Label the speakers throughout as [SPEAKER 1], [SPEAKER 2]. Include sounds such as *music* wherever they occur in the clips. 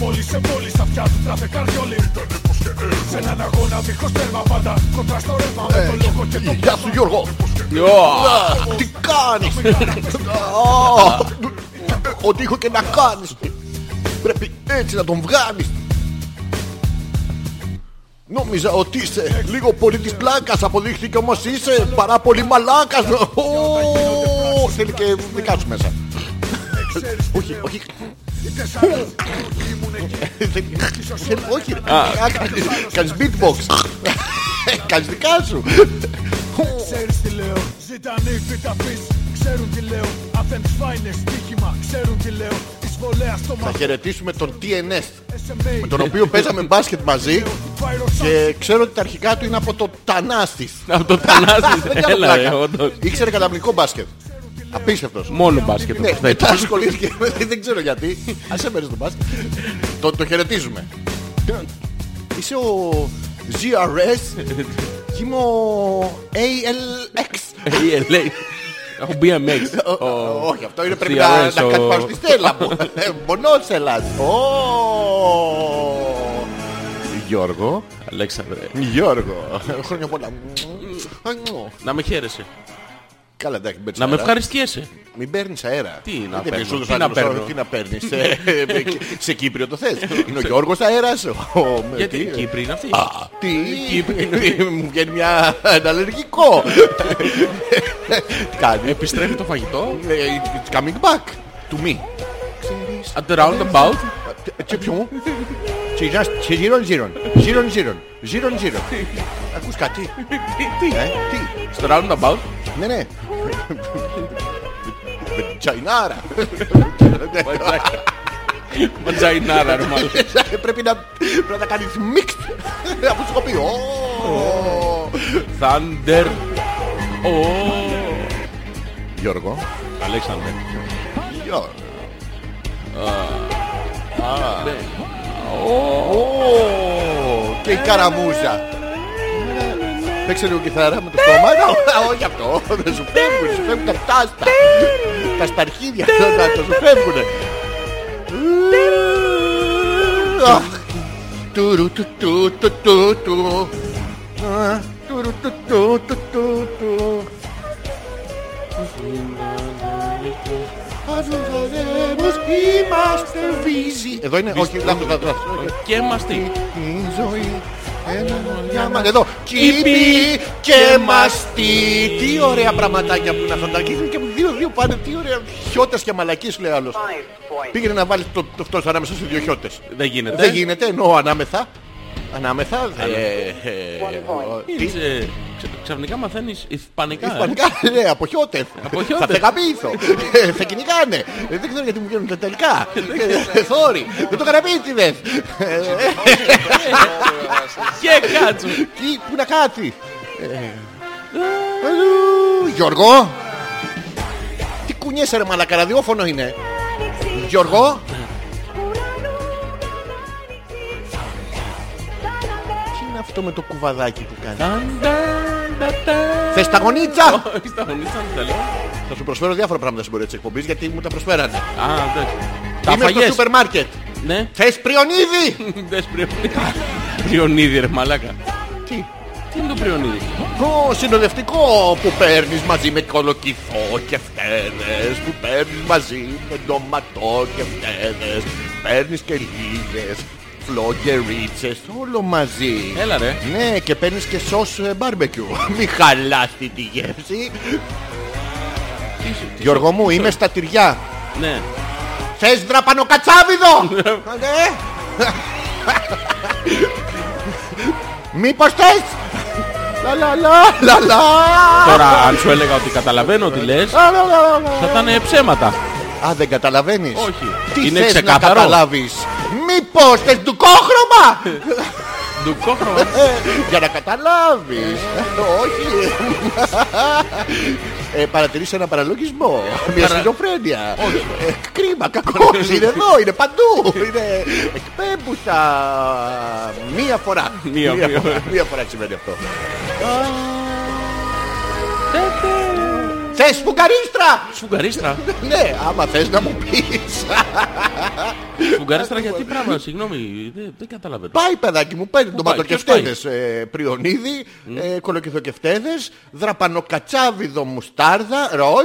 [SPEAKER 1] Πόλη σε πόλη, στα αυτιά του τραφεκαριόλι. Σε έναν αγώνα δίχως τέρμα πάντα. Κοντρά στο ρεύμα με το λόγο και το
[SPEAKER 2] Ε, Γεια σου Γιώργο. Α, Τι κάνεις. Α, Ό,τι έχω και να κάνεις. Πρέπει έτσι να τον βγάλεις. Νόμιζα ότι είσαι λίγο πολύ της πλάκας Αποδείχθηκε όμως είσαι παρά πολύ μαλάκας Ω, Θέλει και δικά σου μέσα Όχι, όχι
[SPEAKER 1] Οι τεσσάρες ότι ήμουν εκεί.
[SPEAKER 2] Θέλει- Όχι ρε. Α, κάνεις- Κάνεις beatbox Κάνεις δικά σου
[SPEAKER 1] Ξέρεις τι λέω, ζητάνε οι φυταφείς Ξέρουν τι λέω, αν δεν τους φάει είναι στοίχημα Ξέρουν τι λέω, εισβολέα στο
[SPEAKER 2] Θα
[SPEAKER 1] μαχαίρι
[SPEAKER 2] χαιρετήσουμε τον TNS
[SPEAKER 1] SMA
[SPEAKER 2] Τον οποίο παίζαμε μπάσκετ μαζί
[SPEAKER 1] Viral sound,
[SPEAKER 2] Και ξέρω ότι τα αρχικά του είναι από το Τανάστης
[SPEAKER 3] Από το
[SPEAKER 2] *laughs*
[SPEAKER 3] Θανάση.
[SPEAKER 2] Δεν κάνω
[SPEAKER 3] Έλα, ρε,
[SPEAKER 2] πλάκα
[SPEAKER 3] όντως.
[SPEAKER 2] Ήξερε καταπληκτικό μπάσκετ Απίστευτος
[SPEAKER 3] Μόνο μπάσκετ.
[SPEAKER 2] Ναι, μετά ασχολήθηκε. *laughs* Δεν ξέρω γιατί. Ας έμενε τον μπάσκετ. Το, το χαιρετίζουμε. Είσαι ο GRS και είμαι ο ALX.
[SPEAKER 3] Η LA. Ο BMX.
[SPEAKER 2] Ο- Όχι, αυτό είναι πρέπει
[SPEAKER 3] CRS,
[SPEAKER 2] να, να
[SPEAKER 3] ο-
[SPEAKER 2] κάτι πάνω στη στέλα μου. Ε, Μονότσελας. Ω. Γιώργο.
[SPEAKER 3] Αλέξανδρε.
[SPEAKER 2] Γιώργο. Χρόνια πολλά.
[SPEAKER 3] Να με χαίρεσαι.
[SPEAKER 2] Καλά, Ε, εντάξει, μπαίνεις
[SPEAKER 3] Να με
[SPEAKER 2] αέρα.
[SPEAKER 3] ευχαριστιέσαι.
[SPEAKER 2] Μην παίρνεις αέρα.
[SPEAKER 3] Τι να
[SPEAKER 2] Δεν
[SPEAKER 3] παίρνω,
[SPEAKER 2] πεις ούτως
[SPEAKER 3] τι να
[SPEAKER 2] άλλως,
[SPEAKER 3] παίρνω.
[SPEAKER 2] Τι να παίρνεις.
[SPEAKER 3] *laughs*
[SPEAKER 2] Σε- Σε Κύπριο το θες. Είναι ο Γιώργος αέρας. ο- με
[SPEAKER 3] Γιατί
[SPEAKER 2] τι- ε,
[SPEAKER 3] η Κύπρη είναι αυτή.
[SPEAKER 2] Α, Τι. ε,
[SPEAKER 3] Κύπρη
[SPEAKER 2] Μου βγαίνει μια... ένα
[SPEAKER 3] *laughs*
[SPEAKER 2] αλλεργικό. Τι κάνει.
[SPEAKER 3] Επιστρέφει το φαγητό.
[SPEAKER 2] Ε, It's coming back to me. Ξέρεις.
[SPEAKER 3] At the roundabout.
[SPEAKER 2] Ε, Και ποιο. Και γυρνάς- και γύρον γύρον. Γύρον γύρον. Γύρον γύρον. Ακούς κάτι.
[SPEAKER 3] Τι.
[SPEAKER 2] ε, Τι.
[SPEAKER 3] Στο roundabout.
[SPEAKER 2] Ναι,
[SPEAKER 3] *laughs*
[SPEAKER 2] ναι. Τζαϊνάρα.
[SPEAKER 3] Ματζαϊνάρα ρε μάλλον.
[SPEAKER 2] *laughs* Πρέπει να, πρέπει να κάνεις mixed από το σκοπείο.
[SPEAKER 3] Thunder. Ω.
[SPEAKER 2] Γιώργο.
[SPEAKER 3] Αλέξανδρε.
[SPEAKER 2] Γιώργο.
[SPEAKER 3] Ναι.
[SPEAKER 2] Και η καραμούζα. Παίξε λίγο κιθάρα με το στόμα. Α, Όχι αυτό. Δεν σου φεύγουν. Σου φεύγουν τα τάστα. Τα σταρχίδια. Τα τα σου φεύγουν. Αχ. Τουρου του του του του του. Α, τουρου του του του του του. Αδελφοδέμος είμαστε βίζοι. Εδώ είναι, όχι, λάθος, λάθος. λάθος.
[SPEAKER 3] Και μας τι.
[SPEAKER 2] Η ζωή ένα μια μα- Εδώ Κήπη και μαστί Τι ωραία πραγματάκια που είναι αυτά τα αγγίζουν Και δύο δύο πάνε Τι ωραία χιώτες και μαλακίες λέει άλλος Πήγαινε να βάλεις το, το αυτός ανάμεσα σε δύο χιώτες
[SPEAKER 3] Δεν γίνεται.
[SPEAKER 2] Δεν γίνεται εννοώ ανάμεθα Ανάμεθα ε, ε, ε, τι-
[SPEAKER 3] γίνεται. Ξαφνικά μαθαίνεις ισπανικά. ε.
[SPEAKER 2] Ισπανικά, ναι, από χιώτες.
[SPEAKER 3] Από χιώτες.
[SPEAKER 2] Θα σε καμίσω. Ε, Θα κυνηγάνε. Ε, Δεν ξέρω γιατί μου βγαίνουν τα τελικά. Ε, Sorry. Δεν το καραπίτιδες. Ε,
[SPEAKER 3] Και κάτσου.
[SPEAKER 2] *laughs* Τι, πού να κάτσει. Ε, Γιώργο. Τι κουνιέσαι ρε μαλακα, ραδιόφωνο είναι. Γιώργο. Τι είναι αυτό με το κουβαδάκι που κάνει.
[SPEAKER 3] Ταν, ταν, τα, τα.
[SPEAKER 2] Θες τα γονίτσα.
[SPEAKER 3] *laughs* Όχι, στα γονίτσα μου τα λέω.
[SPEAKER 2] Θα σου προσφέρω διάφορα πράγματα στην πορεία της εκπομπής γιατί μου τα προσφέρανε.
[SPEAKER 3] Α, εντάξει. Τα
[SPEAKER 2] Είμαι στο
[SPEAKER 3] φαγές.
[SPEAKER 2] σούπερ μάρκετ.
[SPEAKER 3] Ναι. *laughs*
[SPEAKER 2] Θες πριονίδι.
[SPEAKER 3] Δες πριονίδι. Πριονίδι ρε μαλάκα.
[SPEAKER 2] Τι.
[SPEAKER 3] Τι είναι το πριονίδι.
[SPEAKER 2] Το συνοδευτικό που παίρνεις μαζί με κολοκυθό και φτέρες Που παίρνεις μαζί με ντοματό και φτέρες Παίρνεις και λίγες φλογερίτσες όλο μαζί
[SPEAKER 3] Έλα ρε.
[SPEAKER 2] Ναι και παίρνεις και σως ε, μπάρμπεκιου *laughs* Μη χαλάς τη τη γεύση
[SPEAKER 3] Τι σου- τι
[SPEAKER 2] Γιώργο μου είμαι στα τυριά
[SPEAKER 3] σου- Ναι.
[SPEAKER 2] Θες δραπανοκατσάβιδο Ναι Μήπως θες Λα λα λα λα λα
[SPEAKER 3] Τώρα αν σου έλεγα ότι καταλαβαίνω τι λες,
[SPEAKER 2] Λα, λα, λα, λα.
[SPEAKER 3] θα ήταν ψέματα.
[SPEAKER 2] Α, δεν καταλαβαίνεις.
[SPEAKER 3] Όχι.
[SPEAKER 2] Τι
[SPEAKER 3] Είναι
[SPEAKER 2] θες
[SPEAKER 3] ξεκάθαρο.
[SPEAKER 2] να καταλάβεις. Μήπως θες ντουκόχρωμα. *laughs*
[SPEAKER 3] Ντουκόχρωμα.
[SPEAKER 2] Ε, Για να καταλάβεις. Όχι. Ε, παρατηρείς ένα παραλογισμό. Μια
[SPEAKER 3] Παρα-
[SPEAKER 2] σχιζοφρένεια. Ε, Κρίμα, κακός. Είναι εδώ, είναι παντού. Είναι εκπέμπουσα. Μία φορά.
[SPEAKER 3] Μία, μία.
[SPEAKER 2] Μία φορά σημαίνει αυτό. Θες φουγκαρίστρα!
[SPEAKER 3] Σφουγγαρίστρα.
[SPEAKER 2] Ναι, άμα θες να μου πεις.
[SPEAKER 3] Σφουγγαρίστρα γιατί πράγμα, συγγνώμη, δεν, δεν καταλαβαίνω.
[SPEAKER 2] Πάει παιδάκι μου, παίρνει
[SPEAKER 3] Πού πάει,
[SPEAKER 2] ντοματοκεφτέδες ε, πριονίδι, ε, κολοκυθοκεφτέδες, δραπανοκατσάβιδο μουστάρδα, ροζ,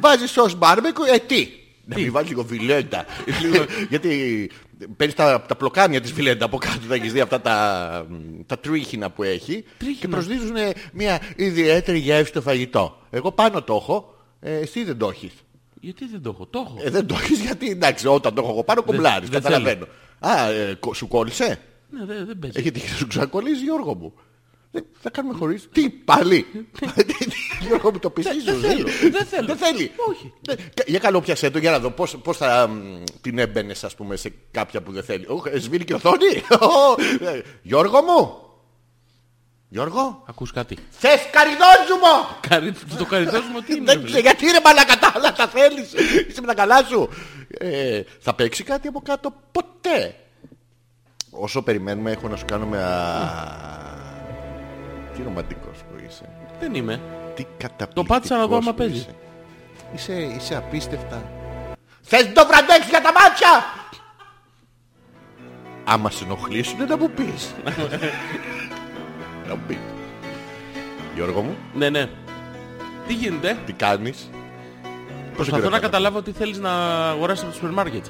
[SPEAKER 2] βάζει σως μπάρμπεκου, ε τι. Να μην βάλεις λίγο βιλέντα.
[SPEAKER 3] *laughs*
[SPEAKER 2] Λίγο- Γιατί παίρνεις τα, τα πλοκάμια της βιλέντα από κάτω, θα έχεις δει αυτά τα, τα τρίχινα που έχει και προσδίδουν ε, μια ιδιαίτερη γεύση στο φαγητό. Εγώ πάνω το έχω, ε, εσύ δεν το έχεις.
[SPEAKER 3] Γιατί δεν το έχω, το έχω.
[SPEAKER 2] Ε, δεν το έχεις γιατί εντάξει όταν το έχω εγώ πάνω κομπλάρεις,
[SPEAKER 3] δεν
[SPEAKER 2] καταλαβαίνω. Α, ε, κο- σου κόλλησε.
[SPEAKER 3] Ναι, δεν, δεν παίζει.
[SPEAKER 2] Έχει τύχει να σου ξανακολλήσει Γιώργο μου. Ε, Θα κάνουμε χωρίς. Τι πάλι. Ε, Γιώργο μου το πεισίζω.
[SPEAKER 3] Ναι. δεν θέλω, δεν θέλω.
[SPEAKER 2] Δεν θέλει.
[SPEAKER 3] Όχι.
[SPEAKER 2] Δεν- κα- Για καλό πιασέ το για να δω πώς, πώς θα μ, την έμπαινες ας πούμε σε κάποια που δεν θέλει. Οχ, ε, Σβήνει και οθόνη. Ω, ε, Γιώργο μου. Γιώργο.
[SPEAKER 3] Ακούς κάτι.
[SPEAKER 2] Θες καριδόζουμο.
[SPEAKER 3] Καρι- Το καριτώσουμε τι είναι.
[SPEAKER 2] Δεν
[SPEAKER 3] ρε,
[SPEAKER 2] ξέρω γιατί ρε μαλάκα τα άλλα τα θέλεις. Είσαι με τα καλά σου. Ε, θα παίξει κάτι από κάτω ποτέ. Όσο περιμένουμε έχω να σου κάνω με... Τι ρομαντικός που είσαι.
[SPEAKER 3] φίλε. Δεν είμαι.
[SPEAKER 2] Τι καταπληκτικός
[SPEAKER 3] Το πάτησα να δω άμα
[SPEAKER 2] που
[SPEAKER 3] παίζει.
[SPEAKER 2] είσαι. Είσαι, είσαι απίστευτα. Θες το βραντέξι για τα μάτια. Άμα σε ενοχλήσουνε να μου πεις. να μου πεις. Γιώργο μου,
[SPEAKER 3] Ναι, ναι. Τι γίνεται.
[SPEAKER 2] τι κάνεις.
[SPEAKER 3] Προσπαθώ να
[SPEAKER 2] καιρό θα-
[SPEAKER 3] καταλάβω τι θέλεις να αγοράσεις από το σούπερ μάρκετ.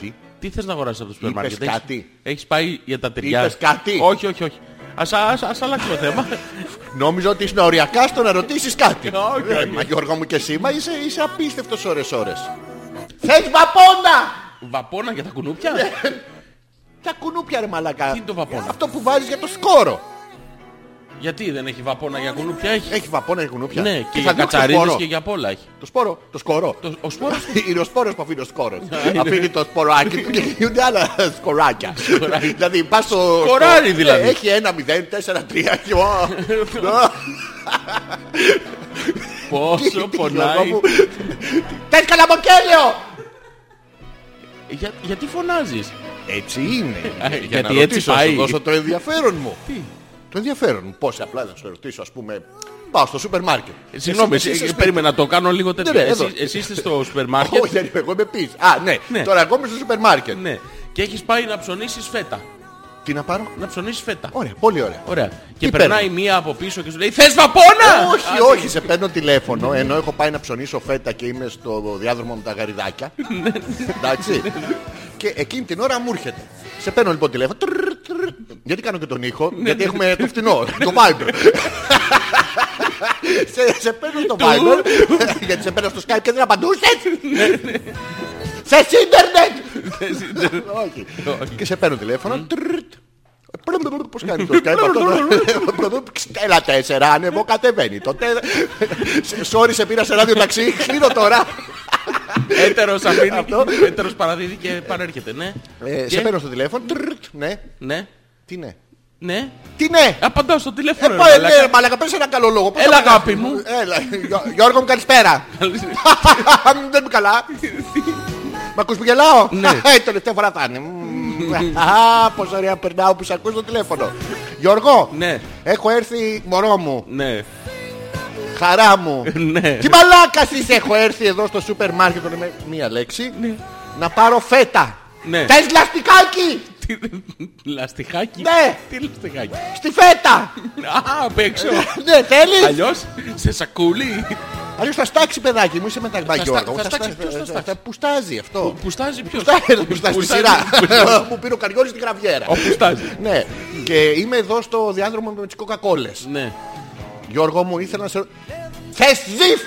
[SPEAKER 2] Τι.
[SPEAKER 3] Τι θες να αγοράσεις από το σούπερ
[SPEAKER 2] Είπες
[SPEAKER 3] μάρκετ.
[SPEAKER 2] κάτι.
[SPEAKER 3] Έχεις, έχεις πάει για τα τυριά.
[SPEAKER 2] Είπες κάτι.
[SPEAKER 3] Όχι, όχι, όχι. Ας, ας, ας αλλάξουμε θέμα. *laughs*
[SPEAKER 2] Νόμιζα ότι ήσουν οριακά στο να ρωτήσεις κάτι.
[SPEAKER 3] Όχι,
[SPEAKER 2] Ε,
[SPEAKER 3] όχι.
[SPEAKER 2] Μα Γιώργο μου και εσύ, μα είσαι, είσαι απίστευτος ώρες ώρες. Θες βαπόνα!
[SPEAKER 3] Βαπόνα για τα κουνούπια.
[SPEAKER 2] Ναι. Τα κουνούπια ρε μαλακά.
[SPEAKER 3] Τι είναι το βαπόνα?
[SPEAKER 2] Αυτό που βάζεις για το σκόρο.
[SPEAKER 3] Γιατί δεν έχει βαπόνα για κουνούπια. Έχει.
[SPEAKER 2] Έχει βαπόνα Ε, για κουνούπια.
[SPEAKER 3] Ναι, και
[SPEAKER 2] θα
[SPEAKER 3] για
[SPEAKER 2] διώξει το
[SPEAKER 3] κατσαρίδες
[SPEAKER 2] σπόρο.
[SPEAKER 3] και για απ' όλα έχει.
[SPEAKER 2] Το σπόρο, το σκόρο.
[SPEAKER 3] Το- Ναι, Ο σπόρος
[SPEAKER 2] *laughs* Είναι ο σπόρος που αφήνει ο σκόρος. αφήνει το σποράκι του και γίνονται άλλα σκοράκια. δηλαδή πας στο...
[SPEAKER 3] Σκοράρι,
[SPEAKER 2] στο-
[SPEAKER 3] δηλαδή.
[SPEAKER 2] Ναι, Έχει ένα μηδέν, τέσσερα, τρία και... *laughs* Ω,
[SPEAKER 3] πόσο
[SPEAKER 2] τι, Γιώργο
[SPEAKER 3] πονάει.
[SPEAKER 2] μου. Θες καλαμποκέλαιο!
[SPEAKER 3] Για- γιατί φωνάζεις.
[SPEAKER 2] Έτσι είναι. *laughs*
[SPEAKER 3] Α,
[SPEAKER 2] Για
[SPEAKER 3] γιατί
[SPEAKER 2] να
[SPEAKER 3] έτσι
[SPEAKER 2] ρωτήσω,
[SPEAKER 3] πάει.
[SPEAKER 2] να σου δώσω το ενδιαφέρον μου.
[SPEAKER 3] Τι.
[SPEAKER 2] Το ενδιαφέρον μου. Πώς απλά να σου ρωτήσω, ας πούμε, πάω στο σούπερ μάρκετ.
[SPEAKER 3] Ε, Συγγνώμη,
[SPEAKER 2] Εσύ-
[SPEAKER 3] εσύ,
[SPEAKER 2] εσύ-
[SPEAKER 3] περίμενα να το κάνω λίγο τέτοιο.
[SPEAKER 2] Ναι, ναι, εδώ.
[SPEAKER 3] εσύ, εσύ είστε στο σούπερ μάρκετ.
[SPEAKER 2] Όχι, δεν είμαι, εγώ είμαι πίσω. Α, ναι.
[SPEAKER 3] Ναι.
[SPEAKER 2] Τώρα εγώ είμαι στο σούπερ μάρκετ.
[SPEAKER 3] Ναι. Και έχεις πάει να ψωνίσεις φέτα.
[SPEAKER 2] Τι να πάρω.
[SPEAKER 3] Να ψωνίσεις φέτα.
[SPEAKER 2] Ωραία, πολύ ωραία.
[SPEAKER 3] Ωραία. Και
[SPEAKER 2] παίρνω?
[SPEAKER 3] περνάει μία από πίσω και σου λέει Θες βαπόνα!
[SPEAKER 2] Όχι, όχι, σε παίρνω τηλέφωνο ενώ έχω πάει να ψωνίσω φέτα και είμαι στο διάδρομο με τα γαριδάκια. ναι. Εντάξει. Και εκείνη την ώρα μου έρχεται. Σε παίρνω λοιπόν τηλέφωνο. Τρρρ, τρρρ. Γιατί κάνω και τον ήχο, γιατί έχουμε το φτηνό, το *laughs* Viber. σε, σε παίρνω το Viber, γιατί σε παίρνω στο Skype και δεν απαντούσες. σε ναι. ίντερνετ! Όχι. Και σε παίρνω τηλέφωνο. Τρρρτ. Πώς κάνει το Skype αυτό. Στέλα τέσσερα, ανεβώ, κατεβαίνει. Το τε- Σε- Sorry, σε πήρα σε ράδιο ταξί. Κλείνω τώρα.
[SPEAKER 3] Έτερος αφήνει.
[SPEAKER 2] Αυτό.
[SPEAKER 3] Έτερος παραδίδει και επανέρχεται. Ναι.
[SPEAKER 2] Ε,
[SPEAKER 3] Και-
[SPEAKER 2] Σε παίρνω στο τηλέφωνο. Τρρρτ, Ναι.
[SPEAKER 3] Ναι.
[SPEAKER 2] Τι ναι.
[SPEAKER 3] Ναι.
[SPEAKER 2] Τι ναι.
[SPEAKER 3] Απαντάω στο τηλέφωνο.
[SPEAKER 2] Ε,
[SPEAKER 3] ρε
[SPEAKER 2] πάω, ε,
[SPEAKER 3] μαλάκα.
[SPEAKER 2] ναι, μαλακα, πες ένα καλό λόγο. Πώς
[SPEAKER 3] Έλα,
[SPEAKER 2] θα-
[SPEAKER 3] αγάπη μου.
[SPEAKER 2] Έλα, Γιώ- Γιώργο μου καλησπέρα. *laughs* Δεν είμαι καλά. Μ' ακούς που γελάω.
[SPEAKER 3] Ναι.
[SPEAKER 2] Ε, Τελευταία φορά θα είναι. Μμμ. Α, Πώς ωραία περνάω που σε ακούς στο τηλέφωνο. Γιώργο,
[SPEAKER 3] *laughs* Ναι.
[SPEAKER 2] έχω έρθει μωρό μου,
[SPEAKER 3] Ναι.
[SPEAKER 2] χαρά μου.
[SPEAKER 3] Ναι.
[SPEAKER 2] Τι μαλάκας είσαι, έχω έρθει εδώ στο σούπερ μάρκετ με μία λέξη. Να πάρω φέτα.
[SPEAKER 3] Ναι.
[SPEAKER 2] Θες λαστιχάκι
[SPEAKER 3] Τι- Λαστιχάκι.
[SPEAKER 2] Ναι.
[SPEAKER 3] Τι λαστιχάκι.
[SPEAKER 2] στη φέτα.
[SPEAKER 3] Α, απ' έξω.
[SPEAKER 2] Ναι, θέλεις.
[SPEAKER 3] Αλλιώς σε σακούλι.
[SPEAKER 2] Αλλιώς θα στάξει παιδάκι μου, είσαι με τα
[SPEAKER 3] στά-
[SPEAKER 2] Γιώργο.
[SPEAKER 3] θα στάξει, ποιος θα στάξει?
[SPEAKER 2] Που στάζει αυτό.
[SPEAKER 3] Πουστάζει ποιος.
[SPEAKER 2] Φτάνει που στα στη
[SPEAKER 3] Πουστάζει-
[SPEAKER 2] σειρά. Μου πήρε ο Καριόλης την γραβιέρα.
[SPEAKER 3] Ο πουστάζει.
[SPEAKER 2] Ναι. Και είμαι εδώ στο διάδρομο με τις κοκακόλες.
[SPEAKER 3] Ναι.
[SPEAKER 2] Γιώργο μου ήθελα να σε... ρω- Θες ζυφ!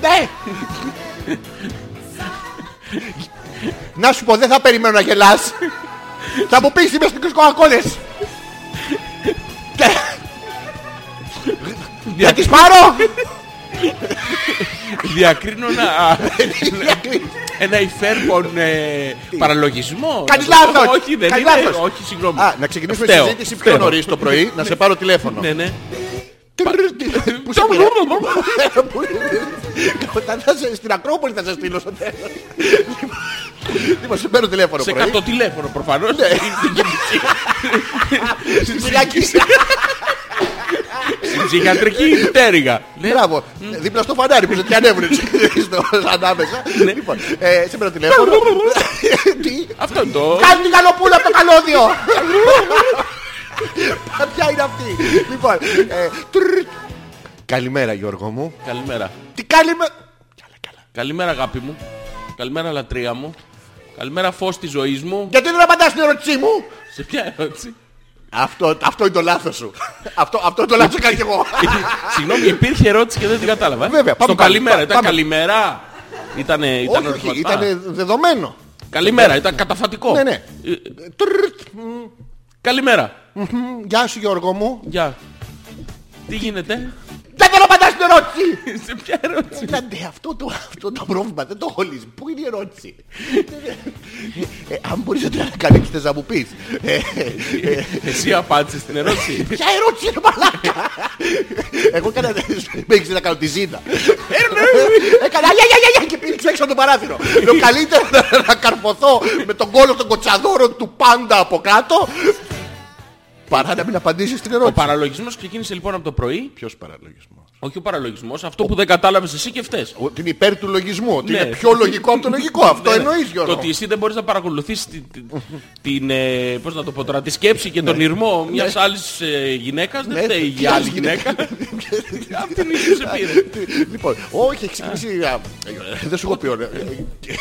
[SPEAKER 2] Ναι! Να σου πω δεν θα περιμένω να γελάς. Θα μου πεις είμαι στις κοκακόλες. Να τις πάρω!
[SPEAKER 3] Διακρίνω
[SPEAKER 2] *laughs*
[SPEAKER 3] ένα, ένα υφέρπον ε, παραλογισμό.
[SPEAKER 2] Κάνεις
[SPEAKER 3] Να το πω,
[SPEAKER 2] λάθος.
[SPEAKER 3] Όχι, δεν
[SPEAKER 2] Κάνεις
[SPEAKER 3] είναι.
[SPEAKER 2] λάθος.
[SPEAKER 3] Όχι, συγγνώμη.
[SPEAKER 2] Α, να ξεκινήσουμε τη
[SPEAKER 3] Φταίω.
[SPEAKER 2] συζήτηση πιο
[SPEAKER 3] Φταίω.
[SPEAKER 2] νωρίς το πρωί, να σε πάρω τηλέφωνο.
[SPEAKER 3] Ναι, ναι.
[SPEAKER 2] Πού σε πήρα? Πού- Όταν θα σε- Στην Ακρόπολη θα σε στείλω στο τέλος. Λοιπόν, σε παίρνω τηλέφωνο
[SPEAKER 3] Σε
[SPEAKER 2] πρωί. Ναι.
[SPEAKER 3] κάτω τηλέφωνο προφανώς.
[SPEAKER 2] Στην Κυριακή.
[SPEAKER 3] Ψυχιατρική πτέρυγα. Ναι.
[SPEAKER 2] Μπράβο. Δίπλα στο φανάρι που σε τι ανέβουνε έτσι, στο- ανάμεσα. Λοιπόν, ε, σε πέρα τηλέφωνο. Τι.
[SPEAKER 3] Αυτό είναι το.
[SPEAKER 2] Κάνει την καλοπούλα από το καλώδιο. Ποια είναι αυτή. Λοιπόν. ε, τρρρ. Καλημέρα Γιώργο μου.
[SPEAKER 3] Καλημέρα.
[SPEAKER 2] Τι καλημέρα. Καλά, καλά.
[SPEAKER 3] Καλημέρα αγάπη μου. Καλημέρα λατρεία μου. Καλημέρα φως της ζωής μου.
[SPEAKER 2] Γιατί δεν απαντάς στην ερώτησή μου.
[SPEAKER 3] Σε
[SPEAKER 2] *laughs*
[SPEAKER 3] ποια ερώτηση.
[SPEAKER 2] Αυτό, αυτό είναι το λάθος σου. Αυτό, αυτό είναι το λάθος που έκανα κι εγώ.
[SPEAKER 3] Συγγνώμη, υπήρχε ερώτηση και δεν την κατάλαβα. ε.
[SPEAKER 2] Βέβαια, πάμε
[SPEAKER 3] Στο
[SPEAKER 2] πάλι.
[SPEAKER 3] καλημέρα. Ήταν
[SPEAKER 2] Πάμε.
[SPEAKER 3] καλημέρα. Ήτανε, ήταν
[SPEAKER 2] όχι, όχι,
[SPEAKER 3] ορισματικά.
[SPEAKER 2] ήταν δεδομένο.
[SPEAKER 3] Καλημέρα, ήταν καταφατικό.
[SPEAKER 2] Ναι, ναι.
[SPEAKER 3] Ε,
[SPEAKER 2] Τρρρ.
[SPEAKER 3] Καλημέρα.
[SPEAKER 2] Μμμ, Γεια σου Γιώργο μου.
[SPEAKER 3] Γεια. Τι
[SPEAKER 2] *laughs*
[SPEAKER 3] γίνεται.
[SPEAKER 2] Δεν θέλω να απαντάς στην ερώτηση.
[SPEAKER 3] Σε ποια ερώτηση.
[SPEAKER 2] Άντε, αυτό το, αυτό το πρόβλημα δεν το έχω λύσει. Πού είναι η ερώτηση. ε, αν μπορείς να την ανακαλύψεις θες να μου πεις. Ε, ε,
[SPEAKER 3] Εσύ απάντησες την
[SPEAKER 2] *laughs*
[SPEAKER 3] ερώτηση.
[SPEAKER 2] ποια ερώτηση είναι μαλάκα. Εγώ έκανα... Με έχεις δει να κάνω τη ζήτα. έκανα για για για και πήριξε έξω από το παράθυρο. Λέω καλύτερα να- να καρποθώ με τον κόλο των κοτσαδόρων του πάντα από κάτω. Παρά να μην απαντήσεις στην
[SPEAKER 3] Ο
[SPEAKER 2] ερώτηση.
[SPEAKER 3] παραλογισμός ξεκίνησε λοιπόν από το πρωί.
[SPEAKER 2] Ποιος παραλογισμός.
[SPEAKER 3] Όχι ο παραλογισμός, αυτό που δεν κατάλαβες εσύ και φταίς.
[SPEAKER 2] Ότι είναι υπέρ του λογισμού. Ότι
[SPEAKER 3] Ναι.
[SPEAKER 2] είναι πιο λογικό από το λογικό. Αυτό
[SPEAKER 3] Ναι, ναι.
[SPEAKER 2] εννοείς Γιώργο.
[SPEAKER 3] Το ότι εσύ δεν μπορείς να παρακολουθείς τη- τη- την, ε, πώς να το πω τώρα, τη σκέψη και τον ηρμό μιας άλλης ε, γυναίκας, δεν
[SPEAKER 2] Ναι,
[SPEAKER 3] φταίει η
[SPEAKER 2] ποια
[SPEAKER 3] άλλη
[SPEAKER 2] άλλης
[SPEAKER 3] γυναίκα. Αυτή την ίδια σε πήρε.
[SPEAKER 2] Λοιπόν, όχι, έχει ξυπνήσει. α, ε, Δεν σου έχω πει ωραία. Ε,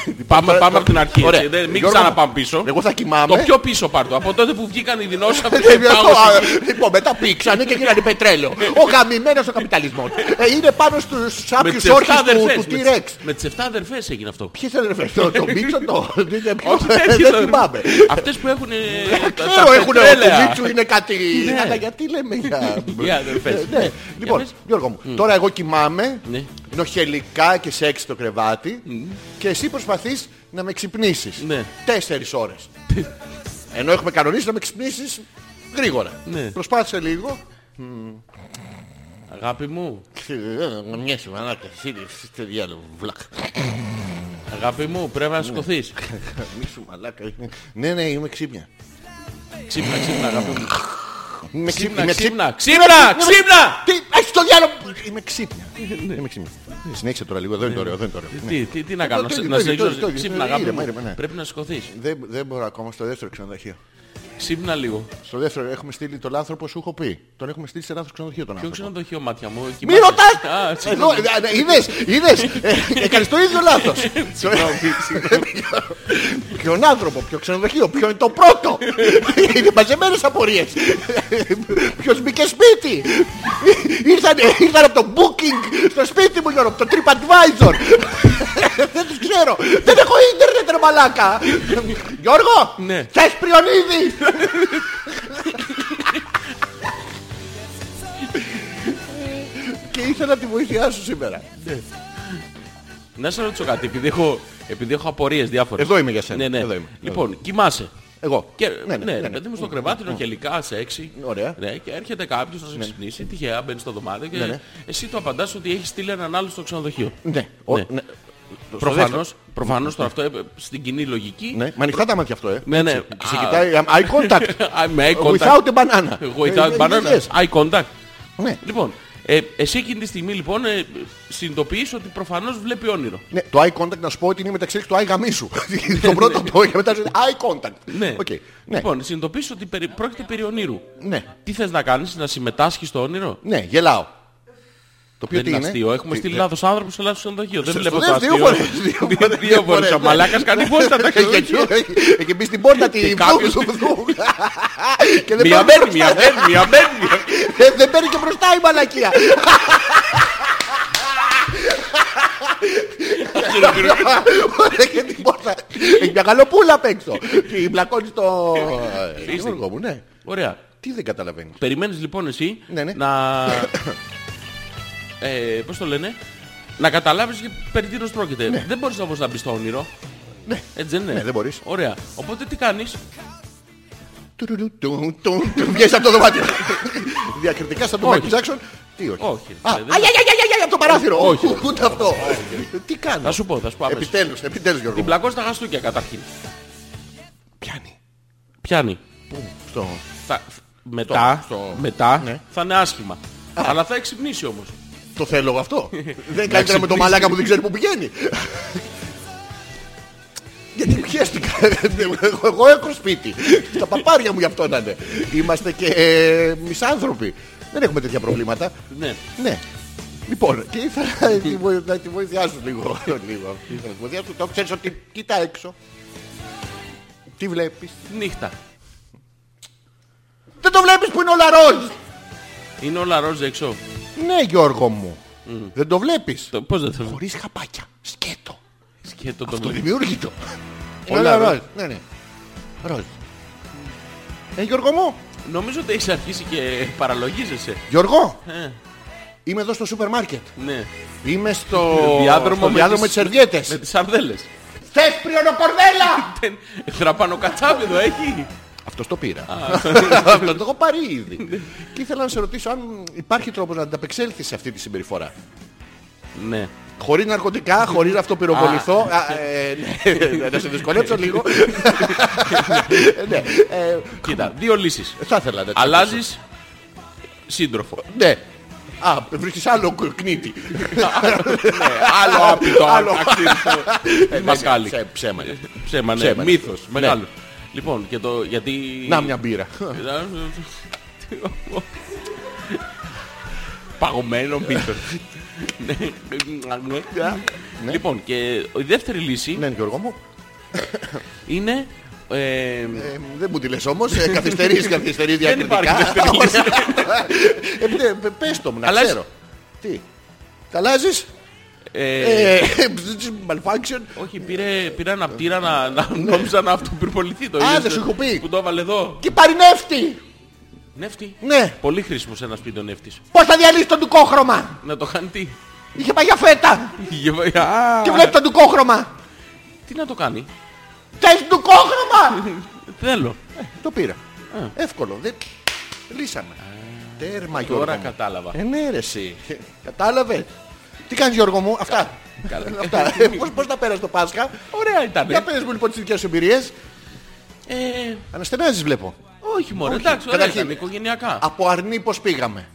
[SPEAKER 2] λοιπόν,
[SPEAKER 3] Πάμε,
[SPEAKER 2] τώρα-
[SPEAKER 3] πάμε από την αρχή.
[SPEAKER 2] Ωραία.
[SPEAKER 3] έτσι, δεν- Μην
[SPEAKER 2] Γιώργο,
[SPEAKER 3] ξαναπάμε πίσω.
[SPEAKER 2] Εγώ θα κοιμάμαι.
[SPEAKER 3] Το πιο πίσω πάρτο. Από τότε που
[SPEAKER 2] *laughs*
[SPEAKER 3] βγήκαν οι δεινόσαυροι.
[SPEAKER 2] Ε,
[SPEAKER 3] πάω
[SPEAKER 2] α,
[SPEAKER 3] στην-
[SPEAKER 2] Λοιπόν, μετά πήξανε και γίνανε πετρέλαιο. Ο γαμημένος ο καπιταλισμός. Ε, Είναι πάνω στους
[SPEAKER 3] Με
[SPEAKER 2] άπιους
[SPEAKER 3] τις 7
[SPEAKER 2] όρχες του- του
[SPEAKER 3] αδερφές. με
[SPEAKER 2] T-Rex.
[SPEAKER 3] τις- Με τις 7 αδερφές έγινε
[SPEAKER 2] *laughs*
[SPEAKER 3] αυτό.
[SPEAKER 2] Ποιες θα είναι το το Μίτσο, το... είναι πιο-
[SPEAKER 3] *laughs* Όχι τέτοιες
[SPEAKER 2] Δεν
[SPEAKER 3] αδερφές.
[SPEAKER 2] θυμάμαι.
[SPEAKER 3] Αυτές που έχουν...
[SPEAKER 2] Ναι, Ξέρω έχουν Ε, ο Μίτσου είναι κάτι...
[SPEAKER 3] Ναι.
[SPEAKER 2] Αλλά γιατί λέμε για...
[SPEAKER 3] Οι αδερφές.
[SPEAKER 2] Ε, ναι.
[SPEAKER 3] Για
[SPEAKER 2] Λοιπόν,
[SPEAKER 3] πες.
[SPEAKER 2] Γιώργο μου, τώρα εγώ κοιμάμαι,
[SPEAKER 3] Ναι.
[SPEAKER 2] νοχελικά και σεξ το κρεβάτι και εσύ προσπαθείς να με ξυπνήσεις.
[SPEAKER 3] Ναι.
[SPEAKER 2] Τέσσερις ώρες. Ενώ έχουμε κανονίσει να με ξυπνήσεις γρήγορα.
[SPEAKER 3] Ναι.
[SPEAKER 2] Προσπάθησε λίγο.
[SPEAKER 3] Αγάπη μου,
[SPEAKER 2] Μια σημανάκα, εσύ είστε διάλογο, βλάκα.
[SPEAKER 3] αγάπη μου, πρέπει να σηκωθείς.
[SPEAKER 2] Μη σου μαλάκα. Ναι, ναι, είμαι ξύπνια.
[SPEAKER 3] Ξύπνα, ξύπνα, αγάπη μου.
[SPEAKER 2] Είμαι
[SPEAKER 3] Ξύπνα,
[SPEAKER 2] είμαι
[SPEAKER 3] ξύπνα, ξύπνα, ξύπνα!
[SPEAKER 2] Τι, έχεις το διάλογο. Είμαι ξύπνια. Είμαι ξύπνια. Συνέχισε τώρα λίγο, δεν είναι το ωραίο, δεν είναι το ωραίο. Ναι.
[SPEAKER 3] Τι, τι, τι να κάνω,
[SPEAKER 2] το
[SPEAKER 3] να-
[SPEAKER 2] ίδιο,
[SPEAKER 3] να
[SPEAKER 2] το ίδιο, το
[SPEAKER 3] συνεχίσω.
[SPEAKER 2] ίδιο.
[SPEAKER 3] Ξύπνα, αγάπη
[SPEAKER 2] Ήρεμα, ήρεμα, ναι.
[SPEAKER 3] μου. Πρέπει να σηκωθείς.
[SPEAKER 2] Δεν, δεν μπορώ ακόμα στο δεύτερο ξενοδοχείο.
[SPEAKER 3] Ξύπνα λίγο.
[SPEAKER 2] Στο δεύτερο έχουμε στείλει τον άνθρωπο σου έχω πει. Τον έχουμε στείλει σε λάθος ξενοδοχείο τον
[SPEAKER 3] Ποιο
[SPEAKER 2] άνθρωπο.
[SPEAKER 3] ξενοδοχείο, μάτια μου.
[SPEAKER 2] Μη
[SPEAKER 3] κοιμάσαι. Α,
[SPEAKER 2] ρωτάς! Εδώ,
[SPEAKER 3] συγγνώμη.
[SPEAKER 2] ε, ε, είδες, είδες, ε,
[SPEAKER 3] *laughs*
[SPEAKER 2] έκανες το ίδιο λάθος. Ποιον άνθρωπο, ποιο ξενοδοχείο, ποιο είναι το πρώτο. Είναι μαζεμένες απορίες. Ποιος μπήκε σπίτι. Ήρθαν, ήρθαν από το booking στο σπίτι μου Γιώργο, από το TripAdvisor. Δεν τους ξέρω. Δεν έχω ίντερνετ ρε μαλάκα. Γιώργο,
[SPEAKER 3] Ναι.
[SPEAKER 2] θες πριονίδι. Και ήθελα τη βοήθειά σου σήμερα.
[SPEAKER 3] Να σε ρωτήσω κάτι, επειδή έχω, επειδή έχω απορίες διάφορες.
[SPEAKER 2] ε- Εδώ είμαι για σένα.
[SPEAKER 3] Ναι, ναι.
[SPEAKER 2] Εδώ είμαι.
[SPEAKER 3] Λοιπόν, κοιμάσαι.
[SPEAKER 2] Εγώ.
[SPEAKER 3] Και, ναι, ναι, ναι, παιδί μου στο κρεβάτι, νοχελικά, σεξι.
[SPEAKER 2] Ωραία.
[SPEAKER 3] Ναι, και έρχεται κάποιος να σε ξυπνήσει, τυχαία μπαίνει στο δωμάτιο και
[SPEAKER 2] Ναι, ναι.
[SPEAKER 3] εσύ του απαντάς ότι έχεις στείλει έναν άλλο στο ξενοδοχείο.
[SPEAKER 2] Ναι. Ο-
[SPEAKER 3] Ναι.
[SPEAKER 2] ναι.
[SPEAKER 3] Προφανώς, προφανώς τώρα αυτό ε, στην κοινή λογική.
[SPEAKER 2] Ναι. Με ανοιχτά τα μάτια αυτό, ε.
[SPEAKER 3] Ναι, ναι.
[SPEAKER 2] Και σε
[SPEAKER 3] Α,
[SPEAKER 2] κοιτάει um, eye contact.
[SPEAKER 3] *laughs* I'm *laughs* eye
[SPEAKER 2] Without
[SPEAKER 3] contact.
[SPEAKER 2] a banana.
[SPEAKER 3] Without
[SPEAKER 2] Ε,
[SPEAKER 3] banana.
[SPEAKER 2] yes.
[SPEAKER 3] Eye contact.
[SPEAKER 2] Ναι.
[SPEAKER 3] Λοιπόν, ε, εσύ εκείνη τη στιγμή λοιπόν ε, συνειδητοποιείς ότι προφανώς βλέπει όνειρο.
[SPEAKER 2] Ναι, το eye contact να σου πω ότι είναι μεταξύ του eye
[SPEAKER 3] *laughs*
[SPEAKER 2] γαμίσου. το πρώτο το και μετά σου λέει eye contact.
[SPEAKER 3] Ναι.
[SPEAKER 2] Οκ. Ναι.
[SPEAKER 3] Λοιπόν, συνειδητοποιείς ότι περι- πρόκειται περί ονείρου.
[SPEAKER 2] Ναι.
[SPEAKER 3] Τι θες να κάνεις, να συμμετάσχεις στο όνειρο.
[SPEAKER 2] Ναι, γελάω. Το οποίο
[SPEAKER 3] Δεν
[SPEAKER 2] τι
[SPEAKER 3] είναι
[SPEAKER 2] είναι.
[SPEAKER 3] αστείο.
[SPEAKER 2] Τι-
[SPEAKER 3] Έχουμε
[SPEAKER 2] ναι.
[SPEAKER 3] στείλει λάθος άνθρωπο σε λάθος ξενοδοχείο. Δεν
[SPEAKER 2] Στο-
[SPEAKER 3] βλέπω
[SPEAKER 2] στο
[SPEAKER 3] το
[SPEAKER 2] δεύτερο
[SPEAKER 3] αστείο.
[SPEAKER 2] φορές,
[SPEAKER 3] *laughs*
[SPEAKER 2] δύο φορές,
[SPEAKER 3] Δύο φορές.
[SPEAKER 2] ναι.
[SPEAKER 3] Ο μαλάκας κάνει
[SPEAKER 2] *laughs*
[SPEAKER 3] πόστα τα
[SPEAKER 2] Έχει-
[SPEAKER 3] ξενοδοχεία.
[SPEAKER 2] έχει- Έχει μπει στην πόρτα τη
[SPEAKER 3] Και κάποιος-
[SPEAKER 2] βδού-
[SPEAKER 3] *laughs*
[SPEAKER 2] Και δεν
[SPEAKER 3] Μία
[SPEAKER 2] πάει
[SPEAKER 3] μπαίνει, μία ναι.
[SPEAKER 2] μπροστά.
[SPEAKER 3] μπαίνει, μία μπαίνει.
[SPEAKER 2] Δεν- Δεν παίρνει και μπροστά η μαλακία. Ωραία, και την πόρτα. Έχει μια καλοπούλα απ' έξω. Τη μπλακώνει το. Γιώργο μου, ναι.
[SPEAKER 3] Ωραία.
[SPEAKER 2] Τι δεν καταλαβαίνεις.
[SPEAKER 3] Περιμένεις λοιπόν εσύ
[SPEAKER 2] Ναι, ναι.
[SPEAKER 3] να...
[SPEAKER 2] *coughs*
[SPEAKER 3] ε, πώς το λένε, να καταλάβεις και περί τίνος πρόκειται. Δεν μπορείς όμως να μπεις στο όνειρο.
[SPEAKER 2] Ναι.
[SPEAKER 3] Έτσι δεν είναι.
[SPEAKER 2] Ναι, δεν μπορείς.
[SPEAKER 3] Ωραία. Οπότε τι κάνεις.
[SPEAKER 2] Βγαίνει από το δωμάτιο. Διακριτικά σαν τον
[SPEAKER 3] Όχι.
[SPEAKER 2] Μάικλ Τζάξον. Τι όχι.
[SPEAKER 3] Όχι.
[SPEAKER 2] Α,
[SPEAKER 3] δεν-
[SPEAKER 2] αγιαγιαγιαγιαγια από το παράθυρο.
[SPEAKER 3] Όχι.
[SPEAKER 2] Ου, Ούτε αυτό. Τι κάνω.
[SPEAKER 3] Θα σου πω, θα σου πω αμέσως.
[SPEAKER 2] Επιτέλους, επιτέλους Γιώργο.
[SPEAKER 3] Την
[SPEAKER 2] μου.
[SPEAKER 3] πλακώ στα χαστούκια καταρχήν.
[SPEAKER 2] Πιάνει.
[SPEAKER 3] Πιάνει.
[SPEAKER 2] Στο...
[SPEAKER 3] Θα... Μετά,
[SPEAKER 2] στο-
[SPEAKER 3] μετά
[SPEAKER 2] Ναι.
[SPEAKER 3] θα είναι άσχημα. Αλλά θα εξυπνήσει όμως.
[SPEAKER 2] Το θέλω εγώ αυτό. δεν καλύτερα με το μαλάκα που δεν ξέρει που πηγαίνει. *laughs* Γιατί πιέστηκα. ναι, εγώ, εγώ έχω σπίτι. Τα παπάρια μου γι' αυτό να είναι. Είμαστε και ε, μισάνθρωποι. Δεν έχουμε τέτοια προβλήματα.
[SPEAKER 3] Ναι.
[SPEAKER 2] Ναι. Λοιπόν, και ήθελα τη βο- να τη βοηθιάσω λίγο. *laughs* λίγο. Ήθελα να τη βοηθιάσω. Το ξέρεις ότι κοίτα έξω. Τι βλέπεις.
[SPEAKER 3] Νύχτα.
[SPEAKER 2] Δεν το βλέπεις που είναι όλα ροζ.
[SPEAKER 3] Είναι όλα ροζ έξω.
[SPEAKER 2] Ναι Γιώργο μου. Δεν το βλέπεις.
[SPEAKER 3] Το- Πώς δεν θα
[SPEAKER 2] Χωρίς χαπάκια. Σκέτο.
[SPEAKER 3] σκέτο το
[SPEAKER 2] Αυτό
[SPEAKER 3] βλέπω.
[SPEAKER 2] δημιούργητο.
[SPEAKER 3] Όλα
[SPEAKER 2] Όλα
[SPEAKER 3] ροζ.
[SPEAKER 2] ροζ. Ναι, ναι. Ροζ. Ε, Γιώργο μου.
[SPEAKER 3] Νομίζω ότι έχεις αρχίσει και παραλογίζεσαι.
[SPEAKER 2] Γιώργο.
[SPEAKER 3] Ε,
[SPEAKER 2] Είμαι εδώ στο σούπερ μάρκετ.
[SPEAKER 3] ναι.
[SPEAKER 2] Είμαι στο
[SPEAKER 3] διάδρομο
[SPEAKER 2] στο
[SPEAKER 3] με
[SPEAKER 2] διάδρομο
[SPEAKER 3] τις-
[SPEAKER 2] με τις σερβιέτες.
[SPEAKER 3] Με τις αρδέλες.
[SPEAKER 2] Θες πριονοκορδέλα!
[SPEAKER 3] Δεν- Θραπάνο κατσάπι εδώ έχει.
[SPEAKER 2] Αυτός το πήρα. *laughs* Αυτό το έχω πάρει ήδη. Και ήθελα να σε ρωτήσω αν υπάρχει τρόπος να ανταπεξέλθεις σε αυτή τη συμπεριφορά.
[SPEAKER 3] Ναι.
[SPEAKER 2] Χωρίς ναρκωτικά, χωρίς να αυτοπυροβοληθώ. Α, ε, ναι, Να σε δυσκολέψω λίγο. *laughs* Ναι, ε,
[SPEAKER 3] Κοίτα, δύο λύσεις.
[SPEAKER 2] Θα ήθελα να
[SPEAKER 3] Αλλάζεις σύντροφο.
[SPEAKER 2] Ναι. Α, βρίσκεις άλλο κνίτη.
[SPEAKER 3] Άλλο άπειτο,
[SPEAKER 2] Άλλο.
[SPEAKER 3] άλλο ακτήριο. Μασκάλι.
[SPEAKER 2] Ψέ- Ψέμα. είναι.
[SPEAKER 3] Ψέμα, ναι.
[SPEAKER 2] Ψέμα, ναι.
[SPEAKER 3] Μύθος.
[SPEAKER 2] Ναι.
[SPEAKER 3] Μεγάλος. Λοιπόν, και το γιατί...
[SPEAKER 2] Να μια μπύρα.
[SPEAKER 3] Παγωμένο μύθος.
[SPEAKER 2] Ναι.
[SPEAKER 3] Λοιπόν, και η δεύτερη λύση
[SPEAKER 2] Ναι, Γιώργο μου.
[SPEAKER 3] είναι... ε,
[SPEAKER 2] Ε, δεν μου τη λες όμως, ε, καθυστερείς, καθυστερείς
[SPEAKER 3] Δεν
[SPEAKER 2] διακριτικά.
[SPEAKER 3] υπάρχει
[SPEAKER 2] *laughs*
[SPEAKER 3] δεύτερη λύση.
[SPEAKER 2] Ε, ναι, πε- Πες το μου, να
[SPEAKER 3] Αλλάζει.
[SPEAKER 2] ξέρω. Τι. Τα αλλάζεις.
[SPEAKER 3] ε,
[SPEAKER 2] Ε, *laughs* Malfunction.
[SPEAKER 3] Όχι, πήρε, πήρα ένα πτήρα να, να νόμιζα να αυτοπυρποληθεί το
[SPEAKER 2] Α,
[SPEAKER 3] είδες
[SPEAKER 2] δεν
[SPEAKER 3] το-
[SPEAKER 2] σου έχω πει.
[SPEAKER 3] Που το έβαλε εδώ.
[SPEAKER 2] Και πάρει νεύτη.
[SPEAKER 3] Νεύτη.
[SPEAKER 2] Ναι.
[SPEAKER 3] Πολύ χρήσιμος ένας πίντο νεύτης.
[SPEAKER 2] Πώς θα διαλύσει το ντουκόχρωμα.
[SPEAKER 3] Να το χάνει
[SPEAKER 2] *laughs*
[SPEAKER 3] τι.
[SPEAKER 2] Είχε πάει για φέτα.
[SPEAKER 3] Γε- Α,
[SPEAKER 2] Και βλέπει το ντουκόχρωμα.
[SPEAKER 3] Τι να το κάνει.
[SPEAKER 2] Θες ντουκόχρωμα.
[SPEAKER 3] Θέλω.
[SPEAKER 2] Το πήρα. Εύκολο. δεν- Λύσαμε. Τέρμα Γιώργο.
[SPEAKER 3] Τώρα
[SPEAKER 2] μου.
[SPEAKER 3] κατάλαβα.
[SPEAKER 2] Ε, ναι, ρε, εσύ. Κατάλαβες. Τι κάνεις Γιώργο μου, αυτά.
[SPEAKER 3] Καλά.
[SPEAKER 2] *laughs*
[SPEAKER 3] Ε.
[SPEAKER 2] Αυτά. Ε, Πώς- Πώς τα πέρασε το Πάσχα.
[SPEAKER 3] Ωραία ήταν.
[SPEAKER 2] Για πες μου λοιπόν τις δικές σου εμπειρίες.
[SPEAKER 3] Ε,
[SPEAKER 2] Αναστενάζεις βλέπω.
[SPEAKER 3] όχι μόνο. Εντάξει, ωραία
[SPEAKER 2] Καταρχήν.
[SPEAKER 3] ήταν οικογενειακά.
[SPEAKER 2] Από αρνή πώς πήγαμε.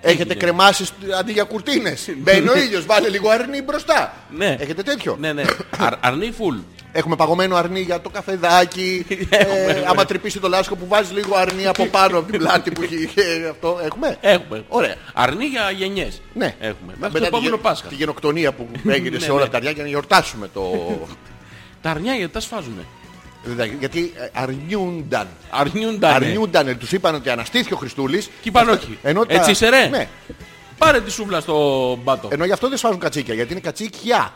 [SPEAKER 2] Έχετε
[SPEAKER 3] έγινε.
[SPEAKER 2] κρεμάσει στ- αντί για κουρτίνες. Μπαίνει ο ήλιος, βάλε λίγο αρνή μπροστά.
[SPEAKER 3] Ναι.
[SPEAKER 2] Έχετε τέτοιο. *coughs*
[SPEAKER 3] Ναι, ναι. Αρ- αρνή φουλ.
[SPEAKER 2] Έχουμε παγωμένο αρνί για το καφεδάκι. ε, άμα τρυπήσει το λάσκο που βάζει λίγο αρνί από πάνω από την πλάτη που έχει. ε, αυτό έχουμε.
[SPEAKER 3] Έχουμε.
[SPEAKER 2] Ωραία.
[SPEAKER 3] Αρνή για γενιές.
[SPEAKER 2] Ναι.
[SPEAKER 3] Έχουμε.
[SPEAKER 2] Μετά
[SPEAKER 3] Μέχρι το
[SPEAKER 2] τη
[SPEAKER 3] επόμενο
[SPEAKER 2] γε-
[SPEAKER 3] Πάσχα.
[SPEAKER 2] Τη γενοκτονία που έγινε σε
[SPEAKER 3] Ναι, ναι.
[SPEAKER 2] όλα τα αρνιά για να γιορτάσουμε το.
[SPEAKER 3] *laughs* Τα αρνιά γιατί τα σφάζουνε.
[SPEAKER 2] Δηλαδή, Γιατί ε, αρνιούνταν.
[SPEAKER 3] Αρνιούνταν.
[SPEAKER 2] Αρνιούνταν, τους είπαν ότι αναστήθηκε ο Χριστούλης.
[SPEAKER 3] Κι ναι. είπαν όχι.
[SPEAKER 2] Ενώ τα-
[SPEAKER 3] Έτσι είσαι ρε.
[SPEAKER 2] Ναι.
[SPEAKER 3] Πάρε τη σούβλα στο μπάτο.
[SPEAKER 2] Ενώ γι' αυτό δεν σφάζουν κατσίκια, γιατί είναι κατσίκια.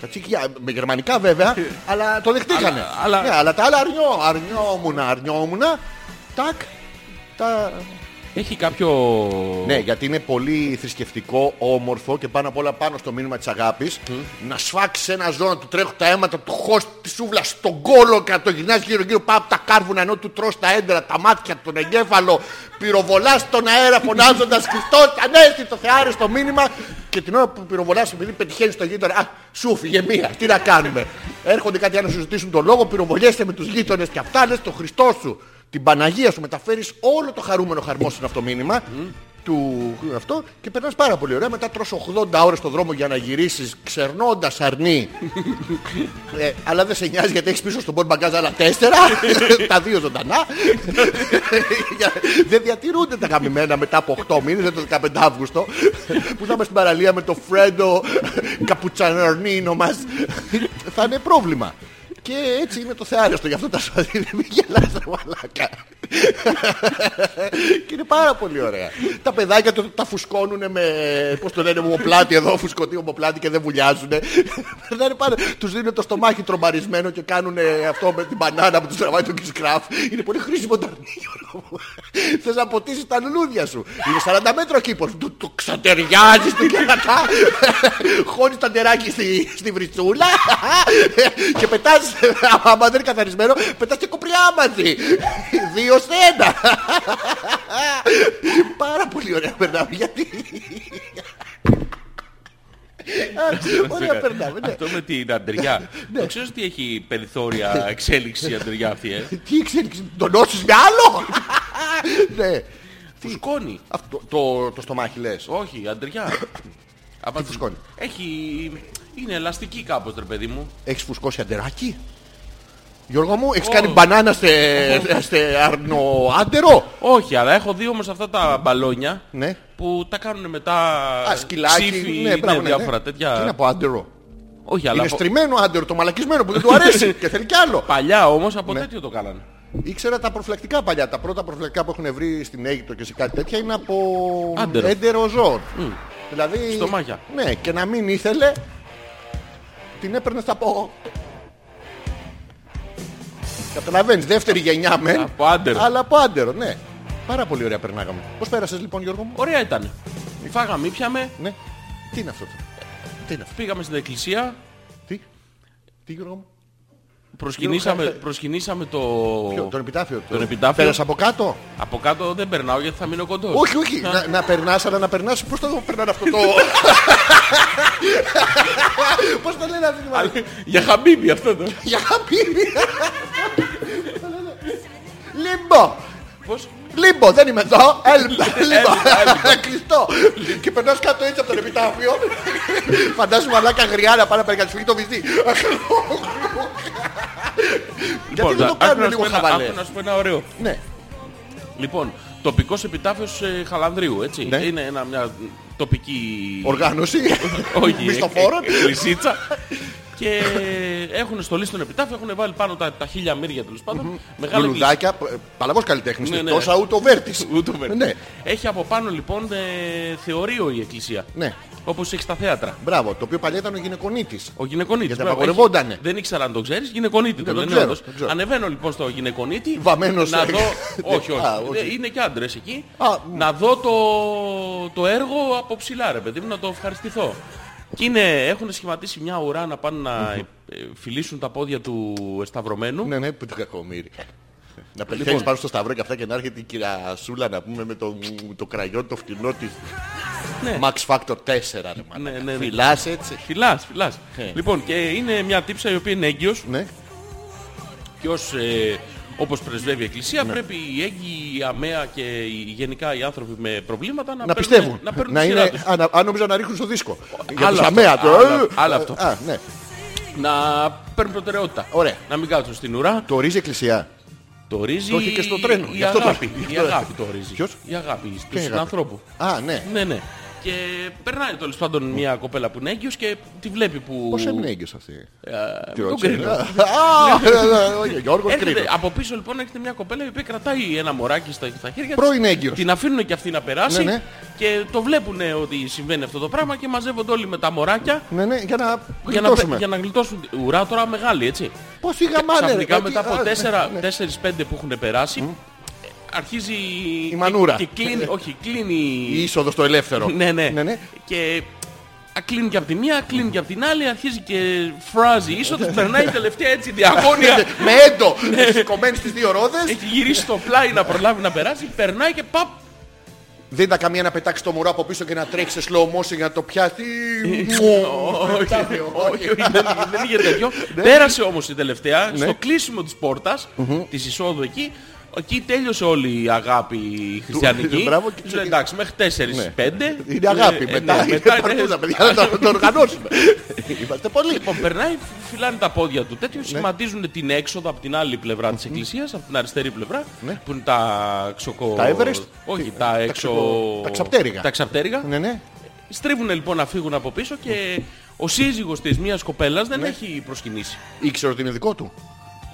[SPEAKER 2] Κατσίκια, με γερμανικά
[SPEAKER 3] *laughs*
[SPEAKER 2] βέβαια, αλλά το δεχτήκανε.
[SPEAKER 3] Αλλά- αλλά-
[SPEAKER 2] Ναι, αλλά τα άλλα αρνιό, αρνιόμουνα, αρνιόμουνα. Τάκ. Τα...
[SPEAKER 3] Έχει κάποιο...
[SPEAKER 2] Ναι, γιατί είναι πολύ θρησκευτικό, όμορφο και πάνω απ' όλα πάνω στο μήνυμα της αγάπης να σφάξει ένα ζώο, να του τρέχουν τα αίματα, του χώσει τη σούβλα στον κόλο και να το γυρνάς γύρω γύρω πάνω από τα κάρβουνα ενώ του τρως τα έντερα, τα μάτια, τον εγκέφαλο, πυροβολάς στον αέρα φωνάζοντας Χριστός, ανέστη το θεάριστο μήνυμα και την ώρα που πυροβολάς επειδή πετυχαίνεις το γείτονα, α, σου φύγε μία, τι να κάνουμε. Έρχονται κάτι άλλο να συζητήσουν τον λόγο, πυροβολιέσαι με τους γείτονες και αυτά λες το Χριστό σου την Παναγία σου μεταφέρεις όλο το χαρούμενο χαρμόσυνο αυτό μήνυμα του αυτό και περνάς πάρα πολύ ωραία. Μετά τρως 80 ώρες στο δρόμο για να γυρίσεις ξερνώντας αρνί. ε, αλλά δεν σε νοιάζει γιατί έχεις πίσω στον πόρ μπαγκάζ άλλα τέσσερα, τα δύο ζωντανά. δεν διατηρούνται τα γαμημένα μετά από 8 μήνες, δεν το 15 Αύγουστο, που θα είμαι στην παραλία με το Φρέντο καπουτσαναρνίνο μας. θα είναι πρόβλημα. Και έτσι είναι το θεάριστο, γι' αυτό τα σου δεν μην γελάς ρε μαλάκα. *laughs* και είναι πάρα πολύ ωραία. τα παιδάκια το- τα φουσκώνουν με, πώς το λένε, ομοπλάτη εδώ, φουσκωτή ομοπλάτη και δεν βουλιάζουν. *laughs* Περνάνε πάνω, τους δίνουν το στομάχι τρομπαρισμένο και κάνουν αυτό με την μπανάνα που τους τραβάει το κισκράφ. Είναι πολύ χρήσιμο το αρνί, Γιώργο μου. *laughs* Θες να ποτίσεις τα λουλούδια σου. Είναι 40 μέτρο κήπος. Του το ξατεριάζεις του κερατά. *laughs* Χώνεις τα νεράκι στη, στη βριτσούλα. *laughs* και πετάς, *laughs* άμα δεν είναι καθαρισμένο, πετάς και κοπριά μαζί. *laughs* Δύο σε ένα. *laughs* Πάρα πολύ ωραία περνάμε. Γιατί... Α, Ωραία περνάμε, ναι.
[SPEAKER 3] Αυτό με
[SPEAKER 2] *laughs*
[SPEAKER 3] την αντεριά. Το ξέρω ότι έχει περιθώρια εξέλιξη η αντεριά αυτή. ε.
[SPEAKER 2] Τι ξέρεις, τον νόσεις με άλλο. *laughs* Ναι.
[SPEAKER 3] Φουσκώνει.
[SPEAKER 2] Αυτό, το, το στομάχι λες.
[SPEAKER 3] Όχι,
[SPEAKER 2] *coughs*
[SPEAKER 3] αντριά. Απαντή.
[SPEAKER 2] Τι φουσκώνει?
[SPEAKER 3] Έχει... Είναι ελαστική κάπως, ρε παιδί μου.
[SPEAKER 2] Έχεις φουσκώσει αντεράκι. Γιώργο μου, έχεις
[SPEAKER 3] Ω.
[SPEAKER 2] κάνει μπανάνα στε, στε αρνοάντερο.
[SPEAKER 3] Όχι, αλλά έχω δει όμως αυτά τα μπαλόνια
[SPEAKER 2] Ναι.
[SPEAKER 3] που τα κάνουν μετά
[SPEAKER 2] Α, σκυλάκι.
[SPEAKER 3] Ε, ψήφι,
[SPEAKER 2] Ναι, μπράβο, ναι,
[SPEAKER 3] διάφορα
[SPEAKER 2] ναι.
[SPEAKER 3] τέτοια.
[SPEAKER 2] Τι είναι από άντερο.
[SPEAKER 3] Όχι, αλλά
[SPEAKER 2] Είναι
[SPEAKER 3] από-
[SPEAKER 2] στριμμένο άντερο, το μαλακισμένο που δεν του
[SPEAKER 3] *laughs*
[SPEAKER 2] αρέσει και θέλει κι άλλο.
[SPEAKER 3] παλιά όμως
[SPEAKER 2] Ναι.
[SPEAKER 3] από τέτοιο το κάνανε.
[SPEAKER 2] Ήξερα τα προφυλακτικά παλιά. Τα πρώτα προφυλακτικά που έχουν βρει στην Αίγυπτο και σε κάτι τέτοια είναι από
[SPEAKER 3] Άντερο.
[SPEAKER 2] έντερο ζώων. Δηλαδή.
[SPEAKER 3] Στομάχια.
[SPEAKER 2] Ναι, και να μην ήθελε, την έπαιρνε στα πόδια. Καταλαβαίνεις, δεύτερη γενιά μεν.
[SPEAKER 3] Από άντερο.
[SPEAKER 2] Αλλά από άντερο, ναι. Πάρα πολύ ωραία περνάγαμε. Πώς πέρασες λοιπόν Γιώργο μου.
[SPEAKER 3] Ωραία ήταν. Φάγαμε, ήπιαμε,
[SPEAKER 2] Ναι. Τι είναι αυτό. τώρα? Τι είναι αυτό.
[SPEAKER 3] πήγαμε στην εκκλησία,
[SPEAKER 2] Τι. Τι Γιώργο μου.
[SPEAKER 3] προσκυνήσαμε,
[SPEAKER 2] Γιώργο,
[SPEAKER 3] προσκυνήσαμε το...
[SPEAKER 2] ε, Ποιο, τον επιτάφιο.
[SPEAKER 3] Τον επιτάφιο.
[SPEAKER 2] Πέρασε από κάτω.
[SPEAKER 3] Από κάτω δεν περνάω γιατί θα μείνω κοντός.
[SPEAKER 2] Όχι, όχι. να, να περνάς, αλλά να περνάς. Πώς το περνάνε αυτό
[SPEAKER 3] *laughs*
[SPEAKER 2] το... Πώς το λένε αυτή τη μάλλη.
[SPEAKER 3] *laughs* Για χαμπίμπι
[SPEAKER 2] *laughs*
[SPEAKER 3] αυτό το.
[SPEAKER 2] Για χαμπίρι. Το λένε. Λίμπο.
[SPEAKER 3] Πώς?
[SPEAKER 2] Λίμπο, δεν είμαι εδώ. Έλμπα. Λίμπο.
[SPEAKER 3] έλμπα.
[SPEAKER 2] *laughs* Κλειστό. Και περνάς κάτω έτσι από τον επιτάφιο. Φαντάζομαι αλάκα γριάρα πάνω να φύγει το βυζί.
[SPEAKER 3] Λοιπόν,
[SPEAKER 2] Γιατί δεν το κάνουν λίγο χαβαλέ.
[SPEAKER 3] Άκου Λοιπόν, να σου πω ένα ωραίο.
[SPEAKER 2] Ναι.
[SPEAKER 3] Λοιπόν, τοπικός επιτάφιος ε, Χαλανδρίου, έτσι.
[SPEAKER 2] Ναι.
[SPEAKER 3] Είναι ένα, μια τοπική...
[SPEAKER 2] Οργάνωση.
[SPEAKER 3] Όχι,
[SPEAKER 2] Μισθοφόρων.
[SPEAKER 3] ε- ε- εκκλησίτσα. και έχουν στολίσει τον επιτάφιο, έχουν βάλει πάνω τα, τα χίλια μύρια τέλος πάντων. Μεγάλο εκκλησί-
[SPEAKER 2] Λουλουδάκια, ε, παλαβός καλλιτέχνης,
[SPEAKER 3] Ναι, ναι.
[SPEAKER 2] τόσα ούτω βέρτης.
[SPEAKER 3] *laughs* Ούτω με.
[SPEAKER 2] Ναι,
[SPEAKER 3] Έχει από πάνω λοιπόν ε, θεωρείο η εκκλησία.
[SPEAKER 2] ναι.
[SPEAKER 3] Όπως έχει στα θέατρα.
[SPEAKER 2] Μπράβο, το οποίο παλιά ήταν ο γυναικονίτης.
[SPEAKER 3] Ο γυναικονίτης.
[SPEAKER 2] Γιατί
[SPEAKER 3] μπράβο,
[SPEAKER 2] απαγορευότανε.
[SPEAKER 3] έχει- Δεν ήξερα αν το ξέρεις. Γυναικονίτη το
[SPEAKER 2] το
[SPEAKER 3] λένε
[SPEAKER 2] ξέρω,
[SPEAKER 3] όντως.
[SPEAKER 2] το ξέρω.
[SPEAKER 3] Ανεβαίνω λοιπόν στο γυναικονίτη.
[SPEAKER 2] Βαμμένος
[SPEAKER 3] Να
[SPEAKER 2] σε-
[SPEAKER 3] δω...
[SPEAKER 2] *laughs*
[SPEAKER 3] όχι, όχι.
[SPEAKER 2] Α, όχι.
[SPEAKER 3] Είναι και άντρες εκεί.
[SPEAKER 2] Α,
[SPEAKER 3] να δω το, το έργο από ψηλά ρε παιδί μου. Να το ευχαριστηθώ. Και είναι, έχουν σχηματίσει μια ουρά να πάνε να ε, φιλήσουν τα πόδια του σταυρωμένου.
[SPEAKER 2] Ναι, ναι, που το κακομύρι.
[SPEAKER 3] Λοιπόν.
[SPEAKER 2] Να πετυχαίνεις πάνω στο σταυρό και αυτά και να έρχεται η κυρία Σούλα να πούμε με το, το κραγιόν το φτηνό της.
[SPEAKER 3] Ναι.
[SPEAKER 2] Max Factor 4 ρε
[SPEAKER 3] Ναι, ναι,
[SPEAKER 2] μάνα.
[SPEAKER 3] ναι.
[SPEAKER 2] Φυλάς έτσι.
[SPEAKER 3] Φιλάς, φιλάς.
[SPEAKER 2] Ε.
[SPEAKER 3] Λοιπόν, και είναι μια τύψα η οποία είναι έγκυος.
[SPEAKER 2] Ναι.
[SPEAKER 3] Και ως, ε, όπως πρεσβεύει η Εκκλησία,
[SPEAKER 2] Ναι.
[SPEAKER 3] πρέπει οι έγκυοι, η αμαία και οι- γενικά οι άνθρωποι με προβλήματα να,
[SPEAKER 2] Να
[SPEAKER 3] παίρνουν-
[SPEAKER 2] πιστεύουν.
[SPEAKER 3] Να παίρνουν
[SPEAKER 2] να
[SPEAKER 3] τη σειρά
[SPEAKER 2] είναι,
[SPEAKER 3] τους.
[SPEAKER 2] α, να- αν νομίζω να ρίχνουν στο δίσκο. Για
[SPEAKER 3] άλλο
[SPEAKER 2] τους
[SPEAKER 3] αυτό,
[SPEAKER 2] αμαία. το-
[SPEAKER 3] άλλο-
[SPEAKER 2] ε,
[SPEAKER 3] άλλο
[SPEAKER 2] ε,
[SPEAKER 3] αυτό.
[SPEAKER 2] Α, ναι.
[SPEAKER 3] Να παίρνουν προτεραιότητα.
[SPEAKER 2] Ωραία.
[SPEAKER 3] Να μην κάτσουν στην ουρά.
[SPEAKER 2] Το ρίζει εκκλησιά.
[SPEAKER 3] Το ορίζει
[SPEAKER 2] Το έχει και στο τρένο,
[SPEAKER 3] Η
[SPEAKER 2] γι' αυτό το-
[SPEAKER 3] αγάπη.
[SPEAKER 2] γι' αυτό
[SPEAKER 3] Η
[SPEAKER 2] το-
[SPEAKER 3] αγάπη το ορίζει.
[SPEAKER 2] Ποιος?
[SPEAKER 3] Η αγάπη
[SPEAKER 2] Ποια
[SPEAKER 3] του
[SPEAKER 2] αγάπη?
[SPEAKER 3] συνανθρώπου.
[SPEAKER 2] Α, ναι.
[SPEAKER 3] Ναι, ναι. Και περνάει τέλος πάντων μια κοπέλα που είναι έγκυος και τη βλέπει που...
[SPEAKER 2] Πώς έμεινε έγκυος αυτή.
[SPEAKER 3] Ε,
[SPEAKER 2] Τι
[SPEAKER 3] τον
[SPEAKER 2] ρώτησε.
[SPEAKER 3] κρίνω.
[SPEAKER 2] Α, α, όχι, Γιώργος
[SPEAKER 3] Έρχεται-
[SPEAKER 2] Κρίνος.
[SPEAKER 3] από πίσω λοιπόν έρχεται μια κοπέλα η οποία κρατάει ένα μωράκι στα, στα χέρια της.
[SPEAKER 2] Πρώην έγκυος.
[SPEAKER 3] Την αφήνουν και αυτή να περάσει.
[SPEAKER 2] Ναι, ναι.
[SPEAKER 3] Και το βλέπουν ε, ότι συμβαίνει αυτό το πράγμα και μαζεύονται όλοι με τα μωράκια.
[SPEAKER 2] Ναι, ναι, για να
[SPEAKER 3] Για να,
[SPEAKER 2] γλιτώσουμε.
[SPEAKER 3] για να γλιτώσουν. Ουρά τώρα μεγάλη, έτσι.
[SPEAKER 2] Πώς η γαμάνα ρε,
[SPEAKER 3] Ξαφνικά
[SPEAKER 2] κάτι-
[SPEAKER 3] μετά από
[SPEAKER 2] α, ναι,
[SPEAKER 3] 4-5
[SPEAKER 2] ναι.
[SPEAKER 3] που έχουν περάσει, ε, αρχίζει η
[SPEAKER 2] μανούρα. Ε.
[SPEAKER 3] Και, κλείνει, όχι, κλείνει.
[SPEAKER 2] Η είσοδος στο ελεύθερο.
[SPEAKER 3] ναι, ναι.
[SPEAKER 2] ναι, ναι.
[SPEAKER 3] Και α, κλείνει και από τη μία, κλείνει και από την άλλη, αρχίζει και φράζει
[SPEAKER 2] *laughs*
[SPEAKER 3] είσοδος, περνάει η τελευταία έτσι διαγώνια.
[SPEAKER 2] Με έντο, κομμένη στις δύο ρόδες.
[SPEAKER 3] Ναι. Έχει γυρίσει το πλάι να προλάβει να περάσει, περνάει και παπ.
[SPEAKER 2] Δεν ήταν καμία να πετάξει το μωρό από πίσω και να τρέξει σε slow motion για να το πιάσει.
[SPEAKER 3] Ε, Όχι, όχι, όχι, δεν- δεν είχε τέτοιο.
[SPEAKER 2] *laughs* Ναι.
[SPEAKER 3] Πέρασε όμως η τελευταία, στο κλείσιμο της πόρτας, της εισόδου εκεί, εκεί τέλειωσε όλη η αγάπη η χριστιανική.
[SPEAKER 2] *laughs* Μπράβο, και- Ναι.
[SPEAKER 3] Τους λέει, εντάξει, μέχρι 4-5.
[SPEAKER 2] Είναι αγάπη.
[SPEAKER 3] ε, ναι,
[SPEAKER 2] Μετά είναι παρτούζα, παιδιά. Να το- το οργανώσουμε. Είμαστε πολλοί.
[SPEAKER 3] Λοιπόν, περνάει, φυλάνε τα πόδια του
[SPEAKER 2] Ναι.
[SPEAKER 3] τέτοιο, σχηματίζουν την έξοδο από την άλλη πλευρά της εκκλησίας, από την αριστερή πλευρά, που είναι τα ξοκο...
[SPEAKER 2] Ναι. Τα Everest.
[SPEAKER 3] Όχι,
[SPEAKER 2] Τι-
[SPEAKER 3] τα
[SPEAKER 2] τα
[SPEAKER 3] έξω...
[SPEAKER 2] ξοκο- τα ξαπτέρυγα.
[SPEAKER 3] Τα ξαπτέρυγα.
[SPEAKER 2] Ναι, ναι.
[SPEAKER 3] Στρίβουν λοιπόν να φύγουν από πίσω και ο σύζυγος της μιας κοπέλας
[SPEAKER 2] Ναι.
[SPEAKER 3] δεν έχει προσκυνήσει.
[SPEAKER 2] Ήξερε ότι είναι δικό του.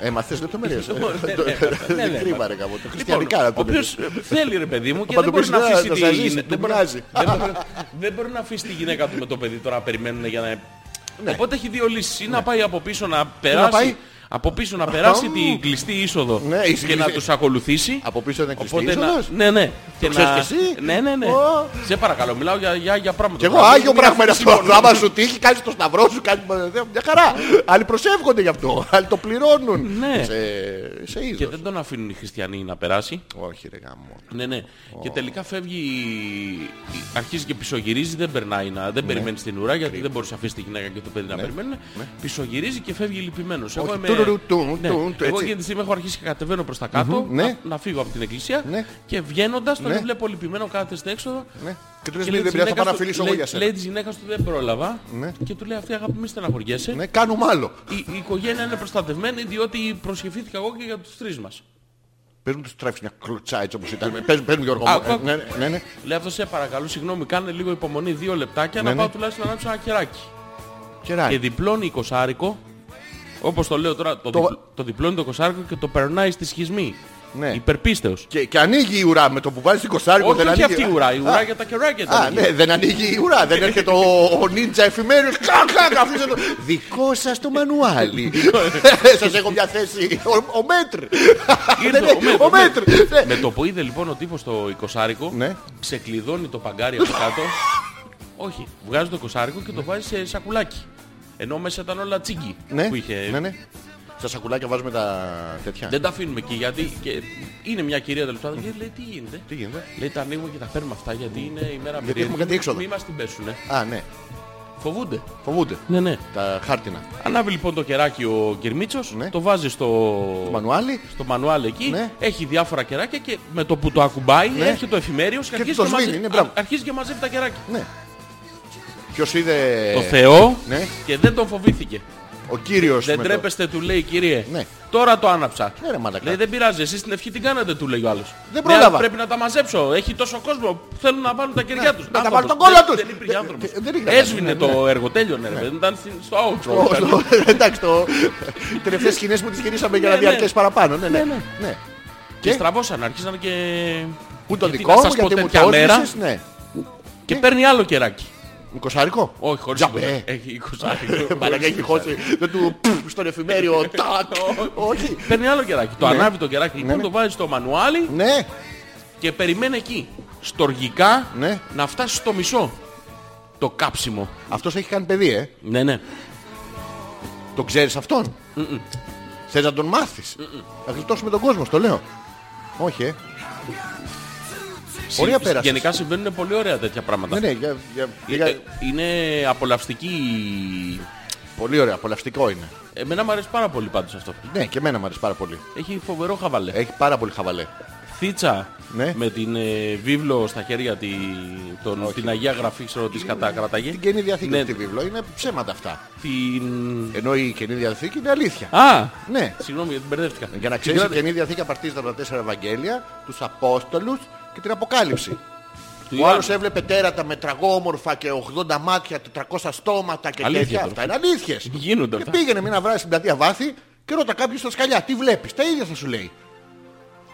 [SPEAKER 2] Έμαθες λεπτομέρειες. Ε,
[SPEAKER 3] Ναι, ναι,
[SPEAKER 2] το-
[SPEAKER 3] ναι, ναι, ναι,
[SPEAKER 2] Δεν κρύβα ρε γαμώ, το Χριστιανικά να
[SPEAKER 3] ο
[SPEAKER 2] το
[SPEAKER 3] οποίο
[SPEAKER 2] πεις.
[SPEAKER 3] θέλει ρε παιδί μου και
[SPEAKER 2] Θα
[SPEAKER 3] δεν
[SPEAKER 2] του
[SPEAKER 3] μπορεί
[SPEAKER 2] πεις
[SPEAKER 3] να
[SPEAKER 2] να-
[SPEAKER 3] αφήσει
[SPEAKER 2] να
[SPEAKER 3] τη
[SPEAKER 2] σας ζήσει,
[SPEAKER 3] γυναίκα.
[SPEAKER 2] του
[SPEAKER 3] Δεν μπορεί-
[SPEAKER 2] πειράζει.
[SPEAKER 3] δεν μπορεί- δεν μπορεί να αφήσει τη γυναίκα του με το παιδί τώρα να περιμένουν για να.
[SPEAKER 2] Ναι.
[SPEAKER 3] Οπότε έχει δύο λύσεις. Ή να πάει από πίσω να περάσει.
[SPEAKER 2] πάει?
[SPEAKER 3] Από πίσω να περάσει την κλειστή είσοδο
[SPEAKER 2] Ναι, η
[SPEAKER 3] και να
[SPEAKER 2] συγκλειστή-
[SPEAKER 3] τους ακολουθήσει.
[SPEAKER 2] Από πίσω ήταν κλειστή
[SPEAKER 3] Οπότε να...
[SPEAKER 2] είσοδος.
[SPEAKER 3] Ναι, ναι. Και
[SPEAKER 2] ξέρεις κι εσύ?
[SPEAKER 3] Ναι, ναι, ναι.
[SPEAKER 2] Ω.
[SPEAKER 3] Σε παρακαλώ, μιλάω για, για, για πράγματα.
[SPEAKER 2] Κι εγώ άγιο πράγμα είναι αυτό. Άμα σου τύχει, κάνεις το σταυρό σου, κάνεις μια χαρά. Άλλοι προσεύχονται γι' αυτό. Άλλοι το πληρώνουν.
[SPEAKER 3] Ναι.
[SPEAKER 2] Σε- Σε
[SPEAKER 3] Και
[SPEAKER 2] είδος.
[SPEAKER 3] δεν τον αφήνουν οι χριστιανοί να περάσει.
[SPEAKER 2] Όχι ρε γαμώ.
[SPEAKER 3] Ναι, ναι. Και τελικά φεύγει, αρχίζει και πισωγυρίζει, δεν περνάει να,
[SPEAKER 2] Ναι.
[SPEAKER 3] δεν περιμένει στην ουρά γιατί δεν μπορούσε να αφήσει τη γυναίκα και το παιδί να περιμένουν. Πισωγυρίζει και φεύγει λυπημένος. Εγώ
[SPEAKER 2] Όχι,
[SPEAKER 3] είμαι
[SPEAKER 2] του Τουρουρου, τουν,
[SPEAKER 3] Ναι.
[SPEAKER 2] τουν,
[SPEAKER 3] Εγώ
[SPEAKER 2] έτσι.
[SPEAKER 3] εκείνη τη στιγμή έχω αρχίσει και κατεβαίνω προς τα κάτω.
[SPEAKER 2] Μμμ, ναι.
[SPEAKER 3] να- Να φύγω από την εκκλησία.
[SPEAKER 2] Ναι.
[SPEAKER 3] Και βγαίνοντας, τον
[SPEAKER 2] Ναι.
[SPEAKER 3] βλέπω λυπημένο κάθεται στην έξοδο.
[SPEAKER 2] Ναι. Και του
[SPEAKER 3] Και
[SPEAKER 2] λες μη
[SPEAKER 3] λέει
[SPEAKER 2] δεν
[SPEAKER 3] της
[SPEAKER 2] πειράζει, θα πάω
[SPEAKER 3] γυναίκας
[SPEAKER 2] να
[SPEAKER 3] του-
[SPEAKER 2] φιλήσω εγώ
[SPEAKER 3] λέει-
[SPEAKER 2] για σένα.
[SPEAKER 3] Λέει της γυναίκας του δεν πρόλαβα.
[SPEAKER 2] Ναι.
[SPEAKER 3] Και του λέει αυτή αγάπη, μη στεναχωριέσαι.
[SPEAKER 2] Ναι, κάνουμε άλλο.
[SPEAKER 3] Η, η οικογένεια είναι προστατευμένη διότι προσχεθήθηκα εγώ και για τους τρεις μας.
[SPEAKER 2] Πες μου τους τρέφεις μια κλωτσά έτσι όπως ήταν. Πες, πες μου Γιώργο
[SPEAKER 3] Ναι. Α,
[SPEAKER 2] μου. Ε,
[SPEAKER 3] α,
[SPEAKER 2] Ναι, ναι, ναι.
[SPEAKER 3] Λέει αυτός σε παρακαλώ, συγγνώμη, κάνε λίγο υπομονή δύο λεπτάκια
[SPEAKER 2] Ναι,
[SPEAKER 3] να πάω
[SPEAKER 2] ναι.
[SPEAKER 3] τουλάχιστον να ανάψω ένα κεράκι. Και
[SPEAKER 2] Κεράκι.
[SPEAKER 3] διπλώνει εικοσάρικο, όπως το λέω τώρα, το,
[SPEAKER 2] Το-
[SPEAKER 3] διπλ- το διπλώνει το εικοσάρικο και το περνάει στη σχισμή.
[SPEAKER 2] Ναι.
[SPEAKER 3] Υπερπίστεως.
[SPEAKER 2] Και, και ανοίγει η ουρά με το που βάζει την κοσάρικο.
[SPEAKER 3] Όχι,
[SPEAKER 2] δεν
[SPEAKER 3] όχι
[SPEAKER 2] ανοίγει.
[SPEAKER 3] αυτή η ουρά, η ουρά
[SPEAKER 2] Α,
[SPEAKER 3] για τα κεράκια
[SPEAKER 2] Α,
[SPEAKER 3] ήταν.
[SPEAKER 2] ναι, δεν ανοίγει η ουρά. Δεν έρχεται ο, ο νίντζα εφημέριος. Κλακ, κλακ, αφήστε το. Δικό σας το μανουάλι. σας έχω μια θέση. Ο, ο μέτρ.
[SPEAKER 3] Ήρθε
[SPEAKER 2] Δεν-
[SPEAKER 3] μέτρ,
[SPEAKER 2] Ο μέτρ. Ναι.
[SPEAKER 3] Με το που είδε λοιπόν ο τύπος το εικοσάρικο,
[SPEAKER 2] Ναι.
[SPEAKER 3] ξεκλειδώνει το παγκάρι από κάτω. όχι, βγάζει το εικοσάρικο και το βάζει σε σακουλάκι. Ενώ μέσα ήταν όλα τσίγκι
[SPEAKER 2] Ναι,
[SPEAKER 3] που είχε
[SPEAKER 2] ναι, ναι. Στα σακουλάκια βάζουμε τα τέτοια.
[SPEAKER 3] Δεν τα αφήνουμε εκεί γιατί και είναι μια κυρία τελευταία και λέει τι γίνεται.
[SPEAKER 2] Τι γίνεται.
[SPEAKER 3] Λέει τα ανοίγουμε και τα παίρνουμε αυτά γιατί είναι η μέρα περίεργη.
[SPEAKER 2] έχουμε κάτι έξοδα.
[SPEAKER 3] Μην μας την πέσουνε.
[SPEAKER 2] Α, ναι.
[SPEAKER 3] Φοβούνται.
[SPEAKER 2] Φοβούνται.
[SPEAKER 3] Ναι, ναι.
[SPEAKER 2] Τα χάρτινα.
[SPEAKER 3] Ανάβει λοιπόν το κεράκι ο Κερμίτσος,
[SPEAKER 2] Ναι.
[SPEAKER 3] το βάζει στο,
[SPEAKER 2] Το μανουάλι.
[SPEAKER 3] στο μανουάλ εκεί,
[SPEAKER 2] Ναι.
[SPEAKER 3] έχει διάφορα κεράκια και με το που το ακουμπάει
[SPEAKER 2] Ναι.
[SPEAKER 3] έρχεται ο εφημέριος και,
[SPEAKER 2] Και
[SPEAKER 3] αρχίζει,
[SPEAKER 2] το
[SPEAKER 3] και μαζε-
[SPEAKER 2] σβήνει, ναι, μπράβο.
[SPEAKER 3] α- αρχίζει και μαζεύει τα κεράκια.
[SPEAKER 2] Ναι. Ποιος είδε
[SPEAKER 3] Το Θεό
[SPEAKER 2] ναι.
[SPEAKER 3] και δεν τον φοβήθηκε.
[SPEAKER 2] ο κύριος
[SPEAKER 3] Δεν
[SPEAKER 2] με το-
[SPEAKER 3] τρέπεστε, του λέει κύριε.
[SPEAKER 2] Ναι.
[SPEAKER 3] Τώρα το άναψα.
[SPEAKER 2] Ναι, ρε, μαλακά.
[SPEAKER 3] λέει, δεν πειράζει, εσείς την ευχή την κάνατε, του λέει ο άλλος.
[SPEAKER 2] Δεν
[SPEAKER 3] Ναι,
[SPEAKER 2] πρόλαβα. Ναι,
[SPEAKER 3] πρέπει να τα μαζέψω. Έχει τόσο κόσμο που θέλουν να βάλουν τα κεριά τους.
[SPEAKER 2] να τα
[SPEAKER 3] Άνθρωπος.
[SPEAKER 2] βάλουν τον κόλλο
[SPEAKER 3] Δεν-
[SPEAKER 2] τους.
[SPEAKER 3] Δεν υπήρχε
[SPEAKER 2] Δεν-
[SPEAKER 3] άνθρωπος.
[SPEAKER 2] δεν- δεν υπήρχε
[SPEAKER 3] Έσβηνε
[SPEAKER 2] άνθρωπος,
[SPEAKER 3] το έργο, τέλειωνε.
[SPEAKER 2] Ναι.
[SPEAKER 3] ρε, Δεν ήταν στην- στο
[SPEAKER 2] Το-
[SPEAKER 3] outro. ήταν-
[SPEAKER 2] το- Εντάξει, το τελευταίες σκηνές που τις γυρίσαμε για να
[SPEAKER 3] Ναι, ναι.
[SPEAKER 2] διαρκέσει παραπάνω. Ναι, ναι. ναι.
[SPEAKER 3] Και
[SPEAKER 2] Και?
[SPEAKER 3] στραβώσαν, άρχισαν και...
[SPEAKER 2] Πού το
[SPEAKER 3] Γιατί
[SPEAKER 2] δικό
[SPEAKER 3] να
[SPEAKER 2] μου,
[SPEAKER 3] σας πω
[SPEAKER 2] γιατί μου
[SPEAKER 3] τέτοια
[SPEAKER 2] το
[SPEAKER 3] μέρα.
[SPEAKER 2] έδωσες, ναι.
[SPEAKER 3] Και παίρνει άλλο κεράκι.
[SPEAKER 2] Μικοσάρικο.
[SPEAKER 3] Όχι, χωρίς
[SPEAKER 2] Τζαμπέ.
[SPEAKER 3] τίποτα. Έχει 20
[SPEAKER 2] *laughs* Μαλακά έχει χώσει. Δεν του πφ, στον *laughs* εφημέριο. Τάκ. Όχι.
[SPEAKER 3] Παίρνει άλλο κεράκι. Το
[SPEAKER 2] Ναι.
[SPEAKER 3] ανάβει το κεράκι λοιπόν,
[SPEAKER 2] ναι.
[SPEAKER 3] το βάζει στο μανουάλι
[SPEAKER 2] Ναι,
[SPEAKER 3] και περιμένει εκεί. Στοργικά
[SPEAKER 2] Ναι.
[SPEAKER 3] να φτάσει στο μισό. Το κάψιμο.
[SPEAKER 2] αυτός έχει κάνει παιδί, ε.
[SPEAKER 3] Ναι, ναι.
[SPEAKER 2] Τον ξέρεις αυτόν. Θες να τον μάθεις. Θα γλιτώσουμε τον κόσμο, στο λέω. Όχι, ε. Ωραία
[SPEAKER 3] Συ-
[SPEAKER 2] πέρασες.
[SPEAKER 3] Γενικά συμβαίνουν πολύ ωραία τέτοια πράγματα.
[SPEAKER 2] Ναι, ναι, για- για-
[SPEAKER 3] Ε,
[SPEAKER 2] λίγα-
[SPEAKER 3] ε, Είναι απολαυστική.
[SPEAKER 2] Πολύ ωραία, απολαυστικό είναι.
[SPEAKER 3] Εμένα μου αρέσει πάρα πολύ πάντως αυτό.
[SPEAKER 2] Ναι, και εμένα μου αρέσει πάρα πολύ.
[SPEAKER 3] Έχει φοβερό χαβαλέ.
[SPEAKER 2] Έχει πάρα πολύ χαβαλέ.
[SPEAKER 3] Ε. Θίτσα
[SPEAKER 2] Ε. Ναι.
[SPEAKER 3] με την ε, βίβλο στα χέρια τη, τον, την Αγία Γραφή, ξέρω της κατακρατάγε.
[SPEAKER 2] Την καινή διαθήκη
[SPEAKER 3] Ναι,
[SPEAKER 2] αυτή η βίβλο είναι ψέματα αυτά.
[SPEAKER 3] την-
[SPEAKER 2] Ενώ η καινή διαθήκη είναι αλήθεια.
[SPEAKER 3] Α!
[SPEAKER 2] Ναι.
[SPEAKER 3] Συγγνώμη γιατί μπερδεύτηκα.
[SPEAKER 2] Για να
[SPEAKER 3] Την
[SPEAKER 2] ξέρεις, η
[SPEAKER 3] κρατά-
[SPEAKER 2] καινή διαθήκη απαρτίζεται από τα τέσσερα Ευαγγέλια, τους Απόστολους και την Αποκάλυψη. Ο
[SPEAKER 3] Ιωάννη.
[SPEAKER 2] άλλος έβλεπε τέρατα με τραγόμορφα και 80 μάτια, 400 στόματα και
[SPEAKER 3] Αλήθεια
[SPEAKER 2] τέτοια.
[SPEAKER 3] τώρα.
[SPEAKER 2] Αυτά είναι αλήθειες.
[SPEAKER 3] Γίνονται
[SPEAKER 2] Και
[SPEAKER 3] αυτά.
[SPEAKER 2] πήγαινε με ένα βράδυ στην πλατεία βάθη και ρώτα κάποιος στα σκαλιά. Τι βλέπεις, τα ίδια θα σου λέει.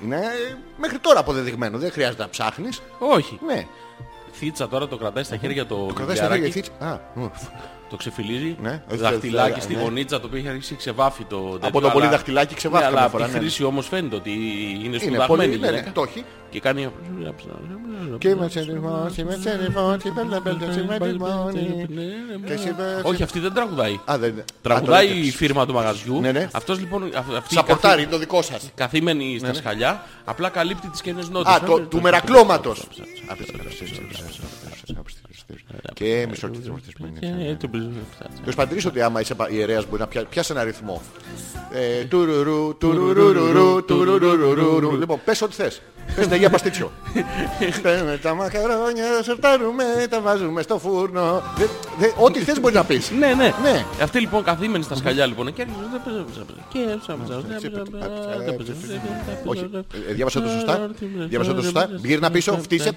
[SPEAKER 2] Είναι ε, μέχρι τώρα αποδεδειγμένο, δεν χρειάζεται να ψάχνεις.
[SPEAKER 3] Όχι.
[SPEAKER 2] Ναι,
[SPEAKER 3] Θίτσα τώρα το κρατάει στα χέρια το,
[SPEAKER 2] το κρατάει στα χέρια
[SPEAKER 3] βιβλιαράκι,
[SPEAKER 2] έτσι. Α, ου.
[SPEAKER 3] το ξεφυλίζει.
[SPEAKER 2] Ναι.
[SPEAKER 3] Δαχτυλάκι στη
[SPEAKER 2] Ναι.
[SPEAKER 3] γονίτσα το οποίο έχει αρχίσει ξεβάφει το
[SPEAKER 2] το
[SPEAKER 3] τέτοιο,
[SPEAKER 2] πολύ
[SPEAKER 3] αλλά-
[SPEAKER 2] δαχτυλάκι ξεβάφει
[SPEAKER 3] Ναι,
[SPEAKER 2] καμιά
[SPEAKER 3] αλλά
[SPEAKER 2] φορά,
[SPEAKER 3] από τη
[SPEAKER 2] ναι.
[SPEAKER 3] χρήση όμως φαίνεται ότι είναι
[SPEAKER 2] είναι πολύ.
[SPEAKER 3] σπουδαγμένη
[SPEAKER 2] Ναι, ναι,
[SPEAKER 3] γυναίκα.
[SPEAKER 2] το έχει.
[SPEAKER 3] Και κάνει...
[SPEAKER 2] Και με τσελιφώσει, με τσελιφώσει, πέλα πέλα, τσιμαντιμόνι. Και σε-
[SPEAKER 3] Όχι, αυτή δεν τραγουδάει.
[SPEAKER 2] Α, δεν είναι. Α,
[SPEAKER 3] Τραγουδάει
[SPEAKER 2] το
[SPEAKER 3] η
[SPEAKER 2] είδες.
[SPEAKER 3] φίρμα του μαγαζιού.
[SPEAKER 2] Ναι, ναι.
[SPEAKER 3] Αυτός λοιπόν, αυ- αυτή η
[SPEAKER 2] Σαπορτάρι,
[SPEAKER 3] καθή-
[SPEAKER 2] είναι το δικό σας.
[SPEAKER 3] καθήμενη στα σκαλιά, απλά καλύπτει τις κενές νότες.
[SPEAKER 2] Ναι, Α, το, του μερακλώματος. Και μισό λεπτό.
[SPEAKER 3] Ναι,
[SPEAKER 2] Τους πατρίσω ότι άμα είσαι πα- ιερέας μπορεί να πια- πιάσει ένα ρυθμό. Ε, τουρουρου, τουρουρουρουρου, τουρουρουρουρου. Λοιπόν, πες ό,τι θες. Πες τα Αγία Παστίτσιο. Παίρνουμε τα μακαρόνια, σερτάρουμε, τα βάζουμε στο φούρνο. Δε- δε- Ό,τι θες μπορεί να πεις.
[SPEAKER 3] Ναι, ναι.
[SPEAKER 2] Ναι.
[SPEAKER 3] Αυτή λοιπόν καθήμενη στα σκαλιά λοιπόν. Και έρχεται. Και
[SPEAKER 2] Ναι, Όχι, ε, ε, διάβασα το σωστά. Διάβασα το σωστά. Γύρνα πίσω, φτύσε.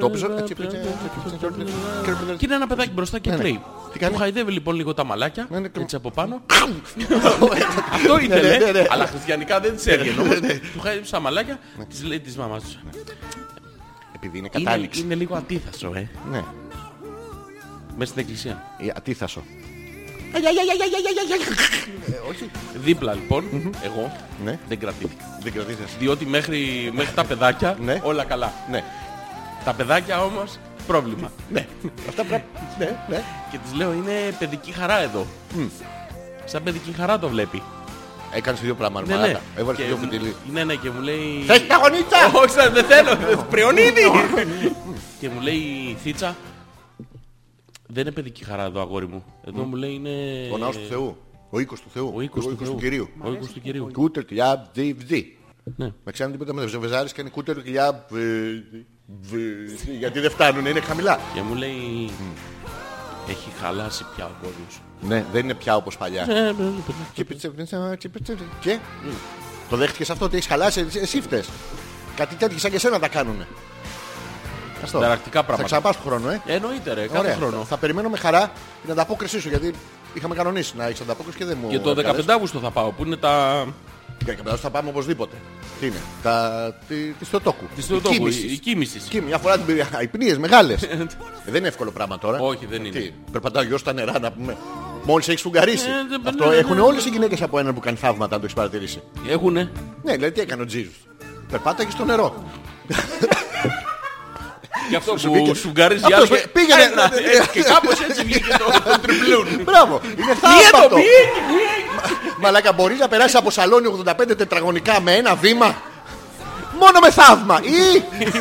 [SPEAKER 2] Το πίσω. έτσι, έτσι, έτσι,
[SPEAKER 3] Και είναι ένα παιδάκι μπροστά και
[SPEAKER 2] Ναι, ναι.
[SPEAKER 3] κλαίει.
[SPEAKER 2] Τι κάνει?
[SPEAKER 3] Του χαϊδεύει λοιπόν λίγο τα μαλάκια.
[SPEAKER 2] Ναι, ναι, και-
[SPEAKER 3] Έτσι από πάνω. Αυτό
[SPEAKER 2] Ναι, ναι, ναι,
[SPEAKER 3] ήθελε.
[SPEAKER 2] ναι.
[SPEAKER 3] Αλλά χριστιανικά δεν της έβγαινε. όμως. Του χαϊδεύει τα μαλάκια. Της λέει της μαμάς του.
[SPEAKER 2] Ναι, Επειδή είναι
[SPEAKER 3] «Είναι-
[SPEAKER 2] κατάληξη.
[SPEAKER 3] Είναι λίγο αντίθασο, ε.
[SPEAKER 2] Ναι,
[SPEAKER 3] Μέσα στην εκκλησία.
[SPEAKER 2] ε, ατίθασο.
[SPEAKER 3] Δίπλα λοιπόν, εγώ
[SPEAKER 2] Ναι.
[SPEAKER 3] δεν κρατήθηκα.
[SPEAKER 2] Δεν κρατήθες.
[SPEAKER 3] Διότι μέχρι, μέχρι τα παιδάκια
[SPEAKER 2] Ναι.
[SPEAKER 3] όλα καλά.
[SPEAKER 2] Ναι.
[SPEAKER 3] Τα παιδάκια όμως πρόβλημα.
[SPEAKER 2] Ναι. Αυτά πρέπει. Ναι, ναι.
[SPEAKER 3] Και της λέω είναι παιδική χαρά εδώ. Σαν παιδική χαρά το βλέπει.
[SPEAKER 2] Έκανες δύο πράγματα.
[SPEAKER 3] Ναι, ναι.
[SPEAKER 2] μαλάκα. Έβαλες
[SPEAKER 3] Και
[SPEAKER 2] δύο
[SPEAKER 3] μου-
[SPEAKER 2] φιτιλί.
[SPEAKER 3] Ναι, ναι, και μου λέει...
[SPEAKER 2] Θες τα γονίτσα!
[SPEAKER 3] Όχι, σαν- δεν θέλω. Πριονίδη! Και μου λέει η Θίτσα... Δεν είναι παιδική χαρά εδώ, αγόρι μου. Εδώ μου λέει είναι...
[SPEAKER 2] Ο ναός του Θεού. Ο οίκος του Θεού.
[SPEAKER 3] Ο οίκος του Θεού.
[SPEAKER 2] Κυρίου.
[SPEAKER 3] Ο οίκος του Κυρίου.
[SPEAKER 2] Κούτερ κλιά βδί.
[SPEAKER 3] Ναι.
[SPEAKER 2] Με ξέρετε τίποτα με το Βεζάρης κάνει κούτερ κλιά Γιατί δεν φτάνουν, είναι χαμηλά.
[SPEAKER 3] Και μου λέει. Έχει χαλάσει πια ο κόσμος.
[SPEAKER 2] Ναι, δεν είναι πια όπως παλιά.
[SPEAKER 3] Ε, ναι, ναι, παιδιά.
[SPEAKER 2] Και πιτσευνίτσα, τσιπιτσευνίτσα. Και το δέχτηκες αυτό ότι έχεις χαλάσει, εσύ- εσύ φταίς. Κάτι τέτοιο σαν και εσένα τα κάνουνε. Αυτό.
[SPEAKER 3] Ταρακτικά
[SPEAKER 2] Θα
[SPEAKER 3] πράγματα.
[SPEAKER 2] ξαναπάς του χρόνου, ε.
[SPEAKER 3] Ε, Εννοείται, ρε, κάθε
[SPEAKER 2] Ωραία.
[SPEAKER 3] χρόνο.
[SPEAKER 2] Θα περιμένω με χαρά την ανταπόκρισή σου γιατί είχαμε κανονίσει να έχεις ανταπόκριση και δεν μου.
[SPEAKER 3] Και το 15 Αύγουστο θα πάω που είναι τα.
[SPEAKER 2] Για καπετάνου θα πάμε οπωσδήποτε. Τι είναι, τα... τη, τη Θεοτόκου.
[SPEAKER 3] Τη Θεοτόκου.
[SPEAKER 2] Κίμησης.
[SPEAKER 3] Η κίνηση.
[SPEAKER 2] Κίμη, μια φορά την πήρε. Οι πνίες μεγάλες.
[SPEAKER 3] *laughs*
[SPEAKER 2] δεν είναι εύκολο πράγμα τώρα.
[SPEAKER 3] Όχι, δεν είναι.
[SPEAKER 2] Τι, περπατάει ο γιος στα νερά να πούμε. Μόλις έχεις φουγγαρίσει.
[SPEAKER 3] Ε, δεν-
[SPEAKER 2] Αυτό
[SPEAKER 3] ναι, ναι,
[SPEAKER 2] έχουν
[SPEAKER 3] ναι.
[SPEAKER 2] όλες οι γυναίκες από έναν που κάνει θαύματα, αν το έχεις παρατηρήσει.
[SPEAKER 3] Έχουνε.
[SPEAKER 2] Ναι, δηλαδή τι έκανε ο Τζίζου. Περπάταγε στο νερό.
[SPEAKER 3] Γι' αυτό
[SPEAKER 2] Σου βγήκε.
[SPEAKER 3] που σου γκαρίζει
[SPEAKER 2] Αυτός
[SPEAKER 3] άλλο.
[SPEAKER 2] που- πήγαινε,
[SPEAKER 3] Ένα,
[SPEAKER 2] ναι, ναι. *laughs*
[SPEAKER 3] έτσι, Και κάπως έτσι βγήκε το- το τριπλούν.
[SPEAKER 2] Μπράβο, είναι θαύμα
[SPEAKER 3] Μία το
[SPEAKER 2] αυτό.
[SPEAKER 3] πήγε.
[SPEAKER 2] Μαλάκα, μπορείς να περάσεις από σαλόνι 85 τετραγωνικά με ένα βήμα. Μόνο με θαύμα. Ή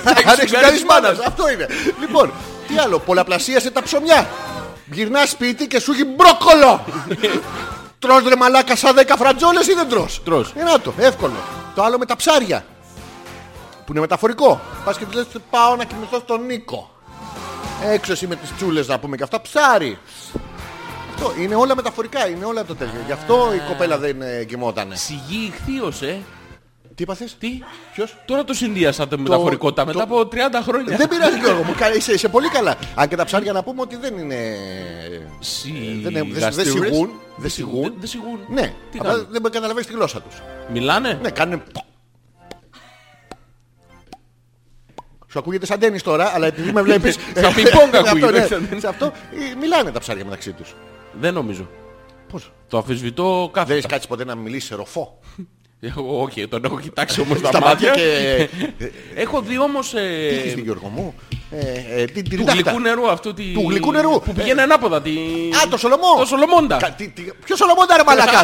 [SPEAKER 2] αν έχεις
[SPEAKER 3] σουγκάρισμα.
[SPEAKER 2] κάνει μάνας. Αυτό είναι. Λοιπόν, τι άλλο. Πολλαπλασίασε τα ψωμιά. Γυρνάς σπίτι και σου έχει μπρόκολο. τρως ρε μαλάκα σαν 10 φρατζόλες ή δεν τρως.
[SPEAKER 3] Τρως.
[SPEAKER 2] Ε, να το, εύκολο. Το άλλο με τα ψάρια. Που είναι μεταφορικό. Πας και του λες πάω να κοιμηθώ στον Νίκο. Έξω εσύ με τις τσούλες να πούμε και αυτά. Ψάρι. Αυτό είναι όλα μεταφορικά, είναι όλα το τέτοιο. Γι' αυτό η κοπέλα δεν ε, κοιμότανε.
[SPEAKER 3] Σιγή ηχθείος, ε.
[SPEAKER 2] Τι είπαθες?
[SPEAKER 3] Τι.
[SPEAKER 2] Ποιος?
[SPEAKER 3] Τώρα το συνδύασα το μεταφορικότητα
[SPEAKER 2] το-
[SPEAKER 3] μετά από 30 χρόνια.
[SPEAKER 2] Δεν πειράζει Γιώργο μου, κα- είσαι, είσαι πολύ καλά. Αν και τα ψάρια να πούμε ότι δεν είναι... ε,
[SPEAKER 3] Σι-
[SPEAKER 2] Δεν, δεν- δεν
[SPEAKER 3] γαστήρες.
[SPEAKER 2] σιγούν. Δεν
[SPEAKER 3] σιγούν.
[SPEAKER 2] σιγούν.
[SPEAKER 3] Δεν σιγούν.
[SPEAKER 2] Ναι,
[SPEAKER 3] Τι
[SPEAKER 2] απλά
[SPEAKER 3] κάνουν.
[SPEAKER 2] δεν μπορεί να καταλαβαίνεις τη γλώσσα τους.
[SPEAKER 3] Μιλάνε.
[SPEAKER 2] Ναι, κάνουν... Σου ακούγεται σαν τένις τώρα, αλλά επειδή με βλέπεις...
[SPEAKER 3] *laughs* Σαν πιπόγκα
[SPEAKER 2] Αυτό,
[SPEAKER 3] ακούγεται,
[SPEAKER 2] *laughs* ναι.
[SPEAKER 3] σαν τένις.
[SPEAKER 2] Σε αυτό ε, μιλάνε τα ψάρια μεταξύ τους.
[SPEAKER 3] Δεν νομίζω.
[SPEAKER 2] Πώς.
[SPEAKER 3] Το αφισβητώ
[SPEAKER 2] Δεν
[SPEAKER 3] κάθε. Ε,
[SPEAKER 2] έχεις κάτσει ποτέ να μιλήσεις σε ροφό.
[SPEAKER 3] Όχι, τον έχω κοιτάξει όμως
[SPEAKER 2] Στα
[SPEAKER 3] τα μάτια.
[SPEAKER 2] και...
[SPEAKER 3] Έχω δει όμως... ε,
[SPEAKER 2] Τι έχεις δει Γιώργο μου. Ε, ε, την
[SPEAKER 3] Του
[SPEAKER 2] τριντάχτα.
[SPEAKER 3] γλυκού νερού αυτού τη...
[SPEAKER 2] Του γλυκού νερού. Ε,
[SPEAKER 3] Που πηγαίνει ανάποδα. Τη...
[SPEAKER 2] Α, το Σολομό.
[SPEAKER 3] Το Σολομόντα.
[SPEAKER 2] Κα- τι- τι- Ποιος Σολομόντα ρε μαλακά.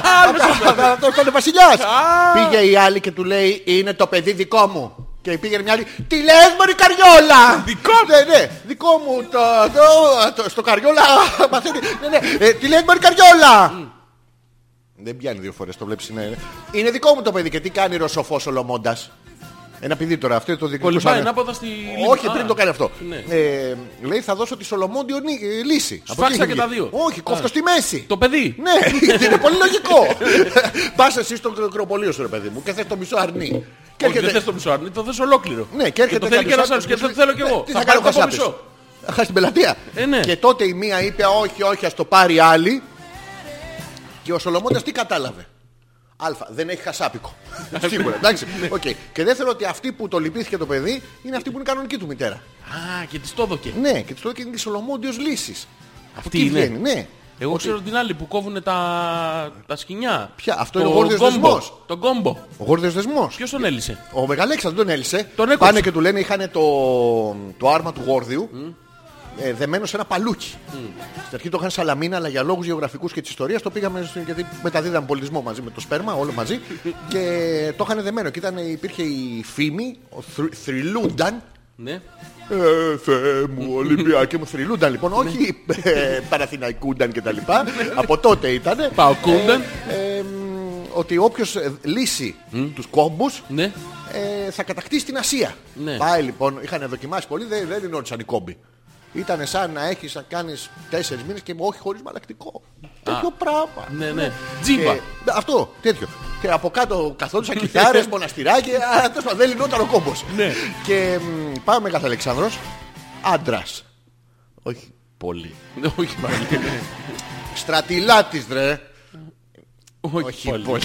[SPEAKER 2] Αυτό ήταν βασιλιάς. Πήγε η άλλη και του λέει είναι το παιδί δικό μου. Και πήγε μια άλλη. Τι λες μωρή Καριόλα.
[SPEAKER 3] Δικό
[SPEAKER 2] μου. Ναι, ναι. Δικό μου. Το, το- το- στο Καριόλα *laughs* μαθαίνει. Ναι, ναι. Ε, τι λες μωρή Καριόλα.
[SPEAKER 3] Mm.
[SPEAKER 2] Δεν πιάνει δύο φορές το βλέπεις. Είναι, είναι δικό μου το παιδί. Και τι κάνει ρωσοφός Σολομόντας. Ένα παιδί τώρα. Αυτό είναι το δικό
[SPEAKER 3] Κολυμπάει
[SPEAKER 2] σαν-
[SPEAKER 3] ανάποδα στη λίμνη.
[SPEAKER 2] όχι,
[SPEAKER 3] Α,
[SPEAKER 2] πριν το κάνει αυτό.
[SPEAKER 3] ναι.
[SPEAKER 2] Ε, λέει θα δώσω τη Σολομόντιο νί- ε, λύση. Από
[SPEAKER 3] Σφάξα
[SPEAKER 2] εκεί έχει
[SPEAKER 3] και τα
[SPEAKER 2] βγει.
[SPEAKER 3] δύο.
[SPEAKER 2] Όχι, κόφτω
[SPEAKER 3] Α.
[SPEAKER 2] στη μέση.
[SPEAKER 3] Το παιδί.
[SPEAKER 2] Ναι, *laughs* γιατί είναι πολύ λογικό. Πας εσύ στο κροκοπολείο σου, ρε παιδί μου, και θες το μισό αρνί. Και
[SPEAKER 3] Όχι, δεν θες το μισό άρνη, το θες ολόκληρο.
[SPEAKER 2] Ναι, και έρχεται
[SPEAKER 3] το θέλει και
[SPEAKER 2] κάποιος
[SPEAKER 3] ένας άλλος και
[SPEAKER 2] άλλος
[SPEAKER 3] δεν το θέλω κι
[SPEAKER 2] Ναι,
[SPEAKER 3] εγώ.
[SPEAKER 2] Τι
[SPEAKER 3] Θα
[SPEAKER 2] θα κάνω
[SPEAKER 3] πάρω το
[SPEAKER 2] χασάπης.
[SPEAKER 3] μισό.
[SPEAKER 2] Αχα στην πελατεία.
[SPEAKER 3] Ε, ναι.
[SPEAKER 2] Και τότε η μία είπε όχι, όχι, ας το πάρει άλλη. Και ο Σολομώντας τι κατάλαβε. Αλφα, δεν έχει
[SPEAKER 3] *laughs*
[SPEAKER 2] χασάπικο. Σίγουρα, εντάξει. Οκ. Και δεύτερο ότι αυτή που το λυπήθηκε το παιδί είναι αυτή που είναι η κανονική του μητέρα.
[SPEAKER 3] Α, και της το έδωκε.
[SPEAKER 2] Ναι, και της το έκανε τη Σολομόντιος λύσης.
[SPEAKER 3] Αυτή
[SPEAKER 2] Αυτή
[SPEAKER 3] είναι.
[SPEAKER 2] βγαίνει, ναι.
[SPEAKER 3] Εγώ ξέρω την άλλη που κόβουν τα, τα σκοινιά.
[SPEAKER 2] Ποια, αυτό
[SPEAKER 3] Το
[SPEAKER 2] είναι ο γόρδιος
[SPEAKER 3] κόμπο,
[SPEAKER 2] δεσμός.
[SPEAKER 3] Το κόμπο.
[SPEAKER 2] Ο γόρδιος δεσμός.
[SPEAKER 3] Ποιος τον έλυσε.
[SPEAKER 2] Ο Μεγαλέξανδρος τον έλυσε.
[SPEAKER 3] Τον έκοψε.
[SPEAKER 2] Πάνε και του λένε είχαν το, το άρμα του γόρδιου ε, δεμένο σε ένα παλούκι. Στην αρχή το είχαν σαλαμίνα, αλλά για λόγους γεωγραφικούς και της ιστορίας το πήγαμε στην- γιατί μεταδίδαμε πολιτισμό μαζί με το σπέρμα, όλο
[SPEAKER 3] *laughs*
[SPEAKER 2] μαζί. και το είχαν δεμένο. Και ήταν, υπήρχε η φήμη, ο θρυ- θρυλούνταν.
[SPEAKER 3] Ναι.
[SPEAKER 2] Ε, Θεέ μου, Ολυμπιακέ μου, θρυλούνταν λοιπόν, όχι
[SPEAKER 3] Ναι.
[SPEAKER 2] ε, παραθηναϊκούνταν κτλ.
[SPEAKER 3] *laughs*
[SPEAKER 2] Από τότε ήταν.
[SPEAKER 3] Παοκούνταν.
[SPEAKER 2] Ε, μ, ότι όποιος ε, λύσει τους κόμπους
[SPEAKER 3] Ναι.
[SPEAKER 2] ε, θα κατακτήσει την Ασία.
[SPEAKER 3] Ναι.
[SPEAKER 2] Πάει λοιπόν, είχαν δοκιμάσει πολύ, δεν, δεν δινόντουσαν οι κόμποι. Ήταν σαν να έχεις να κάνεις τέσσερις μήνες και όχι χωρίς μαλακτικό. Τέτοιο πράγμα.
[SPEAKER 3] Ναι, ναι.
[SPEAKER 2] Και-
[SPEAKER 3] Τζίμπα.
[SPEAKER 2] ναι, αυτό, τέτοιο. Και από κάτω
[SPEAKER 3] *laughs*
[SPEAKER 2] καθόντουσαν κιθάρες, μοναστηράκια, α, τέλος πάντων, δεν λυνόταν ο κόμπος.
[SPEAKER 3] Ναι.
[SPEAKER 2] Και μ, πάμε καθ' Αλεξάνδρος, άντρας. Όχι πολύ.
[SPEAKER 3] *laughs* Όχι πάλι.
[SPEAKER 2] Στρατιλάτης ρε.
[SPEAKER 3] Όχι
[SPEAKER 2] Όχι
[SPEAKER 3] πάλι.
[SPEAKER 2] πολύ.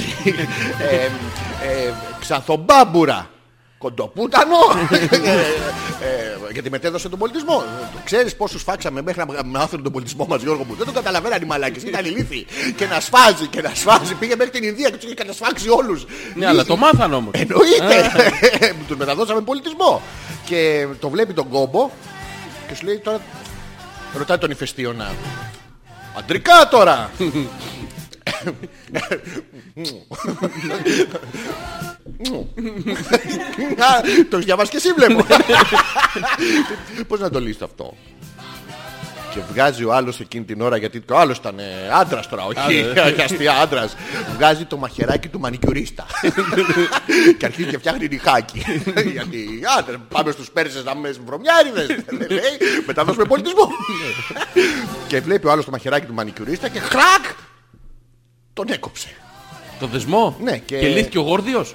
[SPEAKER 2] ε, ε, Ξανθομπάμπουρα.
[SPEAKER 3] *laughs*
[SPEAKER 2] Κοντοπούτανο. Ε, ε, γιατί μετέδωσε τον πολιτισμό. Ξέρεις πόσους φάξαμε μέχρι να μάθουν τον πολιτισμό μας, Γιώργο μου. Δεν τον καταλαβαίναν οι μαλάκες Ήταν ηλίθιοι. Και να σφάζει και να σφάζει. Πήγε μέχρι την Ινδία και τους είχε κατασφάξει όλους.
[SPEAKER 3] Ναι, αλλά το μάθαν όμως.
[SPEAKER 2] Ε, Εννοείται. τους μεταδώσαμε πολιτισμό. Και το βλέπει τον κόμπο και σου λέει τώρα. Ρωτάει τον ηφαιστείωνα. Αντρικά τώρα! Α, Το έχεις διαβάσει και εσύ βλέπω. Πώς να το λύσεις αυτό. Και βγάζει ο άλλος εκείνη την ώρα γιατί το άλλος ήταν άντρας τώρα, όχι *laughs* αστεία άντρας. Βγάζει το μαχεράκι του μανικιουρίστα. και αρχίζει και φτιάχνει νυχάκι. *laughs* γιατί άντρα, πάμε στους Πέρσες να με *laughs* βρωμιάριδες. Μετά δώσουμε πολιτισμό. και βλέπει ο άλλος το μαχεράκι του μανικιουρίστα και χρακ! Τον έκοψε.
[SPEAKER 3] Το δεσμό.
[SPEAKER 2] Ναι, και-
[SPEAKER 3] και λύθηκε ο γόρδιος.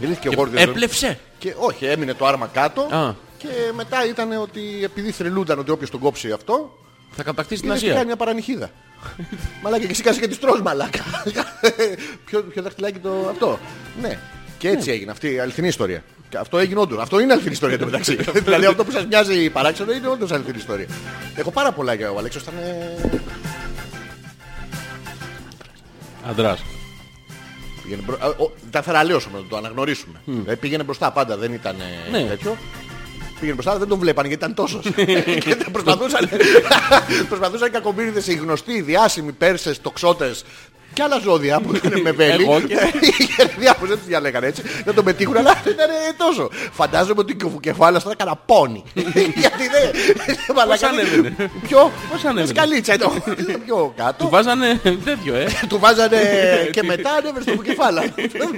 [SPEAKER 2] Λύθηκε ο γόρδιος.
[SPEAKER 3] Έπλεψε.
[SPEAKER 2] Και όχι, έμεινε το άρμα κάτω.
[SPEAKER 3] Α.
[SPEAKER 2] Και μετά ήταν ότι επειδή θρυλούνταν ότι όποιος τον κόψει αυτό,
[SPEAKER 3] Θα κατακτήσει την
[SPEAKER 2] είναι και
[SPEAKER 3] Ασία.
[SPEAKER 2] κάνει μια
[SPEAKER 3] *laughs*
[SPEAKER 2] παρανυχίδα. μαλάκα και σήκασε και τη τρως μαλάκα. *laughs* ποιο, ποιο δαχτυλάκι το αυτό. Ναι. Και έτσι έγινε αυτή η αληθινή ιστορία. Και αυτό έγινε όντως. Αυτό είναι αληθινή ιστορία το
[SPEAKER 3] *laughs*
[SPEAKER 2] μεταξύ. δηλαδή αυτό που σας μοιάζει παράξενο είναι όντως αληθινή ιστορία. Έχω πάρα πολλά για ο Αλέξος ήταν... ε,
[SPEAKER 3] Αντρά.
[SPEAKER 2] Πήγαινε μπρο... α, ο, τα θεραλέωσαμε να το αναγνωρίσουμε. Ε, πήγαινε μπροστά πάντα, δεν ήταν ε,
[SPEAKER 3] Ναι.
[SPEAKER 2] τέτοιο. Πήγαινε μπροστά, δεν τον βλέπανε γιατί ήταν
[SPEAKER 3] *laughs*
[SPEAKER 2] τόσος. και τα προσπαθούσαν, προσπαθούσαν οι κακομίριδες, οι γνωστοί, διάσημοι Πέρσες, τοξότες και άλλα ζώδια που ήταν με βέλη.
[SPEAKER 3] Εγώ και-
[SPEAKER 2] *laughs* Οι διάφοροι δεν τους διαλέγανε έτσι. Να τον πετύχουν, αλλά δεν ήταν ε, τόσο. Φαντάζομαι ότι και ο κεφάλαιο θα έκανα
[SPEAKER 3] *laughs*
[SPEAKER 2] πόνι. γιατί δεν. μαλάκα, δεν-
[SPEAKER 3] ανέβαινε?
[SPEAKER 2] Ποιο?
[SPEAKER 3] Πώς ανέβαινε?
[SPEAKER 2] Σκαλίτσα εδώ. Πιο κάτω.
[SPEAKER 3] Του βάζανε *laughs* τέτοιο, ε.
[SPEAKER 2] Του
[SPEAKER 3] *laughs*
[SPEAKER 2] βάζανε
[SPEAKER 3] Ναι,
[SPEAKER 2] και μετά ανέβαινε στο κεφάλαιο.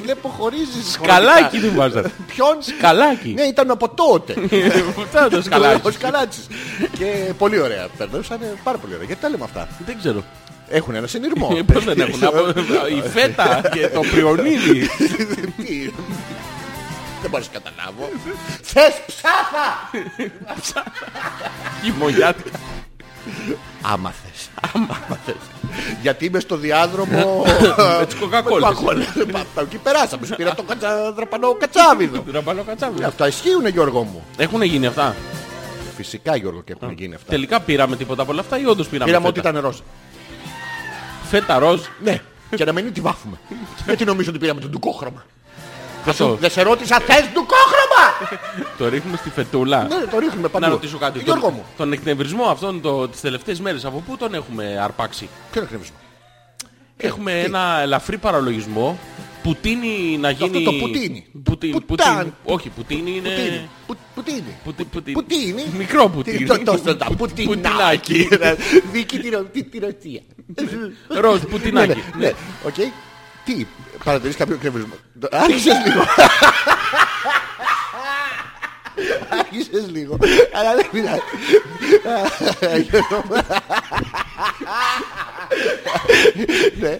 [SPEAKER 2] Βλέπω χωρίζεις
[SPEAKER 3] *laughs* Καλάκι Ναι. του βάζανε.
[SPEAKER 2] *laughs* Ποιον?
[SPEAKER 3] Σκαλάκι.
[SPEAKER 2] Ναι, ήταν από τότε.
[SPEAKER 3] Αυτά τα *laughs* σκαλάκι.
[SPEAKER 2] Ο Σκαλάτσης. Και πολύ ωραία. Περνούσαν πάρα πολύ ωραία. Γιατί τα λέμε αυτά.
[SPEAKER 3] Δεν ξέρω.
[SPEAKER 2] Έχουν ένα συνειρμό.
[SPEAKER 3] *laughs* Ε, Πώς δεν
[SPEAKER 2] *laughs*
[SPEAKER 3] έχουν. από- Η φέτα και το πριονίδι.
[SPEAKER 2] Τι. Δεν μπορείς να καταλάβω. Θες ψάχα!
[SPEAKER 3] Χειμωνιάτικα.
[SPEAKER 2] *laughs* Άμα θες. Άμα θες. Γιατί είμαι στο διάδρομο *laughs* με
[SPEAKER 3] Ναι. τις κοκακόλες.
[SPEAKER 2] Εκεί περάσαμε. Σου πήρα το κατσα- δραπανό κατσάβιδο.
[SPEAKER 3] Ραμπαλό κατσάβι.
[SPEAKER 2] Αυτά ισχύουν Γιώργο μου.
[SPEAKER 3] Έχουν γίνει αυτά.
[SPEAKER 2] Φυσικά Γιώργο και έχουν γίνει αυτά.
[SPEAKER 3] Τελικά πήραμε τίποτα από όλα αυτά ή όντως πήραμε.
[SPEAKER 2] Πήραμε
[SPEAKER 3] φέτα?
[SPEAKER 2] ό,τι ήταν ροζ.
[SPEAKER 3] Φέτα ροζ.
[SPEAKER 2] Ναι. Και να μην τη
[SPEAKER 3] *laughs*
[SPEAKER 2] βάφουμε. Γιατί νομίζω ότι πήραμε τον ντουκόχρωμα.
[SPEAKER 3] Αυτό.
[SPEAKER 2] Δεν σε ρώτησα, θες
[SPEAKER 3] *laughs*
[SPEAKER 2] ντουκόχρωμα!
[SPEAKER 3] Το ρίχνουμε στη φετούλα.
[SPEAKER 2] ναι, το ρίχνουμε παντού. Ε,
[SPEAKER 3] Να ρωτήσω κάτι.
[SPEAKER 2] Γιώργο
[SPEAKER 3] Τον-
[SPEAKER 2] μου,
[SPEAKER 3] Τον εκνευρισμό αυτόν το, τις τελευταίες μέρες από πού τον έχουμε αρπάξει.
[SPEAKER 2] ποιο είναι κρύβισμα.
[SPEAKER 3] Ε, Έχουμε
[SPEAKER 2] Ε, τι?
[SPEAKER 3] ένα ελαφρύ παραλογισμό που τίνει να γίνει...
[SPEAKER 2] το πουτίνι.
[SPEAKER 3] Πουτίνι,
[SPEAKER 2] Πουτάν.
[SPEAKER 3] πουτίνι. Όχι, πουτίνι είναι...
[SPEAKER 2] Πουτίνι. Που- Πουτίνι.
[SPEAKER 3] Πουτί- πουτί-
[SPEAKER 2] Πουτίνι.
[SPEAKER 3] Μικρό πουτίνι.
[SPEAKER 2] Τι- το- το- τα- Πουτινάκι. *laughs* Δίκη τη Ρω- τη- τη Ρωσία.
[SPEAKER 3] Ροζ πουτινάκι.
[SPEAKER 2] Ναι, ναι, ναι. Οκ. Τι, παρατηρείς κάποιο κρύβισμα. Άρχισες λίγο. Άρχισες λίγο. Αλλά δεν πειράζει. Ναι.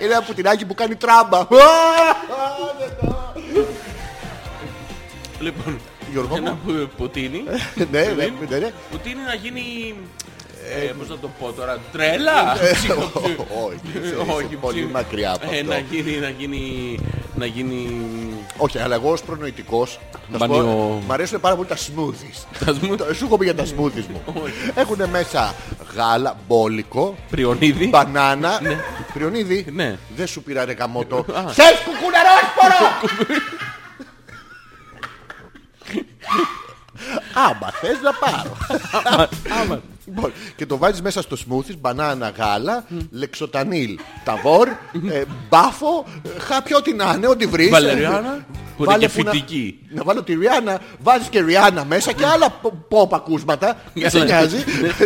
[SPEAKER 2] Είναι ένα πουτινάκι που κάνει τράμπα.
[SPEAKER 3] Λοιπόν,
[SPEAKER 2] Γιώργο
[SPEAKER 3] ένα
[SPEAKER 2] μου.
[SPEAKER 3] που- πουτίνι.
[SPEAKER 2] Ναι, ναι, ναι, ναι.
[SPEAKER 3] Πουτίνι να γίνει... Ε, πώς να το πω τώρα, τρέλα! *laughs* Ψυχοψύ-
[SPEAKER 2] Ε, *laughs* Όχι,
[SPEAKER 3] Όχι,
[SPEAKER 2] όχι, πολύ
[SPEAKER 3] ψυχο-
[SPEAKER 2] μακριά από
[SPEAKER 3] Ε, Να
[SPEAKER 2] αυτό.
[SPEAKER 3] γίνει, να γίνει, να γίνει...
[SPEAKER 2] Όχι, αλλά εγώ ως προνοητικός, θα σου πω,
[SPEAKER 3] Μπανιο.
[SPEAKER 2] μ' αρέσουν πάρα πολύ τα smoothies.
[SPEAKER 3] Τα σμου-
[SPEAKER 2] Το- Σου έχω πει για τα smoothies μου. Έχουν μέσα γάλα, μπόλικο,
[SPEAKER 3] Πριονίδι.
[SPEAKER 2] μπανάνα. Πριονίδη,
[SPEAKER 3] Ναι.
[SPEAKER 2] δεν σου πήρα ρε γαμότο. Θες
[SPEAKER 3] *laughs*
[SPEAKER 2] κουκουναρόσπορο! Άμα θες να πάρω. Λοιπόν, και το βάζεις μέσα στο smoothies, μπανάνα, γάλα, λεξοτανίλ, ταβόρ, ε, μπάφο, ε, χάπια ό,τι να είναι, ό,τι βρεις.
[SPEAKER 3] Βαλεριάνα, που είναι
[SPEAKER 2] Βάλε
[SPEAKER 3] και
[SPEAKER 2] που να-
[SPEAKER 3] φυτική.
[SPEAKER 2] Να βάλω τη Ριάννα, βάζεις και Ριάννα μέσα και άλλα πο- pop ακούσματα.
[SPEAKER 3] *laughs*
[SPEAKER 2] Δεν σε
[SPEAKER 3] Καλά.
[SPEAKER 2] νοιάζει.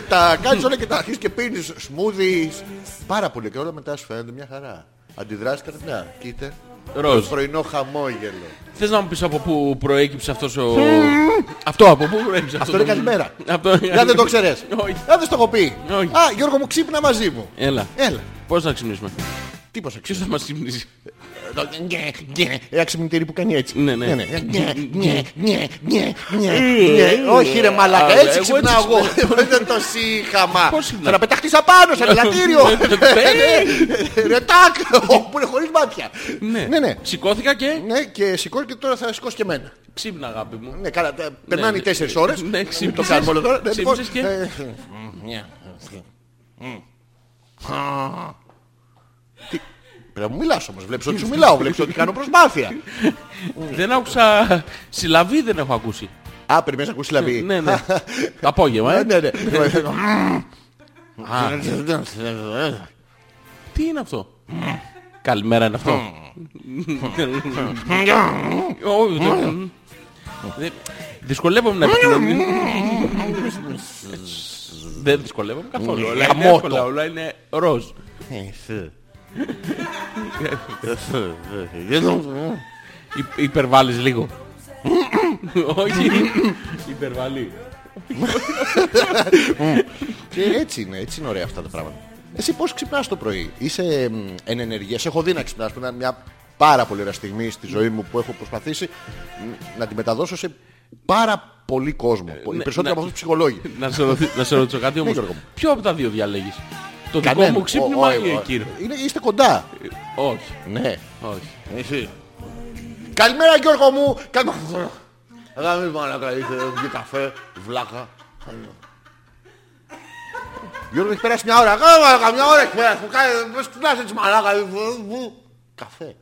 [SPEAKER 2] τα κάνεις όλα και τα αρχίζεις και πίνεις smoothies. Πάρα πολύ και όλα μετά σου φαίνονται μια χαρά. Αντιδράσεις κατά μια. Κοίτα.
[SPEAKER 3] Ροζ.
[SPEAKER 2] Το πρωινό χαμόγελο.
[SPEAKER 3] Θες να μου πεις από πού προέκυψε αυτός ο... Αυτό από πού προέκυψε
[SPEAKER 2] Αυτό είναι καλημέρα.
[SPEAKER 3] *laughs* Αυτό
[SPEAKER 2] Για δεν το ξέρεις.
[SPEAKER 3] Όχι.
[SPEAKER 2] Α, δεν στο έχω πει.
[SPEAKER 3] Όχι. Ε.
[SPEAKER 2] Α, Γιώργο μου ξύπνα μαζί μου.
[SPEAKER 3] Έλα.
[SPEAKER 2] Έλα.
[SPEAKER 3] Πώς να ξυπνήσουμε.
[SPEAKER 2] Τι πως
[SPEAKER 3] Ποιος θα μας ξυπνήσει.
[SPEAKER 2] Νιε, νιε. Ένα ξυπνητήρι Ε, που κάνει έτσι. Ε,
[SPEAKER 3] Ναι, ναι. Ε,
[SPEAKER 2] Νιε, νιε, νιε, νιε, νιε, νιε. ναι, Όχι ρε μαλάκα,
[SPEAKER 3] Αλλά
[SPEAKER 2] έτσι
[SPEAKER 3] εγώ
[SPEAKER 2] ξυπνάω
[SPEAKER 3] έτσι
[SPEAKER 2] εγώ. *laughs* Δεν το σύγχαμα.
[SPEAKER 3] Πώς Ναι, ξυπνάς?
[SPEAKER 2] Θα να πεταχτείς απάνω σε ελαττήριο.
[SPEAKER 3] Ε,
[SPEAKER 2] *laughs* Ρε τάκ, Ω, που είναι χωρίς μάτια. Ναι, ναι.
[SPEAKER 3] Σηκώθηκα και
[SPEAKER 2] Ναι, και σηκώνει και τώρα θα σηκώσει και εμένα.
[SPEAKER 3] ξύπνα αγάπη μου.
[SPEAKER 2] Ναι, καλά, τα- περνάνε οι τέσσερις ώρες.
[SPEAKER 3] Ναι,
[SPEAKER 2] Μην Το
[SPEAKER 3] ξύπνησες.
[SPEAKER 2] κάνουμε όλο τώρα. Ναι, λοιπόν,
[SPEAKER 3] Ξύπνησες και-
[SPEAKER 2] ε, μια. Τι- Πρέπει να μου μιλάς όμως, βλέπεις ότι σου μιλάω, βλέπεις ότι κάνω προσπάθεια.
[SPEAKER 3] *laughs* Δεν άκουσα συλλαβή δεν έχω ακούσει.
[SPEAKER 2] Α, περιμένεις να ακούσεις δηλαδή. λαβή.
[SPEAKER 3] Ναι,
[SPEAKER 2] *laughs*
[SPEAKER 3] *laughs* ναι. Το απόγευμα,
[SPEAKER 2] Ε,
[SPEAKER 3] ε.
[SPEAKER 2] *laughs* ναι, ναι.
[SPEAKER 3] Τι είναι αυτό. Καλημέρα είναι αυτό. Ω, το- Δε- Δυσκολεύομαι να επικοινωνήσω. *laughs* Δεν δυσκολεύομαι καθόλου. Όλα είναι
[SPEAKER 2] Χαμότο.
[SPEAKER 3] εύκολα, όλα είναι ροζ. Υ- Υπερβάλλεις λίγο. Όχι. Υπερβάλλει.
[SPEAKER 2] Και έτσι είναι, έτσι είναι ωραία αυτά τα πράγματα. Εσύ πώς ξυπνάς το πρωί, είσαι μ, εν ενεργείας. Σε έχω δει να ξυπνάς που ήταν μια πάρα πολύ ωραία στιγμή στη ζωή μου που έχω προσπαθήσει μ, να τη μεταδώσω σε πάρα πολύ κόσμο. Οι περισσότεροι
[SPEAKER 3] ναι.
[SPEAKER 2] από αυτούς ψυχολόγοι.
[SPEAKER 3] Να σε ρωθ- να σε ρωτήσω κάτι όμως.
[SPEAKER 2] Γιώργο μου.
[SPEAKER 3] Ποιο από τα δύο διαλέγεις. Το δικό
[SPEAKER 2] Κανένας.
[SPEAKER 3] μου
[SPEAKER 2] Ο-
[SPEAKER 3] ξύπνημα
[SPEAKER 2] ο-
[SPEAKER 3] ή
[SPEAKER 2] ο-
[SPEAKER 3] εκείνο.
[SPEAKER 2] είναι- Είστε κοντά.
[SPEAKER 3] Όχι.
[SPEAKER 2] Ναι.
[SPEAKER 3] Όχι.
[SPEAKER 2] Καλημέρα Γιώργο μου. Καλημέρα. Να μην μαλακά ήρθε, βγει καφέ, βλάκα. Γιώργο έχει περάσει μια ώρα. Κάνε μαλακά, μια ώρα έχει περάσει. Μου κάνει, πώς ξυπνάς έτσι μαλακά. Καφέ.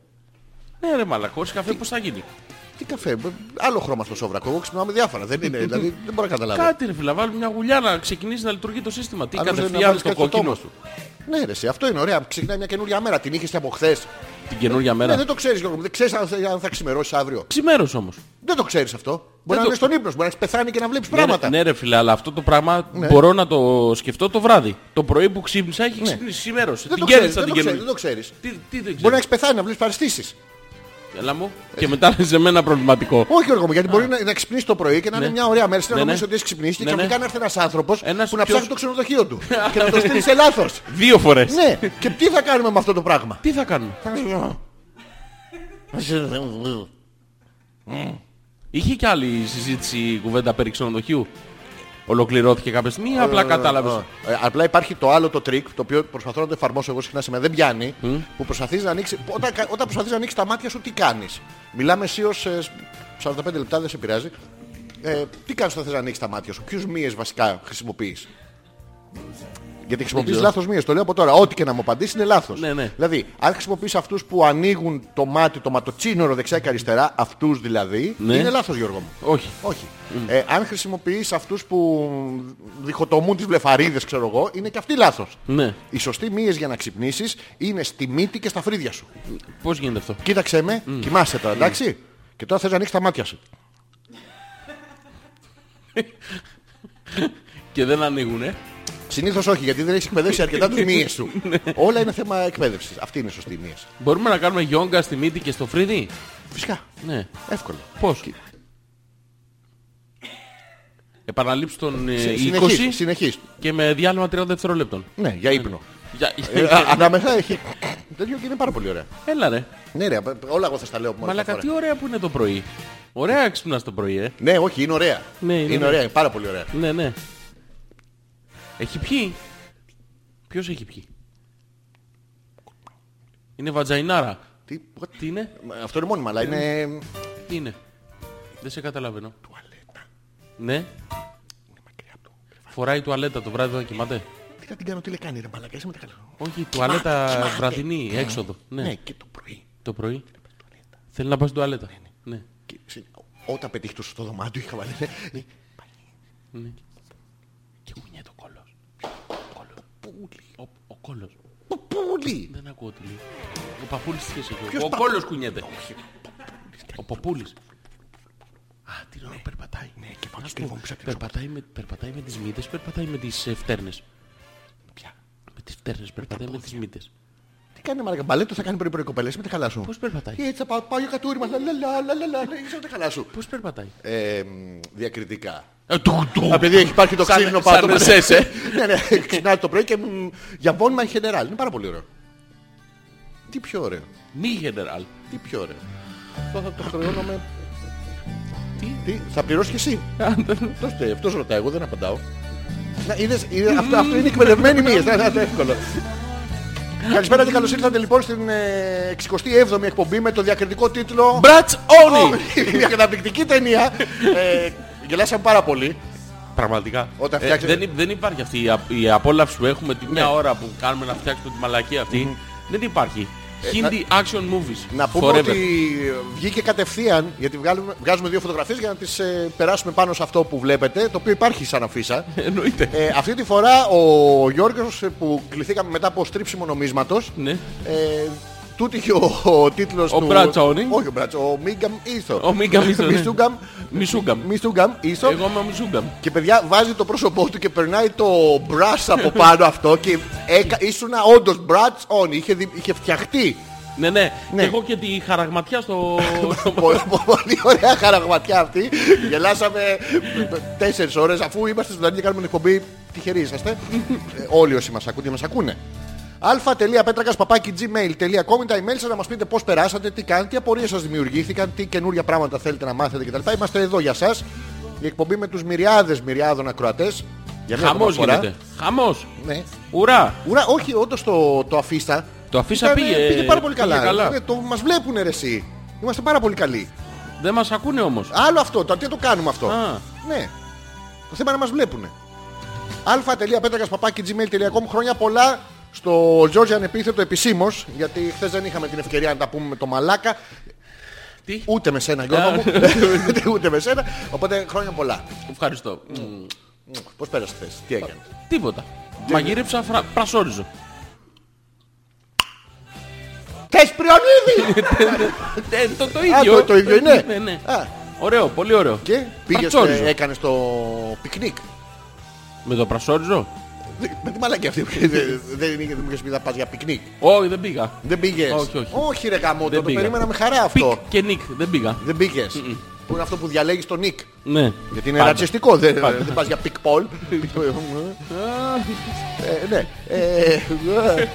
[SPEAKER 3] Ναι ρε μαλακός, χωρίς καφέ πώς θα γίνει.
[SPEAKER 2] Τι καφέ, μπ, άλλο χρώμα στο σόβρακο. Εγώ ξυπνάω με διάφορα. Δεν είναι, δηλαδή δεν μπορώ να καταλάβω.
[SPEAKER 3] Κάτι ρε φίλα, βάλουμε μια γουλιά να ξεκινήσει να λειτουργεί το σύστημα. Τι
[SPEAKER 2] Άλλωστε, να
[SPEAKER 3] κατευθείαν
[SPEAKER 2] βάλεις
[SPEAKER 3] στο
[SPEAKER 2] κάτι στο
[SPEAKER 3] κόκκινο
[SPEAKER 2] στόμα
[SPEAKER 3] σου.
[SPEAKER 2] Ναι, ρε, εσύ, αυτό είναι ωραία. Ξεκινάει μια καινούργια μέρα. Την είχες από χθες.
[SPEAKER 3] Την καινούργια
[SPEAKER 2] Ναι,
[SPEAKER 3] μέρα.
[SPEAKER 2] δεν το ξέρεις, Γιώργο μου. Δεν ξέρεις αν, θα- αν θα ξημερώσεις αύριο.
[SPEAKER 3] Ξημέρος όμως.
[SPEAKER 2] Δεν το ξέρεις αυτό. Μπορεί να
[SPEAKER 3] το-
[SPEAKER 2] είναι στον ύπνο, σου, μπορεί να έχεις πεθάνει και να βλέπεις
[SPEAKER 3] Ναι,
[SPEAKER 2] πράγματα. Ναι.
[SPEAKER 3] Ναι, ρε φίλε, αλλά αυτό το πράγμα μπορώ να το σκεφτώ το βράδυ. Το πρωί που ξύπνησα έχει ξυπνήσει ξημέρωσε.
[SPEAKER 2] Δεν
[SPEAKER 3] Την
[SPEAKER 2] το ξέρει.
[SPEAKER 3] κέρδισα
[SPEAKER 2] Δεν
[SPEAKER 3] την
[SPEAKER 2] το ξέρεις, δεν
[SPEAKER 3] καινούργια.
[SPEAKER 2] το ξέρεις.
[SPEAKER 3] Τι, τι δεν
[SPEAKER 2] Μπορεί
[SPEAKER 3] ξέρω.
[SPEAKER 2] να έχεις πεθάνει, να βλέπεις παρεστήσει.
[SPEAKER 3] Έλα μου. Και μετά λες σε μένα προβληματικό.
[SPEAKER 2] Όχι, Γιώργο μου, γιατί μπορεί να, να ξυπνήσει το πρωί και να είναι μια ωραία μέρα. Στην
[SPEAKER 3] Ναι,
[SPEAKER 2] να
[SPEAKER 3] ναι.
[SPEAKER 2] νομίζει ότι έχει ξυπνήσει και
[SPEAKER 3] Ναι, ναι.
[SPEAKER 2] ξαφνικά να έρθει ένας άνθρωπος
[SPEAKER 3] Ένας
[SPEAKER 2] που να
[SPEAKER 3] ποιος?
[SPEAKER 2] ψάχνει το ξενοδοχείο
[SPEAKER 3] *laughs*
[SPEAKER 2] του και να το στείλει σε λάθος.
[SPEAKER 3] Δύο φορές.
[SPEAKER 2] Ναι, και τι θα κάνουμε με αυτό το πράγμα.
[SPEAKER 3] Τι θα κάνουμε. Είχε κι άλλη συζήτηση κουβέντα περί ξενοδοχείου. Ολοκληρώθηκε κάποια στιγμή ή απλά κατάλαβες.
[SPEAKER 2] Ε, απλά υπάρχει το άλλο το τρίκ το οποίο προσπαθώ να το εφαρμόσω εγώ συχνά σε μένα. Δεν πιάνει. Που προσπαθείς να ανοίξει. Όταν, κα- όταν προσπαθείς να ανοίξεις τα μάτια σου, τι κάνεις. Μιλάμε εσύ ε, ω 45 λεπτά, δεν σε πειράζει. Ε, τι κάνεις όταν θες να ανοίξεις τα μάτια σου, ποιους μύες βασικά χρησιμοποιείς. Γιατί χρησιμοποιείς
[SPEAKER 3] ξέρω.
[SPEAKER 2] λάθος μύε, το λέω από τώρα. Ό,τι και να μου απαντήσεις είναι λάθος.
[SPEAKER 3] Ναι, ναι.
[SPEAKER 2] Δηλαδή, αν χρησιμοποιείς αυτούς που ανοίγουν το μάτι, το ματοτσίνορο δεξιά και αριστερά, αυτούς δηλαδή,
[SPEAKER 3] Ναι.
[SPEAKER 2] είναι λάθος Γιώργο μου.
[SPEAKER 3] Όχι.
[SPEAKER 2] Όχι. Ε, αν χρησιμοποιείς αυτούς που διχοτομούν τις βλεφαρίδες, ξέρω εγώ, είναι και αυτοί λάθος.
[SPEAKER 3] Ναι.
[SPEAKER 2] Οι σωστοί μύες για να ξυπνήσεις είναι στη μύτη και στα φρύδια σου.
[SPEAKER 3] Πώς γίνεται αυτό.
[SPEAKER 2] Κοίταξε με, κοιμάσαι τώρα, εντάξει. Και τώρα θες να ανοίξεις τα μάτια σου.
[SPEAKER 3] Και δεν ανοίγουνε.
[SPEAKER 2] Συνήθως όχι, γιατί δεν έχεις εκπαιδεύσει αρκετά
[SPEAKER 3] *laughs* Ναι.
[SPEAKER 2] τους μύες σου. Όλα είναι θέμα εκπαίδευσης. Αυτή είναι η σωστή μύες.
[SPEAKER 3] Μπορούμε να κάνουμε γιόγκα στη μύτη και στο φρύδι.
[SPEAKER 2] Φυσικά.
[SPEAKER 3] Ναι.
[SPEAKER 2] Εύκολο.
[SPEAKER 3] Πώς. Επαναλήψεις τον ε,
[SPEAKER 2] Συνεχίζει.
[SPEAKER 3] 20 και με διάλειμμα 30 δευτερόλεπτων.
[SPEAKER 2] Ναι, για ύπνο.
[SPEAKER 3] Για-
[SPEAKER 2] Ε, α- Ανάμεσα έχει. Τέτοιο και είναι πάρα πολύ ωραία.
[SPEAKER 3] Έλα ρε.
[SPEAKER 2] Ναι, ρε, όλα εγώ θα στα λέω από μόνη
[SPEAKER 3] Μαλάκα
[SPEAKER 2] φορά.
[SPEAKER 3] τι ωραία που είναι το πρωί. Ωραία ξυπνάς το πρωί, ε.
[SPEAKER 2] Ναι, όχι, είναι ωραία.
[SPEAKER 3] Ναι, είναι
[SPEAKER 2] είναι ωραία, είναι πάρα πολύ ωραία.
[SPEAKER 3] Ναι, ναι. Έχει πιει. Ποιος έχει πιει. Είναι βατζαϊνάρα.
[SPEAKER 2] Τι, what?
[SPEAKER 3] Τι είναι.
[SPEAKER 2] Αυτό είναι μόνιμα, αλλά
[SPEAKER 3] Ναι.
[SPEAKER 2] είναι.
[SPEAKER 3] Τι είναι. Δεν σε καταλαβαίνω. Τουαλέτα. Ναι. Φοράει τουαλέτα το βράδυ όταν κοιμάται.
[SPEAKER 2] Τι θα την κάνω, τι λέει κάνει, ρε Μπαλακά, είσαι με τα καλά.
[SPEAKER 3] Όχι, τουαλέτα
[SPEAKER 2] κοιμάται.
[SPEAKER 3] βραδινή, έξοδο. Ναι.
[SPEAKER 2] Ναι, και το πρωί.
[SPEAKER 3] Το πρωί. Θέλει να πας στην τουαλέτα. Ναι.
[SPEAKER 2] Και, συ- όταν πετύχεις το σωστό δωμάτιο, είχα βάλει. ναι, λέει,
[SPEAKER 3] Και κουνιέται το κόλος.
[SPEAKER 2] Παππούλη,
[SPEAKER 3] Ο, ο κόλος.
[SPEAKER 2] παππούλη.
[SPEAKER 3] Δεν ακούω τι λέει. Ο παππούλης τι σχέση
[SPEAKER 2] Ποιος
[SPEAKER 3] έχει. Ο
[SPEAKER 2] παππούλης?
[SPEAKER 3] κόλος κουνιέται. Ο παππούλης. Α, τι λέω, περπατάει. Ναι,
[SPEAKER 2] και πάω και κρύβομαι πίσω από την
[SPEAKER 3] περπατάει, με, περπατάει με τις μύτες, περπατάει με τις ε, φτέρνες.
[SPEAKER 2] Ποια.
[SPEAKER 3] Με τις φτέρνες, περπατάει με τις μύτες.
[SPEAKER 2] Τι κάνει, Μαρακα, μπαλέτο θα κάνει πρωί πρωί κοπέλες, με τα καλά σου.
[SPEAKER 3] Πώς περπατάει.
[SPEAKER 2] Και Έτσι θα πάω, πάω για κατούριμα, λα λα λα λα λα, λα, είσαι με τα καλά σου.
[SPEAKER 3] Πώς περπατάει.
[SPEAKER 2] Ε, μ, Διακριτικά.
[SPEAKER 3] Ε, του, του.
[SPEAKER 2] Α, παιδί, έχει υπάρχει το
[SPEAKER 3] Σαν-
[SPEAKER 2] ξύλινο πάνω.
[SPEAKER 3] σαν
[SPEAKER 2] το πρωί.
[SPEAKER 3] εσές, ε.
[SPEAKER 2] *laughs* Ναι, ναι, ξυπνάει το πρωί και μ, για βόνιμα in general. Είναι πάρα πολύ ωραίο. Τι πιο ωραίο.
[SPEAKER 3] Μη γενεράλ.
[SPEAKER 2] Τι πιο ωραίο. Αυτό θα το χρεώνομαι.
[SPEAKER 3] Τι?
[SPEAKER 2] Τι, θα πληρώσεις και εσύ. Αυτό φταίει, αυτός ρωτάει, εγώ δεν απαντάω. Να, είδες, είδες, αυτό, αυτό είναι εκπαιδευμένη μία, δεν είναι εύκολο. Καλησπέρα και καλώς ήρθατε λοιπόν στην ε, 67η εκπομπή με το διακριτικό τίτλο
[SPEAKER 3] ΜπρατςΌνι.
[SPEAKER 2] Μια καταπληκτική ταινία. Ε, γελάσαμε πάρα πολύ.
[SPEAKER 3] Πραγματικά.
[SPEAKER 2] Όταν
[SPEAKER 3] Ε,
[SPEAKER 2] φτιάξετε- Ναι.
[SPEAKER 3] δεν, υ- δεν υπάρχει αυτή η, α- η απόλαυση που έχουμε τη μια ώρα που κάνουμε να φτιάξουμε τη μαλακία αυτή. Δεν υπάρχει. Hindi action movies.
[SPEAKER 2] Ε, Να πούμε
[SPEAKER 3] forever.
[SPEAKER 2] ότι βγήκε κατευθείαν, γιατί βγάλουμε- βγάζουμε δύο φωτογραφίες για να τις ε, περάσουμε πάνω σε αυτό που βλέπετε, το οποίο υπάρχει σαν αφίσα.
[SPEAKER 3] Εννοείται.
[SPEAKER 2] Ε, αυτή τη φορά ο Γιώργος ε, που κληθήκαμε μετά από στρίψιμο νομίσματος
[SPEAKER 3] Ναι.
[SPEAKER 2] ε, Τούτη είχε ο, ο τίτλος
[SPEAKER 3] Ο
[SPEAKER 2] του...
[SPEAKER 3] Μπρατσόνι.
[SPEAKER 2] Όχι ο Μπρατσόνι, ο Μίγκαμ Ίσο.
[SPEAKER 3] Ο Μίγκαμ Ίσο, ναι.
[SPEAKER 2] Μισούγκαμ.
[SPEAKER 3] Μισούγκαμ.
[SPEAKER 2] Μισούγκαμ Ίσο.
[SPEAKER 3] Εγώ είμαι ο Μιζούγκαμ.
[SPEAKER 2] Και παιδιά βάζει το πρόσωπό του και περνάει το μπρας από πάνω αυτό και έκα... ήσουνα όντως μπρατς on. Είχε, δι- είχε φτιαχτεί.
[SPEAKER 3] Ναι, ναι.
[SPEAKER 2] Ναι.
[SPEAKER 3] Και εγώ και τη χαραγματιά στο.
[SPEAKER 2] Πολύ, πολύ ωραία χαραγματιά αυτή. Γελάσαμε τέσσερις ώρες αφού είμαστε στην Δανία και κάνουμε την εκπομπή. Τυχεροί είσαστε. Ε, Όλοι όσοι μας ακούνε, μας ακούνε. αλφα.πέτρακας παπάκι gmail.com είναι τα email σας να μας πείτε πώς περάσατε, τι κάνετε, τι απορίες σας δημιουργήθηκαν, τι καινούργια πράγματα θέλετε να μάθετε κτλ. Είμαστε εδώ για σας. Η εκπομπή με τους μυριάδες μυριάδων ακροατές. *laughs* Για μια
[SPEAKER 3] Χαμός
[SPEAKER 2] ακόμα φορά.
[SPEAKER 3] γίνεται. Χαμός.
[SPEAKER 2] Ναι.
[SPEAKER 3] Ουρά.
[SPEAKER 2] Ουρά, όχι, όντως το, το αφίσα.
[SPEAKER 3] Το αφίσα
[SPEAKER 2] Ήταν,
[SPEAKER 3] πήγε-
[SPEAKER 2] πήγε πάρα πολύ
[SPEAKER 3] πήγε
[SPEAKER 2] καλά.
[SPEAKER 3] καλά.
[SPEAKER 2] Ε, το, μας βλέπουνε ρε εσύ. Είμαστε πάρα πολύ καλοί.
[SPEAKER 3] Δεν μας ακούνε όμως.
[SPEAKER 2] Άλλο αυτό, τώρα τι το κάνουμε αυτό.
[SPEAKER 3] Α.
[SPEAKER 2] Ναι. Το θέμα είναι να μας βλέπουν. gmail.com Χρόνια πολλά στο George Ανεπίθετο επισήμως, γιατί χθες δεν είχαμε την ευκαιρία να τα πούμε με το μαλάκα.
[SPEAKER 3] Τι.
[SPEAKER 2] Ούτε με σένα, Γιώργο μου. *laughs* Ούτε με σένα. Οπότε χρόνια πολλά.
[SPEAKER 3] Ευχαριστώ. Μμμ.
[SPEAKER 2] Πώς πέρασε χθες, τι έκανε.
[SPEAKER 3] Τίποτα. Μαγείρεψα φρα... πρασόριζο.
[SPEAKER 2] Θες πριονίδι!
[SPEAKER 3] Ε, το, το
[SPEAKER 2] Α,
[SPEAKER 3] ίδιο.
[SPEAKER 2] το, το ίδιο είναι.
[SPEAKER 3] Ναι, ναι.
[SPEAKER 2] Α,
[SPEAKER 3] Ωραίο, πολύ ωραίο.
[SPEAKER 2] και ε, πήγε,
[SPEAKER 3] Πρασόριζο.
[SPEAKER 2] έκανες το πικνίκ.
[SPEAKER 3] Με το πρασόριζο.
[SPEAKER 2] Δε- Με τη μαλακή αυτή. Δεν- *laughs* Δεν είχε δημιουργήσει πει θα πας για πικνίκ.
[SPEAKER 3] Όχι, δεν πήγα.
[SPEAKER 2] Δεν πήγες.
[SPEAKER 3] Όχι, όχι.
[SPEAKER 2] ρε γαμό, το
[SPEAKER 3] Δεν πήγα.
[SPEAKER 2] περίμενα με χαρά αυτό.
[SPEAKER 3] Πικ και νικ, δεν πήγα.
[SPEAKER 2] Δεν πήγες. Που είναι αυτό που διαλέγεις τον Νικ.
[SPEAKER 3] Ναι.
[SPEAKER 2] Γιατί είναι
[SPEAKER 3] Πάντα.
[SPEAKER 2] ρατσιστικό. Δεν, δεν πας για pick poll. ε, ναι. Ε, ε,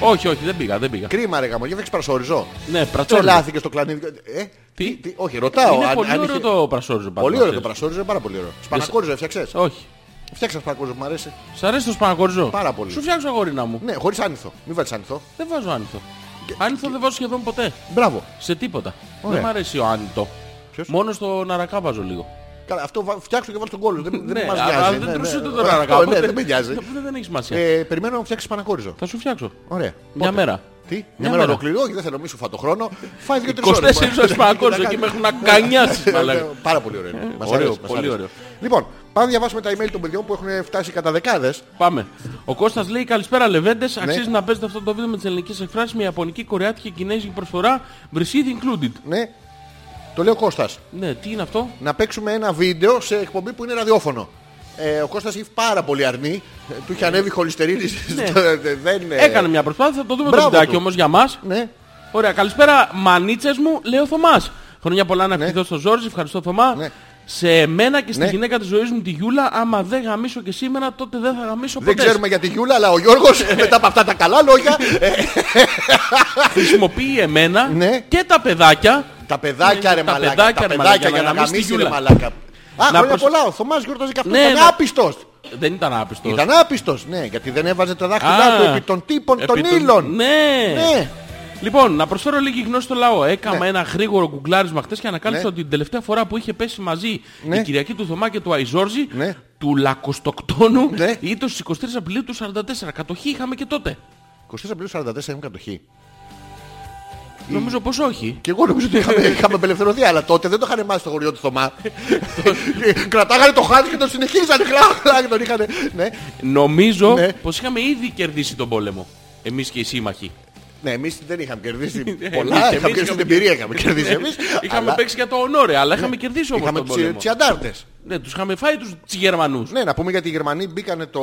[SPEAKER 3] Όχι, όχι, δεν πήγα, δεν πήγα.
[SPEAKER 2] κρίμα ρε γαμό. Για φέξε πρασόριζο.
[SPEAKER 3] Ναι, πρασόριζο.
[SPEAKER 2] Τρελάθηκες στο κλανίδι. Ε,
[SPEAKER 3] Τι?
[SPEAKER 2] όχι, ρωτάω.
[SPEAKER 3] Είναι
[SPEAKER 2] αν-
[SPEAKER 3] πολύ
[SPEAKER 2] αν
[SPEAKER 3] ωραίο
[SPEAKER 2] είχε-
[SPEAKER 3] το πρασόριζο. πάντως,
[SPEAKER 2] Πολύ ωραίο το
[SPEAKER 3] ξέρεις.
[SPEAKER 2] πρασόριζο, πάρα πολύ ωραίο. Σπανακόριζο έφτιαξες.
[SPEAKER 3] Όχι.
[SPEAKER 2] Φτιάξα σπανακόριζο που μου αρέσει.
[SPEAKER 3] Σ' αρέσει το σπανακόριζο.
[SPEAKER 2] Πάρα πολύ.
[SPEAKER 3] Σου φτιάξω αγόρινα μου.
[SPEAKER 2] Ναι, χωρίς άνηθο. Μην βάλεις άνηθο.
[SPEAKER 3] Δεν βάζω άνηθο. Άνηθο δεν βάζω σχεδόν ποτέ.
[SPEAKER 2] Μπράβο.
[SPEAKER 3] Σε τίποτα.
[SPEAKER 2] Ωραία.
[SPEAKER 3] Δεν μ' αρέσει ο άνητο.
[SPEAKER 2] Ποιος?
[SPEAKER 3] Μόνο στο ναρακά βάζω λίγο.
[SPEAKER 2] Καλά, αυτό βα- φτιάξω και βάλω τον κόλλο. Δεν, δεν
[SPEAKER 3] ναι,
[SPEAKER 2] μας
[SPEAKER 3] αλλά
[SPEAKER 2] νοιάζει.
[SPEAKER 3] δεν
[SPEAKER 2] ναι, ναι.
[SPEAKER 3] τρούσε το
[SPEAKER 2] Αυτό,
[SPEAKER 3] ναρακά.
[SPEAKER 2] ναι,
[SPEAKER 3] οπότε-
[SPEAKER 2] Δεν με νοιάζει.
[SPEAKER 3] Δεν, δεν έχει σημασία.
[SPEAKER 2] Ε, Περιμένω να φτιάξεις πανακόριζο.
[SPEAKER 3] Θα σου φτιάξω.
[SPEAKER 2] Ωραία.
[SPEAKER 3] Μια μέρα.
[SPEAKER 2] Τι, μια,
[SPEAKER 3] Μια
[SPEAKER 2] μέρα
[SPEAKER 3] μέρα.
[SPEAKER 2] ολοκληρή, όχι, δεν θέλω, μη σου φά το χρόνο. Φάει δύο-τρει
[SPEAKER 3] 24 ώρες πανακόριζο εκεί με έχουν να κανιάσει. μαλάκα.
[SPEAKER 2] Ναι,
[SPEAKER 3] Ε,
[SPEAKER 2] Πάρα πολύ ωραίο. είναι. Μας
[SPEAKER 3] ωραίο,
[SPEAKER 2] αρέσει, μας
[SPEAKER 3] πολύ
[SPEAKER 2] αρέσει.
[SPEAKER 3] ωραίο.
[SPEAKER 2] Λοιπόν, πάμε να διαβάσουμε τα email των παιδιών που έχουν φτάσει κατά δεκάδες.
[SPEAKER 3] Πάμε. Ο Κώστας λέει καλησπέρα Λεβέντες.
[SPEAKER 2] Ναι.
[SPEAKER 3] Αξίζει να παίζετε αυτό το βίντεο με τις ελληνικές εκφράσεις με Ιαπωνική, Κορεάτικη και Κινέζικη προσφορά. Βρυσίδι included.
[SPEAKER 2] Ναι. Το λέει ο Κώστας.
[SPEAKER 3] Ναι, τι είναι αυτό.
[SPEAKER 2] Να παίξουμε ένα βίντεο σε εκπομπή που είναι ραδιόφωνο. Ε, ο Κώστας έχει πάρα πολύ αρνή. Ε, Του είχε ανέβει η χολυστερίνη. *laughs*
[SPEAKER 3] Ναι.
[SPEAKER 2] στο- Δεν είναι-
[SPEAKER 3] Έκανε μια προσπάθεια, θα το δούμε
[SPEAKER 2] Ε,
[SPEAKER 3] το
[SPEAKER 2] μπράβο
[SPEAKER 3] βιντεάκι
[SPEAKER 2] του.
[SPEAKER 3] όμως για μας.
[SPEAKER 2] Ναι.
[SPEAKER 3] Ωραία, καλησπέρα μανίτσες μου, λέει ο Θωμάς. Χρονιά πολλά να ευχηθώ στο Ζόρζι, ευχαριστώ Θωμά.
[SPEAKER 2] Ναι.
[SPEAKER 3] Σε μένα και στη
[SPEAKER 2] Ναι.
[SPEAKER 3] γυναίκα της ζωής μου τη Γιούλα, άμα δεν γαμίσω και σήμερα, τότε δεν θα γαμίσω ποτέ.
[SPEAKER 2] Δεν ξέρουμε για τη Γιούλα, αλλά ο Γιώργος *laughs* μετά από αυτά τα καλά λόγια. ε,
[SPEAKER 3] Χρησιμοποιεί εμένα
[SPEAKER 2] Ναι.
[SPEAKER 3] και τα παιδάκια.
[SPEAKER 2] Τα παιδάκια
[SPEAKER 3] Ναι,
[SPEAKER 2] ρε
[SPEAKER 3] τα
[SPEAKER 2] μαλάκα.
[SPEAKER 3] παιδάκια,
[SPEAKER 2] τα
[SPEAKER 3] ρε,
[SPEAKER 2] παιδάκια
[SPEAKER 3] μαλάκα,
[SPEAKER 2] για να
[SPEAKER 3] γαμίσει τη
[SPEAKER 2] γαμίσει ρε
[SPEAKER 3] Γιούλα.
[SPEAKER 2] μαλάκα. Α, χρόνια
[SPEAKER 3] προσ-
[SPEAKER 2] πολλά. Ο Θωμάς γιορτάζει και αυτό.
[SPEAKER 3] Ναι,
[SPEAKER 2] Ήταν
[SPEAKER 3] ναι.
[SPEAKER 2] άπιστος.
[SPEAKER 3] Δεν ήταν άπιστο.
[SPEAKER 2] Ήταν άπιστος, ναι, γιατί δεν έβαζε τα δάχτυλά
[SPEAKER 3] Α,
[SPEAKER 2] του επί των τύπων των ύλων.
[SPEAKER 3] Ναι.
[SPEAKER 2] Ναι.
[SPEAKER 3] Λοιπόν, να προσφέρω λίγη γνώση στο λαό. Έκανα
[SPEAKER 2] Ναι.
[SPEAKER 3] ένα γρήγορο γκουγκλάρισμα χτες και ανακάλυψα
[SPEAKER 2] Ναι.
[SPEAKER 3] ότι την τελευταία φορά που είχε πέσει μαζί
[SPEAKER 2] Ναι.
[SPEAKER 3] η Κυριακή του Θωμά και του Αϊζόρζη
[SPEAKER 2] Ναι.
[SPEAKER 3] του Λακοστοκτόνου
[SPEAKER 2] Ναι.
[SPEAKER 3] ήταν στις 23 Απριλίου του 44. Κατοχή είχαμε και τότε.
[SPEAKER 2] 23 Απριλίου 44 έχουμε κατοχή.
[SPEAKER 3] Νομίζω πως όχι.
[SPEAKER 2] Και εγώ νομίζω ότι
[SPEAKER 3] *laughs*
[SPEAKER 2] είχαμε, είχαμε απελευθερωθεί, αλλά τότε δεν το είχαν μάθει στο χωριό του Θωμά. Κρατάγανε το χάρτη και τον συνεχίζανε. Κλάου, και τον είχανε. Ναι,
[SPEAKER 3] Νομίζω
[SPEAKER 2] Ναι.
[SPEAKER 3] πως είχαμε ήδη κερδίσει τον πόλεμο. Εμείς και οι σύμμαχοι.
[SPEAKER 2] ναι εμείς δεν είχαμε κερδίσει
[SPEAKER 3] Ναι, εμείς-
[SPEAKER 2] πολλά.
[SPEAKER 3] εμείς
[SPEAKER 2] Είχαμε κερδίσει την
[SPEAKER 3] είχαμε-
[SPEAKER 2] εμπειρία, είχαμε κερδίσει εμείς.
[SPEAKER 3] *laughs* Είχαμε παίξει για το ονόρε, αλλά είχαμε κερδίσει όμως
[SPEAKER 2] Ναι. Είχαμε
[SPEAKER 3] τον πόλεμο.
[SPEAKER 2] του τσιαντάρτε.
[SPEAKER 3] Ναι, τους είχαμε φάει τους Γερμανούς.
[SPEAKER 2] Ναι, να πούμε γιατί οι Γερμανοί μπήκανε το,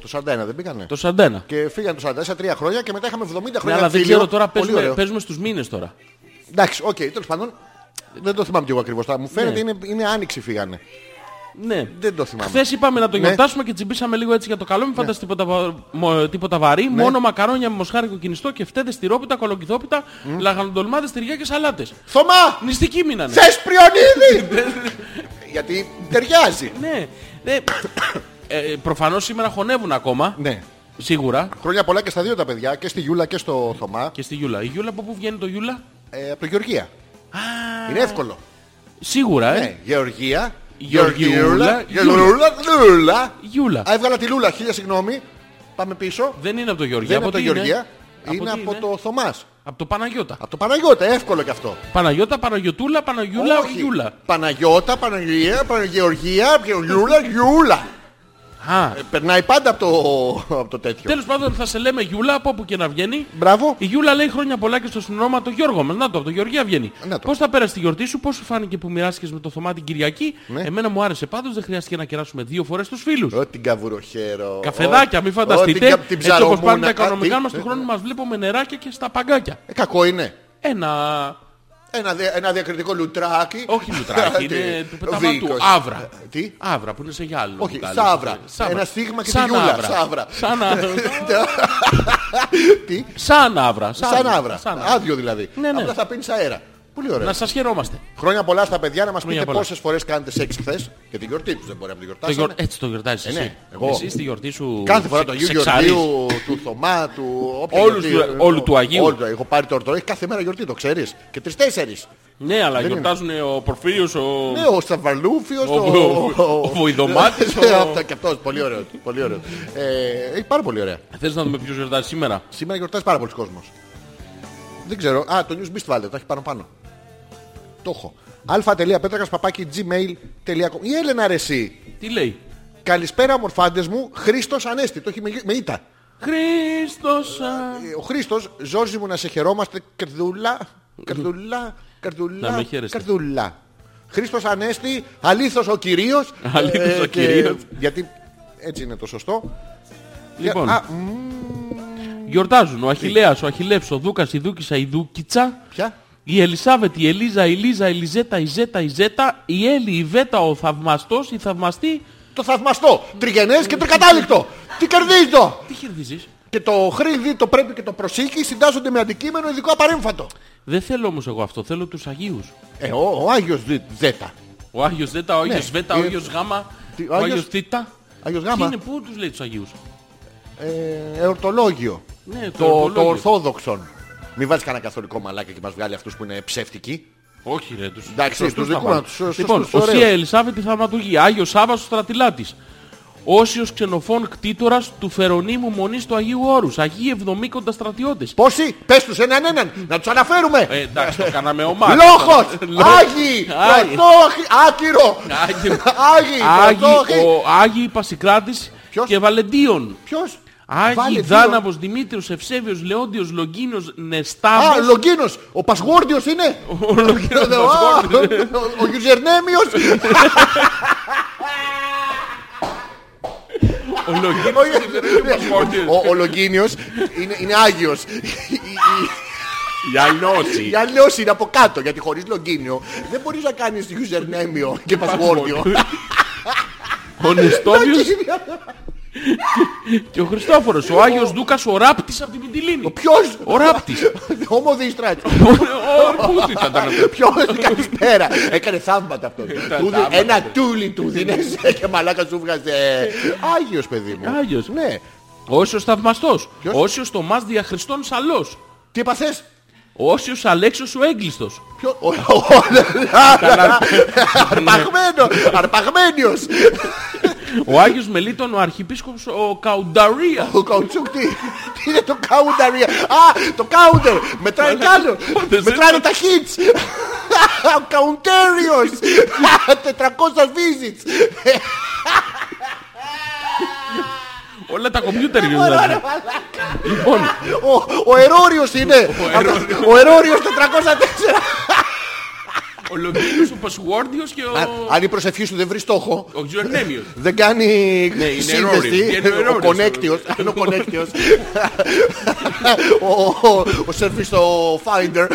[SPEAKER 2] το 41, δεν μπήκανε.
[SPEAKER 3] Το 41.
[SPEAKER 2] Και φύγανε το 44 τρία χρόνια και μετά είχαμε 70 χρόνια.
[SPEAKER 3] Ναι, αλλά δεν
[SPEAKER 2] φίλιο.
[SPEAKER 3] ξέρω τώρα
[SPEAKER 2] Πολύ
[SPEAKER 3] παίζουμε,
[SPEAKER 2] ωραίο.
[SPEAKER 3] παίζουμε στους μήνες τώρα.
[SPEAKER 2] Εντάξει, οκ, τέλος πάντων. Δεν το θυμάμαι κι εγώ ακριβώς. Μου φαίνεται είναι, είναι άνοιξη φύγανε.
[SPEAKER 3] Ναι.
[SPEAKER 2] Δεν το θυμάμαι.
[SPEAKER 3] Χθες είπαμε να το
[SPEAKER 2] Ναι.
[SPEAKER 3] γιορτάσουμε και τσιμπήσαμε λίγο έτσι για το καλό. Μην φανταστεί τίποτα, βα- μο- τίποτα βαρύ.
[SPEAKER 2] Ναι.
[SPEAKER 3] Μόνο μακαρόνια με μοσχάρικο κινηστό και φτέδε τυρόπιτα, κολοκυθόπιτα, mm. λαχανοτολμάδες, τυριά και σαλάτες.
[SPEAKER 2] Θωμά!
[SPEAKER 3] Νηστικοί μείνανε.
[SPEAKER 2] Θες πριονίδι! γιατί ταιριάζει.
[SPEAKER 3] ναι. Ε, ε, προφανώς σήμερα χωνεύουν ακόμα.
[SPEAKER 2] ναι.
[SPEAKER 3] Σίγουρα.
[SPEAKER 2] Χρόνια πολλά και στα δύο τα παιδιά, και στη Γιούλα και στο Θωμά.
[SPEAKER 3] Και στη Γιούλα. Η Γιούλα από πού βγαίνει το Γιούλα.
[SPEAKER 2] Ε, από το Γεωργία. Είναι εύκολο.
[SPEAKER 3] Σίγουρα, ε.
[SPEAKER 2] Ναι, Γεωργία.
[SPEAKER 3] Γεωργιούλα,
[SPEAKER 2] Γεωργιούλα.
[SPEAKER 3] Γιούλα.
[SPEAKER 2] Γεωργιούλα. Λούλα.
[SPEAKER 3] Γιούλα.
[SPEAKER 2] Α, έβγαλα τη Λούλα, χίλια συγγνώμη. Πάμε πίσω.
[SPEAKER 3] Δεν είναι από το
[SPEAKER 2] Δεν
[SPEAKER 3] Γεωργία.
[SPEAKER 2] είναι από το
[SPEAKER 3] τι
[SPEAKER 2] Γεωργία.
[SPEAKER 3] Από
[SPEAKER 2] Είναι
[SPEAKER 3] τι
[SPEAKER 2] από το Θωμάς.
[SPEAKER 3] Από το Παναγιώτα.
[SPEAKER 2] Από το Παναγιώτα, εύκολο κι αυτό.
[SPEAKER 3] Παναγιώτα, Παναγιωτούλα, Παναγιούλα,
[SPEAKER 2] Όχι.
[SPEAKER 3] Γιούλα.
[SPEAKER 2] Παναγιώτα, Παναγία, Παναγεωργία, Παναγιούλα, Γιούλα.
[SPEAKER 3] Α.
[SPEAKER 2] Ε, Περνάει πάντα από το, από το τέτοιο.
[SPEAKER 3] Τέλος πάντων θα σε λέμε Γιούλα από όπου και να βγαίνει.
[SPEAKER 2] Μπράβο.
[SPEAKER 3] Η Γιούλα λέει χρόνια πολλά και στο συνόματο Γιώργο μας. Να το, από το Γεωργία βγαίνει.
[SPEAKER 2] Να το.
[SPEAKER 3] Πώς θα πέρασε τη γιορτή σου, πώς σου φάνηκε που μοιράστηκες με το Θωμά την Κυριακή.
[SPEAKER 2] Ναι.
[SPEAKER 3] Εμένα μου άρεσε πάντως, δεν χρειάστηκε να κεράσουμε δύο φορές τους φίλους.
[SPEAKER 2] Ό, την καβουροχέρο.
[SPEAKER 3] Καφεδάκια,
[SPEAKER 2] Ό,
[SPEAKER 3] μην
[SPEAKER 2] ό, την
[SPEAKER 3] φανταστείτε.
[SPEAKER 2] κα- την
[SPEAKER 3] Έτσι όπως πάνε
[SPEAKER 2] ψαρομούνα.
[SPEAKER 3] τα οικονομικά
[SPEAKER 2] Α,
[SPEAKER 3] μας
[SPEAKER 2] τι- ναι.
[SPEAKER 3] του χρόνου μας βλέπω με νεράκια και στα παγκάκια.
[SPEAKER 2] Ε, Κακό είναι.
[SPEAKER 3] Ένα...
[SPEAKER 2] Ένα, δια- ένα διακριτικό λουτράκι. *laughs*
[SPEAKER 3] Όχι λουτράκι,
[SPEAKER 2] Τι,
[SPEAKER 3] είναι του
[SPEAKER 2] βίκος.
[SPEAKER 3] πεταμάτου. Άβρα.
[SPEAKER 2] Τι. *laughs*
[SPEAKER 3] Άβρα που είναι σε γυάλινο.
[SPEAKER 2] Όχι,
[SPEAKER 3] μπουκάλι.
[SPEAKER 2] σαύρα.
[SPEAKER 3] Σαύρα.
[SPEAKER 2] Ένα στίγμα και τη
[SPEAKER 3] Σαν
[SPEAKER 2] γιούλα.
[SPEAKER 3] άβρα.
[SPEAKER 2] Σαύρα. *laughs*
[SPEAKER 3] Σαν άβρα.
[SPEAKER 2] Τι.
[SPEAKER 3] Σαν άβρα.
[SPEAKER 2] Σαν άβρα.
[SPEAKER 3] σαν άβρα.
[SPEAKER 2] Άδειο δηλαδή.
[SPEAKER 3] Ναι, ναι.
[SPEAKER 2] Απλά θα πίνεις αέρα. Πολύ ωραία.
[SPEAKER 3] Να σας χαιρόμαστε.
[SPEAKER 2] Χρόνια πολλά στα παιδιά να μας
[SPEAKER 3] Χρόνια
[SPEAKER 2] πείτε
[SPEAKER 3] πολλά.
[SPEAKER 2] πόσες φορές κάνετε σεξ χθες για την γιορτή τους. Δεν μπορεί να την
[SPEAKER 3] Το γιορ-
[SPEAKER 2] γιορτάσετε.
[SPEAKER 3] Έτσι το γιορτάζεις
[SPEAKER 2] Ε, ναι,
[SPEAKER 3] εσύ.
[SPEAKER 2] εγώ.
[SPEAKER 3] Εσύ στη γιορτή σου.
[SPEAKER 2] Κάθε φορά το Αγίου
[SPEAKER 3] Αγίου
[SPEAKER 2] Γεωργίου, του Θωμά, του. όποια
[SPEAKER 3] Όλους
[SPEAKER 2] γιορτή,
[SPEAKER 3] του-
[SPEAKER 2] ε,
[SPEAKER 3] όλου του Αγίου.
[SPEAKER 2] Όλου του. Έχω πάρει το ορτό. Έχει κάθε μέρα γιορτή, το ξέρεις. Και τρεις-τέσσερις.
[SPEAKER 3] Ναι, αλλά
[SPEAKER 2] Δεν
[SPEAKER 3] γιορτάζουν ο Πορφύριος, ο...
[SPEAKER 2] Ναι, ο Σταυραλούφιος,
[SPEAKER 3] Ο- ο- ο- ο
[SPEAKER 2] *laughs*
[SPEAKER 3] Βοηδομάτης, ο-
[SPEAKER 2] Αυτό και αυτός, πολύ ωραίο. Πολύ ωραίο. Ε, Έχει πάρα πολύ ωραία.
[SPEAKER 3] Θες να δούμε ποιος γιορτάζει σήμερα.
[SPEAKER 2] Σήμερα γιορτάζει πάρα πολλοί κόσμος. Δεν ξέρω. Α, το News Beast βάλε, το έχει πάνω πάνω. Το έχω. αλφα.πέτρακας παπάκι gmail.com Η Έλενα ρε εσύ.
[SPEAKER 3] Τι λέει.
[SPEAKER 2] Καλησπέρα μορφάντες μου, Χρήστος Ανέστη. Το έχει με, με ήττα.
[SPEAKER 3] Χριστός. α.
[SPEAKER 2] Ε, Ο Χρήστος, Ζόρζι μου να σε χαιρόμαστε, καρδούλα, καρδούλα, καρδούλα,
[SPEAKER 3] Να με χαίρεστε.
[SPEAKER 2] καρδούλα. Χρήστος Ανέστη, αλήθως ο Κυρίος.
[SPEAKER 3] *laughs*
[SPEAKER 2] Ε,
[SPEAKER 3] Αλήθως
[SPEAKER 2] και-
[SPEAKER 3] ο Κυρίος.
[SPEAKER 2] Γιατί έτσι είναι το σωστό.
[SPEAKER 3] Λοιπόν.
[SPEAKER 2] Α, μ,
[SPEAKER 3] Γιορτάζουν ο Αχιλέας, ο Αχιλεύς, ο Δούκας, η Δούκησα, η Δούκητσα.
[SPEAKER 2] ποια.
[SPEAKER 3] Η Ελισάβετ, η Ελίζα, η Λίζα, η Λιζέτα, η Ζέτα, η Ζέτα, η Έλλη, η Βέτα, ο Θαυμαστός, η Θαυμαστή.
[SPEAKER 2] Το θαυμαστό, τριγενές και τρικατάληκτο. Τι κερδίζεις το.
[SPEAKER 3] Τι χαιρετίζεις.
[SPEAKER 2] Και το χρήδι, το πρέπει και το προσήκη συντάσσονται με αντικείμενο ειδικό απαρέμφατο.
[SPEAKER 3] Δεν θέλω όμως εγώ αυτό, θέλω τους Αγίους.
[SPEAKER 2] Ε, ο, ο Άγιος Δ- Ζέτα.
[SPEAKER 3] Ο Άγιος Δέτα, ο Άγιος
[SPEAKER 2] Ναι.
[SPEAKER 3] Βέτα, ο Άγιος Γάμα,
[SPEAKER 2] Τι- ο
[SPEAKER 3] ο
[SPEAKER 2] Άγιος-
[SPEAKER 3] Άγιος Θήτα.
[SPEAKER 2] Άγιος
[SPEAKER 3] Ποιοι
[SPEAKER 2] Γάμα.
[SPEAKER 3] είναι, πού τους λέει τους Αγίους.
[SPEAKER 2] Ε, εορτολόγιο.
[SPEAKER 3] Ναι, το
[SPEAKER 2] το, το
[SPEAKER 3] εορτολόγιο.
[SPEAKER 2] ορθόδοξον. Μην βάλεις κανένα καθολικό μαλάκα και μας βγάλει αυτούς που είναι ψεύτικοι.
[SPEAKER 3] Όχι ρε, τους
[SPEAKER 2] Εντάξει,
[SPEAKER 3] σωστούς
[SPEAKER 2] τους
[SPEAKER 3] τα
[SPEAKER 2] δικούς
[SPEAKER 3] πάμε.
[SPEAKER 2] τους, σωστούς,
[SPEAKER 3] Λοιπόν,
[SPEAKER 2] τους
[SPEAKER 3] ο
[SPEAKER 2] ωραίους.
[SPEAKER 3] Σία Ελισάβετ η Θαυματουργή, Άγιος Σάββας ο Στρατιλάτης. Όσιος ξενοφών κτήτορας του Φερονίμου Μονής του Αγίου Όρους. Αγίοι Εβδομήκοντα στρατιώτες.
[SPEAKER 2] Πόσοι, πες τους έναν έναν, να τους αναφέρουμε.
[SPEAKER 3] Ε, εντάξει, το κάναμε ομάδα.
[SPEAKER 2] Λόχος,
[SPEAKER 3] Ε, Λό-
[SPEAKER 2] Άγιοι,
[SPEAKER 3] Άγιοι.
[SPEAKER 2] Πρατόχοι, Άκυρο,
[SPEAKER 3] Άγιοι.
[SPEAKER 2] Άγιοι,
[SPEAKER 3] Άγιοι,
[SPEAKER 2] Πρατόχοι.
[SPEAKER 3] ο Άγιοι Πασικράτης
[SPEAKER 2] Ποιος?
[SPEAKER 3] και Βαλεντίων.
[SPEAKER 2] Ποιος,
[SPEAKER 3] Άγιοι
[SPEAKER 2] Βάλε δύο.
[SPEAKER 3] Δάναβος, Δημήτριος, Ευσέβιος, Λεόντιος, Λογκίνος, Νεστάβος.
[SPEAKER 2] Α, Λογκίνος, ο Πασγόρντιος είναι.
[SPEAKER 3] Ο Λογκίνος
[SPEAKER 2] Α,
[SPEAKER 3] Πασγόρντιος.
[SPEAKER 2] Ο Γιουζερνέμιος,
[SPEAKER 3] Ο Λογκίνος Πασγόρντιος.
[SPEAKER 2] Ο- ο Λογκίνιος είναι- είναι Άγιος.
[SPEAKER 3] Γιαννότσι.
[SPEAKER 2] Η άλλη όση είναι από κάτω, γιατί χωρίς Λογκίνιο δεν μπορείς να κάνεις username και Πασγόρντιο.
[SPEAKER 3] Ο Νεστόβιος και ο Χριστόφορος. Ο Άγιος Δούκας, ο Ράπτης από την Πιντιλίνη.
[SPEAKER 2] Ποιος,
[SPEAKER 3] Ο Ράπτης.
[SPEAKER 2] Ομοδίστρατς.
[SPEAKER 3] Ο Ορκούτη θα ήταν αυτό.
[SPEAKER 2] Ποιο καλησπέρα. Έκανε θαύματα αυτό. Του δι- Ένα τούλι του δίνες και μαλάκα σου βγάζε. Άγιος παιδί μου.
[SPEAKER 3] Άγιος.
[SPEAKER 2] Ναι.
[SPEAKER 3] Όσιος θαυμαστός.
[SPEAKER 2] Ποιος?
[SPEAKER 3] Όσιος Θωμάς Διαχριστών Σαλός.
[SPEAKER 2] Τι είπα θες.
[SPEAKER 3] Όσιος Αλέξιος ο Έγκλειστος.
[SPEAKER 2] Ποιο... ο- ο- Αρπαγμένος. Αρπαγμένιος.
[SPEAKER 3] Ο Άγιος Μελίτων ο Αρχιπίσκοπος ο Καουνταρία.
[SPEAKER 2] Ο Καουτσούκ τι. Τι είναι το counter. Α, το counter. Μετράει κι άλλο.
[SPEAKER 3] δεν
[SPEAKER 2] Μετράει τα hits. Ο καουντέριος. 400 visits. Ε,
[SPEAKER 3] Όλα τα κομπιούτερ
[SPEAKER 2] Ναι,
[SPEAKER 3] γίνονται. Λοιπόν,
[SPEAKER 2] Ο- Ο ερώριος είναι. Ο ερώριος 404.
[SPEAKER 3] ο Λογκίνος, ο Πασουόρντιος και ο...
[SPEAKER 2] Α, Αν η προσευχή σου δεν βρει στόχο,
[SPEAKER 3] Ο Τζορνέμιος.
[SPEAKER 2] δεν κάνει
[SPEAKER 3] Ναι, είναι errors,
[SPEAKER 2] σύνδεση.
[SPEAKER 3] είναι
[SPEAKER 2] Ο
[SPEAKER 3] errors.
[SPEAKER 2] κονέκτιος. Αν ο
[SPEAKER 3] *laughs*
[SPEAKER 2] κονέκτιος. Ο- ο- Ο σερφί στο Finder.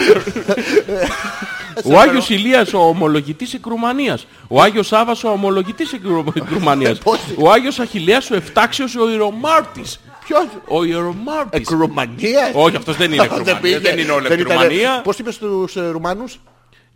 [SPEAKER 2] Ε,
[SPEAKER 3] Ο Άγιος Ηλίας ο ομολογητής εκ Ρουμανίας. Ο Άγιος Σάββας ο ομολογητής εκ Ρου-
[SPEAKER 2] Ε,
[SPEAKER 3] εκ Ρουμανίας.
[SPEAKER 2] Πόσοι?
[SPEAKER 3] Ο Άγιος Αχιλέας ο Εφτάξιος ο Ιερομάρτης.
[SPEAKER 2] Ποιος.
[SPEAKER 3] Ο Ιερομάρτης.
[SPEAKER 2] Εκ Ρουμανίας.
[SPEAKER 3] Όχι, αυτός
[SPEAKER 2] *laughs*
[SPEAKER 3] δεν είναι εκ Ρουμανίας. Δεν είναι όλο εκ Ρουμανία.
[SPEAKER 2] Πώς είπες στους ε, Ρουμάνους.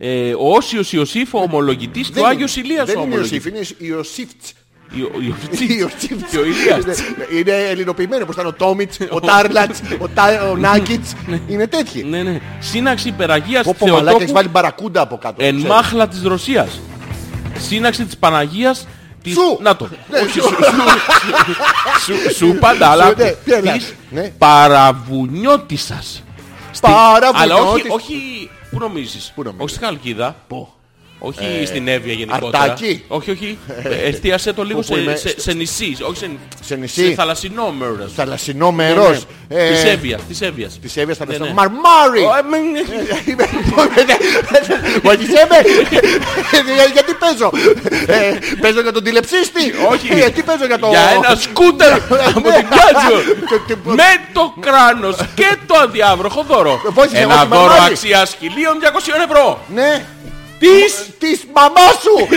[SPEAKER 3] Ε, Ο Όσιος Ιωσήφ ο ομολογητής και ο
[SPEAKER 2] Δεν
[SPEAKER 3] Άγιος
[SPEAKER 2] είναι-
[SPEAKER 3] Ηλίας ο
[SPEAKER 2] Δεν είναι Ιωσήφ,
[SPEAKER 3] ομολογητής.
[SPEAKER 2] είναι Ιωσήφτς.
[SPEAKER 3] Ιω- *laughs*
[SPEAKER 2] *laughs*
[SPEAKER 3] Ιωσήφ.
[SPEAKER 2] Ιωσήφτς.
[SPEAKER 3] Και ο Ηλίας.
[SPEAKER 2] Είναι- Είναι ελληνοποιημένο όπως ήταν ο Τόμιτς, ο Τάρλατς, ο Τα- ο Νάκητς. Είναι τέτοιοι.
[SPEAKER 3] Ναι, ναι. Σύναξη υπεραγίας
[SPEAKER 2] Πω πω μαλάκα έχεις
[SPEAKER 3] Θεοτόκου
[SPEAKER 2] βάλει μπαρακούντα από κάτω.
[SPEAKER 3] εν
[SPEAKER 2] Ξέρω.
[SPEAKER 3] μάχλα της Ρωσίας. Σύναξη της Παναγίας της...
[SPEAKER 2] Σου.
[SPEAKER 3] Να το.
[SPEAKER 2] Ναι,
[SPEAKER 3] Όχι,
[SPEAKER 2] σου.
[SPEAKER 3] σου,
[SPEAKER 2] *laughs*
[SPEAKER 3] σου, σου, σου πάντα, αλλά
[SPEAKER 2] ναι, έλα.
[SPEAKER 3] της
[SPEAKER 2] Ναι.
[SPEAKER 3] παραβουνιώτισσας. Στη-
[SPEAKER 2] Παραβουνιώτης.
[SPEAKER 3] Αλλά όχι, όχι... Πού νομίζεις.
[SPEAKER 2] Πού Ε, νομίζεις.
[SPEAKER 3] Όχι στη Χαλκίδα.
[SPEAKER 2] Πω.
[SPEAKER 3] Όχι στην Εύβοια γενικότερα.
[SPEAKER 2] Αρτάκι.
[SPEAKER 3] Όχι, όχι. Ε, Εστίασε το λίγο
[SPEAKER 2] Που- που
[SPEAKER 3] σε,
[SPEAKER 2] είναι
[SPEAKER 3] σε, σε νησί. Όχι σε,
[SPEAKER 2] Ε, Σε νησί.
[SPEAKER 3] Σε θαλασσινό μέρος. Ναι,
[SPEAKER 2] Θαλασσινό μέρος. Ε,
[SPEAKER 3] Της Εύβοιας. Της Εύβοιας.
[SPEAKER 2] Της Εύβοιας θαλασσινό.
[SPEAKER 3] Ναι, ναι.
[SPEAKER 2] Μαρμάρι.
[SPEAKER 3] Ω, ε, μ, ε,
[SPEAKER 2] Είμαι- *laughs* Όχι σε με. *laughs* Γιατί παίζω. Ε, Παίζω για τον τηλεψίστη.
[SPEAKER 3] Όχι.
[SPEAKER 2] Ε, Τι παίζω για το...
[SPEAKER 3] Για ένα σκούτερ
[SPEAKER 2] *laughs*
[SPEAKER 3] από την Κάτζο.
[SPEAKER 2] Ναι. Και τίποτα.
[SPEAKER 3] Με το κράνος και το αδιάβροχο δώρο.
[SPEAKER 2] Βοήθησε, εγώ
[SPEAKER 3] Ένα
[SPEAKER 2] την
[SPEAKER 3] δώρο
[SPEAKER 2] μαμάλη.
[SPEAKER 3] αξίας 1200 ευρώ.
[SPEAKER 2] Ναι.
[SPEAKER 3] Της
[SPEAKER 2] Της μαμάς
[SPEAKER 3] *laughs*
[SPEAKER 2] σου.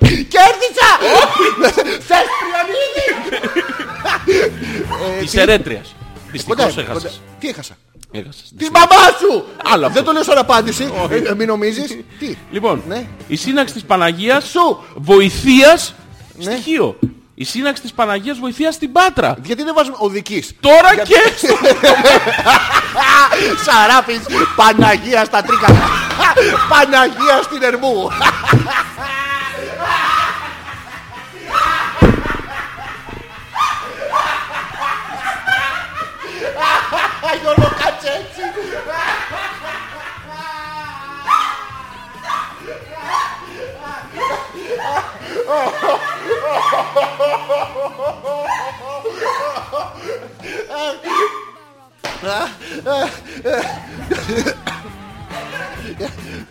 [SPEAKER 2] Κέρδισα. *laughs* Σας πλανήτη.
[SPEAKER 3] Της ερέτριας. Δυστυχώς
[SPEAKER 2] Ε, Κοντά, κοντά.
[SPEAKER 3] έχασες.
[SPEAKER 2] Τι έχασα.
[SPEAKER 3] Έχασες.
[SPEAKER 2] Της μαμά σου.
[SPEAKER 3] Άλλο αυτό.
[SPEAKER 2] Δεν το λέω σαν απάντηση. Ε, Μην νομίζεις. Τι.
[SPEAKER 3] Λοιπόν,
[SPEAKER 2] Ναι.
[SPEAKER 3] η σύναξη της Παναγίας
[SPEAKER 2] Σου.
[SPEAKER 3] βοηθείας
[SPEAKER 2] Ναι.
[SPEAKER 3] στοιχείο. Η σύναξη της Παναγίας βοηθείας στην Πάτρα.
[SPEAKER 2] Γιατί δεν βάζουμε οδικής.
[SPEAKER 3] Τώρα και στο...
[SPEAKER 2] *laughs* Σαράφης Παναγία στα τρίκα *laughs* Παναγία στην Ερμού *laughs* Γιώργο κάτσε έτσι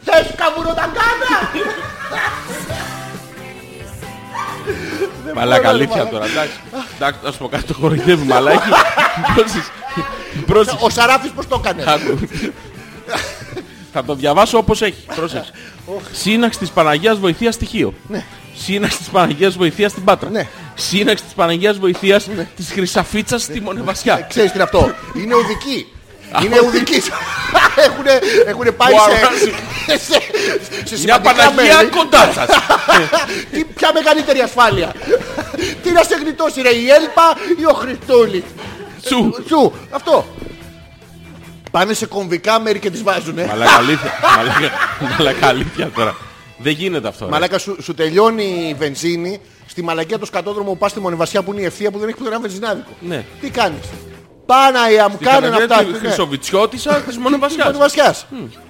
[SPEAKER 2] Θες καμουροταγκάνα
[SPEAKER 3] Μαλάκα,
[SPEAKER 2] μπορώ,
[SPEAKER 3] αλήθεια
[SPEAKER 2] μαλάκα.
[SPEAKER 3] τώρα, εντάξει. Εντάξει, να σου πω κάτι, το χορηγεύει
[SPEAKER 2] *laughs*
[SPEAKER 3] μαλάκι. Πρόσεξε. Πρόσεξε.
[SPEAKER 2] Ο Σαράφης πως το
[SPEAKER 3] *laughs*
[SPEAKER 2] έκανε
[SPEAKER 3] Άκου. Θα το διαβάσω όπως έχει. Πρόσεξε. Σύναξη της Παναγίας βοηθείας στοιχείο. Σύναξη της Παναγίας βοηθείας στην Πάτρα.
[SPEAKER 2] Ναι.
[SPEAKER 3] Σύναξη της Παναγίας βοηθείας της Χρυσαφίτσας στη Μονεβασιά.
[SPEAKER 2] Ξέρεις τι είναι αυτό Είναι οδική
[SPEAKER 3] *laughs*
[SPEAKER 2] είναι ουδικής. *laughs* Έχουνε, έχουνε πάει
[SPEAKER 3] Μου
[SPEAKER 2] σε,
[SPEAKER 3] αρέσει.
[SPEAKER 2] σε, *laughs* σε,
[SPEAKER 3] Μια
[SPEAKER 2] σημαντικά
[SPEAKER 3] Παναγία
[SPEAKER 2] μέρη.
[SPEAKER 3] κοντά σας.
[SPEAKER 2] Τι, ποια μεγαλύτερη ασφάλεια. Τι να σε γλιτώσει ρε, η Έλπα ή ο Χριστούλης.
[SPEAKER 3] Σου.
[SPEAKER 2] Σου, αυτό. Πάνε σε κομβικά μέρη και τις βάζουνε.
[SPEAKER 3] Μαλάκα αλήθεια. Μαλάκα- Μαλάκα αλήθεια τώρα. Δεν γίνεται αυτό. ρε.
[SPEAKER 2] Μαλάκα σου, σου τελειώνει η βενζίνη στη μαλακία του σκατόδρομου που πας στη Μονεβασιά που είναι η ευθεία που δεν έχει πουθενά βενζινάδικο.
[SPEAKER 3] Ναι.
[SPEAKER 2] Τι κάνεις. Παναία μου,
[SPEAKER 3] Την
[SPEAKER 2] κάνε
[SPEAKER 3] Παναγία
[SPEAKER 2] αυτά.
[SPEAKER 3] της
[SPEAKER 2] Ναι.
[SPEAKER 3] Χρυσοβιτσιώτισσα
[SPEAKER 2] *laughs*
[SPEAKER 3] της
[SPEAKER 2] Της
[SPEAKER 3] Μονεβασιάς.
[SPEAKER 2] Μονεβασιάς.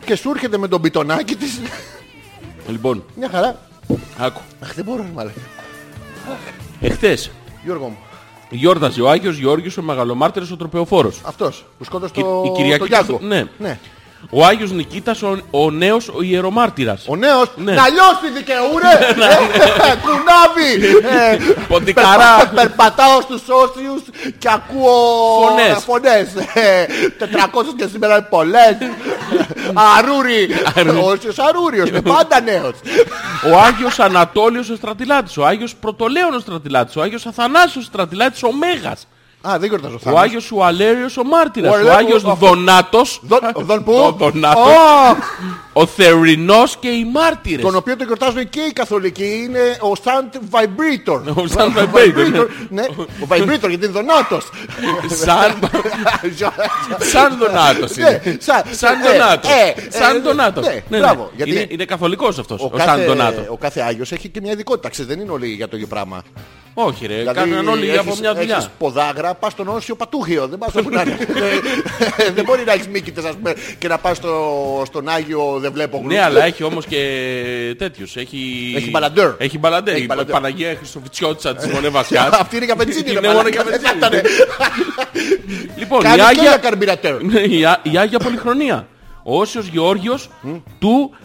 [SPEAKER 2] Και σου έρχεται με τον πιτονάκι της.
[SPEAKER 3] Λοιπόν,
[SPEAKER 2] Μια χαρά.
[SPEAKER 3] άκου.
[SPEAKER 2] Αχ, δεν μπορώ, ρε μαλάκα.
[SPEAKER 3] Εχθές
[SPEAKER 2] Γιώργο μου,
[SPEAKER 3] Γιόρταζε ο Άγιος Γεώργιος ο Μεγαλομάρτυρας ο Τροπεοφόρος.
[SPEAKER 2] αυτός που σκότωσε
[SPEAKER 3] Κυ-
[SPEAKER 2] το,
[SPEAKER 3] η Κυριακή
[SPEAKER 2] το Γιάνγκο.
[SPEAKER 3] καθ- ναι.
[SPEAKER 2] ναι.
[SPEAKER 3] Ο Άγιος Νικήτας ο, ο νέος ο ιερομάρτυρας.
[SPEAKER 2] Ο νέος
[SPEAKER 3] Ναι.
[SPEAKER 2] να λιώσει δικαιούρε Ε, Κουνάβι Ε,
[SPEAKER 3] Ποντικαρά.
[SPEAKER 2] περπα- Περπατάω στους όσιους Και ακούω
[SPEAKER 3] Φωνές.
[SPEAKER 2] φωνές Ε, 400 και σήμερα είναι πολλές Αρούρι Ο Όσιος Αρούριος είναι πάντα νέος
[SPEAKER 3] Ο Άγιος Ανατόλιος ο Στρατιλάτης. Ο Άγιος Πρωτολέων ο Στρατιλάτης. Ο Άγιος Αθανάσιος ο Στρατιλάτης ο Μέγας.
[SPEAKER 2] Α δεν γιορτάζω
[SPEAKER 3] Ο
[SPEAKER 2] θα
[SPEAKER 3] Άγιος ο Αλέριος ο Μάρτυρας.
[SPEAKER 2] Ο
[SPEAKER 3] Ο, Άγιος
[SPEAKER 2] Αλέριος, ο-
[SPEAKER 3] Δονάτος. *laughs*
[SPEAKER 2] Δον
[SPEAKER 3] Ο
[SPEAKER 2] που
[SPEAKER 3] Δονάτος.
[SPEAKER 2] Ω,
[SPEAKER 3] Ο Θερινός και οι Μάρτυρες.
[SPEAKER 2] Τον οποίο το γιορτάζουν και οι καθολικοί Είναι ο Σαντ Vibrator
[SPEAKER 3] Ο Σαν Βεμπέιντον.
[SPEAKER 2] Ναι, ο Vibrator γιατί είναι δονάτος
[SPEAKER 3] Σαν, σαν Δονάτος είναι.
[SPEAKER 2] Ναι, σαν-
[SPEAKER 3] Σαν
[SPEAKER 2] ε,
[SPEAKER 3] Δονάτος.
[SPEAKER 2] ε, ε,
[SPEAKER 3] Σαν
[SPEAKER 2] ναι,
[SPEAKER 3] Δονάτος.
[SPEAKER 2] ναι,
[SPEAKER 3] Ναι,
[SPEAKER 2] μπράβο,
[SPEAKER 3] ναι.
[SPEAKER 2] γιατί-
[SPEAKER 3] Είναι, είναι καθολικός αυτός. Ο, Σαν
[SPEAKER 2] κάθε,
[SPEAKER 3] Δονάτος.
[SPEAKER 2] ο κάθε Άγιος έχει και μια ειδικότητα. Ξέρεις, δεν είναι όλοι για το ίδιο πράγμα. Δηλαδή,
[SPEAKER 3] Όχι ρε, Ε, κάνουν όλοι από μια δουλειά. Ναι.
[SPEAKER 2] Έχεις ποδάγρα, πας στον Όσιο Πατούχιο. Δεν πας όπου
[SPEAKER 3] *laughs*
[SPEAKER 2] να είναι. Ε, δεν μπορεί να έχεις μύκητες ας πούμε, και να πας στο, στον Άγιο δεν βλέπω γλου.
[SPEAKER 3] Ναι, αλλά
[SPEAKER 2] *laughs*
[SPEAKER 3] έχει όμως και τέτοιους. Έχει,
[SPEAKER 2] Έχει μπαλαντέρ.
[SPEAKER 3] Έχει μπαλαντέρ.
[SPEAKER 2] Έχει
[SPEAKER 3] Η
[SPEAKER 2] μπαλαντέρ.
[SPEAKER 3] Παναγία Χριστοφιτσιώτησα της Μονεβασιάς.
[SPEAKER 2] *laughs* Αυτή είναι για πετσίνη.
[SPEAKER 3] Είναι
[SPEAKER 2] ρε,
[SPEAKER 3] μόνο
[SPEAKER 2] μαλάκα.
[SPEAKER 3] για πετσίνη.
[SPEAKER 2] Ε, θα ήτανε.
[SPEAKER 3] Λοιπόν, η
[SPEAKER 2] Κάνει και για
[SPEAKER 3] Άγια,
[SPEAKER 2] καρμπυρατέρ.
[SPEAKER 3] Ναι, η Ά- η Άγια Πολυχρονία. Ο Όσιος Γεώργιος του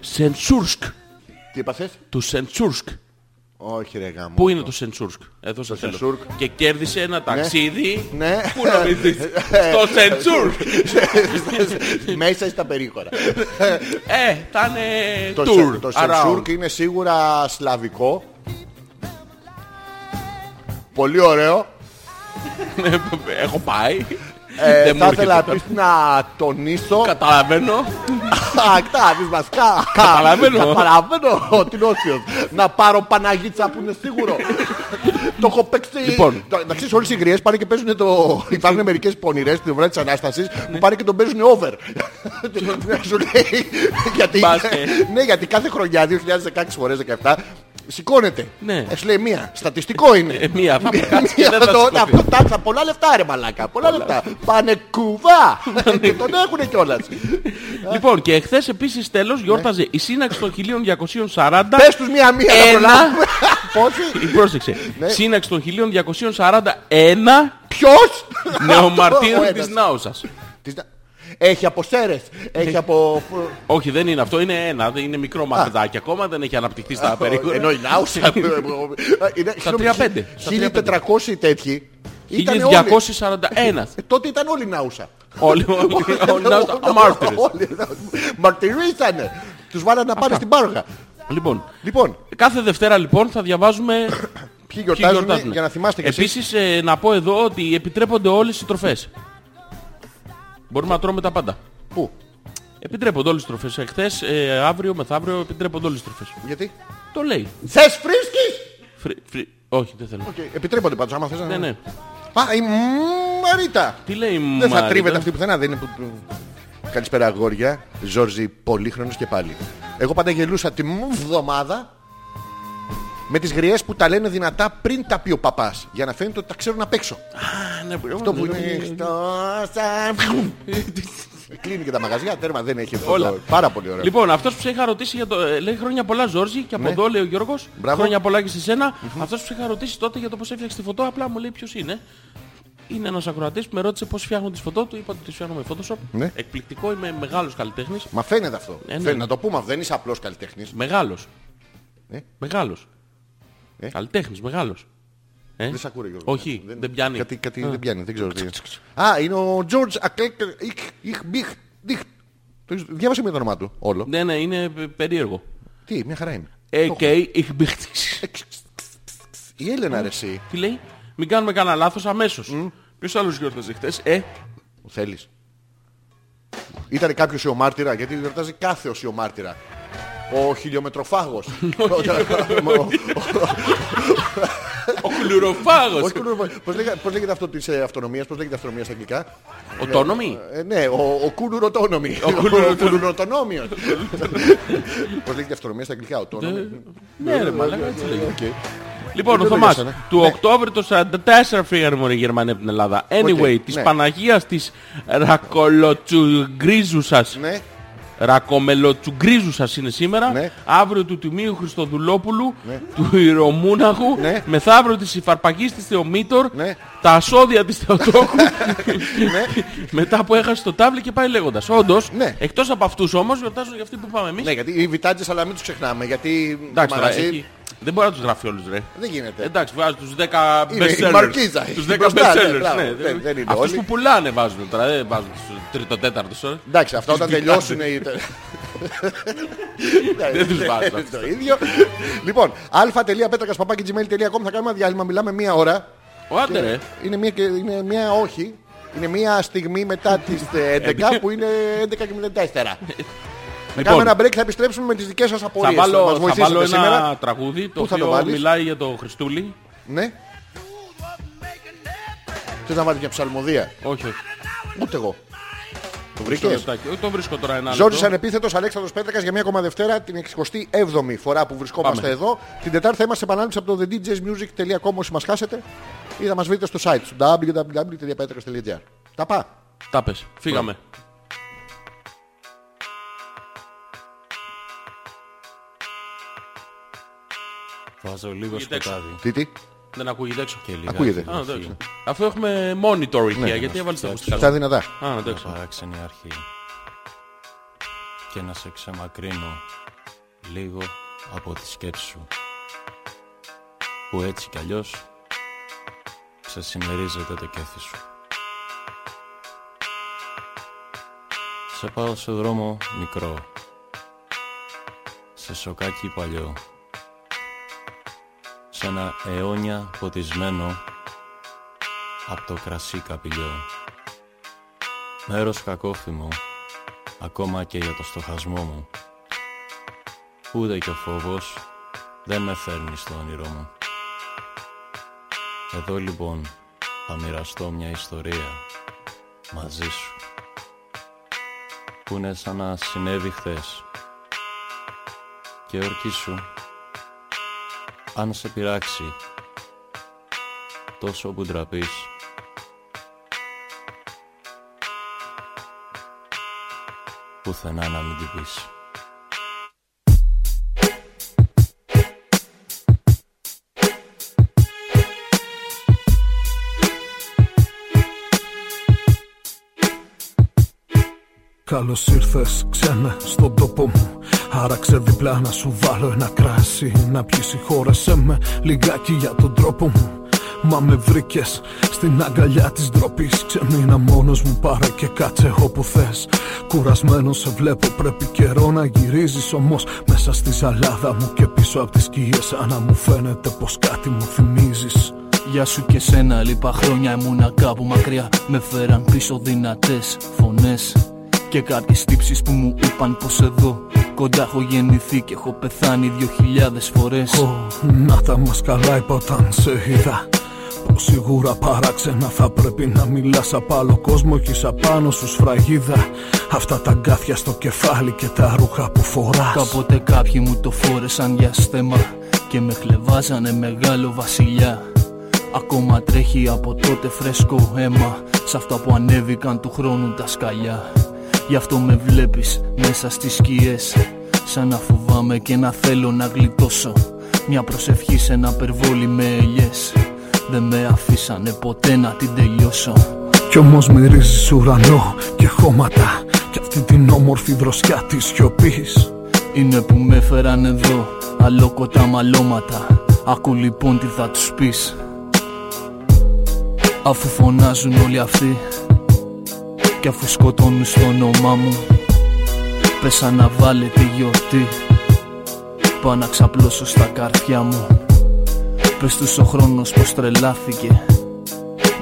[SPEAKER 3] Σεντσούρσκ.
[SPEAKER 2] Τι είπασες?
[SPEAKER 3] Του Σεντσούρσκ.
[SPEAKER 2] Όχι ρε γάμο. *laughs*
[SPEAKER 3] Πού είναι το Σεντσούρσκ. Εδώ σας θέλω.
[SPEAKER 2] Σεντσούρσκ.
[SPEAKER 3] Και κέρδισε ένα ταξίδι.
[SPEAKER 2] Ναι.
[SPEAKER 3] Πού να μην δεις. Στο Σεντσούρσκ.
[SPEAKER 2] Μέσα στα
[SPEAKER 3] *laughs*
[SPEAKER 2] περίχωρα.
[SPEAKER 3] Ε, θα είναι
[SPEAKER 2] Το
[SPEAKER 3] tour.
[SPEAKER 2] σε- Το
[SPEAKER 3] around.
[SPEAKER 2] Σενσούρκ είναι σίγουρα σλαβικό. Πολύ ωραίο.
[SPEAKER 3] Ναι, Έχω πάει.
[SPEAKER 2] Ε,
[SPEAKER 3] Δεν μου
[SPEAKER 2] θα ήθελα
[SPEAKER 3] έρχεται.
[SPEAKER 2] επίσης να τονίσω
[SPEAKER 3] Καταλαβαίνω.
[SPEAKER 2] Αυτά, δεις βασικά.
[SPEAKER 3] Καταλαβαίνω.
[SPEAKER 2] Καταλαβαίνω ότι είναι όσιος. Να πάρω Παναγίτσα που είναι σίγουρο. το έχω παίξει.
[SPEAKER 3] Λοιπόν.
[SPEAKER 2] Το- Να ξέρεις όλες οι γριές πάνε και παίζουν το... Υπάρχουν μερικές πονηρές την ώρα της Ανάστασης
[SPEAKER 3] Ναι.
[SPEAKER 2] που πάνε και τον παίζουν over. Σου λέει. γιατί,
[SPEAKER 3] Μπάστε.
[SPEAKER 2] ναι, γιατί κάθε χρονιά, 2016 φορές 17, Σηκώνεται.
[SPEAKER 3] Ναι.
[SPEAKER 2] Ε, σου λέει μία. Στατιστικό είναι.
[SPEAKER 3] Ε, μία, θα
[SPEAKER 2] Μία,
[SPEAKER 3] κάτσει και δεν θα
[SPEAKER 2] *laughs* το-
[SPEAKER 3] σηκωθεί.
[SPEAKER 2] τα- τα- τα- Πολλά λεφτά ρε μαλάκα. Πολλά λεφτά. Πάνε κουβά. Και τον έχουνε κιόλας.
[SPEAKER 3] Λοιπόν, και εχθές επίσης τέλος γιόρταζε η σύναξη των 1240.
[SPEAKER 2] Πες τους μία-μία να
[SPEAKER 3] Ένα.
[SPEAKER 2] προλάβουμε. Πόσοι.
[SPEAKER 3] Ή, Πρόσεξε. Σύναξη των 1241
[SPEAKER 2] Ποιος. Ο
[SPEAKER 3] νεομαρτύρων
[SPEAKER 2] ένας.
[SPEAKER 3] της Νάουσας.
[SPEAKER 2] Της να- Έχει από Σέρες.
[SPEAKER 3] Ναι.
[SPEAKER 2] Έχει από...
[SPEAKER 3] Όχι, δεν είναι αυτό, είναι ένα. Δεν είναι μικρό μαθητάκι ακόμα, δεν έχει αναπτυχθεί στα περίπου.
[SPEAKER 2] Ενώ η Νάουσα. Είναι- συγγνώμη,
[SPEAKER 3] 3-5.
[SPEAKER 2] 1400 τέτοιοι. Ήτανε όλοι.
[SPEAKER 3] 1241.
[SPEAKER 2] Ε, Τότε ήταν όλοι Νάουσα.
[SPEAKER 3] *laughs* Όλοι
[SPEAKER 2] *laughs*
[SPEAKER 3] όλοι να- αμάρτυρες.
[SPEAKER 2] Όλοι Νάουσα. Μαρτυρήσανε. Τους βάλανε να πάνε στην Πάργα.
[SPEAKER 3] Λοιπόν,
[SPEAKER 2] Λοιπόν,
[SPEAKER 3] κάθε Δευτέρα λοιπόν θα
[SPEAKER 2] *coughs*
[SPEAKER 3] διαβάζουμε.
[SPEAKER 2] ποιοι γιορτάζουν για να θυμάστε κι εσείς.
[SPEAKER 3] Επίσης, ε, να πω εδώ ότι επιτρέπονται όλες οι τροφές. Μπορούμε να τρώμε τα πάντα.
[SPEAKER 2] Πού,
[SPEAKER 3] Επιτρέπονται όλες τις τροφές. Εχθές, ε, αύριο, μεθαύριο επιτρέπονται όλες τις τροφές.
[SPEAKER 2] γιατί.
[SPEAKER 3] Το λέει.
[SPEAKER 2] Θες φρίσκεις.
[SPEAKER 3] Φρι- φρι- Όχι, δεν θέλω.
[SPEAKER 2] Οκ, Επιτρέπονται πάντως άμα θες να...
[SPEAKER 3] Ναι, ναι.
[SPEAKER 2] Α, η Μαρίτα.
[SPEAKER 3] Τι λέει η
[SPEAKER 2] Δεν θα
[SPEAKER 3] Μαρίτα?
[SPEAKER 2] τρίβεται αυτή πουθενά, δεν είναι που... Καλησπέρα αγόρια, Ζόρζι, πολύχρονος και πάλι. Εγώ πάντα γελούσα τη μου βδομάδα με τις γριές που τα λένε δυνατά πριν τα πει ο παπάς, για να φαίνεται ότι τα ξέρουν απ' έξω.
[SPEAKER 3] Α, ναι,
[SPEAKER 2] Αυτό που είναι... Χριστός, α, φιου. Κλείνει και τα μαγαζιά, τέρμα δεν έχει αυτό.
[SPEAKER 3] Όλα.
[SPEAKER 2] το- Πάρα πολύ ωραίο.
[SPEAKER 3] Λοιπόν, αυτός που σε είχα ρωτήσει για το. ε, Λέει χρόνια πολλά, Ζόρζι, και από εδώ λέει ο Γιώργος.
[SPEAKER 2] Ναι. Μπράβο.
[SPEAKER 3] Χρόνια πολλά και σε σένα. Αυτός που σε είχα ρωτήσει τότε για το πώς έφτιαξε τη φωτό, απλά μου λέει ποιος είναι. Είναι ένας ακροατής που με ρώτησε πώς φτιάχνω τη φωτό, του είπα ότι τη φτιάχνω με Photoshop.
[SPEAKER 2] Ναι.
[SPEAKER 3] Εκπληκτικό, είμαι μεγάλος καλλιτέχνης.
[SPEAKER 2] Μα φαίνεται αυτό.
[SPEAKER 3] Ε, ναι.
[SPEAKER 2] Φαίνεται, να το πούμε, αυτό. δεν είσαι απλός καλλιτέχνης.
[SPEAKER 3] Μεγάλος.
[SPEAKER 2] Ε.
[SPEAKER 3] Μεγάλος.
[SPEAKER 2] Ε.
[SPEAKER 3] Καλλιτέχνης, μεγάλος.
[SPEAKER 2] Δεν σε ακούω, Γιώργο.
[SPEAKER 3] Ε. Όχι, δεν, πιάνει.
[SPEAKER 2] Κάτι, κάτι δεν πιάνει, δεν ξέρω τι. είναι. Α, είναι ο George Ακλέκ. Διάβασε με το όνομά του όλο.
[SPEAKER 3] Ναι, Ε, ναι, είναι πε- περίεργο.
[SPEAKER 2] Τι, μια χαρά είναι. Το Ε, έχω.
[SPEAKER 3] AK, ich bin dich.
[SPEAKER 2] Η Έλενα ρε εσύ.
[SPEAKER 3] Τι λέει, μην κάνουμε κανένα λάθος αμέσως. Ποιος άλλος γιόρταζε χτες, Ε,
[SPEAKER 2] Θέλεις. Ήταν κάποιο ιωμάρτυρα, γιατί γιορτάζει κάθε ως ιωμάρτυρα. Ο
[SPEAKER 3] *laughs*
[SPEAKER 2] χιλιομετροφάγος.
[SPEAKER 3] ο κλουροφάγο.
[SPEAKER 2] Όχι, κουλουροφάγος. *laughs* Πώς λέγα- Πώς λέγεται αυτό της ε, αυτονομίας, πώς λέγεται αυτονομία στα αγγλικά.
[SPEAKER 3] Οτόνομη.
[SPEAKER 2] Ε, ναι, ο, ο κουλουροτόνομη. Ο κουλουροτόνομιος. Πώς λέγεται αυτονομία στα αγγλικά, οτόνομη.
[SPEAKER 3] Ναι, ρε μαλάκα, έτσι λέγεται.
[SPEAKER 2] Οκ.
[SPEAKER 3] Λοιπόν, ο
[SPEAKER 2] Δεν το
[SPEAKER 3] Θωμάς,
[SPEAKER 2] λέγασα, ναι.
[SPEAKER 3] του
[SPEAKER 2] Ναι.
[SPEAKER 3] Οκτώβρη του 44 φύγανε μόνο οι Γερμανοί από την Ελλάδα. Anyway,
[SPEAKER 2] Οκ,
[SPEAKER 3] της
[SPEAKER 2] ναι.
[SPEAKER 3] Παναγίας της Ρακολοτσουγκρίζουσας,
[SPEAKER 2] Ναι.
[SPEAKER 3] Ρακομελοτσουγκρίζουσας είναι σήμερα,
[SPEAKER 2] Ναι.
[SPEAKER 3] αύριο του Τιμίου Χριστοδουλόπουλου, του Ιερομούναχου,
[SPEAKER 2] Ναι.
[SPEAKER 3] μεθαύριο της Υφαρπαγής της Θεομήτωρ,
[SPEAKER 2] Ναι.
[SPEAKER 3] τα ασώδια της Θεοτόκου, *laughs* μετά που έχασε το τάβλι και πάει λέγοντας. Όντως,
[SPEAKER 2] Ναι.
[SPEAKER 3] εκτός από αυτούς όμως, γιορτάζουν για αυτοί που πάμε εμείς.
[SPEAKER 2] Ναι, γιατί οι βιτάντζες αλλά μην τους ξεχνάμε. Γιατί
[SPEAKER 3] Εντάξει, τώρα,
[SPEAKER 2] μαγαζί
[SPEAKER 3] εκεί δεν μπορεί να τους γράφει όλους, ρε.
[SPEAKER 2] δεν γίνεται.
[SPEAKER 3] Εντάξει, βάζουν τους 10
[SPEAKER 2] Είναι η
[SPEAKER 3] bestsellers.
[SPEAKER 2] Μαρκίζα,
[SPEAKER 3] Τους
[SPEAKER 2] είναι
[SPEAKER 3] 10
[SPEAKER 2] μπροστά, ναι,
[SPEAKER 3] bestsellers,
[SPEAKER 2] μπράβο,
[SPEAKER 3] ναι.
[SPEAKER 2] δεν- δεν είναι
[SPEAKER 3] Αυτούς
[SPEAKER 2] όλοι.
[SPEAKER 3] που πουλάνε βάζουν τώρα, δεν βάζουν τους τρίτο-τέταρτους ώρα.
[SPEAKER 2] Εντάξει, αυτά όταν
[SPEAKER 3] Τους
[SPEAKER 2] τελειώσουν οι...
[SPEAKER 3] *laughs* Δεν τους βάζω.
[SPEAKER 2] Είναι Το ίδιο. Λοιπόν, α.πέτρακα.gmail.com θα κάνουμε ένα διάλειμμα, μιλάμε μία ώρα.
[SPEAKER 3] Ο άντε ρε.
[SPEAKER 2] Είναι μία, και- είναι μία όχι. Είναι μία στιγμή μετά τις ε, 11 που είναι 11 και 04. Θα
[SPEAKER 3] Λοιπόν,
[SPEAKER 2] κάνουμε ένα break, θα επιστρέψουμε με τις δικές σας
[SPEAKER 3] θα
[SPEAKER 2] απορίες.
[SPEAKER 3] βάλω,
[SPEAKER 2] μας
[SPEAKER 3] θα
[SPEAKER 2] βοηθήσετε
[SPEAKER 3] βάλω ένα
[SPEAKER 2] σήμερα.
[SPEAKER 3] τραγούδι το
[SPEAKER 2] Πού θα το
[SPEAKER 3] οποίο
[SPEAKER 2] βάλεις?
[SPEAKER 3] μιλάει για το Χριστούλη.
[SPEAKER 2] Ναι. Θες να βάλεις μια ψαλμοδία.
[SPEAKER 3] Όχι, όχι.
[SPEAKER 2] Ούτε εγώ. Το
[SPEAKER 3] Μισό
[SPEAKER 2] βρήκες.
[SPEAKER 3] λεπτάκι. Όχι, το βρίσκω τώρα ένα
[SPEAKER 2] Ζόρις
[SPEAKER 3] λεπτό.
[SPEAKER 2] ανεπίθετος Αλέξανδρος Πέτρακας για μια ακόμα Δευτέρα, την 67η φορά που βρισκόμαστε
[SPEAKER 3] Πάμε.
[SPEAKER 2] εδώ. Την Τετάρτη θα είμαστε επανάληψη από το thedjsmusic.com όσοι μας χάσετε ή θα μας βρείτε στο site του www.petrakas.gr. Τα πά.
[SPEAKER 3] Τα πες. Φύγαμε.
[SPEAKER 4] Βάζω λίγο
[SPEAKER 3] Βγείτε έξω.
[SPEAKER 4] σκοτάδι
[SPEAKER 2] Τι τι.
[SPEAKER 3] Δεν ακούγεται έξω.
[SPEAKER 4] και λίγα
[SPEAKER 2] Ακούγεται.
[SPEAKER 3] Α, εντάξει. Αφού έχουμε monitor ηχεία, γιατί έβαλες τα ακουστικά.
[SPEAKER 2] Ναι, Στα δυνατά.
[SPEAKER 3] Α,
[SPEAKER 4] μια
[SPEAKER 3] εντάξει.
[SPEAKER 4] παράξενη αρχή και να σε ξεμακρύνω λίγο από τη σκέψη σου που έτσι κι αλλιώς ξεσημερίζεται το κέφι σου. Σε πάω σε δρόμο μικρό σε σοκάκι παλιό σε ένα αιώνια ποτισμένο από το κρασί καπηλιό μέρος κακόφημο, ακόμα και για το στοχασμό μου. Ούτε και ο φόβος δεν με φέρνει στο όνειρό μου. Εδώ λοιπόν θα μοιραστώ μια ιστορία μαζί σου που είναι σαν να συνέβη χθες και ορκίσου Αν σε πειράξει Τόσο που ντραπείς Πουθενά να μην την πεις.
[SPEAKER 5] Καλώς ήρθες ξανά στον τόπο μου. Άραξε διπλά να σου βάλω ένα κράσι. Να πιεις συγχώρεσέ με λιγάκι για τον τρόπο μου. Μα με βρήκες στην αγκαλιά της ντροπής. Ξεμείνα μόνος μου, πάρε και κάτσε όπου θες. Κουρασμένος σε βλέπω, πρέπει καιρό να γυρίζεις. Όμως μέσα στη ζαλάδα μου και πίσω από τις σκιές. Σαν να μου φαίνεται πως κάτι μου θυμίζεις.
[SPEAKER 6] Γεια σου και σένα, λίπα χρόνια ήμουνα κάπου μακριά. Με φέραν πίσω δυνατές φωνές. Και κάποιες τύψεις που μου είπαν πως εδώ κοντά έχω γεννηθεί και έχω πεθάνει δύο χιλιάδες φορές.
[SPEAKER 5] Ω, να τα μας καλά είπα όταν σε είδα Πως σίγουρα παράξενα θα πρέπει να μιλάς απ' άλλο κόσμο και είσαι απάνω σου σφραγίδα Αυτά τα γκάθια στο κεφάλι και τα ρούχα που φοράς
[SPEAKER 6] Κάποτε κάποιοι μου το φόρεσαν για στέμα και με χλεβάζανε μεγάλο βασιλιά. Ακόμα τρέχει από τότε φρέσκο αίμα σε αυτά που ανέβηκαν του χρόνου τα σκαλιά. Γι' αυτό με βλέπεις μέσα στις σκιές Σαν να φοβάμαι και να θέλω να γλιτώσω Μια προσευχή σε ένα περβόλι με ελιές Δεν με αφήσανε ποτέ να την τελειώσω
[SPEAKER 5] Κι όμως μυρίζεις ουρανό και χώματα Κι αυτή την όμορφη δροσιά της σιωπής
[SPEAKER 6] Είναι που με έφεραν εδώ Αλόκοτα μαλώματα Ακού λοιπόν τι θα τους πεις Αφού φωνάζουν όλοι αυτοί Κι αφού σκοτώνουν στο όνομά μου Πες αναβάλλεται η γιορτή Πάω να ξαπλώσω στα καρφιά μου Πες τους ο χρόνος πως τρελάθηκε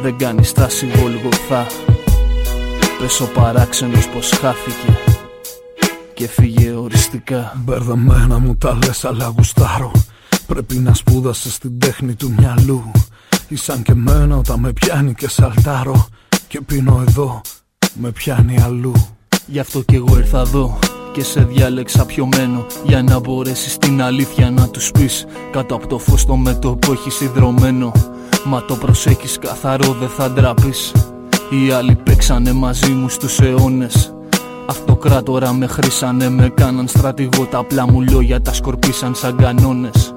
[SPEAKER 6] Δεν κάνει στάση γολγοθά Πες ο παράξενος πως χάθηκε Και φύγε οριστικά
[SPEAKER 5] Μπερδεμένα μου τα λες αλλά γουστάρω Πρέπει να σπούδασες την τέχνη του μυαλού Ή σαν και εμένα όταν με πιάνει και σαλτάρω Και πίνω εδώ, με πιάνει αλλού
[SPEAKER 6] Γι' αυτό κι εγώ ήρθα εδώ και σε διάλεξα πιωμένο Για να μπορέσεις την αλήθεια να τους πεις Κάτω από το φως το μέτωπο έχεις υδρωμένο Μα το προσέχεις καθαρό δεν θα ντραπείς Οι άλλοι παίξανε μαζί μου στους αιώνες Αυτοκράτορα με χρήσανε, με κάναν στρατηγό Τα απλά μου λόγια τα σκορπίσαν σαν κανόνες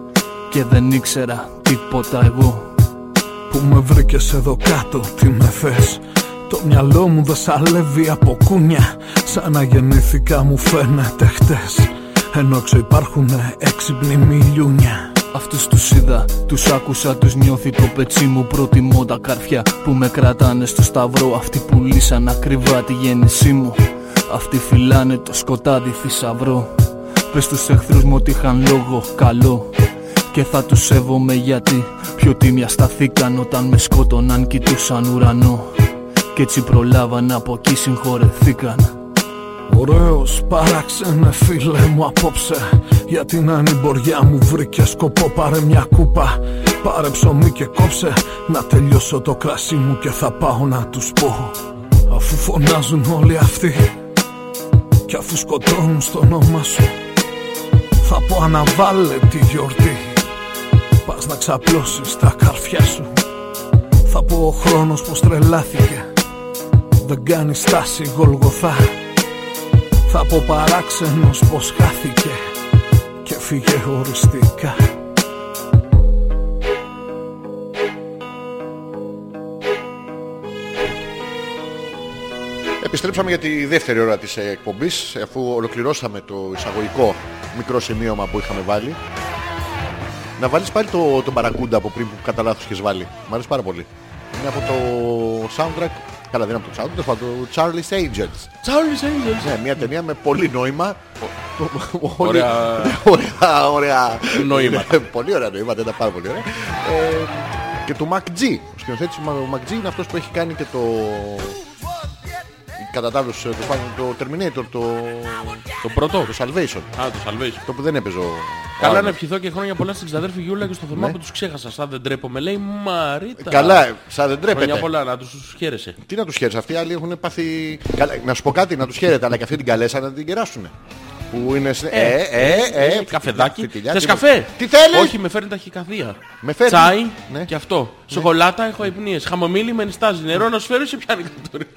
[SPEAKER 6] Και δεν ήξερα τίποτα εγώ
[SPEAKER 5] Που με βρήκες εδώ κάτω, τι με θες Το μυαλό μου δεν σαλεύει από κούνια Σαν να γεννήθηκα μου φαίνεται χτες Ενώ έξω υπάρχουνε έξυπνοι μιλιούνια
[SPEAKER 6] Αυτούς τους είδα, τους άκουσα, τους νιώθει το πετσί μου Προτιμώ τα καρφιά που με κρατάνε στο σταυρό Αυτοί πουλήσαν ακριβά τη γέννησή μου Αυτοί φυλάνε το σκοτάδι θησαυρό Πες τους εχθρούς μου ότι είχαν λόγο καλό Και θα τους σέβομαι γιατί Πιο τίμια σταθήκαν όταν με σκότωναν κοιτούσαν ουρανό Κι έτσι προλάβαν από εκεί συγχωρεθήκαν
[SPEAKER 5] Ωραίος παράξενε φίλε μου απόψε Για την ανυμποριά μου βρήκε σκοπό πάρε μια κούπα Πάρε ψωμί και κόψε Να τελειώσω το κρασί μου και θα πάω να τους πω Αφού φωνάζουν όλοι αυτοί Κι αφού σκοτώνουν στο όνομα σου Θα πω αναβάλε τη γιορτή Πας να ξαπλώσεις τα καρφιά σου Θα πω ο χρόνος πως τρελάθηκε Δεν κάνει στάση γολγοθά θα πω παράξενος πως χάθηκε και φύγε οριστικά
[SPEAKER 2] Επιστρέψαμε για τη δεύτερη ώρα της ε, εκπομπής αφού ολοκληρώσαμε το εισαγωγικό μικρό σημείωμα που είχαμε βάλει. Να βάλεις πάλι το, τον παρακούντα από πριν που κατά λάθος είχες βάλει. Μ' αρέσει πάρα πολύ. Είναι από το soundtrack, καλά δεν είναι από το soundtrack, από το Charlie's Angels.
[SPEAKER 3] Charles Angels.
[SPEAKER 2] Ναι, μια ταινία με πολύ νόημα. Όλοι-
[SPEAKER 3] Ωραία.
[SPEAKER 2] ωραία, ωραία.
[SPEAKER 3] Νοήματα.
[SPEAKER 2] πολύ ωραία νοήματα, ήταν πάρα πολύ ωραία. Ε, και του Mac G. Ο σκηνοθέτης του Mac- Mac G είναι αυτός που έχει κάνει και το... Κατά τα άλλους, το, πάνε- το Terminator, το,
[SPEAKER 3] Το πρώτο.
[SPEAKER 2] το Salvation.
[SPEAKER 3] Α, το Salvation.
[SPEAKER 2] Το που δεν έπαιζε ο...
[SPEAKER 3] Oh. Καλά
[SPEAKER 2] ο
[SPEAKER 3] να ευχηθώ και χρόνια πολλά στην ξαδέρφη Γιούλα και στο Θωμά που τους ξέχασα. Σαν δεν τρέπομαι, λέει Μαρίτα.
[SPEAKER 2] Ναι. Καλά, σαν δεν
[SPEAKER 3] Χρόνια
[SPEAKER 2] τρέπεται.
[SPEAKER 3] πολλά, να τους χαίρεσαι.
[SPEAKER 2] Τι να τους χαίρεσαι, αυτοί οι άλλοι έχουν πάθει... Καλά, να σου πω κάτι, να τους χαίρετε, αλλά και αυτή την καλέσα να την κεράσουνε. Πού είναι. σε- Ε, ε, ε.
[SPEAKER 3] Ε, καφεδάκι.
[SPEAKER 2] Φιτιλιά,
[SPEAKER 3] Θες
[SPEAKER 2] τι μου-
[SPEAKER 3] καφέ.
[SPEAKER 2] Τι θέλεις.
[SPEAKER 3] Όχι, με φέρνει ταχυκαρδία.
[SPEAKER 2] Με φέρνει.
[SPEAKER 3] Τσάι
[SPEAKER 2] Ναι.
[SPEAKER 3] και αυτό. Σοκολάτα έχω αϊπνίες. Χαμομήλι με ενστάζει. Νερό να σφαίρει και πιάνει κατούρι.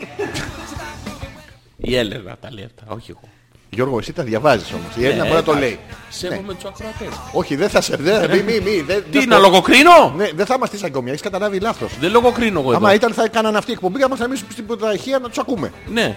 [SPEAKER 3] Η Έλενα τα λέει αυτά. Όχι εγώ.
[SPEAKER 2] Γιώργο, εσύ τα διαβάζεις όμως. Η Έλληνα
[SPEAKER 3] Ναι,
[SPEAKER 2] μπορεί να το λέει.
[SPEAKER 3] Σέβομαι τους ακροατές.
[SPEAKER 2] Όχι, δεν θα σε. δεν- Μη, μη, μη. δεν-
[SPEAKER 3] Ναι. Τι
[SPEAKER 2] δεν-
[SPEAKER 3] να λογοκρίνω!
[SPEAKER 2] Ναι, δεν θα είμαστε σαγκόμια, έχει καταλάβει λάθος.
[SPEAKER 3] Δεν λογοκρίνω εγώ
[SPEAKER 2] Άμα
[SPEAKER 3] εδώ.
[SPEAKER 2] ήταν, θα έκαναν αυτή η εκπομπή για να μα εμείς στην πρωταρχία να τους ακούμε.
[SPEAKER 3] Ναι.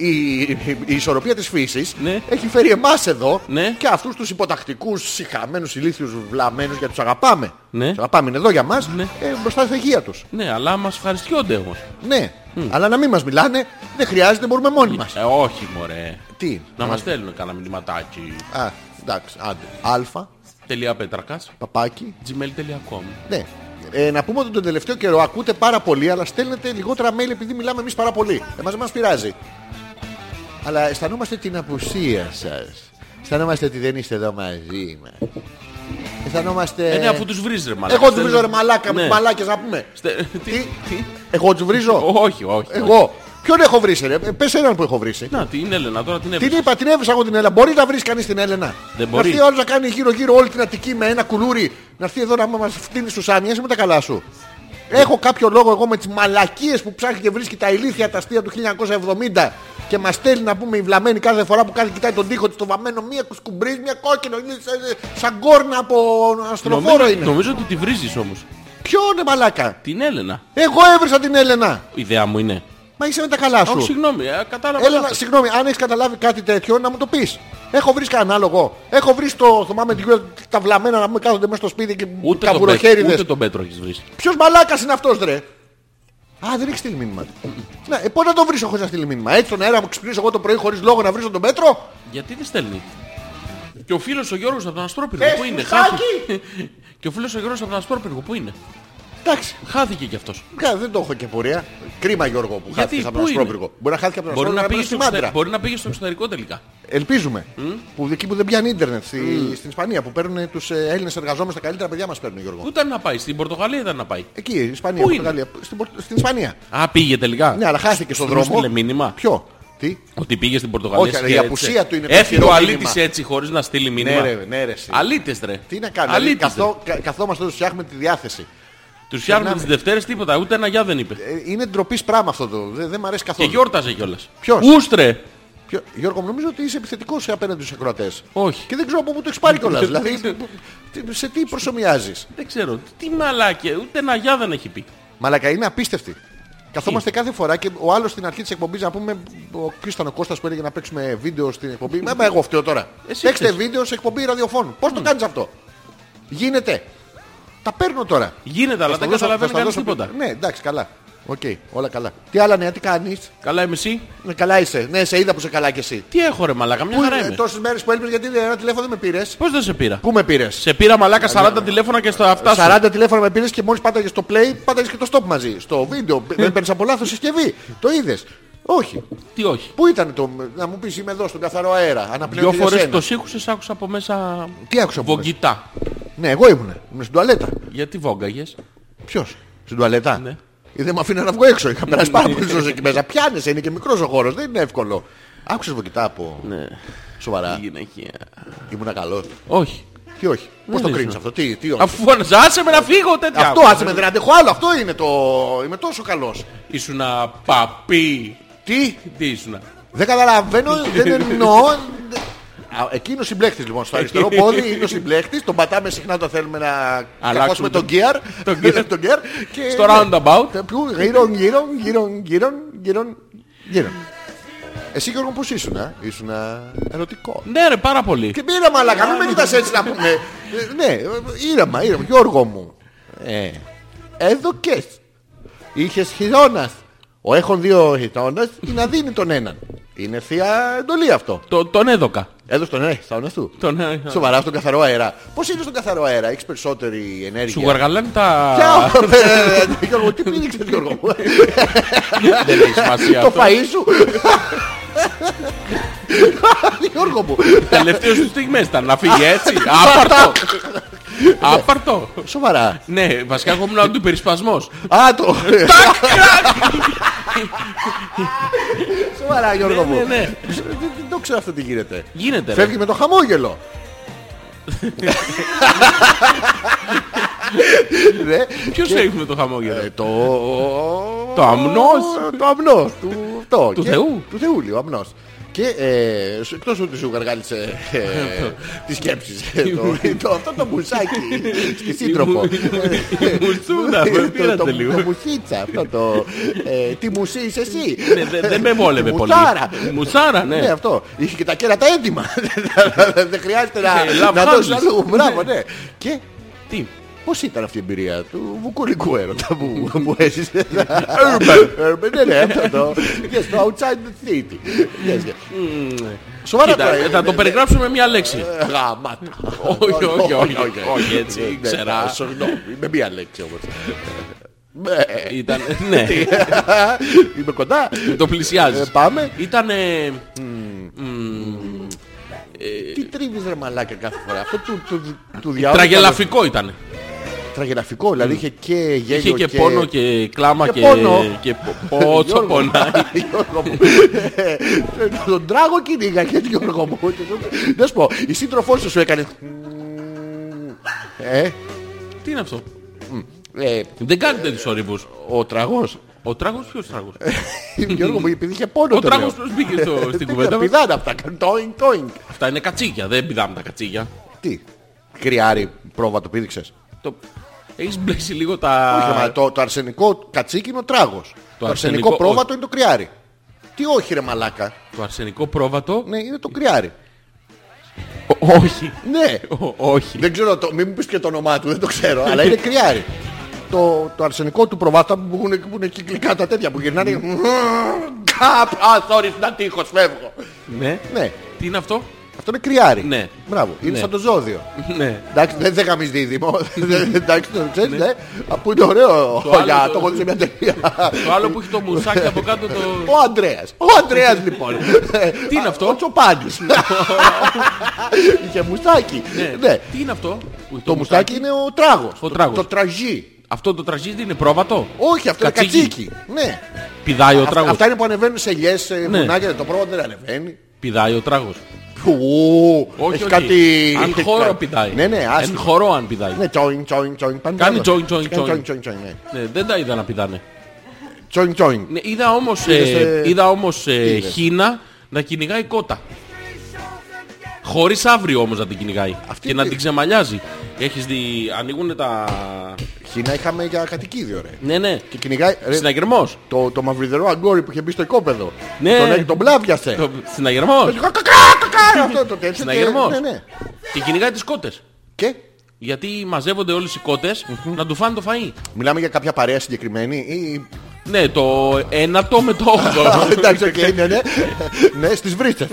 [SPEAKER 2] Η, η, η ισορροπία της φύσης
[SPEAKER 3] Ναι.
[SPEAKER 2] έχει φέρει εμάς εδώ
[SPEAKER 3] Ναι.
[SPEAKER 2] και αυτούς τους υποτακτικούς, συχαμένους, ηλίθιους, βλαμμένους γιατί τους αγαπάμε.
[SPEAKER 3] Ναι.
[SPEAKER 2] Τους αγαπάμε είναι εδώ για μας,
[SPEAKER 3] Ναι.
[SPEAKER 2] ε, μπροστά στα υγεία τους.
[SPEAKER 3] Ναι, αλλά μας ευχαριστιόνται όμως.
[SPEAKER 2] Ναι. Αλλά να μην μας μιλάνε, δεν χρειάζεται, μπορούμε μόνοι μας.
[SPEAKER 3] Ε, όχι μωρέ.
[SPEAKER 2] Τι. Ε.
[SPEAKER 3] Να μας στέλνουν κανένα μηνυματάκι.
[SPEAKER 2] Α, εντάξει, άντε. Αλφα,
[SPEAKER 3] Τελεία πέτρακας,
[SPEAKER 2] παπάκι,
[SPEAKER 3] gmail.com.
[SPEAKER 2] ναι. Ε, να πούμε ότι τον τελευταίο καιρό ακούτε πάρα πολύ, αλλά στέλνετε λιγότερα mail επειδή μιλάμε εμείς πάρα πολύ. Εμάς δεν μας πειράζει. Αλλά αισθανόμαστε την απουσία σας. Αισθανόμαστε ότι δεν είστε εδώ μαζί μας. Αισθανόμαστε...
[SPEAKER 3] Ε, ναι, αφού τους βρεις ρε μαλάκα.
[SPEAKER 2] Εγώ τους βρίζω ρε
[SPEAKER 3] Στέλνουν-
[SPEAKER 2] μαλάκα με
[SPEAKER 3] Ναι.
[SPEAKER 2] τις μαλάκες να πούμε.
[SPEAKER 3] Στε- Τι, τι.
[SPEAKER 2] Εγώ τους βρίζω.
[SPEAKER 3] Όχι, όχι.
[SPEAKER 2] Εγώ. Ποιον έχω βρει, ρε. Ε, Πες έναν που έχω βρει.
[SPEAKER 3] Να, την Έλενα τώρα την
[SPEAKER 2] Την
[SPEAKER 3] έβρισες.
[SPEAKER 2] είπα, την έβρισα εγώ την Έλενα. Μπορεί να βρεις κανείς την Έλενα.
[SPEAKER 3] Δεν μπορεί.
[SPEAKER 2] Να έρθει ο άλλος να κάνει γύρω-γύρω όλη την Αττική με ένα κουλούρι. Να έρθει εδώ να μας φτύνει στους άμυε με τα καλά σου. Έχω κάποιο λόγο εγώ με τις μαλακίες που ψάχνει και βρίσκει τα ηλίθια τα αστεία του 1970 και μας στέλνει να πούμε η βλαμένη κάθε φορά που κάθε κοιτάει τον τοίχο της το βαμμένο μία κουσκουμπρί, μία κόκκινο. Είναι σαν- σαν κόρνα από αστροφόρο
[SPEAKER 3] Νομίζω,
[SPEAKER 2] είναι.
[SPEAKER 3] νομίζω ότι τη βρίζεις όμως.
[SPEAKER 2] Ποιο είναι μαλάκα.
[SPEAKER 3] Την Έλενα.
[SPEAKER 2] Εγώ έβρισα την Έλενα.
[SPEAKER 3] Η ιδέα μου είναι.
[SPEAKER 2] Μα είσαι με τα καλά
[SPEAKER 3] Όχι,
[SPEAKER 2] σου.
[SPEAKER 3] συγγνώμη, ε, κατάλαβα.
[SPEAKER 2] Έλα,
[SPEAKER 3] λάθος.
[SPEAKER 2] συγγνώμη, αν έχεις καταλάβει κάτι τέτοιο, να μου το πεις. Έχω βρει κανένα ανάλογο. Έχω βρει στο θυμάμαι την κυρία τα βλαμμένα να μου κάθονται μέσα στο σπίτι και
[SPEAKER 3] Ούτε τον, Πέτρο,
[SPEAKER 2] καβουροχέριδε.
[SPEAKER 3] ούτε τον Πέτρο έχεις βρει.
[SPEAKER 2] Ποιος μαλάκας είναι αυτός, ρε. Α, δεν έχει στείλει μήνυμα. Ναι, ε, πότε να τον βρεις χωρίς να στείλει μήνυμα. Έτσι τον αέρα μου ξυπνήσω εγώ το πρωί χωρίς λόγο να βρίσω τον Πέτρο.
[SPEAKER 3] Γιατί δεν στέλνει. Και ο φίλος ο Γιώργος από τον Αστρόπυργο
[SPEAKER 2] Πες
[SPEAKER 3] που
[SPEAKER 2] του,
[SPEAKER 3] είναι.
[SPEAKER 2] Σάκη!
[SPEAKER 3] χάθηκε. *laughs* Και ο φίλος ο Γιώργος από τον Αστρόπυργο που είναι.
[SPEAKER 2] Εντάξει,
[SPEAKER 3] Χάθηκε κι αυτός.
[SPEAKER 2] κα- δεν το έχω και πορεία. Κρίμα Γιώργο που χάθηκε από
[SPEAKER 3] πού
[SPEAKER 2] τον
[SPEAKER 3] είναι?
[SPEAKER 2] Αστρόπυργο. Μπορεί να χάθηκε από τον
[SPEAKER 3] Μπορεί να,
[SPEAKER 2] Αστρόπυργο
[SPEAKER 3] πήγε
[SPEAKER 2] να
[SPEAKER 3] στο
[SPEAKER 2] στη
[SPEAKER 3] εξωτερικό,
[SPEAKER 2] Μάντρα.
[SPEAKER 3] μπορεί να πήγε στο εξωτερικό τελικά.
[SPEAKER 2] Ελπίζουμε. Που εκεί που δεν πιάνει ίντερνετ στη- στην Ισπανία που παίρνουν τους Έλληνες εργαζόμενους τα καλύτερα παιδιά μας παίρνουν Γιώργο.
[SPEAKER 3] Πού ήταν να πάει, στην Πορτογαλία ήταν να πάει.
[SPEAKER 2] Εκεί, η Ισπανία,
[SPEAKER 3] Πού
[SPEAKER 2] Πορτογαλία. Στην, Πορ- στην Ισπανία.
[SPEAKER 3] Α, πήγε τελικά.
[SPEAKER 2] Ναι, αλλά χάθηκε στον
[SPEAKER 3] Του
[SPEAKER 2] δρόμο.
[SPEAKER 3] στείλε μήνυμα.
[SPEAKER 2] Ποιο. Τι.
[SPEAKER 3] Ότι πήγε στην Πορτογαλία.
[SPEAKER 2] Όχι, αλλά η
[SPEAKER 3] σκέφτεται.
[SPEAKER 2] απουσία του είναι το
[SPEAKER 3] Έφυγε
[SPEAKER 2] χειρό
[SPEAKER 3] ο
[SPEAKER 2] μήνυμα.
[SPEAKER 3] αλήτη έτσι χωρίς να στείλει μήνυμα.
[SPEAKER 2] Ναι, ρε, ναι, ρε, εσύ.
[SPEAKER 3] Αλήτες, ρε.
[SPEAKER 2] Τι να κάνουμε. δηλαδή,
[SPEAKER 3] Αλήτες, ρε.
[SPEAKER 2] καθό- κα- καθόμαστε εδώ, φτιάχνουμε τη διάθεση.
[SPEAKER 3] Τους φτιάχνουμε τι
[SPEAKER 2] Περνάμε.
[SPEAKER 3] Δευτέρες τίποτα, ούτε ένα γεια δεν είπε.
[SPEAKER 2] Ε, είναι ντροπή πράγμα αυτό το. Δεν, δεν μ' αρέσει
[SPEAKER 3] Και
[SPEAKER 2] καθόλου.
[SPEAKER 3] γιόρταζε κιόλας.
[SPEAKER 2] Ποιος?
[SPEAKER 3] Ούστρε!
[SPEAKER 2] Ποιο- Γιώργο, μου νομίζω ότι είσαι επιθετικός απέναντι στους ακροατές.
[SPEAKER 3] Όχι.
[SPEAKER 2] Και δεν ξέρω από πού το έχεις πάρει
[SPEAKER 3] *laughs*
[SPEAKER 2] κιόλας.
[SPEAKER 3] Δεν
[SPEAKER 2] δηλαδή,
[SPEAKER 3] ξέρω.
[SPEAKER 2] τι- σε τι προσωμιάζεις.
[SPEAKER 3] Δεν ξέρω. Τι μαλάκια, ούτε ένα γεια δεν έχει πει.
[SPEAKER 2] Μαλακα είναι απίστευτη. Καθόμαστε κάθε φορά και ο άλλος στην αρχή της εκπομπής να πούμε. Ο ποιο ήταν ο Κώστας που έλεγε να παίξουμε βίντεο στην εκπομπή. Μα μα εγώ φταίω τώρα.
[SPEAKER 3] Εσύ
[SPEAKER 2] Ναι. Παίξτε
[SPEAKER 3] φταίς.
[SPEAKER 2] βίντεο σε εκπομπή ραδιοφώνου. Πώς το κάνεις αυτό. Γίνεται. Τα παίρνω τώρα.
[SPEAKER 3] Γίνεται, αλλά
[SPEAKER 2] Θα
[SPEAKER 3] δεν
[SPEAKER 2] στα δώσω-
[SPEAKER 3] καταλαβαίνει
[SPEAKER 2] θα στα
[SPEAKER 3] κανείς
[SPEAKER 2] δώσω
[SPEAKER 3] τίποτα.
[SPEAKER 2] πίσω. Ναι, εντάξει, καλά. Οκ, όλα καλά. Τι άλλα νέα, τι κάνεις.
[SPEAKER 3] Καλά είμαι εσύ.
[SPEAKER 2] Ναι, καλά είσαι. Ναι, σε είδα που είσαι καλά κι εσύ.
[SPEAKER 3] Τι έχω ρε μαλάκα, μια
[SPEAKER 2] Πού
[SPEAKER 3] χαρά
[SPEAKER 2] είναι
[SPEAKER 3] είμαι.
[SPEAKER 2] τόσες μέρες που έλειπες γιατί ένα τηλέφωνο δεν με πήρες.
[SPEAKER 3] Πώς δεν σε πήρα.
[SPEAKER 2] Πού ναι. με πήρες.
[SPEAKER 3] Σε πήρα μαλάκα 40 τηλέφωνα και στα αυτά σου.
[SPEAKER 2] 40 τηλέφωνα με πήρες και μόλις πάταγες στο play, πάταγες και το stop μαζί. Στο βίντεο.
[SPEAKER 3] Ναι.
[SPEAKER 2] Δεν παίρνεις από λάθος συσκευή. Το είδες. Όχι.
[SPEAKER 3] Τι όχι.
[SPEAKER 2] Πού ήταν το. Να μου πεις είμαι εδώ στον καθαρό αέρα. Αναπλέον
[SPEAKER 3] Δυο
[SPEAKER 2] για
[SPEAKER 3] φορέ
[SPEAKER 2] σένα.
[SPEAKER 3] το σήκουσε, άκουσα από μέσα.
[SPEAKER 2] Τι άκουσα από μέσα?
[SPEAKER 3] Βογγητά.
[SPEAKER 2] Ναι, εγώ ήμουν. Ήμουν στην τουαλέτα.
[SPEAKER 3] Γιατί βόγκαγε.
[SPEAKER 2] Ποιος. Στην τουαλέτα.
[SPEAKER 3] Ναι.
[SPEAKER 2] Ή δεν με αφήνει να βγω έξω. Είχα περάσει πάρα πολύ ζωέ εκεί μέσα. Πιάνεσαι, είναι και μικρός ο χώρος. Δεν είναι εύκολο. Άκουσες βοηθητά από.
[SPEAKER 3] Ναι.
[SPEAKER 2] Σοβαρά.
[SPEAKER 3] Γυναικεία.
[SPEAKER 2] Ήμουν καλός.
[SPEAKER 3] Όχι.
[SPEAKER 2] Τι όχι. Πώς το
[SPEAKER 3] ήσουν.
[SPEAKER 2] κρίνεις αυτό. Τι, τι όχι.
[SPEAKER 3] Ναι, Αφού ναι. φώναζε, άσε με να φύγω τέτοια.
[SPEAKER 2] Αυτό άσε με δεν αντέχω άλλο. Αυτό είναι το. Είμαι τόσο καλός.
[SPEAKER 3] Ήσουν παπί.
[SPEAKER 2] Τι.
[SPEAKER 3] Τι ήσουν.
[SPEAKER 2] Δεν καταλαβαίνω. δεν εννοώ. Α, Εκείνος συμπλέκτης λοιπόν στο
[SPEAKER 3] *laughs*
[SPEAKER 2] αριστερό πόδι είναι ο συμπλέκτης. Τον πατάμε συχνά όταν θέλουμε να καθόσουμε τον
[SPEAKER 3] τον-
[SPEAKER 2] gear.
[SPEAKER 3] τον gear.
[SPEAKER 2] *laughs* Τον gear και- ναι,
[SPEAKER 3] Στο roundabout.
[SPEAKER 2] Τα πιού, Γύρω, γύρω, γύρω, γύρω, γύρω, γύρω. Εσύ Γιώργο πώς ήσουν, α? Ήσουν ερωτικό.
[SPEAKER 3] Ναι, ρε, πάρα πολύ.
[SPEAKER 2] Και πήρα μαλακά, μην με κοιτάς έτσι να πούμε. Ε, Ναι, ε, ήρεμα, ήρεμα, Γιώργο μου. Ε, έδωκες. Είχες χειρόνας. Ο έχουν δύο χειρόνας ή να δίνει τον έναν. Είναι θεία εντολή αυτό.
[SPEAKER 3] Το, τον έδωκα.
[SPEAKER 2] Έδωσε τον ένα χειρόνα του.
[SPEAKER 3] Τον ε, έδωκα.
[SPEAKER 2] Σοβαρά στον καθαρό αέρα. Πώς είναι στον καθαρό αέρα, έχεις περισσότερη
[SPEAKER 3] Σου
[SPEAKER 2] ενέργεια.
[SPEAKER 3] γαργαλάνε τα.
[SPEAKER 2] *laughs* Ποια ε, Γιώργο, τι πήδηξες Γιώργο μου.
[SPEAKER 3] Δεν έχει σημασία
[SPEAKER 2] Το
[SPEAKER 3] αυτό.
[SPEAKER 2] φαΐ σου. *laughs* Γιώργο μου.
[SPEAKER 3] Τελευταίε του στιγμές ήταν να φύγει έτσι. Άπαρτο. Άπαρτο.
[SPEAKER 2] Σοβαρά.
[SPEAKER 3] Ναι, βασικά εγώ ήμουν αντιπερισπασμό.
[SPEAKER 2] Α, το. Σοβαρά, Γιώργο μου.
[SPEAKER 3] Ναι, ναι.
[SPEAKER 2] Δεν το ξέρω αυτό τι γίνεται.
[SPEAKER 3] Γίνεται. ρε.
[SPEAKER 2] Φεύγει με το χαμόγελο.
[SPEAKER 3] *laughs*
[SPEAKER 2] Ρε,
[SPEAKER 3] Ποιος
[SPEAKER 2] και-
[SPEAKER 3] φεύγει με το χαμόγελο.
[SPEAKER 2] ε, Το...
[SPEAKER 3] Το αμνός.
[SPEAKER 2] Το αμνός. του- το,
[SPEAKER 3] Του
[SPEAKER 2] και-
[SPEAKER 3] Θεού.
[SPEAKER 2] Του Θεούλη, ο αμνός. Και ε, σου- εκτός ότι σου γαργάλισε ε, τις σκέψεις ε, το- το- Αυτό το μουσάκι Στη σύντροφο Ε,
[SPEAKER 3] Η μουσούλα, με
[SPEAKER 2] Το-
[SPEAKER 3] πήρατε
[SPEAKER 2] το-
[SPEAKER 3] λίγο.
[SPEAKER 2] Το μουσίτσα αυτό το ε, Τι μουσί είσαι εσύ
[SPEAKER 3] Ναι, δεν- Δεν με βόλευε πολύ.
[SPEAKER 2] Μουτσάρα.
[SPEAKER 3] Μουτσάρα, ναι.
[SPEAKER 2] Ναι, αυτό. Είχε και τα κέρατα
[SPEAKER 3] *laughs*
[SPEAKER 2] έντοιμα. Δεν χρειάζεται να,
[SPEAKER 3] Ε, love
[SPEAKER 2] να δώσεις
[SPEAKER 3] handles.
[SPEAKER 2] αλλού. Μπράβο, ναι. Και
[SPEAKER 3] Τι.
[SPEAKER 2] πώς ήταν αυτή η εμπειρία του βουκουλικού έρωτα που
[SPEAKER 3] *laughs*
[SPEAKER 2] μου έζησε. Urban. Urban, ναι, ναι, αυτό το. Yes, το outside the city. Yes, yes. Σοβαρά
[SPEAKER 3] Κοίτα, ε,
[SPEAKER 2] τώρα,
[SPEAKER 3] θα
[SPEAKER 2] είναι-
[SPEAKER 3] το περιγράψουμε με μία λέξη.
[SPEAKER 2] Ε, Γαμάτα.
[SPEAKER 3] Όχι, όχι, όχι. Όχι
[SPEAKER 2] Ναι,
[SPEAKER 3] έτσι,
[SPEAKER 2] ναι,
[SPEAKER 3] ξερά.
[SPEAKER 2] Συγγνώμη, με μία λέξη όμως.
[SPEAKER 3] *laughs* Ήταν, ναι,
[SPEAKER 2] Είμαι κοντά.
[SPEAKER 3] το
[SPEAKER 2] Ε,
[SPEAKER 3] πλησιάζεις.
[SPEAKER 2] Πάμε.
[SPEAKER 3] Ήταν
[SPEAKER 2] Τι τρίβεις ρε μαλάκα κάθε φορά. Αυτό του- του- του διάολου.
[SPEAKER 3] τραγελαφικό ήταν.
[SPEAKER 2] Τραγελαφικό, δηλαδή είχε και γέλιο
[SPEAKER 3] Είχε και πόνο και κλάμα
[SPEAKER 2] και
[SPEAKER 3] και
[SPEAKER 2] πόνο.
[SPEAKER 3] και πο- πότσο
[SPEAKER 2] Γιώργο μου.
[SPEAKER 3] πονάει.
[SPEAKER 2] *laughs* Γιώργο μου. Ε, Τον τράγο κυνήγα και Γιώργο μου. Και σου- Να σου πω, η σύντροφός σου σου έκανε... Ε,
[SPEAKER 3] Τι είναι αυτό.
[SPEAKER 2] ε,
[SPEAKER 3] Δεν κάνει τέτοιους ορυβούς.
[SPEAKER 2] ο τραγός.
[SPEAKER 3] Ο τράγος ποιος τράγος.
[SPEAKER 2] Γιώργο μου, επειδή είχε πόνο
[SPEAKER 3] Ο
[SPEAKER 2] το λέω. Ε,
[SPEAKER 3] τράγος ποιος μπήκε στο- στην
[SPEAKER 2] Δεν
[SPEAKER 3] κουβέντα μας.
[SPEAKER 2] Πηδάνε αυτά, κάνουν τόινγκ τόινγκ.
[SPEAKER 3] Αυτά είναι κατσίκια, δεν πηδάμε τα κατσίκια.
[SPEAKER 2] Τι, κρυάρι, πρόβα το πήδηξες.
[SPEAKER 3] Το... Έχεις μπλέξει λίγο
[SPEAKER 2] Όχι, μα
[SPEAKER 3] τα...
[SPEAKER 2] το, το αρσενικό κατσίκι είναι ο τράγος. Το, αρσενικό
[SPEAKER 3] αρσενικό,
[SPEAKER 2] πρόβατο είναι το κρυάρι. Τι όχι ρε μαλάκα.
[SPEAKER 3] Το αρσενικό πρόβατο.
[SPEAKER 2] Ναι, είναι το κρυάρι.
[SPEAKER 3] Ο- Όχι.
[SPEAKER 2] Ναι.
[SPEAKER 3] Ο- Όχι.
[SPEAKER 2] Δεν ξέρω, το, μην μου πεις και το όνομά του, δεν το ξέρω, αλλά είναι κρυάρι. Το, το αρσενικό του προβάτα που έχουν, που είναι κυκλικά τα τέτοια που γυρνάνε. Καπ, α, sorry, να τείχος, φεύγω.
[SPEAKER 3] Ναι.
[SPEAKER 2] Ναι,
[SPEAKER 3] Τι είναι αυτό.
[SPEAKER 2] αυτό είναι κρυάρι.
[SPEAKER 3] Ναι.
[SPEAKER 2] Μπράβο, είναι
[SPEAKER 3] Ναι.
[SPEAKER 2] σαν το ζώδιο.
[SPEAKER 3] Ναι.
[SPEAKER 2] Εντάξει, δεν θα κάνεις δίδυμο. *laughs* Δεν- Εντάξει, το ξέρεις, ναι. Α, Που είναι ωραίο,
[SPEAKER 3] Το άλλο
[SPEAKER 2] για
[SPEAKER 3] το-
[SPEAKER 2] το έχω δει σε μια ταινία.
[SPEAKER 3] Το άλλο που έχει το μουσάκι από κάτω το...
[SPEAKER 2] Ο Αντρέας. Ο Αντρέας λοιπόν.
[SPEAKER 3] Τι είναι αυτό?
[SPEAKER 2] Ο *laughs* Τσοπάνης. Είχε μουστάκι. Ναι.
[SPEAKER 3] Τι είναι αυτό. που έχει
[SPEAKER 2] Το μουστάκι είναι ο τράγος.
[SPEAKER 3] Ο τράγος.
[SPEAKER 2] Το τραγί.
[SPEAKER 3] Αυτό το τραγίδι είναι πρόβατο.
[SPEAKER 2] Όχι, αυτό
[SPEAKER 3] Κατσίκι.
[SPEAKER 2] είναι κατσίκι. Ναι.
[SPEAKER 3] Πηδάει ο
[SPEAKER 2] Αυτά-
[SPEAKER 3] τράγος.
[SPEAKER 2] Αυτά είναι που ανεβαίνουν σε ελιές, σε
[SPEAKER 3] Ναι.
[SPEAKER 2] βουνάκια, το πρώτο δεν ανεβαίνει.
[SPEAKER 3] Πηδάει ο τράγος.
[SPEAKER 2] Ου,
[SPEAKER 3] Όχι,
[SPEAKER 2] έχεις
[SPEAKER 3] όχι.
[SPEAKER 2] κάτι...
[SPEAKER 3] Αν
[SPEAKER 2] έχεις
[SPEAKER 3] χώρο
[SPEAKER 2] κάτι-
[SPEAKER 3] πηδάει.
[SPEAKER 2] Ναι, ναι,
[SPEAKER 3] Εν
[SPEAKER 2] άσχημα.
[SPEAKER 3] χώρο αν πηδάει.
[SPEAKER 2] Ναι, τσόινγκ, τσόινγκ, τσόινγκ. πάντα
[SPEAKER 3] Κάνει
[SPEAKER 2] εδώ.
[SPEAKER 3] τσόινγκ, τσόινγκ,
[SPEAKER 2] Κάνει
[SPEAKER 3] τσόινγκ.
[SPEAKER 2] τσόινγκ, τσόινγκ, ναι.
[SPEAKER 3] Ναι, δεν τα είδα να πηδάνε.
[SPEAKER 2] Τσόινγκ, τσόινγκ.
[SPEAKER 3] Ναι, είδα όμως, ε,
[SPEAKER 2] Είδες, ε,
[SPEAKER 3] είδα όμως ε,
[SPEAKER 2] είδες.
[SPEAKER 3] Χίνα να κυνηγάει κότα. Χωρίς αύριο όμως να την κυνηγάει.
[SPEAKER 2] Αυτή
[SPEAKER 3] και να
[SPEAKER 2] τι-
[SPEAKER 3] την ξεμαλιάζει. Έχεις δει, ανοίγουν τα...
[SPEAKER 2] Χίνα είχαμε για κατοικίδιο, ρε.
[SPEAKER 3] Ναι, ναι.
[SPEAKER 2] Και κυνηγάει... ρε,
[SPEAKER 3] Συναγερμός.
[SPEAKER 2] Το, το μαυριδερό αγκόρι που είχε μπει στο οικόπεδο.
[SPEAKER 3] Ναι.
[SPEAKER 2] Τον, έ- τον πλάβιασε.
[SPEAKER 3] Το... Συναγερμός.
[SPEAKER 2] Κακά, κακά, Αυτό το τέτοιο.
[SPEAKER 3] Συναγερμός.
[SPEAKER 2] Ναι, ναι.
[SPEAKER 3] Και κυνηγάει τις κότες.
[SPEAKER 2] Και
[SPEAKER 3] Γιατί μαζεύονται όλες οι κότες να του φάνε το φαΐ.
[SPEAKER 2] μιλάμε για κάποια παρέα συγκεκριμένη ή...
[SPEAKER 3] Ναι, το ένατο με το *laughs* όγδοο.
[SPEAKER 2] Εντάξει,
[SPEAKER 3] *laughs*
[SPEAKER 2] οκ, ναι, ναι. Ναι, στις βρίτσες.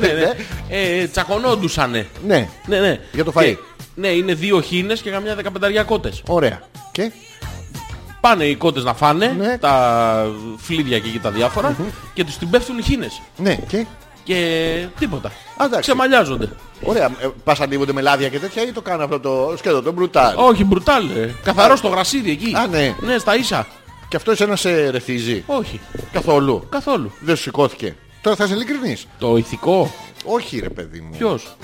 [SPEAKER 3] ναι, ναι. Ε, τσακωνόντουσανε.
[SPEAKER 2] Ναι.
[SPEAKER 3] Ναι, ναι.
[SPEAKER 2] Για το φαΐ.
[SPEAKER 3] Και- ναι, είναι δύο χήνες και καμιά δεκαπενταριά κότες.
[SPEAKER 2] Ωραία. Και
[SPEAKER 3] Πάνε οι κότες να φάνε
[SPEAKER 2] Ναι.
[SPEAKER 3] τα φλίδια και εκεί τα διαφορα και τους την πέφτουν οι χήνες.
[SPEAKER 2] ναι, και.
[SPEAKER 3] Και τίποτα.
[SPEAKER 2] εντάξει.
[SPEAKER 3] Ξεμαλιάζονται.
[SPEAKER 2] Ωραία. ε, Πας αντίβονται με λάδια και τέτοια ή το κάνω αυτό το σκέτο, το μπρουτάλ.
[SPEAKER 3] Όχι, μπρουτάλ. ε. Καθαρό στο γρασίδι εκεί.
[SPEAKER 2] Α, ναι.
[SPEAKER 3] Ναι, στα ίσα.
[SPEAKER 2] Και αυτό εσένα σε ρεθίζει.
[SPEAKER 3] Όχι,
[SPEAKER 2] Καθόλου.
[SPEAKER 3] καθόλου.
[SPEAKER 2] Δεν σου σηκώθηκε. Τώρα θα είσαι ειλικρινής.
[SPEAKER 3] Το ηθικό,
[SPEAKER 2] Όχι ρε παιδί μου.
[SPEAKER 3] ποιος.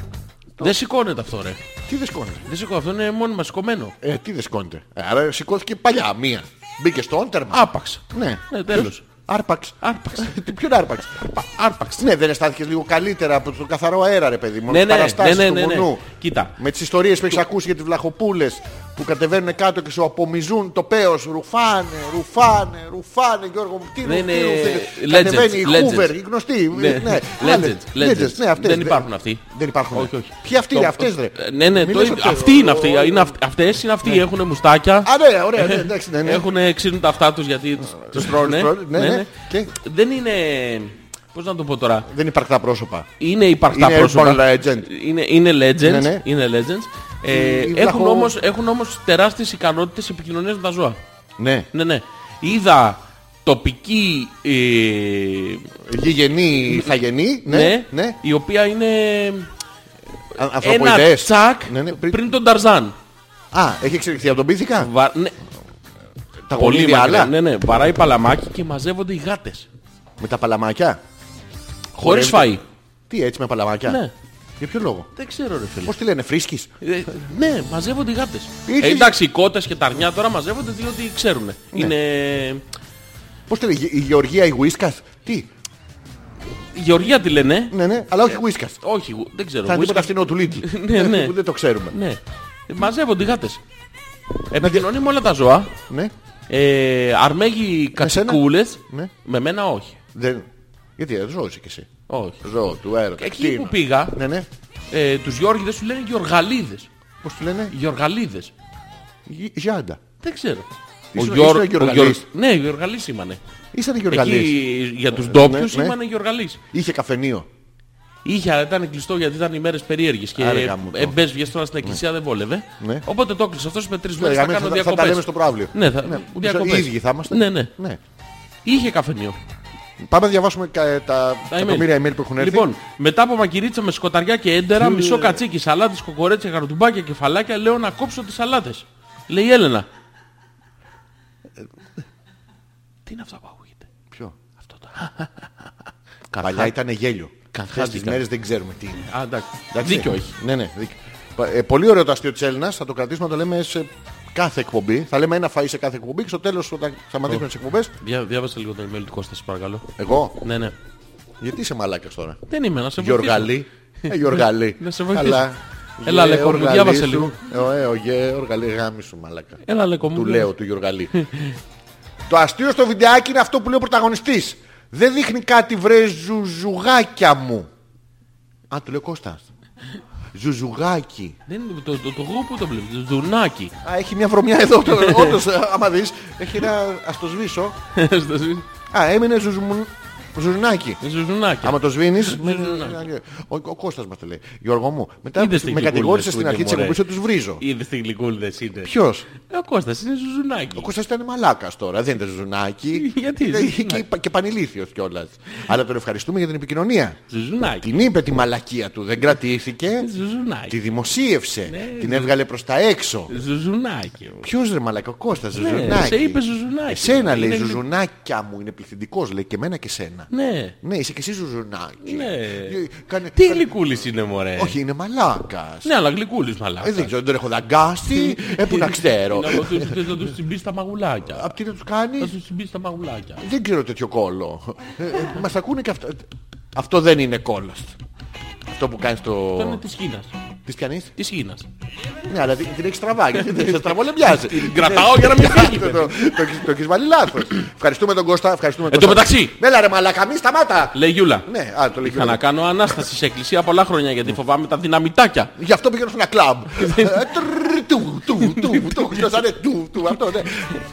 [SPEAKER 3] Δεν σηκώνεται αυτό, ρε.
[SPEAKER 2] Τι δεν σηκώνεται.
[SPEAKER 3] Δεν σηκώνεται. Αυτό είναι μόνιμα σηκωμένο.
[SPEAKER 2] Ε, τι δεν σηκώνεται. Άρα σηκώθηκε παλιά μία. Μπήκε στο όντερμα.
[SPEAKER 3] Άπαξ.
[SPEAKER 2] Ναι.
[SPEAKER 3] Ναι, τέλος.
[SPEAKER 2] Άρπαξ.
[SPEAKER 3] Άρπαξ.
[SPEAKER 2] Τι ποιον άρπαξ.
[SPEAKER 3] Άρπαξ.
[SPEAKER 2] Ναι, δεν αισθάνθηκες λίγο καλύτερα από τον καθαρό αέρα, ρε παιδί μου.
[SPEAKER 3] Ναι,
[SPEAKER 2] τις
[SPEAKER 3] ναι,
[SPEAKER 2] παραστάσεις
[SPEAKER 3] ναι,
[SPEAKER 2] του
[SPEAKER 3] ναι, ναι, ναι.
[SPEAKER 2] βουνού.
[SPEAKER 3] Κοίτα.
[SPEAKER 2] Με τις ιστορίες που έχεις ακούσει για τις βλαχοπούλες που κατεβαίνουν κάτω και σου απομυζούν το πέος. Ρουφάνε, ρουφάνε, ρουφάνε, Γιώργο μου. Τι
[SPEAKER 3] Ναι,
[SPEAKER 2] ρουφ- τι
[SPEAKER 3] ναι,
[SPEAKER 2] ρουφ-
[SPEAKER 3] legends,
[SPEAKER 2] Κατεβαίνει η
[SPEAKER 3] legends.
[SPEAKER 2] Hoover, η γνωστή. ε,
[SPEAKER 3] Ναι,
[SPEAKER 2] άλλες.
[SPEAKER 3] legends, legends.
[SPEAKER 2] Ναι, αυτές.
[SPEAKER 3] Δεν υπάρχουν αυτοί.
[SPEAKER 2] Δεν υπάρχουν. ναι.
[SPEAKER 3] Όχι, όχι.
[SPEAKER 2] Ποιοι αυτοί
[SPEAKER 3] Το-
[SPEAKER 2] είναι αυτές, ρε.
[SPEAKER 3] Ε, Ναι, ναι,
[SPEAKER 2] Μην
[SPEAKER 3] το
[SPEAKER 2] λες
[SPEAKER 3] ίδιο.
[SPEAKER 2] ότι- Ναι.
[SPEAKER 3] Αυτοί είναι αυτοί. ε, Είναι αυτ- Αυτές είναι αυτοί. Έχουν μουστάκια.
[SPEAKER 2] Α, ναι, ωραία,
[SPEAKER 3] *laughs*
[SPEAKER 2] ναι, εντάξει, ναι, ναι.
[SPEAKER 3] Έχουν ξύνουν τα αυτά τους γιατί τους- τους τρώνε.
[SPEAKER 2] τρώνε, ναι, ναι. Και?
[SPEAKER 3] Δεν είναι... Πώς να το πω τώρα.
[SPEAKER 2] Δεν υπαρκτά πρόσωπα.
[SPEAKER 3] Είναι υπαρκτά
[SPEAKER 2] Είναι
[SPEAKER 3] πρόσωπα.
[SPEAKER 2] urban legend.
[SPEAKER 3] Είναι, είναι legends.
[SPEAKER 2] Ναι, ναι.
[SPEAKER 3] Είναι legends. Ε,
[SPEAKER 2] Ή- ή
[SPEAKER 3] έχουν,
[SPEAKER 2] βλαχό-
[SPEAKER 3] όμως, έχουν όμως τεράστιες ικανότητες επικοινωνίας με τα ζώα.
[SPEAKER 2] Ναι.
[SPEAKER 3] Ναι, ναι. Είδα τοπική... ε,
[SPEAKER 2] Γηγενή, θαγενή. Ναι,
[SPEAKER 3] ναι,
[SPEAKER 2] ναι.
[SPEAKER 3] η οποία είναι
[SPEAKER 2] Α-
[SPEAKER 3] ένα
[SPEAKER 2] Ανθρωποειδές.
[SPEAKER 3] τσακ
[SPEAKER 2] Ναι, ναι,
[SPEAKER 3] πριν... τον Ταρζάν.
[SPEAKER 2] Α, έχει εξελιχθεί από τον πίθηκα.
[SPEAKER 3] Βα... Ναι.
[SPEAKER 2] Τα
[SPEAKER 3] Πολύ
[SPEAKER 2] γονίδια
[SPEAKER 3] μακριά.
[SPEAKER 2] άλλα.
[SPEAKER 3] Ναι, ναι. Βαράει παλαμάκι και μαζεύονται οι γάτες.
[SPEAKER 2] Με τα παλαμάκια.
[SPEAKER 3] Χωρίς φαΐ.
[SPEAKER 2] Τι έτσι με παλαμάκια.
[SPEAKER 3] Ναι.
[SPEAKER 2] Για ποιο λόγο.
[SPEAKER 3] Δεν ξέρω, ρε φίλε.
[SPEAKER 2] Πώς τη λένε, Φρίσκη.
[SPEAKER 3] Ε, ναι, μαζεύονται οι γάτες.
[SPEAKER 2] Ήρθε-
[SPEAKER 3] εντάξει, οι κότες και τα αρνιά τώρα μαζεύονται διότι ξέρουν. Είναι.
[SPEAKER 2] Πώς τη λένε, η Γεωργία, η Γουίσκας. Τι.
[SPEAKER 3] Η Γεωργία τη λένε.
[SPEAKER 2] Ναι, ναι, αλλά όχι Γουίσκας.
[SPEAKER 3] Όχι, γου- δεν ξέρω.
[SPEAKER 2] Θα είναι
[SPEAKER 3] Whiskas.
[SPEAKER 2] το ταυτινό του Λίτλ.
[SPEAKER 3] *laughs* Ναι, ναι.
[SPEAKER 2] Που δεν το ξέρουμε.
[SPEAKER 3] Ναι. Ε, Μαζεύονται οι γάτες. Επικοινωνεί με όλα τα ζώα.
[SPEAKER 2] Ναι.
[SPEAKER 3] Ε, αρμέγει κατσικούλες.
[SPEAKER 2] Ναι.
[SPEAKER 3] Με μένα όχι.
[SPEAKER 2] Δεν... Γιατί ε, ζώο είσαι κι εσύ.
[SPEAKER 3] όχι.
[SPEAKER 2] Ζώο του έρωτα.
[SPEAKER 3] Εκεί
[SPEAKER 2] κτίνο.
[SPEAKER 3] που πήγα,
[SPEAKER 2] Ναι, ναι.
[SPEAKER 3] ε, τους Γιώργιδε του λένε Γεωργαλίδε.
[SPEAKER 2] Πώ του λένε,
[SPEAKER 3] Γεωργαλίδε.
[SPEAKER 2] Γι- Γιάντα.
[SPEAKER 3] Δεν ξέρω.
[SPEAKER 2] Ήσουν-
[SPEAKER 3] Γιώργ-
[SPEAKER 2] ήσουν Γεωργαλής.
[SPEAKER 3] Γιώργ- Ναι, Γεωργαλής ήμανε.
[SPEAKER 2] Ήσαν οι Γεωργαλίε.
[SPEAKER 3] Εκεί για τους ντόπιους
[SPEAKER 2] ναι.
[SPEAKER 3] ήμανε Γεωργαλής.
[SPEAKER 2] Είχε καφενείο.
[SPEAKER 3] Είχε, αλλά ήταν κλειστό γιατί ήταν οι μέρες περίεργες και
[SPEAKER 2] Άρα γάμο το.
[SPEAKER 3] ε, μπες βγες τώρα στην εκκλησία δεν βόλευε.
[SPEAKER 2] Ναι.
[SPEAKER 3] Οπότε το έκλεισε αυτός με τρεις
[SPEAKER 2] Ρε,
[SPEAKER 3] μέρες θα
[SPEAKER 2] γαμέ,
[SPEAKER 3] κάνω
[SPEAKER 2] Δηλαδή, θα, θα τα λέμε
[SPEAKER 3] διακοπές.
[SPEAKER 2] στο προάβλιο.
[SPEAKER 3] Ναι, θα-
[SPEAKER 2] ούτε
[SPEAKER 3] διακοπές.
[SPEAKER 2] Οι ίδιοι θα είμαστε.
[SPEAKER 3] Ναι, ναι.
[SPEAKER 2] ναι.
[SPEAKER 3] Είχε καφενείο.
[SPEAKER 2] Πάμε να διαβάσουμε κα- τα
[SPEAKER 3] Τα email.
[SPEAKER 2] εκατομμύρια email που έχουν έρθει.
[SPEAKER 3] Λοιπόν, μετά από μακυρίτσα με σκοταριά και έντερα, μισό κατσίκι, σαλάτες, κοκορέτσια, γαροτουμπάκια, κεφαλάκια, λέω να κόψω τις σαλάτες. Λέει η Έλενα.
[SPEAKER 2] Ε,
[SPEAKER 3] Τι είναι αυτά που ακούγεται.
[SPEAKER 2] Ποιο?
[SPEAKER 3] Αυτό το.
[SPEAKER 2] Παλιά ήταν γέλιο. Αυτές τις
[SPEAKER 3] Καθάστηκα.
[SPEAKER 2] μέρες δεν ξέρουμε τι είναι.
[SPEAKER 3] Α, εντάξει.
[SPEAKER 2] Εντάξει.
[SPEAKER 3] Δίκιο έχει.
[SPEAKER 2] Ναι, ναι, δίκιο. Πα- Ε, πολύ ωραίο το αστείο της Έλληνας. Θα το κρατήσουμε να το λέμε σε κάθε εκπομπή. Θα λέμε ένα φαΐ σε κάθε εκπομπή και στο τέλος όταν σταματήσουμε τις εκπομπές.
[SPEAKER 3] Δια, διάβασε λίγο το email του Κώστα, σε παρακαλώ.
[SPEAKER 2] Εγώ.
[SPEAKER 3] Ναι, ναι.
[SPEAKER 2] Γιατί είσαι μαλάκας τώρα.
[SPEAKER 3] Δεν είμαι, να σε βοηθήσω.
[SPEAKER 2] Γιοργαλή. Ε, Γιοργαλή.
[SPEAKER 3] Να σε βοηθήσω.
[SPEAKER 2] Καλά.
[SPEAKER 3] Έλα, Αλέκο, μου
[SPEAKER 2] Γεωργαλή
[SPEAKER 3] διάβασε
[SPEAKER 2] σου.
[SPEAKER 3] λίγο.
[SPEAKER 2] Ε, ο, ε, ο Γεωργαλή, γάμι σου μαλάκα.
[SPEAKER 3] Έλα, λεκό μου.
[SPEAKER 2] του λέω του Γιουργαλή.
[SPEAKER 3] *laughs*
[SPEAKER 2] το αστείο στο βιντεάκι είναι αυτό που λέει ο πρωταγωνιστής. Δεν δείχνει κάτι βρε ζουζουγάκια μου. Α, του λέει ο Κώστας. Ζουζουγάκι.
[SPEAKER 3] Δεν είναι το, το, το γου που το βλέπεις. Το ζουνάκι.
[SPEAKER 2] Α, έχει μια βρωμιά εδώ. Όντως, ε, άμα δεις, έχει ένα... Ας το σβήσω.
[SPEAKER 3] *laughs* Στο ζου-
[SPEAKER 2] Α, έμεινε ζουζουμουν... ζουζουνάκι.
[SPEAKER 3] Ζουζουνάκι.
[SPEAKER 2] Άμα το σβήνεις... ε,
[SPEAKER 3] Ζουζουνάκι.
[SPEAKER 2] Ο, ο Κώστας μας το λέει. Γιώργο μου, μετά
[SPEAKER 3] Είδες τι
[SPEAKER 2] με
[SPEAKER 3] γλυκούλες
[SPEAKER 2] κατηγόρησε
[SPEAKER 3] που
[SPEAKER 2] στην
[SPEAKER 3] είναι,
[SPEAKER 2] αρχή της
[SPEAKER 3] μωρέ.
[SPEAKER 2] εκπομπής ότι τους βρίζω.
[SPEAKER 3] Είδες τι γλυκούλδε είναι.
[SPEAKER 2] Ποιος?
[SPEAKER 3] Ε, Ο Κώστας είναι ζουζουνάκι.
[SPEAKER 2] Ο Κώστας ήταν μαλάκας τώρα, δεν ήταν ζουζουνάκι.
[SPEAKER 3] Γιατί
[SPEAKER 2] Ήταν-
[SPEAKER 3] ζουζουνάκι.
[SPEAKER 2] και, και πανηλήθιος κιόλας. Αλλά τον ευχαριστούμε για την επικοινωνία.
[SPEAKER 3] Ζουζουνάκι.
[SPEAKER 2] Την είπε τη μαλακία του, δεν κρατήθηκε. Τη
[SPEAKER 3] Ζουζουνάκι.
[SPEAKER 2] δημοσίευσε.
[SPEAKER 3] Ναι,
[SPEAKER 2] Την έβγαλε προς τα έξω.
[SPEAKER 3] Ζουζουνάκι.
[SPEAKER 2] Ποιος ρε μαλακά, ο Κώστας,
[SPEAKER 3] Ναι,
[SPEAKER 2] ζουζουνάκι.
[SPEAKER 3] σε είπε Ναι, ζουζουνάκι.
[SPEAKER 2] Εσένα λέει,
[SPEAKER 3] Είναι-
[SPEAKER 2] ζουζουνάκια μου, είναι πληθυντικός, λέει και εμένα και σένα.
[SPEAKER 3] Ναι.
[SPEAKER 2] Ναι, είσαι και εσύ ζουζουνάκι.
[SPEAKER 3] Ναι.
[SPEAKER 2] Ε, Κάνε...
[SPEAKER 3] Τι Ναι.
[SPEAKER 2] κάνε-
[SPEAKER 3] γλυκούλης είναι, μωρέ.
[SPEAKER 2] Όχι, είναι μαλάκας.
[SPEAKER 3] Ναι, αλλά γλυκούλης μαλάκας.
[SPEAKER 2] Ε, δεν ξέρω, δεν έχω δαγκάσει. ε, πού να
[SPEAKER 3] Ναι.
[SPEAKER 2] ξέρω.
[SPEAKER 3] Να τους- θες να τους τσιμπείς τα μαγουλάκια.
[SPEAKER 2] Απ' τι να τους
[SPEAKER 3] Να
[SPEAKER 2] κάνεις.
[SPEAKER 3] τους τσιμπείς τα μαγουλάκια.
[SPEAKER 2] Δεν ξέρω τέτοιο κόλλο. Ε, ε, Μας ακούνε και αυτό. Αυτό δεν είναι κόλλος. Αυτό που κάνεις το...
[SPEAKER 3] Αυτό είναι της Χίνας.
[SPEAKER 2] Τις πιανείς.
[SPEAKER 3] Της Χίνας.
[SPEAKER 2] Ναι, αλλά την, την έχεις τραβά, γιατί δεν σε στραβολεμπιάζει.
[SPEAKER 3] Την κρατάω Ναι. για να μην φύγει.
[SPEAKER 2] το, το, το, έχεις- το έχεις βάλει λάθος. Ευχαριστούμε τον Κώστα, ευχαριστούμε
[SPEAKER 3] Εν τω μεταξύ.
[SPEAKER 2] Έλα ρε μαλακα, μη σταμάτα.
[SPEAKER 3] Λέει Γιούλα.
[SPEAKER 2] Ναι, α, το λέει.
[SPEAKER 3] Είχα να κάνω ανάσταση σε εκκλησία πολλά χρόνια γιατί φοβάμαι τα δυναμητάκια.
[SPEAKER 2] Γι' αυτό πήγαινε σε ένα κλαμπ. Ε, τρρρ, Του, του, του, του. Χτυπήσανε του, του, αυτό, ναι.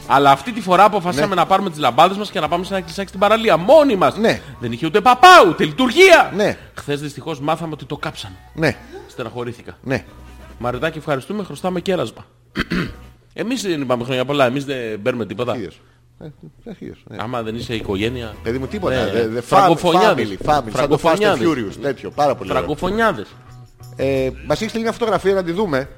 [SPEAKER 3] Αλλά αυτή τη φορά αποφάσισαμε να πάρουμε τις λαμπάδες μας και να πάμε σε ένα κλεισάκι στην παραλία. Μόνοι μας.
[SPEAKER 2] Ναι.
[SPEAKER 3] Δεν είχε ούτε παπά, ούτε λειτουργία.
[SPEAKER 2] Ναι.
[SPEAKER 3] Χθες δυστυχώς μάθαμε ότι το κάψαν.
[SPEAKER 2] Ναι,
[SPEAKER 3] Στεραχωρήθηκα.
[SPEAKER 2] ναι.
[SPEAKER 3] Μαρετάκι ευχαριστούμε, χρωστάμε
[SPEAKER 2] *coughs*
[SPEAKER 3] κέρασμα. Εμείς δεν είπαμε χρόνια πολλά, εμείς δεν παίρνουμε τίποτα.
[SPEAKER 2] Είδες. Ε, ε, είδες, ναι.
[SPEAKER 3] Άμα δεν είσαι οικογένεια.
[SPEAKER 2] Παιδί μου τίποτα.
[SPEAKER 3] Ναι.
[SPEAKER 2] δε- δε-
[SPEAKER 3] Φραγκοφωνιάδες.
[SPEAKER 2] Family, family. Σαν το Fast and
[SPEAKER 3] Φραγκοφωνιάδες.
[SPEAKER 2] Furious. Τέτοιο, πάρα πολύ. ωραίο.
[SPEAKER 3] Φραγκοφωνιάδες.
[SPEAKER 2] Ε, Μας έχεις στείλει μια φωτογραφία να τη δούμε.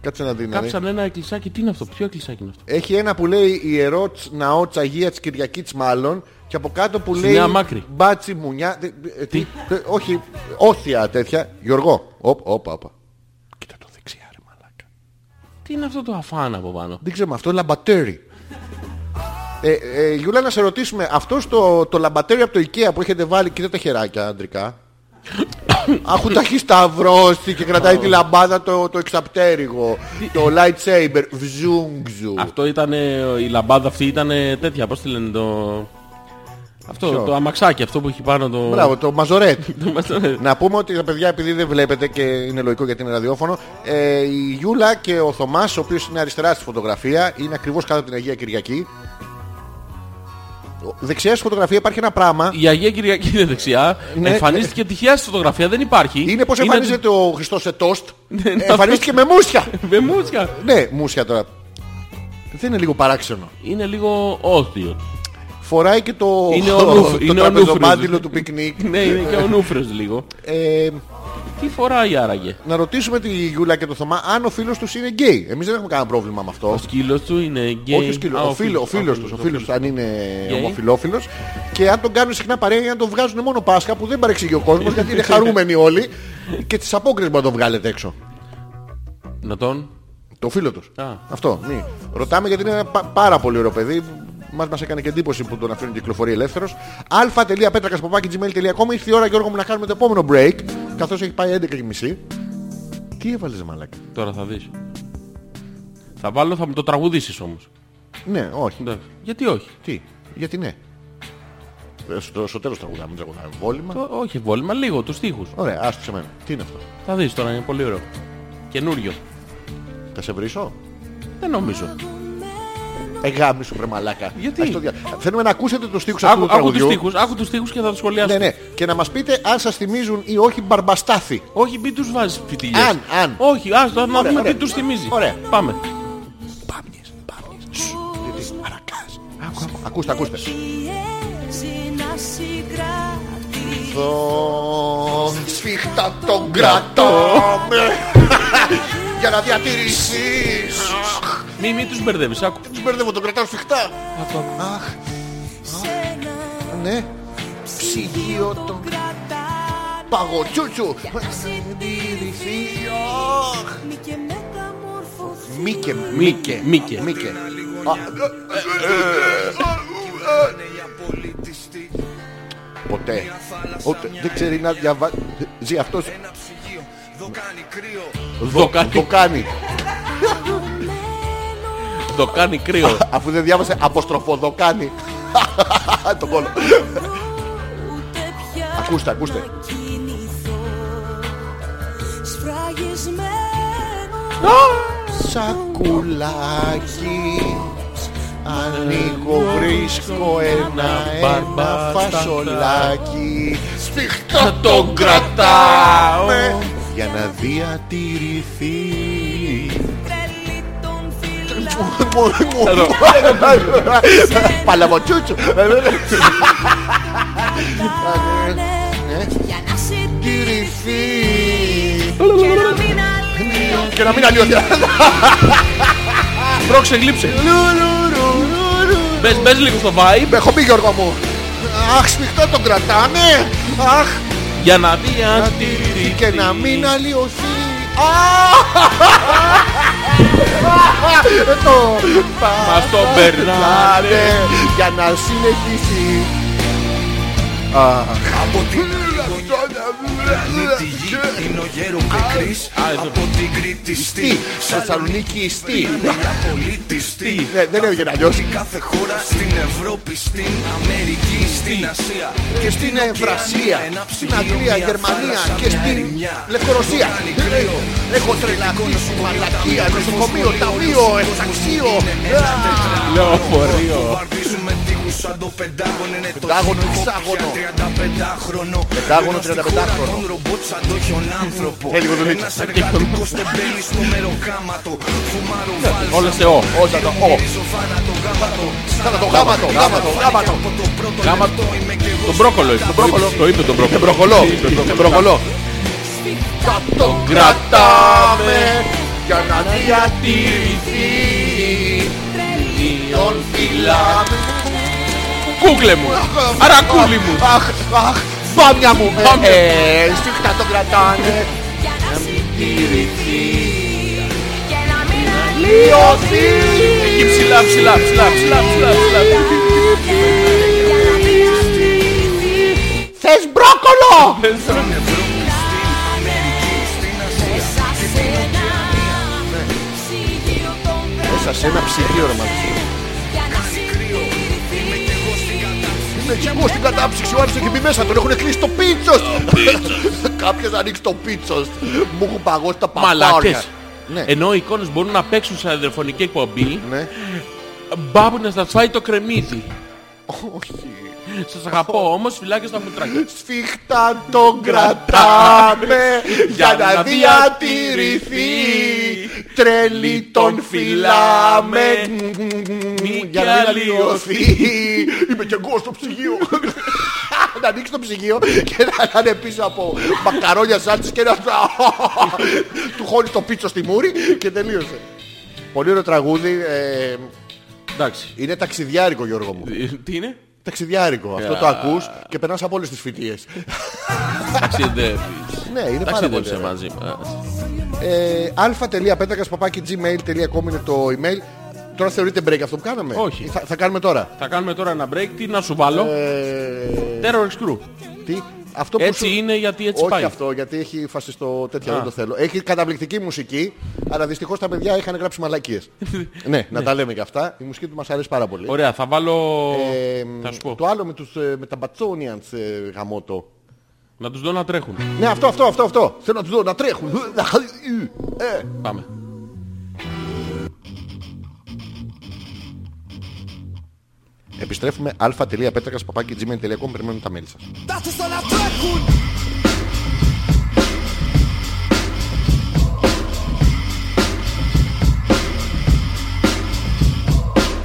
[SPEAKER 2] Κάτσε να την
[SPEAKER 3] Κάψαν ένα εκκλησάκι, τι είναι αυτό, ποιο εκκλησάκι είναι αυτό.
[SPEAKER 2] Έχει ένα που λέει Ιερό Τσ- Ναό της Αγίας της Κυριακής μάλλον και από κάτω που λέει
[SPEAKER 3] Νέα Μάκρη.
[SPEAKER 2] Μπάτσι Μουνιά. Τι, ε, τι, ε, όχι, όθια τέτοια. Γιωργό. Όπα, όπα, όπα. Κοίτα το δεξιά ρε μαλάκα.
[SPEAKER 3] Τι είναι αυτό το αφάν από πάνω.
[SPEAKER 2] Δεν ξέρω, αυτό λαμπατέρι. Ε, ε, Γιούλα να σε ρωτήσουμε Αυτός το, το λαμπατέρι από το IKEA που έχετε βάλει Κοίτα τα χεράκια αντρικά Αχού τα έχει σταυρώσει Και κρατάει τη λαμπάδα το, το εξαπτέρυγο Το lightsaber Βζούγκζου
[SPEAKER 3] Αυτό ήταν, η λαμπάδα αυτή ήταν τέτοια, πώς τη λένε το... Αυτό,
[SPEAKER 2] Ποιο?
[SPEAKER 3] το αμαξάκι, αυτό που έχει πάνω το...
[SPEAKER 2] Μπράβο, το μαζορέτ.
[SPEAKER 3] Το μας το-
[SPEAKER 2] Να πούμε ότι τα παιδιά, επειδή δεν βλέπετε και είναι λογικό γιατί είναι ραδιόφωνο, ε, η Γιούλα και ο Θωμάς, ο οποίος είναι αριστερά στη φωτογραφία, είναι ακριβώς κάτω από την Αγία Κυριακή. Ο- Δεξιά στη φωτογραφία υπάρχει ένα πράγμα.
[SPEAKER 3] Η Αγία *laughs* Κυριακή είναι δεξιά.
[SPEAKER 2] Ναι.
[SPEAKER 3] εμφανίστηκε τυχαία στη φωτογραφία, δεν υπάρχει.
[SPEAKER 2] Είναι πώς εμφανίζεται ο Χριστός σε τόστ.
[SPEAKER 3] *laughs* Ναι, ναι.
[SPEAKER 2] Εμφανίστηκε με μουσια.
[SPEAKER 3] Με μούτσια.
[SPEAKER 2] Ναι, μουσια τώρα. Δεν είναι λίγο παράξενο.
[SPEAKER 3] Είναι λίγο όθιο.
[SPEAKER 2] Φοράει και το,
[SPEAKER 3] Είναι ο Ναι. νουφ-
[SPEAKER 2] *laughs* το
[SPEAKER 3] είναι ο νουφρος.
[SPEAKER 2] τραπεζομάντιλο του πικνίκ.
[SPEAKER 3] Ναι, είναι και ο νούφρος λίγο.
[SPEAKER 2] Ε,
[SPEAKER 3] Τι φοράει άραγε.
[SPEAKER 2] Να ρωτήσουμε τη Γιούλα και το Θωμά αν ο φίλος τους είναι γκέι. Εμείς δεν έχουμε κανένα πρόβλημα με αυτό.
[SPEAKER 3] Ο σκύλος του είναι γκέι.
[SPEAKER 2] Όχι ο σκύλος,
[SPEAKER 3] Α,
[SPEAKER 2] ο, φίλο, ο φίλος
[SPEAKER 3] α,
[SPEAKER 2] τους, ο
[SPEAKER 3] ο
[SPEAKER 2] φίλος τους, αν είναι
[SPEAKER 3] Γκέι.
[SPEAKER 2] ομοφιλόφιλος και αν τον κάνουν συχνά παρέα για να τον βγάζουν μόνο Πάσχα που δεν παρεξηγεί ο
[SPEAKER 3] *laughs*
[SPEAKER 2] κόσμος γιατί είναι χαρούμενοι όλοι και τις απόκρισεις μπορεί να τον βγάλετε έξω.
[SPEAKER 3] Να τον.
[SPEAKER 2] Το φίλο τους.
[SPEAKER 3] Α.
[SPEAKER 2] Αυτό. Μη. Ρωτάμε γιατί είναι ένα πα- πάρα πολύ ωραίο παιδί. Μας μας έκανε και εντύπωση που τον αφήνουν κυκλοφορεί ελεύθερος. αλφα.πέτρακα.gmail.com Ήρθε η ώρα Γιώργο μου να κάνουμε το επόμενο break καθώς έχει πάει 11.30. Τι έβαλες μαλάκα.
[SPEAKER 3] Τώρα θα δεις. Θα βάλω, θα μου το τραγουδήσεις όμως.
[SPEAKER 2] Ναι, όχι.
[SPEAKER 3] Εντάξει. Γιατί όχι.
[SPEAKER 2] Τι, γιατί ναι. Ε, Στο, στο τέλος τραγουδάμε, μην τραγουδάμε. Βόλυμα.
[SPEAKER 3] Το- όχι βόλυμα, λίγο τους στίχους.
[SPEAKER 2] Ωραία, άστο σε μένα. Τι είναι αυτό.
[SPEAKER 3] Θα δεις τώρα, είναι πολύ ωραίο. Καινούριο.
[SPEAKER 2] Θα σε βρίσω. Ε,
[SPEAKER 3] Δεν νομίζω.
[SPEAKER 2] Εγάμι σου πρεμαλάκα.
[SPEAKER 3] Γιατί?
[SPEAKER 2] Θέλουμε να ακούσετε τους στίχους αυτού
[SPEAKER 3] Άκου,
[SPEAKER 2] του
[SPEAKER 3] άκου τους
[SPEAKER 2] τραγουδιού.
[SPEAKER 3] στίχους, άκου τους στίχους και θα τους σχολιάσω.
[SPEAKER 2] Ναι, ναι. Και να μας πείτε αν σας θυμίζουν ή όχι μπαρμπαστάθη.
[SPEAKER 3] Όχι, μην τους βάζεις φιτιλιές.
[SPEAKER 2] Αν, αν.
[SPEAKER 3] Όχι, άστο, να δούμε
[SPEAKER 2] ωραία.
[SPEAKER 3] τι τους θυμίζει.
[SPEAKER 2] Ωραία.
[SPEAKER 3] Πάμε.
[SPEAKER 2] Ακούστε, ακούστε.
[SPEAKER 7] πιέζει να συγκρατεί
[SPEAKER 2] Το σφίχτα τον κρατώ για να διατηρήσεις. Αχ,
[SPEAKER 3] Μη, μη τους μπερδεύεις, άκου.
[SPEAKER 2] τους μπερδεύω, τον κρατάω σφιχτά. Αχ,
[SPEAKER 7] σένα
[SPEAKER 2] ναι. Ψυγείο τον
[SPEAKER 7] κρατά
[SPEAKER 2] παγοτσούτσου.
[SPEAKER 7] συντηρηθεί
[SPEAKER 2] Αχ.
[SPEAKER 7] μη και μεταμορφωθεί
[SPEAKER 2] Μίκε, μίκε,
[SPEAKER 3] Μίκε.
[SPEAKER 2] μίκε. Ποτέ. Ούτε δεν ξέρει να διαβάζει. Ζει αυτός.
[SPEAKER 3] Δοκάνι.
[SPEAKER 2] Το κάνει.
[SPEAKER 3] Το κάνει κρύο.
[SPEAKER 2] Αφού δεν διάβασε, αποστροφοδοκάνει. Τον κόλλο.
[SPEAKER 7] ούτε πια
[SPEAKER 2] Ακούστε, ακούστε.
[SPEAKER 7] να κινηθώ σφραγισμένος
[SPEAKER 2] Σακουλάκι Ανοίγω, βρίσκω ένα ένα
[SPEAKER 3] μπαρμπαστά.
[SPEAKER 2] φασολάκι Σφιχτά τον κρατάω Για να διατηρηθεί
[SPEAKER 7] τρελή των φυλάκων
[SPEAKER 2] Παλαβοτσούτσου ναι.
[SPEAKER 7] για να συντηρηθεί
[SPEAKER 2] Τηρηθεί
[SPEAKER 7] και να μην αλλιώ
[SPEAKER 2] Και να μην αλλιώθει
[SPEAKER 3] Πρόξε, γλύψε. Μπες, μπες λίγο στο vibe
[SPEAKER 2] Έχω μπει Γιώργο μου Αχ σφιχτά τον κρατάνε Αχ
[SPEAKER 3] για να δει αν
[SPEAKER 2] διατηρηθεί και να μην αλλοιωθεί. Το
[SPEAKER 3] Μας το περνάνε.
[SPEAKER 2] παρνάτε για να συνεχίσει. Από την
[SPEAKER 8] Είναι ο γέρο πεκρής από την Κρήτη στη
[SPEAKER 2] Θεσσαλονίκη στη.
[SPEAKER 8] πολιτιστή.
[SPEAKER 2] Ναι, Δεν έβγαινε αλλιώς.
[SPEAKER 8] Κάθε χώρα στην Ευρώπη, στην Αμερική, στην Ασία
[SPEAKER 2] Και στην Ευρασία,
[SPEAKER 8] ένα
[SPEAKER 2] στην
[SPEAKER 8] ψυγείο,
[SPEAKER 2] Αγγλία,
[SPEAKER 8] μια
[SPEAKER 2] Γερμανία
[SPEAKER 8] θάλασσα,
[SPEAKER 2] και
[SPEAKER 8] μια
[SPEAKER 2] στην
[SPEAKER 8] ερημιά.
[SPEAKER 2] Λευκορωσία.
[SPEAKER 8] Κάνει
[SPEAKER 2] Δεν
[SPEAKER 8] κρύο.
[SPEAKER 2] λέω. Έχω τρελαθεί σου μαλακία, νοσοκομείο, ταμείο, εξαξίο.
[SPEAKER 3] Λεωφορείο.
[SPEAKER 8] Βαρδίζουμε τείχους σαν το πεντάγωνο Είναι το
[SPEAKER 2] Πεντάγωνο,
[SPEAKER 8] σύνοικο
[SPEAKER 2] εξάγωνο.
[SPEAKER 8] πια 35 χρονο
[SPEAKER 2] Πεντάγωνο,
[SPEAKER 8] Ένας στη
[SPEAKER 2] 35
[SPEAKER 8] χώρα
[SPEAKER 2] χρονο.
[SPEAKER 8] των ρομπότ σαν το χιονάνθρωπο
[SPEAKER 2] Ε, λίγο δουλίτσα.
[SPEAKER 8] Ένας εργατικός τον μπαίνει στο μεροκάματο Φουμάρο βάλσα
[SPEAKER 3] Όλες σε ο.
[SPEAKER 2] Όσα το ο.
[SPEAKER 8] Ριζοφάνατο γάματο
[SPEAKER 2] Κάμα το γάμα το γάμα το γάμα το.
[SPEAKER 8] Από το πρώτο
[SPEAKER 3] Γάμα-
[SPEAKER 8] λεπτό είμαι και εγώ
[SPEAKER 3] Τον πρόκολο είπε.
[SPEAKER 2] πρόκολο.
[SPEAKER 3] Το είπε τον πρόκολο.
[SPEAKER 2] Προκολό,
[SPEAKER 3] Είπε τον πρόκολο.
[SPEAKER 2] προκολό.
[SPEAKER 7] σφιχτά
[SPEAKER 2] Τον κρατάμε για να διατηρηθεί.
[SPEAKER 7] τρελή
[SPEAKER 2] Τον φυλάμε.
[SPEAKER 3] Κούκλε μου. Αρακούλι μου.
[SPEAKER 2] Αχ, αχ, μπάμια μου. Ε, ε, Σφιχτά τον κρατάνε.
[SPEAKER 7] για να συντηρηθεί και να μην αλλιώ
[SPEAKER 2] Λιωθεί.
[SPEAKER 3] Εκεί ψηλά, ψηλά, ψηλά, ψηλά, ψηλά, ψηλά.
[SPEAKER 7] για να μην αλλοιωθεί.
[SPEAKER 2] Θες μπρόκολο.
[SPEAKER 7] Μέσα σε ένα ψυγείο των
[SPEAKER 2] Μέσα σε ένα ψυγείο ρε μαζί.
[SPEAKER 7] για να συντηρηθεί
[SPEAKER 2] Είμαι κι εγώ στην κατάψυξη. Ο Άρης έχει μπει μέσα. Τον έχουν κλείσει το πίτσος. *laughs* Κάποιος θα ανοίξει το πίτσος. Μου έχουν παγώσει τα παπάρια.
[SPEAKER 3] Μαλάκες.
[SPEAKER 2] Ναι.
[SPEAKER 3] Ενώ οι εικόνες μπορούν να παίξουν σε ραδιοφωνική εκπομπή,
[SPEAKER 2] Ναι.
[SPEAKER 3] μπάμπου να σας φάει το κρεμμύδι.
[SPEAKER 2] Όχι.
[SPEAKER 3] Σας αγαπώ όμως, φυλάκια στα μουτράκια.
[SPEAKER 2] Σφιχτά τον κρατάμε για να διατηρηθεί. Τρελή τον φυλάμε για *laughs* να μην αλλοιωθεί. Είμαι κι εγώ στο ψυγείο. Να να ανοίξει το ψυγείο και να είναι πίσω από μακαρόνια σάλτσες και να *laughs* του χώνει το πίτσο στη μούρη και τελείωσε. Πολύ ωραίο τραγούδι. ε,
[SPEAKER 3] Εντάξει.
[SPEAKER 2] είναι ταξιδιάρικο Γιώργο μου.
[SPEAKER 3] Ε, Τι είναι?
[SPEAKER 2] Ταξιδιάρικο. Αυτό το ακούς και περνάς από όλες τις φοιτίες.
[SPEAKER 3] Ταξιδεύεις.
[SPEAKER 2] Ναι, είναι πάρα πολύ.
[SPEAKER 3] Ταξιδεύσε
[SPEAKER 2] ωραίο.
[SPEAKER 3] μαζί μας.
[SPEAKER 2] Ε, α.πέτρακας παπάκι gmail.com είναι το email. Τώρα θεωρείται break αυτό που κάναμε.
[SPEAKER 3] Όχι.
[SPEAKER 2] Θα, θα κάνουμε τώρα.
[SPEAKER 3] Θα κάνουμε τώρα ένα break. Τι να σου βάλω.
[SPEAKER 2] Ε,
[SPEAKER 3] Terror Crew.
[SPEAKER 2] τι, αυτό που
[SPEAKER 3] Έτσι
[SPEAKER 2] σου-
[SPEAKER 3] είναι γιατί έτσι
[SPEAKER 2] Όχι
[SPEAKER 3] πάει.
[SPEAKER 2] αυτό, γιατί έχει φασιστό τέτοια,
[SPEAKER 3] Α.
[SPEAKER 2] δεν το θέλω. Έχει καταπληκτική μουσική, αλλά δυστυχώς τα παιδιά είχαν γράψει
[SPEAKER 3] *laughs*
[SPEAKER 2] μαλακίες. ναι, να τα λέμε και αυτά. Η μουσική του μας αρέσει πάρα πολύ.
[SPEAKER 3] Ωραία, θα βάλω.
[SPEAKER 2] Ε,
[SPEAKER 3] θα σου πω.
[SPEAKER 2] Το άλλο με, τους, ε, με τα μπατσόνιαντς ε, γαμότο.
[SPEAKER 3] Να τους δω να τρέχουν.
[SPEAKER 2] Ναι, αυτό, αυτό, αυτό, αυτό. Θέλω να τους δω να τρέχουν. Ε,
[SPEAKER 3] Πάμε.
[SPEAKER 2] Επιστρέφουμε α.πέτρακας.gmail.com Περιμένουμε τα mail σας.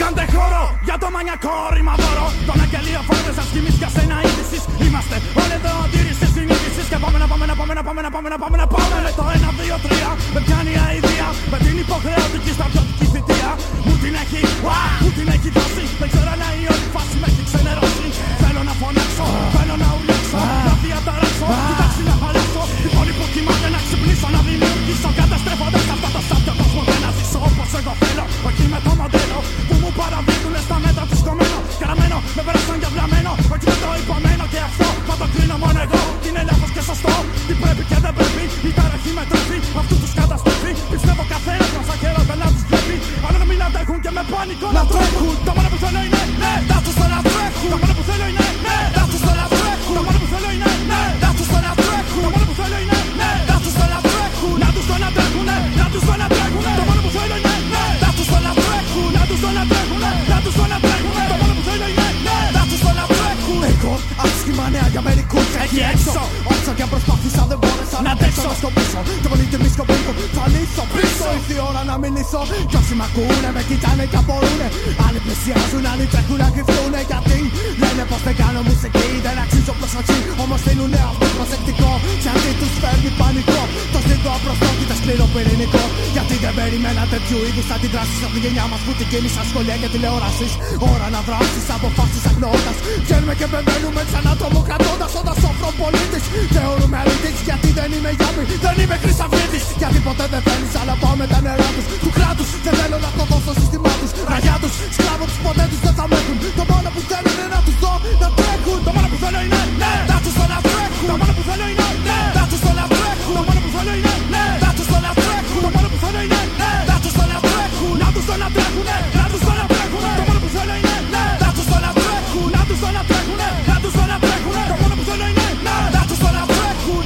[SPEAKER 5] Κάντε χώρο για το μανιακό ρήμα δώρο Τον αγγελίο φόρτε σας κοιμήθηκα σε ένα είδησης Είμαστε όλοι εδώ αντίρρησης συνείδησης Και πάμε να πάμε να πάμε να πάμε να πάμε να πάμε να πάμε Με το ένα, δύο, τρία Με πιάνει η αηδία Με την υποχρεωτική στρατιωτική θητεία Μου την έχει, ουα, μου την έχει δώσει Δεν ξέρω να η όλη φάση με έχει ξενερώσει Θέλω να φωνάξω, θέλω να ουλιάξω Να διαταράξω, κοιτάξει να χαράξω Οι πόνοι που κοιμάται να ξυπνήσω να δημιουργήσω Καταστρέφοντας αυτά τα σάπια κόσμο δεν να ζήσω όπως εγώ θέλω Όχι με το μοντέλο που μου παραδίδουνε στα μέτρα τους κομμένο Καραμένο, με πέρασαν για βλαμμένο Όχι με το υπομένο και αυτό θα το κρίνω μόνο εγώ Τι είναι λάθος και σωστό, τι πρέπει και δεν πρέπει Η ταραχή με τρέφει, αυτού τους καταστρέφει Πιστεύω καθένας μας αχαίρεται να τους βλέπει Αλλά να μην αντέχουν και με πάνικο να τρέχουν Το μόνο που θέλω είναι ναι, να τους το να τρέχουν Το μόνο που θέλω είναι ναι, να τους το να τρέχουν Το μόνο που θέλω είναι ναι, να τους το να τρέχουν Το μόνο που θέλω είναι ναι, να τους το να τρέχουν Να τους το να τρέχουν, ναι, να τους το να τρέχουν Το μόνο που θέλω είναι ναι, να τους το να τρέχουν Να τους το να τρέχουν, ναι, να τους το να τρέχουν Το μόνο που θέλω είναι ναι, να τους το να τρέχουν Εγώ άσχημα νέα για μερικούς εκεί έξω Όσο και αν προσπάθησα δεν μπόρεσα να αντέξω Να σκοπήσω και πολύ τιμή σκοπίζω Θα λύσω πίσω Ήρθε η ώρα να μιλήσω Κι όσοι μ' ακούνε με κοιτάνε και απορούνε Άλλοι πλησιάζουν, άλλοι τρέχουν να κρυφτούνε Γιατί λένε πως δεν κάνω μουσική Δεν αξίζω προσοχή Όμως θέλουνε αυτό προσεκτικό Κι αντί τους φέρνει πανικό Το στείλω απροσδόκητα σκληρό πυρηνικό Γιατί δεν περιμένα τέτοιου είδους αντιδράσεις Από τη γενιά μας που την κίνησαν σχολεία και τηλεοράσεις Ώρα να δράσεις, αποφάσεις αγνοώντας Βγαίνουμε και μπαίνουμε ξανά τρομοκρατώντας Όντας όφρον πολίτης Θεωρούμε αλήτης γιατί δεν είμαι γιάπη Δεν είμαι χρυσαυγίτης Γιατί ποτέ δεν θέλεις αλλά πάω με τα νερά τους Του κράτους δεν θέλω να κοβώ στο σύστημά τους Ραγιά τους, σκλάβω τους ποτέ τους δεν θα με έχουν Το μόνο που θέλω είναι να τους δω να τρέχουν Το μόνο που θέλω είναι ναι, να τους δω να τρέχουν Το μόνο που θέλω είναι ναι, να τους δω να τρέχουν Το μόνο που θέλω είναι ναι, να τους δω να τρέχουν Το μόνο που θέλω είναι ναι, να τους δω να τρέχουν Να τους δω να τρέχουν, ναι, να τους δω να τρέχουν Το μόνο που θέλω είναι ναι, να τους δω να τρέχουν Να τους δω να τρέχουν, ναι, να τους δω να τρέχουν Το μόνο που θέλω είναι ναι, να τους δω να τρέχουν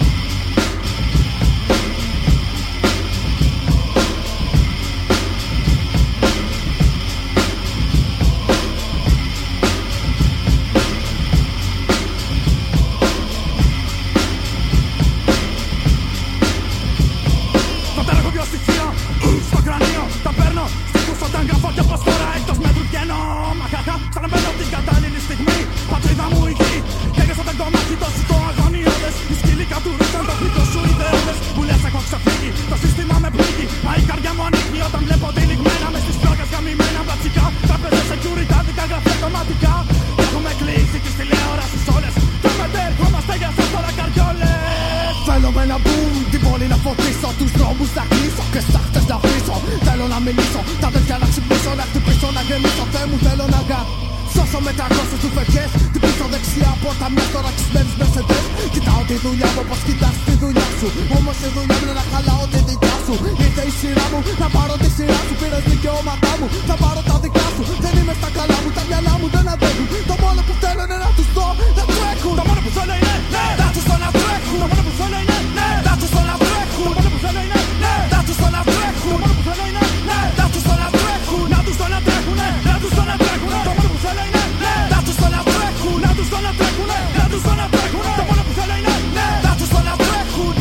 [SPEAKER 5] Το τρέχω πιο στοιχείο στο κρανίο. Τα παίρνω στίχους όταν γράφω και πως φορά εκτός μέτρου βγαίνω. Μα χαχά, ξαναμπαίνω την κατάλληλη στιγμή. Πατρίδα μου η γη, καίγεσαι τα κομμάτια το σηκώ αγωνιώδες. Οι σκύλοι κατουρίσαν το πλήθο σου ιδεώδες. Που λες έχω ξεφύγει, το σύστημα με πνίγει. Μα η καρδιά μου ανοίγει όταν βλέπω τυλιγμένα με στις πλόγες γαμημένα πλατσικά. Τραπέζες security, δικά γραφεία κομματικά. Και έχουμε κλείσει τις τηλεόρασεις όλες. Και μετέρχομαστε για σας τώρα καριόλες. Θέλουμε να μπουν την πόλη να φωτίσω Τους δρόμους να κλείσω και στα χτες να πίσω Θέλω να μιλήσω, τα παιδιά να ξυπνήσω Να χτυπήσω, να γεμίσω, Θεέ μου θέλω να γα Σώσω με τα γλώσσα του φεκές Την πίσω δεξιά πόρτα μια τώρα ξυπνένεις με σε τες Κοιτάω τη δουλειά μου όπως κοιτάς τη δουλειά σου Όμως η δουλειά μου είναι να χαλάω τη δικιά σου Ήρθε η σειρά μου να πάρω τη σειρά σου Πήρες δικαιώματά μου, θα πάρω τα δικά σου Δεν είμαι στα καλά μου, τα μυαλά μου δεν αντέχουν Το μόνο που θέλω είναι να τους δω να τρέχουν Το μόνο που θέλω είναι ναι, να τους δω να τρέχουν Το μόνο που θέλω είναι ναι, να τους δω να τρέχουν Το μόνο που θέλω είναι ναι, να τους δω να τρέχουν Το μόνο που θέλω είναι ναι, να τους δω να τρέχουν Να τους δω να τρέχουν, ναι, να τους δω να τρέχουν Το μόνο που θέλω είναι ναι, να τους δω να τρέχουν Να τους δω να τρέχουν, ναι, να τους δω να τρέχουν Το μόνο που θέλω είναι ναι, να τους δω να τρέχουν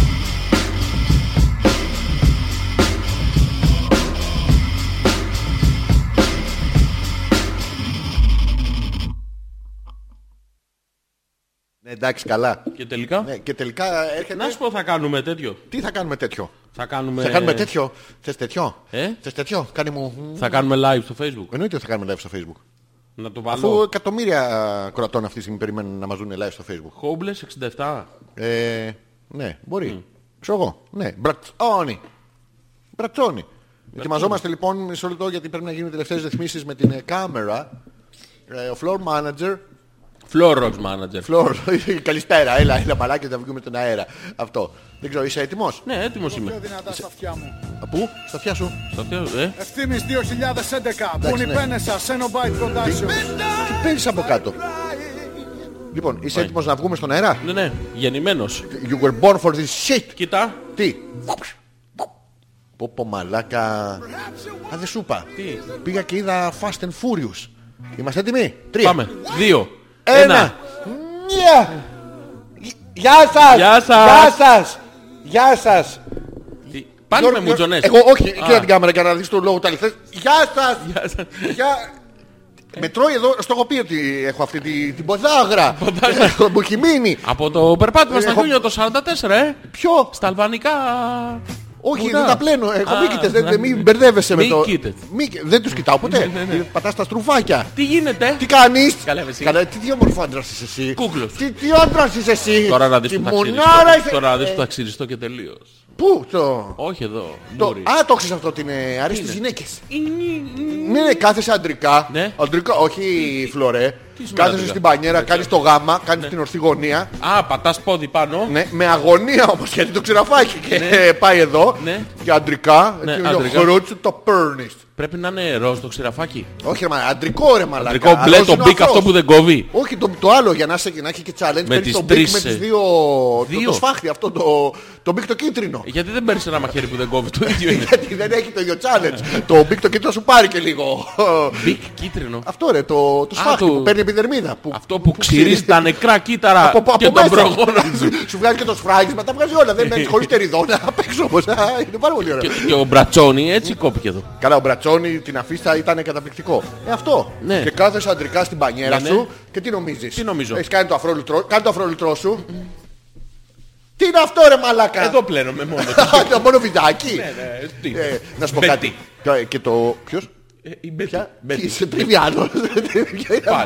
[SPEAKER 2] Ναι, εντάξει, καλά.
[SPEAKER 3] Και τελικά.
[SPEAKER 2] Ναι, και τελικά έρχεται.
[SPEAKER 3] Να σου πω, θα κάνουμε τέτοιο.
[SPEAKER 2] Τι θα κάνουμε τέτοιο.
[SPEAKER 3] Θα κάνουμε,
[SPEAKER 2] Θα κάνουμε τέτοιο. Θες τέτοιο.
[SPEAKER 3] Ε?
[SPEAKER 2] Θες τέτοιο. Κάνε μου.
[SPEAKER 3] Θα κάνουμε live στο facebook.
[SPEAKER 2] Εννοείται ότι θα κάνουμε live στο facebook.
[SPEAKER 3] Να το
[SPEAKER 2] Αφού
[SPEAKER 3] βάλω.
[SPEAKER 2] εκατομμύρια α, κροατών αυτή τη στιγμή περιμένουν να μας δουν live στο facebook.
[SPEAKER 3] Χόμπλες 67.
[SPEAKER 2] Ε, ναι, μπορεί. Ξέρω εγώ. Ναι, μπρατσόνι. Μπρατσόνι. Ετοιμαζόμαστε λοιπόν, μισό λεπτό, γιατί πρέπει να γίνουν οι τελευταίες ρυθμίσεις με την ε, κάμερα. Ε, Ο floor manager
[SPEAKER 3] Floor Rocks Manager.
[SPEAKER 2] Φλόρ, *laughs* καλησπέρα. Έλα, έλα μαλάκια να βγούμε στον αέρα. Αυτό. Δεν ξέρω, είσαι έτοιμος.
[SPEAKER 3] Ναι, έτοιμος είμαι.
[SPEAKER 1] Πιο δυνατά στα αυτιά μου.
[SPEAKER 2] Πού, στα αυτιά σου.
[SPEAKER 3] Στο αυτό, ε.
[SPEAKER 1] Ευθύμης 2011. Πούνι
[SPEAKER 2] ναι.
[SPEAKER 1] Πένεσα, Xenobite Productions.
[SPEAKER 2] Τι παίρνει από κάτω. Λοιπόν, είσαι έτοιμος να βγούμε στον αέρα.
[SPEAKER 3] Ναι, ναι, γεννημένος.
[SPEAKER 2] You were born for this shit.
[SPEAKER 3] Κοιτά.
[SPEAKER 2] Τι. Πω πω μαλάκα. Α, δεν σου είπα. Πήγα και είδα Fast and Furious. Είμαστε έτοιμοι. Τρία.
[SPEAKER 3] Πάμε. Δύο.
[SPEAKER 2] Ένα. Μια. Γεια σας.
[SPEAKER 3] Γεια σας.
[SPEAKER 2] Γεια σας. Γεια σας.
[SPEAKER 3] Τι- Πάνε με
[SPEAKER 2] Γιώργος,
[SPEAKER 3] μουτζονές.
[SPEAKER 2] Εγώ όχι, κοίτα
[SPEAKER 3] Α.
[SPEAKER 2] την κάμερα για να δεις το λόγο τα λεφτά. Γεια σας.
[SPEAKER 3] Γεια σας.
[SPEAKER 2] Γεια. Με τρώει εδώ, στο έχω πει ότι έχω αυτή τη- την ποδάγρα. Μου έχει μείνει.
[SPEAKER 3] Από το περπάτημα στα
[SPEAKER 2] Ε, Έχω-
[SPEAKER 3] Γιούλια το 44, ε.
[SPEAKER 2] Ποιο?
[SPEAKER 3] Στα αλβανικά.
[SPEAKER 2] Όχι,
[SPEAKER 3] Μουνά.
[SPEAKER 2] δεν τα πλένω. Έχω
[SPEAKER 3] Α,
[SPEAKER 2] μήκητες. δεν-
[SPEAKER 3] ναι.
[SPEAKER 2] δεν- Μην μπερδεύεσαι με
[SPEAKER 3] Μη
[SPEAKER 2] το...
[SPEAKER 3] κοίτες.
[SPEAKER 2] Μη- Δεν τους κοιτάω ποτέ.
[SPEAKER 3] Ναι, ναι, ναι.
[SPEAKER 2] Πατάς τα στρουφάκια.
[SPEAKER 3] Τι γίνεται.
[SPEAKER 2] Τι κάνεις.
[SPEAKER 3] Καλά, εσύ.
[SPEAKER 2] Καλά, τι διόμορφο άντρας είσαι εσύ.
[SPEAKER 3] Κούκλος.
[SPEAKER 2] Τι, τι άντρας είσαι εσύ.
[SPEAKER 3] Τώρα να δεις
[SPEAKER 2] Τι
[SPEAKER 3] που θα ξυριστώ.
[SPEAKER 2] μουνάρα είσαι.
[SPEAKER 3] Τώρα να δεις
[SPEAKER 2] Ε,
[SPEAKER 3] που θα ξυριστώ και τελείως.
[SPEAKER 2] Πού το...
[SPEAKER 3] Όχι εδώ.
[SPEAKER 2] το-
[SPEAKER 3] Μούρι.
[SPEAKER 2] Α, το ξέρεις αυτό ότι είναι αρίστες γυναίκες.
[SPEAKER 3] Ινι, νι.
[SPEAKER 2] Ναι, ναι, κάθεσαι αντρικά.
[SPEAKER 3] Ναι.
[SPEAKER 2] Αντρικά, όχι φλωρέ.
[SPEAKER 3] σημαίνει
[SPEAKER 2] Κάθεσαι
[SPEAKER 3] αντρικά? Ναι.
[SPEAKER 2] στην πανιέρα, κάνεις το γάμα, κάνεις την ορθή γωνία.
[SPEAKER 3] Α, πατάς πόδι πάνω.
[SPEAKER 2] Ναι, με αγωνία όμως γιατί το ξεραφάκι και πάει εδώ.
[SPEAKER 3] Ναι.
[SPEAKER 2] Και αντρικά,
[SPEAKER 3] Ναι,
[SPEAKER 2] ναι,
[SPEAKER 3] αντρικά.
[SPEAKER 2] το χρούτσο το παίρνεις.
[SPEAKER 3] Πρέπει να είναι ροζ το ξηραφάκι.
[SPEAKER 2] Όχι, μα αντρικό ρε μαλακά.
[SPEAKER 3] Αντρικό μπλε
[SPEAKER 2] Αλλιώς
[SPEAKER 3] το
[SPEAKER 2] είναι ο
[SPEAKER 3] μπικ
[SPEAKER 2] αφρός.
[SPEAKER 3] αυτό που δεν κόβει.
[SPEAKER 2] Όχι, το, το άλλο για να, σε, να έχει και challenge. παίρνεις
[SPEAKER 3] τις
[SPEAKER 2] το μπικ
[SPEAKER 3] τρεις,
[SPEAKER 2] με
[SPEAKER 3] ε.
[SPEAKER 2] τις δύο. Το,
[SPEAKER 3] Δύο.
[SPEAKER 2] το σφάχτη αυτό το, το μπικ το κίτρινο.
[SPEAKER 3] Γιατί δεν παίρνεις ένα μαχαίρι που δεν κόβει το ίδιο είναι.
[SPEAKER 2] *laughs* Γιατί δεν έχει το ίδιο challenge. το μπικ το κίτρινο σου πάρει και λίγο.
[SPEAKER 3] Μπικ κίτρινο.
[SPEAKER 2] αυτό ρε, το, το σφάχτη
[SPEAKER 3] το-
[SPEAKER 2] που παίρνει επιδερμίδα. Που,
[SPEAKER 3] Αυτό που ξυρίζει τα νεκρά κύτταρα
[SPEAKER 2] από, από
[SPEAKER 3] και τον
[SPEAKER 2] μέσα.
[SPEAKER 3] προγόνας.
[SPEAKER 2] σου βγάζει και το σφράγισμα, τα βγάζει όλα. Δεν μένει χωρίς τεριδόνα. Απ' έξω όμως. Α, Είναι πάρα πολύ ωραίο.
[SPEAKER 3] Και- Και ο Μπρατσόνι έτσι κόπηκε εδώ.
[SPEAKER 2] Καλά, ο Μπρατσόνι την αφίστα ήταν καταπληκτικό. Ε, αυτό.
[SPEAKER 3] Ναι.
[SPEAKER 2] Και κάθεσαι αντρικά στην πανιέρα
[SPEAKER 3] Ναι, ναι.
[SPEAKER 2] σου και τι νομίζεις.
[SPEAKER 3] Τι νομίζω?
[SPEAKER 2] Έχεις κάνει το αφρόλουτρό, κάνει το αφρόλουτρό σου. τι είναι αυτό ρε μαλάκα.
[SPEAKER 3] Εδώ πλένομαι μόνο.
[SPEAKER 2] *laughs* το μόνο βιντάκι.
[SPEAKER 3] Ε, τι.
[SPEAKER 2] Ε, να σου πω
[SPEAKER 3] Μπετή.
[SPEAKER 2] κάτι. Ε, Και το... Ποιος?
[SPEAKER 3] Ε, Η Μπέτη.
[SPEAKER 2] Ποια?
[SPEAKER 3] Μπέτη.
[SPEAKER 2] Είσαι τριβιάνος.
[SPEAKER 3] Πάντα.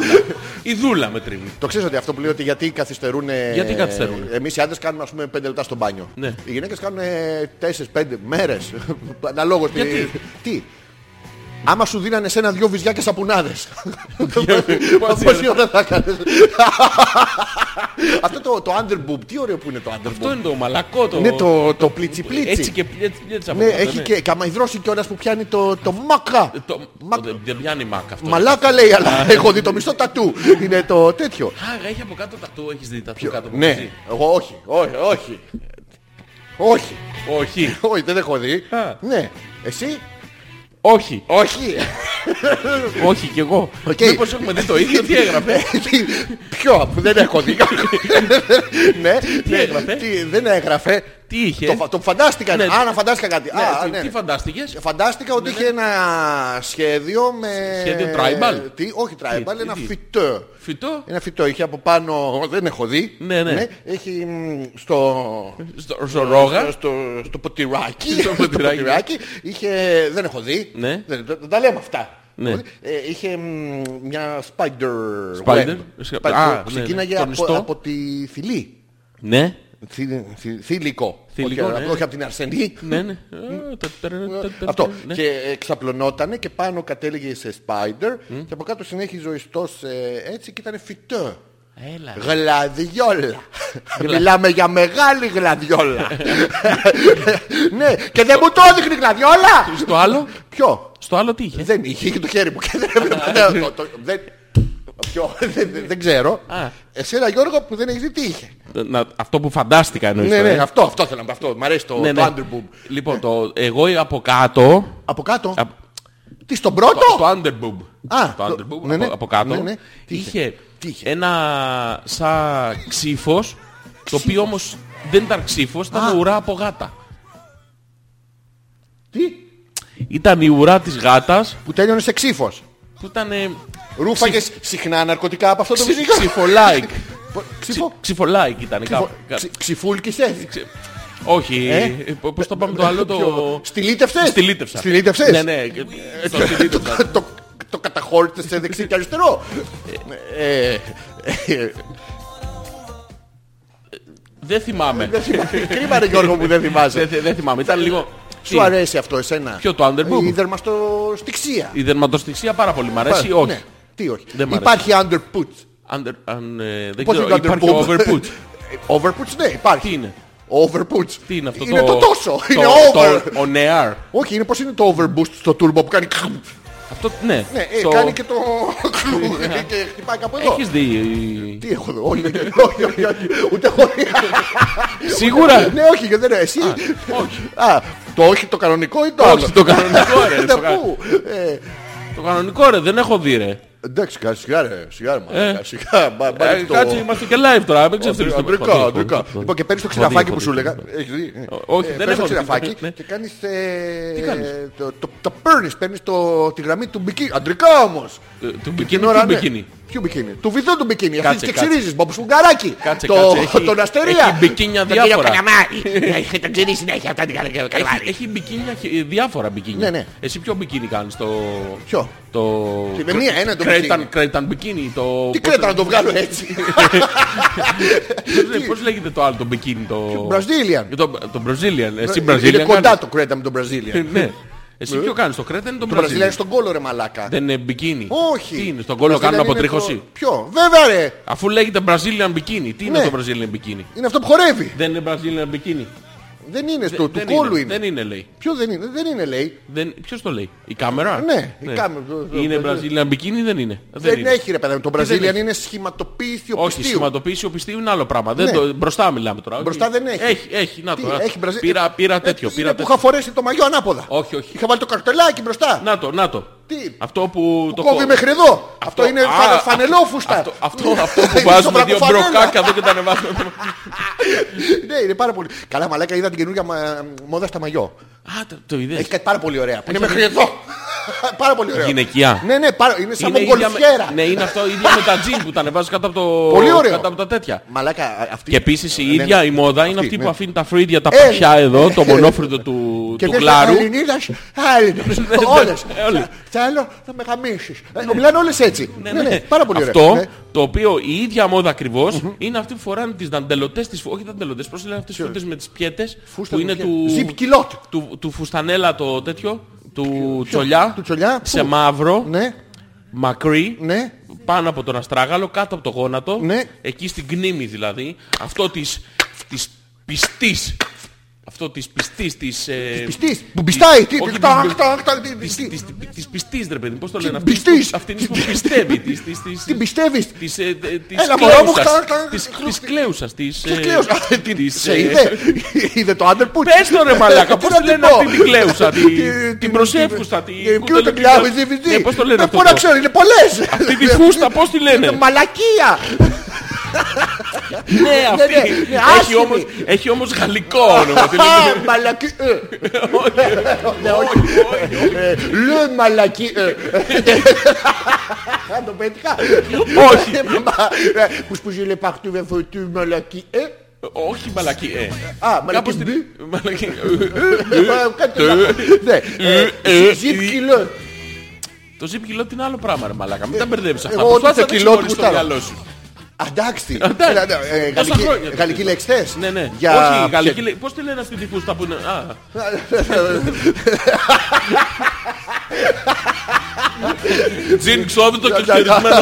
[SPEAKER 3] Η δούλα με τρίβει.
[SPEAKER 2] Το ξέρεις ότι αυτό που λέει ότι γιατί καθυστερούν.
[SPEAKER 3] Γιατί καθυστερούν?
[SPEAKER 2] Εμείς οι άντρες κάνουμε ας πούμε 5 λεπτά στο μπάνιο.
[SPEAKER 3] Ναι.
[SPEAKER 2] Οι γυναίκες κάνουν 4-5 μέρες. *laughs* Αναλόγως. τι-
[SPEAKER 3] Γιατί?
[SPEAKER 2] Τι. Άμα σου δίνανε σένα δυο βυζιά και σαπουνάδες. *laughs*
[SPEAKER 3] Πόση
[SPEAKER 2] Πόση ώρα θα κάνεις. *laughs* Αυτό το, το under boob, τι ωραίο που είναι το under
[SPEAKER 3] Αυτό
[SPEAKER 2] boob.
[SPEAKER 3] είναι το μαλακό το.
[SPEAKER 2] Είναι το, το πλίτσι πλίτσι.
[SPEAKER 3] Έτσι και έτσι, έτσι από
[SPEAKER 2] ναι,
[SPEAKER 3] κάτω,
[SPEAKER 2] έχει
[SPEAKER 3] ναι. Ε,
[SPEAKER 2] και καμαϊδρώσει κιόλας που πιάνει το, το μάκα.
[SPEAKER 3] Το...
[SPEAKER 2] Μα-
[SPEAKER 3] Δεν δεν πιάνει μακ αυτό.
[SPEAKER 2] Μαλάκα λέει, αλλά έχω δει το μισθό τατού. Είναι το τέτοιο.
[SPEAKER 3] Α, έχει από κάτω τατού, έχεις δει τατού κάτω από
[SPEAKER 2] Ναι,
[SPEAKER 3] μαζί.
[SPEAKER 2] εγώ όχι, όχι, όχι. Όχι,
[SPEAKER 3] Όχι,
[SPEAKER 2] όχι, δεν έχω δει.
[SPEAKER 3] Α.
[SPEAKER 2] Ναι, εσύ, Ε,
[SPEAKER 3] όχι,
[SPEAKER 2] όχι.
[SPEAKER 3] όχι κι εγώ.
[SPEAKER 2] Οκ.
[SPEAKER 3] Μήπως έχουμε δει το ίδιο, τι έγραφε.
[SPEAKER 2] Ποιο, που δεν έχω δει. ναι, ναι.
[SPEAKER 3] έγραφε?
[SPEAKER 2] Τι, δεν έγραφε.
[SPEAKER 3] Τι είχε?
[SPEAKER 2] Το, φα- το φαντάστηκα.
[SPEAKER 3] Ναι.
[SPEAKER 2] Α, να φαντάστηκα κάτι.
[SPEAKER 3] Ναι,
[SPEAKER 2] Α,
[SPEAKER 3] τι-
[SPEAKER 2] ναι.
[SPEAKER 3] Τι φαντάστηκες.
[SPEAKER 2] Φαντάστηκα ότι είχε ένα σχέδιο με...
[SPEAKER 3] Σχέδιο tribal?
[SPEAKER 2] Τι, όχι tribal,
[SPEAKER 3] Τι,
[SPEAKER 2] ένα
[SPEAKER 3] τι.
[SPEAKER 2] φυτό.
[SPEAKER 3] Φυτό
[SPEAKER 2] Ένα φυτό είχε από πάνω, δεν έχω δει.
[SPEAKER 3] Ναι, ναι.
[SPEAKER 2] Έχει μ, στο,
[SPEAKER 3] στο ζωρόγα.
[SPEAKER 2] στο, *laughs* στο ποτηράκι.
[SPEAKER 3] Στο ποτηράκι.
[SPEAKER 2] είχε, δεν έχω δει.
[SPEAKER 3] Ναι.
[SPEAKER 2] Δεν, δεν τα λέμε αυτά.
[SPEAKER 3] Ναι.
[SPEAKER 2] Ε, είχε μ, μια spider,
[SPEAKER 3] Spider.
[SPEAKER 2] web.
[SPEAKER 3] Σκα-
[SPEAKER 2] Spider
[SPEAKER 3] Α,
[SPEAKER 2] που
[SPEAKER 3] ναι, ναι.
[SPEAKER 2] ξεκίναγε
[SPEAKER 3] Τον ιστό.
[SPEAKER 2] από, από τη θηλή.
[SPEAKER 3] Ναι.
[SPEAKER 2] Θη- θη- Θηλυκό.
[SPEAKER 3] Θηλυκό,
[SPEAKER 2] όχι,
[SPEAKER 3] ναι.
[SPEAKER 2] όχι από την αρσενή.
[SPEAKER 3] Ναι, ναι. Α, τα- τα- τα- τα- τα-
[SPEAKER 2] Αυτό.
[SPEAKER 3] ναι.
[SPEAKER 2] Και εξαπλωνότανε και πάνω κατέληγε σε spider και από κάτω συνέχιζε ο ιστός ε, έτσι και ήταν φυτό.
[SPEAKER 3] Έλα.
[SPEAKER 2] Γλαδιόλα. *laughs* Μιλάμε για μεγάλη γλαδιόλα.
[SPEAKER 3] *laughs*
[SPEAKER 2] ναι, και δεν μου το έδειχνε η γλαδιόλα.
[SPEAKER 3] Στο άλλο,
[SPEAKER 2] Ποιο.
[SPEAKER 3] στο άλλο τι είχε.
[SPEAKER 2] Δεν είχε, είχε το χέρι μου *laughs* και δεν έβλεπα. Το- το- δεν- Ποιο, *laughs* δεν- δεν- δεν ξέρω.
[SPEAKER 3] Α.
[SPEAKER 2] Εσένα Γιώργο που δεν έχεις δει τι είχε.
[SPEAKER 3] Να- Αυτό που φαντάστηκα εννοείς.
[SPEAKER 2] Ναι,
[SPEAKER 3] τώρα,
[SPEAKER 2] ναι,
[SPEAKER 3] ε.
[SPEAKER 2] αυτό, αυτό θέλω να πω. Αυτό. Μ' αρέσει το,
[SPEAKER 3] Ναι,
[SPEAKER 2] το
[SPEAKER 3] ναι.
[SPEAKER 2] underboob.
[SPEAKER 3] Λοιπόν, το εγώ από κάτω.
[SPEAKER 2] Από κάτω.
[SPEAKER 3] απ-
[SPEAKER 2] Τι στον
[SPEAKER 3] Το,
[SPEAKER 2] πρώτο.
[SPEAKER 3] το underboob.
[SPEAKER 2] Α,
[SPEAKER 3] το
[SPEAKER 2] το-
[SPEAKER 3] underboob
[SPEAKER 2] ναι, ναι.
[SPEAKER 3] από, από κάτω.
[SPEAKER 2] Ναι, ναι. Τι είχε?
[SPEAKER 3] Είχε,
[SPEAKER 2] Τι είχε?
[SPEAKER 3] ένα σαν ξύφος, το οποίο όμως δεν ήταν ξύφος, ήταν ουρά από γάτα.
[SPEAKER 2] Τι.
[SPEAKER 3] Ήταν η ουρά της γάτας
[SPEAKER 2] Που τέλειωνε σε ξύφος.
[SPEAKER 3] που ήταν ε,
[SPEAKER 2] Ρούφαγες συχνά ναρκωτικά από αυτό το
[SPEAKER 3] ξυ-
[SPEAKER 2] βυζικό.
[SPEAKER 3] ξυφολάικ.
[SPEAKER 2] *laughs* Ξυφο...
[SPEAKER 3] Ξυφολάικ ήταν κάπου.
[SPEAKER 2] ξυ- Ξυφούλκισε.
[SPEAKER 3] Ξυ- Όχι,
[SPEAKER 2] Ε?
[SPEAKER 3] πώς το πάμε το άλλο το.
[SPEAKER 2] Ποιο? Στυλίτευσες.
[SPEAKER 3] Στυλίτευσα.
[SPEAKER 2] Στυλίτευσες? Ε,
[SPEAKER 3] Ναι, ναι. και- το στυλίτευσα.
[SPEAKER 2] Το- το- Το καταχώρησε σε δεξί και αριστερό. Ε, ε, ε,
[SPEAKER 3] Δεν
[SPEAKER 2] *laughs*
[SPEAKER 3] θυμάμαι.
[SPEAKER 2] ε, Κρίμα ρε Γιώργο που δεν
[SPEAKER 3] Δεν
[SPEAKER 2] θυμάσαι.
[SPEAKER 3] δεν θυμάμαι. Ήταν λίγο.
[SPEAKER 2] Σου αρέσει αυτό εσένα.
[SPEAKER 3] Ποιο, το Underboob?
[SPEAKER 2] Ίδερμα στο στιξία.
[SPEAKER 3] Η δερματοστοιχεία πάρα πολύ μ' αρέσει.
[SPEAKER 2] Πάρα-
[SPEAKER 3] Όχι.
[SPEAKER 2] ναι. Τι όχι.
[SPEAKER 3] Δεν μ' αρέσει.
[SPEAKER 2] Υπάρχει underput.
[SPEAKER 3] Under- αν, ε, Δεν
[SPEAKER 2] Πώς
[SPEAKER 3] ξέρω.
[SPEAKER 2] είναι το
[SPEAKER 3] Υπάρχει
[SPEAKER 2] underboob?
[SPEAKER 3] overput.
[SPEAKER 2] *laughs* Overputs ναι υπάρχει.
[SPEAKER 3] Τι είναι?
[SPEAKER 2] Overputs.
[SPEAKER 3] Τι είναι αυτό
[SPEAKER 2] Είναι το τόσο. Είναι
[SPEAKER 3] το-
[SPEAKER 2] over.
[SPEAKER 3] το- Ο νεάρ.
[SPEAKER 2] Όχι είναι πως είναι το overboost στο turbo που κάνει.
[SPEAKER 3] Αυτό ναι.
[SPEAKER 2] Ναι ε,
[SPEAKER 3] Το- ναι.
[SPEAKER 2] κάνει και Ναι, το. *laughs* Και χτυπάει κάπου εδώ.
[SPEAKER 3] Έχεις δει. ε,
[SPEAKER 2] Τι έχω εδώ, όχι, όχι, όχι, όχι, ούτε εγώ.
[SPEAKER 3] Σίγουρα.
[SPEAKER 2] Ναι, όχι, γιατί δεν εσύ.
[SPEAKER 3] όχι.
[SPEAKER 2] Α, το όχι το κανονικό ή το
[SPEAKER 3] Όχι,
[SPEAKER 2] άλλο.
[SPEAKER 3] το
[SPEAKER 2] *laughs*
[SPEAKER 3] κανονικό, ρε,
[SPEAKER 2] Ναι,
[SPEAKER 3] το κα-
[SPEAKER 2] πού, ε,
[SPEAKER 3] Το κανονικό ρε, δεν έχω δει ρε.
[SPEAKER 2] Εντάξει, κα- σιγά ρε, σιγά ρε, μαλάκα, σιγά, μπα- μπα-
[SPEAKER 3] Ε,
[SPEAKER 2] το-
[SPEAKER 3] Κάτσε, είμαστε και live τώρα. Μην ξεφτύλεις το
[SPEAKER 2] Αντρικά,
[SPEAKER 3] πρωτόκολλο.
[SPEAKER 2] αντρικά. Λοιπόν, και παίρνεις το ξυραφάκι που σου έλεγα. Έχεις δει, ε.
[SPEAKER 3] όχι,
[SPEAKER 2] Ε,
[SPEAKER 3] δεν
[SPEAKER 2] παίρνεις το
[SPEAKER 3] έχω δει.
[SPEAKER 2] ξυραφάκι
[SPEAKER 3] Ναι.
[SPEAKER 2] και κάνεις... ε,
[SPEAKER 3] Τι κάνεις?
[SPEAKER 2] το- το- Το παίρνεις, παίρνεις το- τη γραμμή του μπικίνι. Αντρικά όμως.
[SPEAKER 3] Ε, Του
[SPEAKER 2] Την
[SPEAKER 3] μπικίνι,
[SPEAKER 2] ώρα,
[SPEAKER 3] του
[SPEAKER 2] ναι.
[SPEAKER 3] μπικίνι.
[SPEAKER 2] Ποιο μπικίνι. Του βυθού του μπικίνι. Αυτή
[SPEAKER 3] Κάτσε,
[SPEAKER 2] και
[SPEAKER 3] κάτσε.
[SPEAKER 2] ξυρίζεις. Μπαμπού σφουγγαράκι.
[SPEAKER 3] Κάτσε,
[SPEAKER 2] Το-
[SPEAKER 3] κάτσε. έχει-
[SPEAKER 2] *laughs* Τον αστερία.
[SPEAKER 3] Έχει μπικίνια διάφορα.
[SPEAKER 7] Τον ξέρει συνέχεια αυτά την καλοκαιρινή.
[SPEAKER 3] Έχει, έχει μπικίνια, χι- διάφορα μπικίνια.
[SPEAKER 2] Ναι, ναι.
[SPEAKER 3] Εσύ ποιο μπικίνι κάνεις, το...
[SPEAKER 2] Ποιο?
[SPEAKER 3] Το...
[SPEAKER 2] Τι, με μία, ένα το
[SPEAKER 3] κρέταν,
[SPEAKER 2] μπικίνι.
[SPEAKER 3] κρέταν μπικίνι, το...
[SPEAKER 2] Τι
[SPEAKER 3] πώς
[SPEAKER 2] κρέτα να το βγάλω
[SPEAKER 3] *laughs*
[SPEAKER 2] έτσι.
[SPEAKER 3] πώς- Πώς λέγεται το άλλο το μπικίνι, το... Ε,
[SPEAKER 2] Brazilian. Ε,
[SPEAKER 3] Το, το Brazilian, εσύ Brazilian
[SPEAKER 2] Είναι κοντά
[SPEAKER 3] κάνεις.
[SPEAKER 2] το κρέτα με τον Brazilian.
[SPEAKER 3] Ναι. Εσύ ποιο κάνεις, το κρέταν ή το
[SPEAKER 2] Το
[SPEAKER 3] Brazilian.
[SPEAKER 2] Brazilian στον κόλο ρε μαλάκα.
[SPEAKER 3] Δεν είναι μπικίνι.
[SPEAKER 2] Όχι.
[SPEAKER 3] Τι είναι, στον κόλλο
[SPEAKER 2] Το
[SPEAKER 3] κάνουν
[SPEAKER 2] Brazilian είναι
[SPEAKER 3] αποτρίχωση.
[SPEAKER 2] το- Ποιο, βέβαια ρε.
[SPEAKER 3] Αφού λέγεται Brazilian bikini, τι είναι
[SPEAKER 2] Ναι.
[SPEAKER 3] το Brazilian bikini.
[SPEAKER 2] Είναι αυτό που χορεύει.
[SPEAKER 3] Δεν είναι Brazilian bikini.
[SPEAKER 2] Δεν είναι στο του
[SPEAKER 3] δεν
[SPEAKER 2] κόλου
[SPEAKER 3] είναι. Δεν
[SPEAKER 2] είναι.
[SPEAKER 3] είναι λέει.
[SPEAKER 2] Ποιο δεν είναι, δεν είναι λέει.
[SPEAKER 3] Δεν... Ποιος το λέει, η κάμερα.
[SPEAKER 2] Ναι, η κάμερα.
[SPEAKER 3] Είναι Brazilian bikini, δεν είναι.
[SPEAKER 2] Δεν έχει ρε παιδί μου. Το
[SPEAKER 3] δεν
[SPEAKER 2] Brazilian
[SPEAKER 3] έχει?
[SPEAKER 2] είναι σχηματοποίηση
[SPEAKER 3] Όχι,
[SPEAKER 2] οπισθίου.
[SPEAKER 3] σχηματοποίηση οπισθίου είναι άλλο πράγμα. Δεν
[SPEAKER 2] Ναι.
[SPEAKER 3] το, μπροστά μιλάμε τώρα.
[SPEAKER 2] Μπροστά
[SPEAKER 3] όχι.
[SPEAKER 2] δεν έχει.
[SPEAKER 3] Έχει, έχει. Να το.
[SPEAKER 2] Τι,
[SPEAKER 3] να το.
[SPEAKER 2] έχει Brazil-
[SPEAKER 3] πήρα, πήρα
[SPEAKER 2] Ε,
[SPEAKER 3] τέτοιο.
[SPEAKER 2] είναι
[SPEAKER 3] πήρα
[SPEAKER 2] που
[SPEAKER 3] τέτοιο.
[SPEAKER 2] είχα φορέσει το μαγιό ανάποδα.
[SPEAKER 3] Όχι, όχι.
[SPEAKER 2] Είχα βάλει το καρτελάκι μπροστά.
[SPEAKER 3] Να το, να το.
[SPEAKER 2] Τι?
[SPEAKER 3] Αυτό που
[SPEAKER 2] Το
[SPEAKER 3] το
[SPEAKER 2] κόβει
[SPEAKER 3] κο-
[SPEAKER 2] μέχρι εδώ. Αυτό,
[SPEAKER 3] Αυτό-
[SPEAKER 2] είναι
[SPEAKER 3] Α,
[SPEAKER 2] φα...
[SPEAKER 3] αυτό-
[SPEAKER 2] φανελόφουστα. Ναι,
[SPEAKER 3] Αυτό, αυτό, αυτό
[SPEAKER 2] Είναι
[SPEAKER 3] που βάζουμε δύο
[SPEAKER 2] σοβρακοφανέλα.
[SPEAKER 3] μπροκάκια εδώ και τα ανεβάζουμε.
[SPEAKER 2] ναι, είναι πάρα πολύ. Καλά, μαλάκα είδα την καινούργια μα... μόδα στα μαγιό.
[SPEAKER 3] Α, το, το είδες.
[SPEAKER 2] Έχει κάτι πάρα πολύ ωραία. Που είναι μέχρι εδώ. πάρα πολύ ωραία.
[SPEAKER 3] Γυναικεία.
[SPEAKER 2] Ναι, ναι, πάρα... είναι σαν
[SPEAKER 3] Είναι ίδια με-
[SPEAKER 2] μογκολφιέρα.
[SPEAKER 3] Ναι, είναι αυτό η ίδια με τα τζιν που τα ανεβάζω κάτω από το.
[SPEAKER 2] Πολύ ωραίο.
[SPEAKER 3] Κάτω από τα τέτοια.
[SPEAKER 2] Μαλάκα α- αυτή.
[SPEAKER 3] Και επίσης η
[SPEAKER 2] Ναι,
[SPEAKER 3] ίδια
[SPEAKER 2] ναι.
[SPEAKER 3] η μόδα είναι
[SPEAKER 2] Αυτή,
[SPEAKER 3] αυτή που
[SPEAKER 2] ναι.
[SPEAKER 3] αφήνει τα φρύδια, τα
[SPEAKER 2] Ε,
[SPEAKER 3] παπιά
[SPEAKER 2] ναι.
[SPEAKER 3] εδώ, το μονόφρυδο του,
[SPEAKER 2] Και
[SPEAKER 3] του
[SPEAKER 2] βγες
[SPEAKER 3] κλάρου.
[SPEAKER 2] Ελληνίδας,
[SPEAKER 3] *laughs*
[SPEAKER 2] Άλληνος, όλες.
[SPEAKER 3] Ε, όλες.
[SPEAKER 2] Θέλω να με γαμίσεις. Ε, Μιλάνε όλες έτσι. Ναι, ναι, πάρα πολύ ωραία.
[SPEAKER 3] Αυτό
[SPEAKER 2] Ναι.
[SPEAKER 3] το οποίο η ίδια μόδα ακριβώς, είναι αυτή που φοράνε τις δαντελωτές της φου- Όχι δαντελωτές, πώς λένε αυτές τις φούτες με τις πιέτες
[SPEAKER 2] Φούστα
[SPEAKER 3] που
[SPEAKER 2] με
[SPEAKER 3] είναι
[SPEAKER 2] πιέ-
[SPEAKER 3] του,
[SPEAKER 2] Zip κιλότ.
[SPEAKER 3] του, του φουστανέλα το τέτοιο, του τσολιά,
[SPEAKER 2] του τσολιά,
[SPEAKER 3] σε
[SPEAKER 2] πού?
[SPEAKER 3] μαύρο,
[SPEAKER 2] Ναι,
[SPEAKER 3] μακρύ,
[SPEAKER 2] ναι.
[SPEAKER 3] πάνω από τον αστράγαλο, κάτω από το γόνατο,
[SPEAKER 2] Ναι.
[SPEAKER 3] εκεί στην κνήμη δηλαδή, αυτό της, της πιστής, αυτό της πιστής, της... ε,
[SPEAKER 2] Πιστής. Που πιστάει. Τι,
[SPEAKER 3] όχι,
[SPEAKER 2] τάκ,
[SPEAKER 3] πιστής.
[SPEAKER 2] τάκ, τάκ, τι,
[SPEAKER 3] της,
[SPEAKER 2] τι.
[SPEAKER 3] της, της πιστής ρε παιδί, πώς το λένε
[SPEAKER 2] πιστής.
[SPEAKER 3] αυτής που- αυτής που πιστεύει της, της, της,
[SPEAKER 2] Την πιστεύεις.
[SPEAKER 3] της, ε, ε, της
[SPEAKER 2] Έλα, μωρό μου,
[SPEAKER 3] κλαίουσας,
[SPEAKER 2] χτά, χτά,
[SPEAKER 3] της-
[SPEAKER 2] χτά,
[SPEAKER 3] της
[SPEAKER 2] χτά.
[SPEAKER 3] κλαίουσας, της,
[SPEAKER 2] Της
[SPEAKER 3] ε,
[SPEAKER 2] κλαίους. Α, την-
[SPEAKER 3] της, ε,
[SPEAKER 2] Σε είδε. Είδε το Underput.
[SPEAKER 3] Πες το ρε μαλάκα,
[SPEAKER 2] Τι
[SPEAKER 3] πώς
[SPEAKER 2] να
[SPEAKER 3] τη λένε
[SPEAKER 2] πω.
[SPEAKER 3] αυτή την κλαίουσα, τη-
[SPEAKER 2] Τι-
[SPEAKER 3] την
[SPEAKER 2] την-
[SPEAKER 3] προσεύχουστα, τη-
[SPEAKER 2] την- Ποιο το
[SPEAKER 3] κουτελεπίδα.
[SPEAKER 2] κλειάβι, DVD.
[SPEAKER 3] Ναι, πώς το λένε
[SPEAKER 2] Δεν
[SPEAKER 3] αυτό
[SPEAKER 2] μπορώ Ε, να
[SPEAKER 3] το-
[SPEAKER 2] ξέρω, είναι πολλές.
[SPEAKER 3] Αυτή τη φούστα πώς τη
[SPEAKER 2] Είναι
[SPEAKER 3] λένε.
[SPEAKER 2] μαλακία.
[SPEAKER 3] Ναι, αυτή.
[SPEAKER 2] ναι, ναι,
[SPEAKER 3] Έχει
[SPEAKER 2] άσχημη.
[SPEAKER 3] όμως, έχει όμως γαλλικό όνομα. τη λένε-
[SPEAKER 2] Α,
[SPEAKER 3] *laughs*
[SPEAKER 2] Μαλακί. ε. Ναι, όχι.
[SPEAKER 3] Όχι, όχι.
[SPEAKER 2] Ε, Λε μαλακί. ε. Α, Το πέτυχα.
[SPEAKER 3] Όχι.
[SPEAKER 2] Ε, μα, ε, Που σπουζεί λέει παχτού με φωτού μαλακί. ε.
[SPEAKER 3] Όχι μαλακή. ε.
[SPEAKER 2] Α,
[SPEAKER 3] Κάπως
[SPEAKER 2] μαλακί.
[SPEAKER 3] την... Μαλακή.
[SPEAKER 2] Ε, κάτι τέτοιο. Ναι, ε, Ζιπ κιλό.
[SPEAKER 3] Το zip κιλότ είναι άλλο πράγμα, ρε μαλάκα. Μην τα μπερδέψεις αυτά.
[SPEAKER 2] εγώ ό,τι
[SPEAKER 3] Προσπάθησε να
[SPEAKER 2] το κιλότ
[SPEAKER 3] ξεχωρίσεις το
[SPEAKER 2] γουστάρω.
[SPEAKER 3] μυαλό σου.
[SPEAKER 2] Αντάξει.
[SPEAKER 3] Αντάξει.
[SPEAKER 2] Έλα, ναι, ε,
[SPEAKER 3] Τόσα
[SPEAKER 2] γαλλική-
[SPEAKER 3] χρόνια.
[SPEAKER 2] Γαλλικοί λεξτές.
[SPEAKER 3] Ναι, ναι.
[SPEAKER 2] Για-
[SPEAKER 3] Όχι, η γαλλική. λέ- Πώς τη λένε αυτή τη φούστα που είναι. Α, Τζιν ξόβιτο και ξερισμένο.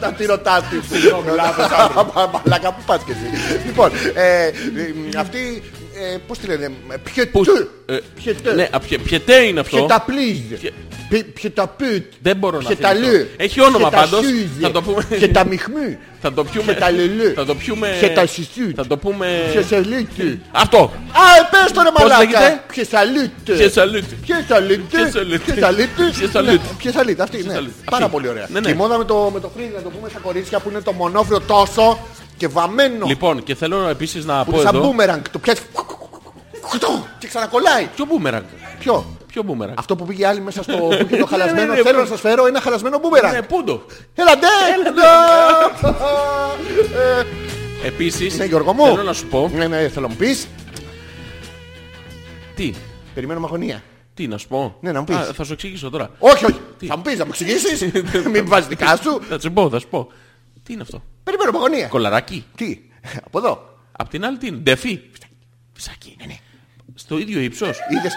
[SPEAKER 2] Τα τι ρωτάς τι Μαλάκα που πας και εσύ Λοιπόν ε, ε, Αυτή ε, Πώς τη λένε Πιετέ
[SPEAKER 3] ε,
[SPEAKER 2] Πιετέ
[SPEAKER 3] Ναι, α, πιε- πιετέ είναι αυτό.
[SPEAKER 2] Πιεταπλίζ
[SPEAKER 3] Πιε-
[SPEAKER 2] Πιεταπούτ
[SPEAKER 3] Δεν μπορώ να
[SPEAKER 2] Πιεταλού.
[SPEAKER 3] θυμηθώ. Έχει όνομα
[SPEAKER 2] Πιετασούζ.
[SPEAKER 3] πάντως. Θα το πούμε.
[SPEAKER 2] Πιεταμιχμού
[SPEAKER 3] Θα το πιούμε.
[SPEAKER 2] Πιεταλελού.
[SPEAKER 3] Θα το πιούμε.
[SPEAKER 2] Πιετασιστούτ.
[SPEAKER 3] Θα το πούμε.
[SPEAKER 2] Πιεσαλίτη
[SPEAKER 3] Αυτό. ε,
[SPEAKER 2] Α πες το ρε
[SPEAKER 3] λέγεται?
[SPEAKER 2] μαλάκα Πιεσαλίτη
[SPEAKER 3] Πιεσαλούτ.
[SPEAKER 2] Πιεσαλίτη
[SPEAKER 3] Πιεσαλίτη.
[SPEAKER 2] Πιεσαλίτη
[SPEAKER 3] Πιεσαλίτη.
[SPEAKER 2] Πιεσαλίτη Αυτή ναι
[SPEAKER 3] Πιεσαλίτη.
[SPEAKER 2] Πάρα
[SPEAKER 3] Αυτή.
[SPEAKER 2] πολύ ωραία
[SPEAKER 3] Ναι, ναι.
[SPEAKER 2] Και η μόδα με το, με το φρύδι να το πούμε στα κορίτσια που είναι το μονόφριο τόσο και βαμμένο.
[SPEAKER 3] Λοιπόν, και θέλω επίσης να
[SPEAKER 2] που είναι
[SPEAKER 3] πω
[SPEAKER 2] σαν
[SPEAKER 3] εδώ.
[SPEAKER 2] μπούμεραγκ. Το πιάσεις. Και ξανακολλάει.
[SPEAKER 3] Ποιο μπούμεραγκ.
[SPEAKER 2] Ποιο.
[SPEAKER 3] Ποιο μπούμερα.
[SPEAKER 2] Αυτό που πήγε άλλη μέσα στο. που είχε το χαλασμένο.
[SPEAKER 3] Ναι, ναι,
[SPEAKER 2] Θέλω
[SPEAKER 3] ναι.
[SPEAKER 2] να σας φέρω ένα χαλασμένο μπούμερα.
[SPEAKER 3] Ναι, πού το.
[SPEAKER 2] Έλα ντε!
[SPEAKER 3] Επίσης,
[SPEAKER 2] Ναι, Γιώργο μου.
[SPEAKER 3] θέλω να σου πω.
[SPEAKER 2] Ναι, ναι, θέλω να μου πεις.
[SPEAKER 3] Τι,
[SPEAKER 2] Περιμένω μαγωνία.
[SPEAKER 3] τι να σου πω.
[SPEAKER 2] Ναι, να μου πεις.
[SPEAKER 3] Α, Θα σου εξηγήσω τώρα.
[SPEAKER 2] Όχι, όχι. Θα μου πεις, να μου εξηγήσεις. *laughs* Μην βάζεις δικά σου.
[SPEAKER 3] Θα σου πω, θα σου πω. Τι είναι αυτό.
[SPEAKER 2] Περιμένω μαγωνία.
[SPEAKER 3] Κολαράκι.
[SPEAKER 2] Τι. Από εδώ.
[SPEAKER 3] Απ' την άλλη τι είναι. Ντεφί. Φυσάκι. Στο ίδιο ύψος.
[SPEAKER 2] Είδες,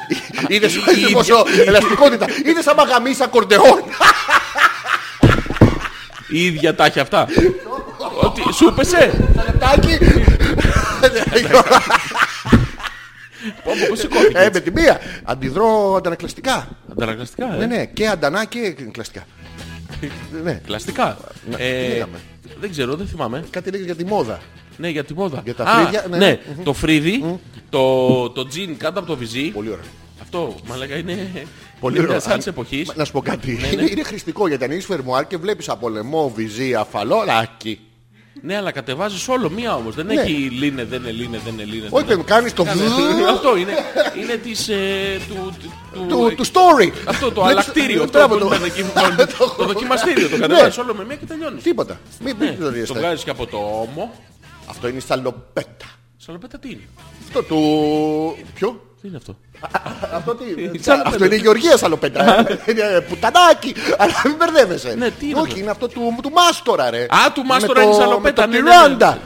[SPEAKER 2] είδες *laughs* πόσο ελαστικότητα. Είδες άμα γαμείς ακορντεόν.
[SPEAKER 3] Η ίδια τα έχει αυτά. Ότι σου πέσε.
[SPEAKER 2] *laughs* Τάκι.
[SPEAKER 3] Όπως σηκώθηκε.
[SPEAKER 2] Ε, με τη μία. Αντιδρώ αντανακλαστικά.
[SPEAKER 3] Αντανακλαστικά. ε.
[SPEAKER 2] Ναι, ναι, και αντανά και κλαστικά. Ναι,
[SPEAKER 3] Κλαστικά. Ε,
[SPEAKER 2] είδαμε.
[SPEAKER 3] Δεν ξέρω, δεν θυμάμαι.
[SPEAKER 2] κάτι λέγεις για τη μόδα.
[SPEAKER 3] Ναι, για τη μόδα.
[SPEAKER 2] Για τα
[SPEAKER 3] Α,
[SPEAKER 2] φρύδια, ναι.
[SPEAKER 3] ναι. Το φρύδι, το, το τζιν κάτω από το βυζί.
[SPEAKER 2] Πολύ ωραία.
[SPEAKER 3] Αυτό, μαλακά, είναι.
[SPEAKER 2] Πολύ
[SPEAKER 3] είναι
[SPEAKER 2] ωραίο.
[SPEAKER 3] μια Ναι, σαν
[SPEAKER 2] Αν-
[SPEAKER 3] εποχής.
[SPEAKER 2] Να σου πω κάτι. Είναι, είναι χρηστικό γιατί ανοίγεις φερμουάρ και βλέπεις από λαιμό, βυζί, αφαλόλακι.
[SPEAKER 3] Ναι, αλλά κατεβάζεις όλο μία όμως. Δεν
[SPEAKER 2] Ναι.
[SPEAKER 3] έχει λύνε, δεν ελύνε, δεν ελύνε.
[SPEAKER 2] Όχι, δεν κάνεις το *laughs* βυζί
[SPEAKER 3] Αυτό είναι. Είναι της, ε, του, του,
[SPEAKER 2] του, του story.
[SPEAKER 3] Αυτό το
[SPEAKER 2] Ναι,
[SPEAKER 3] αλλακτήριο.
[SPEAKER 2] ναι,
[SPEAKER 3] Αυτό
[SPEAKER 2] μπράβο,
[SPEAKER 3] που
[SPEAKER 2] το-
[SPEAKER 3] είναι
[SPEAKER 2] *laughs*
[SPEAKER 3] δοκιμ-
[SPEAKER 2] το-
[SPEAKER 3] Το δοκιμαστήριο. Το
[SPEAKER 2] Ναι,
[SPEAKER 3] κατεβάζεις όλο με μία και τελειώνεις.
[SPEAKER 2] Τίποτα. Μην
[SPEAKER 3] Ναι,
[SPEAKER 2] πει ιστορίες.
[SPEAKER 3] Το
[SPEAKER 2] ε.
[SPEAKER 3] βγάζεις και από το ώμο.
[SPEAKER 2] Αυτό είναι η σαλοπέτα.
[SPEAKER 3] Σαλοπέτα τι είναι.
[SPEAKER 2] Αυτό του... Ποιο?
[SPEAKER 3] Τι είναι αυτό.
[SPEAKER 2] Αυτό τι...
[SPEAKER 3] σαλοπέτα.
[SPEAKER 2] Αυτό είναι η Γεωργία σαλοπέτα. *laughs* Είναι ε, πουτανάκι. *laughs* Αλλά μην μπερδεύεσαι.
[SPEAKER 3] Ναι, τι είναι
[SPEAKER 2] Όχι,
[SPEAKER 3] αυτό.
[SPEAKER 2] είναι αυτό του, του μάστορα ρε.
[SPEAKER 3] Α, του μάστορα
[SPEAKER 2] Ε, Με
[SPEAKER 3] είναι
[SPEAKER 2] το-
[SPEAKER 3] σαλοπέτα.
[SPEAKER 2] Με
[SPEAKER 3] ναι,
[SPEAKER 2] το
[SPEAKER 3] ναι, ναι.
[SPEAKER 2] τυράντα.